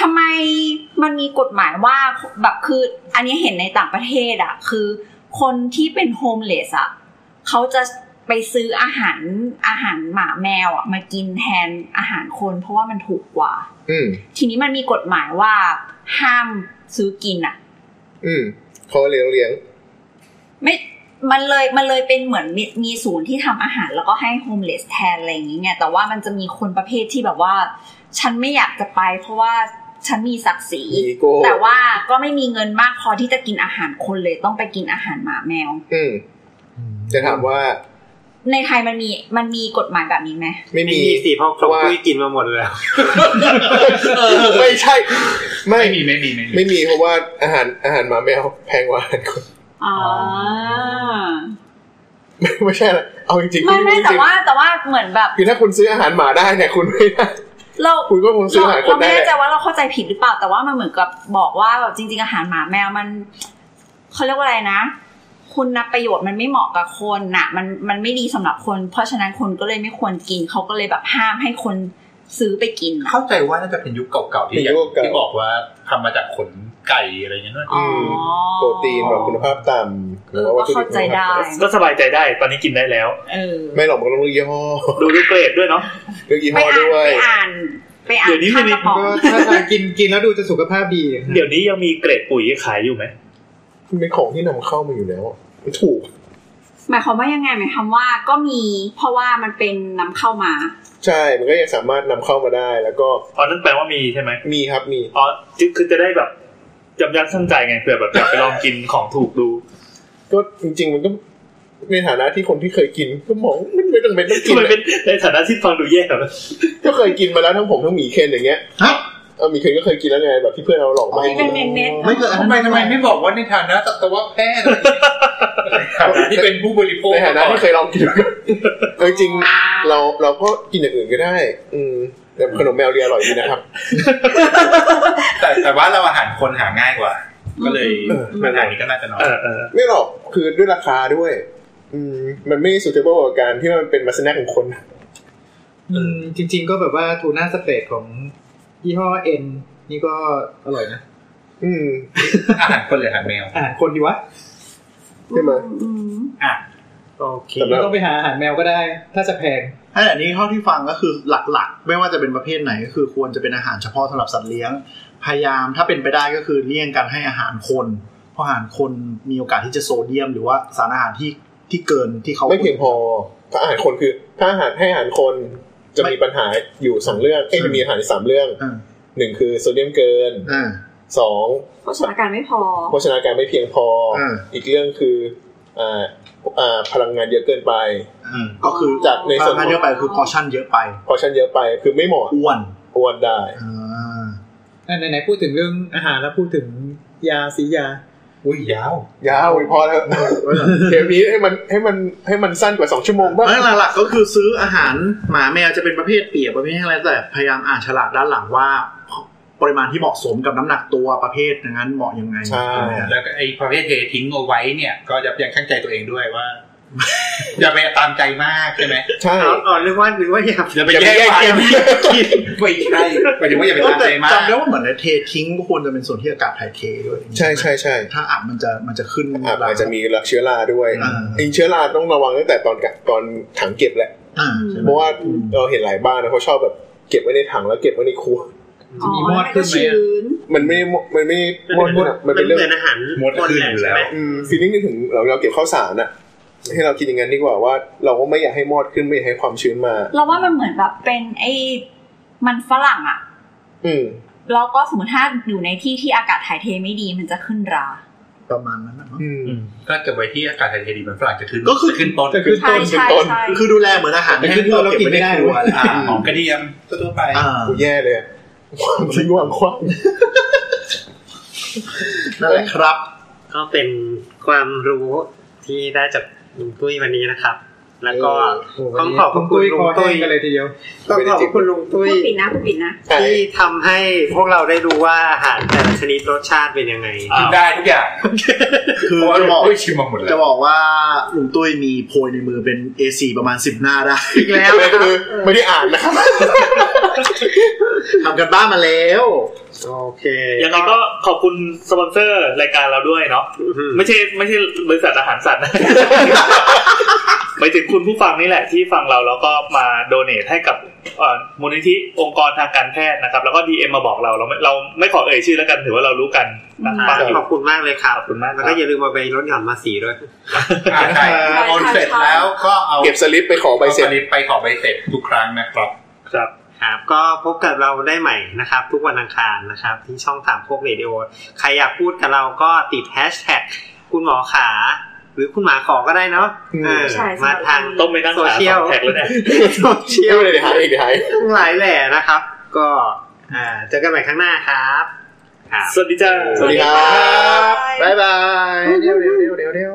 Speaker 2: ทำไมมันมีกฎหมายว่าแบบคือ อันนี้เห็นในต่างประเทศอะคือคนที่เป็นโฮมเลสอะเขาจะไปซื้ออาหารอาหารหมาแมวอะมากินแทนอาหารคนเพราะว่ามันถูกกว่า
Speaker 3: อืม
Speaker 2: ทีนี้มันมีกฎหมายว่าห้ามซื้อกินอะ
Speaker 3: อืมเขาเลี้ยงเลี้ยง
Speaker 2: ไม่มันเลยมันเลยเป็นเหมือนมีมีศูนย์ที่ทำอาหารแล้วก็ให้โฮมเลสแทนอะไรอย่างเงี้ยแต่ว่ามันจะมีคนประเภทที่แบบว่า ฉันไม่อยากจะไป เพราะว่าฉันมีศักดิ์ศรี
Speaker 3: มีอีโก้
Speaker 2: แต่ว่าก็ไม่มีเงินมากพอที่จะกินอาหารคนเลยต้องไปกินอาหารหมาแมว
Speaker 3: อืม จะถามว่า
Speaker 2: ในไทยมันมีมันมีกฎหมายแบบนี้ไหม
Speaker 3: ไม่
Speaker 6: ไม่
Speaker 3: มี
Speaker 6: มีสิเพราะ
Speaker 3: เพ
Speaker 6: เขา
Speaker 3: ราะว่า
Speaker 6: คุยกินมาหมดแล้ว
Speaker 3: ไม่ใช่ ไม่
Speaker 9: ไม่มีไม่มีไม่มี
Speaker 3: ไม่มีเพราะว่าอาหารอาหารหมาแมวแพงกว่าอาหารคน *laughs*
Speaker 2: อ๋อ
Speaker 3: ไม่ไม่ใช่ละเอาจริงๆ
Speaker 2: ไม่ไม่
Speaker 3: จริงๆ
Speaker 2: แต่ว่าแต่ว่าเหมือนแบบ
Speaker 3: คือถ้าคุณซื้ออาหารหมาได้เนี่ยคุณไม่ได้
Speaker 2: เรา
Speaker 3: คุณก็คงซื้อ
Speaker 2: เรา
Speaker 3: อาหารค
Speaker 2: เรา
Speaker 3: น
Speaker 2: ไม่
Speaker 3: ได้
Speaker 2: แน่ใจ
Speaker 3: แหละ
Speaker 2: ว่าเราเข้าใจผิดหรือเปล่า แต่ว่ามันเหมือนกับบอกว่าแบบจริง ๆ อาหารหมาแมวมันเขาเรียกว่าอะไรนะ คุณนประโยชน์มันไม่เหมาะกับคนน่ะ มันมันไม่ดีสำหรับคน เพราะฉะนั้นคนก็เลยไม่ควรกินเขาก็เลยแบบห้ามให้คนซื้อไปกินน่ะ
Speaker 9: เข้าใจว่าน่าจะเป็นยุคเก่าๆที่ยังที่บอกว่าทำมาจากขนไก่อะไรอย่างเงี้ยนะ
Speaker 2: อ๋อ
Speaker 3: โปรตีนแบบคุณภาพต่ำหรือว่าวัตถุดิบ
Speaker 2: เข้าใจได้
Speaker 4: ก็สบายใจได้ ตอนนี้กินได้แล้ว
Speaker 2: เออ
Speaker 3: ไม่หรอกมันต้องเลือกยี่ห้อ
Speaker 4: ดูดูเกรดด้วยเนาะ
Speaker 3: เลือกยี่
Speaker 2: ไป
Speaker 3: ห้อ
Speaker 2: อ่าน
Speaker 3: ด้วย
Speaker 2: ไปอ่านไปอ่าน
Speaker 4: เดี๋ยวนี้
Speaker 2: ข้าง
Speaker 4: มี
Speaker 2: กระป๋อง
Speaker 5: ก็ถ้าทานกินกินแล้วดูจะสุขภาพดีนะ
Speaker 4: เดี๋ยวนี้ยังมีเกรดปุ๋ยขายอยู่ไหม
Speaker 3: มันเป็นของที่นำเข้ามาอยู่แล้วมันถูก
Speaker 2: หมายความว่ายังไงหมายความว่าก็มีเพราะว่ามันเป็นนำเข้ามา
Speaker 3: ใช่มันก็ยังสามารถนำเข้ามาได้ แล้วก็
Speaker 4: อ๋อ นั่นแปลว่ามีใช่ไหม
Speaker 3: มีครับมี
Speaker 4: อ๋อจึคือจะได้แบบจำยัดชั่งใจไงเผื่อแบบอยากไปลองกินของถูกดู
Speaker 3: ก็จริง ๆ มันก็ ในฐานะที่คนที่เคยกินก็มองมันไม่ต้องเป็นต้องกิ
Speaker 4: ทำ
Speaker 3: น
Speaker 4: ไมเป็นในฐานะที่ฟังดูแย่แล้วนะ
Speaker 3: ก็เคยกินมาแล้วทั้งผมทั้งหมีเคนอย่างเงี้ย
Speaker 7: ฮะ
Speaker 3: เออหมีเคนก็เคยกินแล้วไงแบบที่เพื่อนเราหลอกมาให้
Speaker 2: ที่
Speaker 3: กิ
Speaker 2: เป็น
Speaker 3: น
Speaker 2: เม็ดเม็ด
Speaker 7: ไม่เคยอัน
Speaker 9: ทำ
Speaker 7: นั้น
Speaker 9: ไมทำไมไม่บอกว่าในฐานะสัตวแพทย์ที่เป็นผู้บริโภค
Speaker 3: ในฐานะที่เคยลองกิน *laughs* เออจริงเราเราก็กินอย่างอื่นก็ได้ อืมแต่ขนมแมวเรียอร่อยดีนะครับ
Speaker 9: แต่แต่ว่าเราอาหารคนหาง่ายกว่า ก็เลยปัญหานี้ก็น่าจะน้อย
Speaker 4: เออเออ
Speaker 3: ไม่หรอกคือด้วยราคาด้วย อืมมันไม่ suitable กับการที่มันเป็นมาสแนคของคน
Speaker 5: อืมจริง ๆ ก็แบบว่าทูน่าสเปรดของยี่ห้อเอ็นนี่ก็อร่อยนะ
Speaker 3: อืม
Speaker 9: อาหารคนหรืออาหารแมว
Speaker 5: อาหารคนดีวะ
Speaker 3: ใช่ไหม
Speaker 2: อืม
Speaker 6: โอเค
Speaker 3: สำห
Speaker 5: ไม่
Speaker 3: รับ
Speaker 5: ต้องไปหาอาหารแมวก็ได้ ถ้าจะแพง
Speaker 7: อันนี้เท่าที่ฟังก็คือหลักๆ ไม่ว่าจะเป็นประเภทไหนก็คือควรจะเป็นอาหารเฉพาะสำหรับสัตว์เลี้ยง พยายามถ้าเป็นไปได้ก็คือเลี่ยงการให้อาหารคน เพราะอาหารคนมีโอกาสที่จะโซเดียม หรือว่าสารอาหารที่ที่เกินที่เขา
Speaker 3: ไม่เพียงพอถ้าอาหารคนคือ ถ้าอาหารให้อาหารคนจะมีปัญหาอยู่สองเรื่องเอ้ยจะมีอาหารสามเรื่อง
Speaker 7: อ่า
Speaker 3: หนึ่งคือโซเดียมเกิน
Speaker 7: อ่า
Speaker 3: สอง
Speaker 2: เพราะสถานการณ์ไม่พอ
Speaker 3: โภชนาการไม่เพียงพอ
Speaker 7: อืม
Speaker 3: อีกเรื่องคืออ่าอ่าพลังงานเยอะเกินไป
Speaker 7: อ่าก็คือ
Speaker 3: จากใน
Speaker 7: พ
Speaker 3: ส่
Speaker 7: ลั
Speaker 3: วน
Speaker 7: งงานเยอะไปคือพอชั่นเยอะไป
Speaker 3: พอชั่นเยอะไปคือไม่เหมาะ
Speaker 7: อ้วน
Speaker 3: อ้วนได้
Speaker 7: อ่า
Speaker 5: ไหนไหนๆพูดถึงเรื่องอาหารแล้วพูดถึงยาสียา
Speaker 9: อุ้ยยาวย
Speaker 3: าวอีกพอแล้วเทปนี้ให้มันให้มันให้มันสั้นกว่าสองชั่วโมงบ้าง
Speaker 7: เอ้ยหลักๆก็คือซื้ออาหารหมาแมวจะเป็นประเภทเปียกประเภทอะไรแต่พยายามอ่านฉลากด้านหลังว่า ปริมาณที่เหมาะสมกับน้ำหนักตัวประเภทนั้นเหมาะยังไง
Speaker 3: ใช่
Speaker 9: แล้วก็ไอ้ประเภทเททิ้งเอาไว้เนี่ย ก็จะยังข้างใจตัวเองด้วยว่า อย่าไปตามใจมากใช่ไหม
Speaker 3: ใช่
Speaker 6: อ๋ออ๋อเรียกว่าหรือว่าอยาก
Speaker 9: อย่าไปแย่งไปไม่ใช่หมายถึงว่าอย่าไปตามใจมาก
Speaker 7: จำได้ว่าเหมือนเททิ้งก็ควรจะเป็นส่วนที่อากาศถ่ายเทด้วย
Speaker 3: ใช่ใช่ใช่
Speaker 7: ถ้าอับมันจะมันจะขึ้น
Speaker 3: อ่ะอาจจะมีเชื้อราด้วย
Speaker 7: อ่า
Speaker 3: อิงเชื้อราต้องระวังตั้งแต่ตอนกักตอนถังเก็บแหละ
Speaker 7: อ่าใช่ไหม
Speaker 3: เพราะว่าเราเห็นหลายบ้านนะเขาชอบแบบเก็บไว้ในถังแล้วเก็บไว้ในครัว *laughs*
Speaker 2: อ๋อ
Speaker 5: มีมอดขึ้นไหมอะ
Speaker 2: ชื้น
Speaker 3: มันไม่มมันไม่มดนะมันเป็นเรื่อง
Speaker 6: หมือนอาหาร
Speaker 9: มดขึ้นอยู่แล้ว
Speaker 3: ฟีลลิ่งนึกถึงเราเราเก็บข้าวสารอะให้เรากินอย่างนั้นดีกว่าว่า เราก็ไม่อยากให้มอดขึ้นไม่อยากให้ความชื้นมา
Speaker 2: เราว่ามันเหมือนแบบเป็นไอ้มันฝรั่งอะ
Speaker 3: อืม
Speaker 2: แล้วก็สมมติถ้าอยู่ในที่ที่อากาศถ่ายเทไม่ดีมันจะขึ้นรา
Speaker 7: ประมาณนั้นนะมั้ง
Speaker 3: อืม
Speaker 9: ถ้าเก็บไว้ที่อากาศถ่ายเทดีมันฝรั่งจะขึ้น
Speaker 7: ก็คือ
Speaker 9: ขึ้นต้น
Speaker 5: จะขึ้น
Speaker 2: ใช่
Speaker 5: ต้น
Speaker 2: ใช่ใช่
Speaker 7: คือดูแลเหมือนอาหาร
Speaker 5: แต่
Speaker 7: แห้
Speaker 5: ขึ้
Speaker 7: ง
Speaker 5: น
Speaker 7: ที่
Speaker 5: ต้น
Speaker 7: เรา
Speaker 5: เรากิ
Speaker 7: เก็
Speaker 5: น
Speaker 7: บ
Speaker 5: ไม่
Speaker 7: ไว้ใน
Speaker 5: ได้
Speaker 7: ครั
Speaker 5: ด้
Speaker 7: ว
Speaker 5: วย
Speaker 7: อ่า
Speaker 9: หอมกระเทียมทั่วๆไป
Speaker 7: อ่า
Speaker 3: กูแย่เลยอะ *laughs* ความทิ้งวางคว้าง
Speaker 7: นั่นแหละครับ
Speaker 6: ก็เป็นความรู้ที่ได้จากลุงตุ้ยวันนี้นะครับ แล้วก็
Speaker 5: โอ้โห
Speaker 6: ต้องขอบพระคุณลุง
Speaker 5: คอแห้
Speaker 6: ตุ้ย
Speaker 5: งกันเลยทีเดียว
Speaker 6: ต้องขอบพระคุณลุงตุ้ย
Speaker 2: พูดปิดนะพูดปิดนะ
Speaker 6: ที่ทำให้พวกเราได้รู้ว่าอาหารแต่ละชนิดรสชาติเป็นยังไง
Speaker 9: กินได้ทุกอย่าง
Speaker 7: คือ
Speaker 9: เพราะว่า
Speaker 7: จะบอก
Speaker 9: เราชิมมาหมดแล้
Speaker 7: จะ
Speaker 9: ว
Speaker 7: บอกว่าลุงตุ้ยมีโพยในมือเป็น A4 ประมาณ 10 หน้าได้
Speaker 6: อีกแล้ว
Speaker 3: เลยคือไม่ได้อ่านนะครับ
Speaker 7: ทำกันบ้านมาแล้ว
Speaker 6: โอเค
Speaker 4: ยังไงก็ขอบคุณสปอนเซอร์รายการเราด้วยเนาะ
Speaker 6: อืม
Speaker 4: ไม่ใช่ไม่ใช่บริษัทอาหารสั
Speaker 6: *laughs*
Speaker 4: ตว์นะ หมายถึงคุณผู้ฟังนี่แหละที่ฟังเราแล้วก็มาโดเนทให้กับเอ่อมูลนิธิองค์กรทางการแพทย์นะครับ แล้วก็ดีเอ็มมาบอกเราเราไม่เราไม่ขอเอ่ยชื่อแล้วกันถือว่าเรารู้กันนะฟังอยู่
Speaker 6: ขอบคุณมากเลยครับ
Speaker 4: ขอบคุณมากค
Speaker 6: แล้ว
Speaker 4: รับ
Speaker 6: ก็อย่าลืมมาไปลดหย่อนภาษีด้วย
Speaker 9: อ่าใช่โอนเสร็จแล้วก็เอา
Speaker 3: เก็บสลิปไปขอใบ
Speaker 9: ไป
Speaker 3: เสร็จ
Speaker 9: ไปขอใบเสร็จทุกครั้งนะครับ
Speaker 4: ครับ
Speaker 6: ครับก็พบกับเราได้ใหม่นะครับ ทุกวันอังคารนะครับ ที่ช่องสามโคกเรดิโอใครอยากพูดกับเราก็ติดแฮชแท็กคุณหมอขา หรือคุณหมาขอก็ได้เนาะ
Speaker 3: อืม
Speaker 6: เออ
Speaker 2: ใช่ใช่
Speaker 6: มาทาง
Speaker 4: ต้องไปนั่งหา
Speaker 6: โซเชี
Speaker 4: ส
Speaker 6: ยล
Speaker 4: องแท็กแล้วเนี่ย
Speaker 3: *laughs*
Speaker 6: โซเชีย
Speaker 3: เที่
Speaker 6: ล
Speaker 3: ยวเลยเดี๋ยวหายอีกเดี๋ยวหาย
Speaker 6: ทั้งหลายแหล่นะครับ ก็อ่าเจอกันใหม่ครั้งหน้าครับครับ
Speaker 4: สวัสดีจ้า
Speaker 3: สวัสดีครับ
Speaker 7: บ๊ายบายเดี๋ยวเดี๋ยวเดี๋ยวเดี๋ยว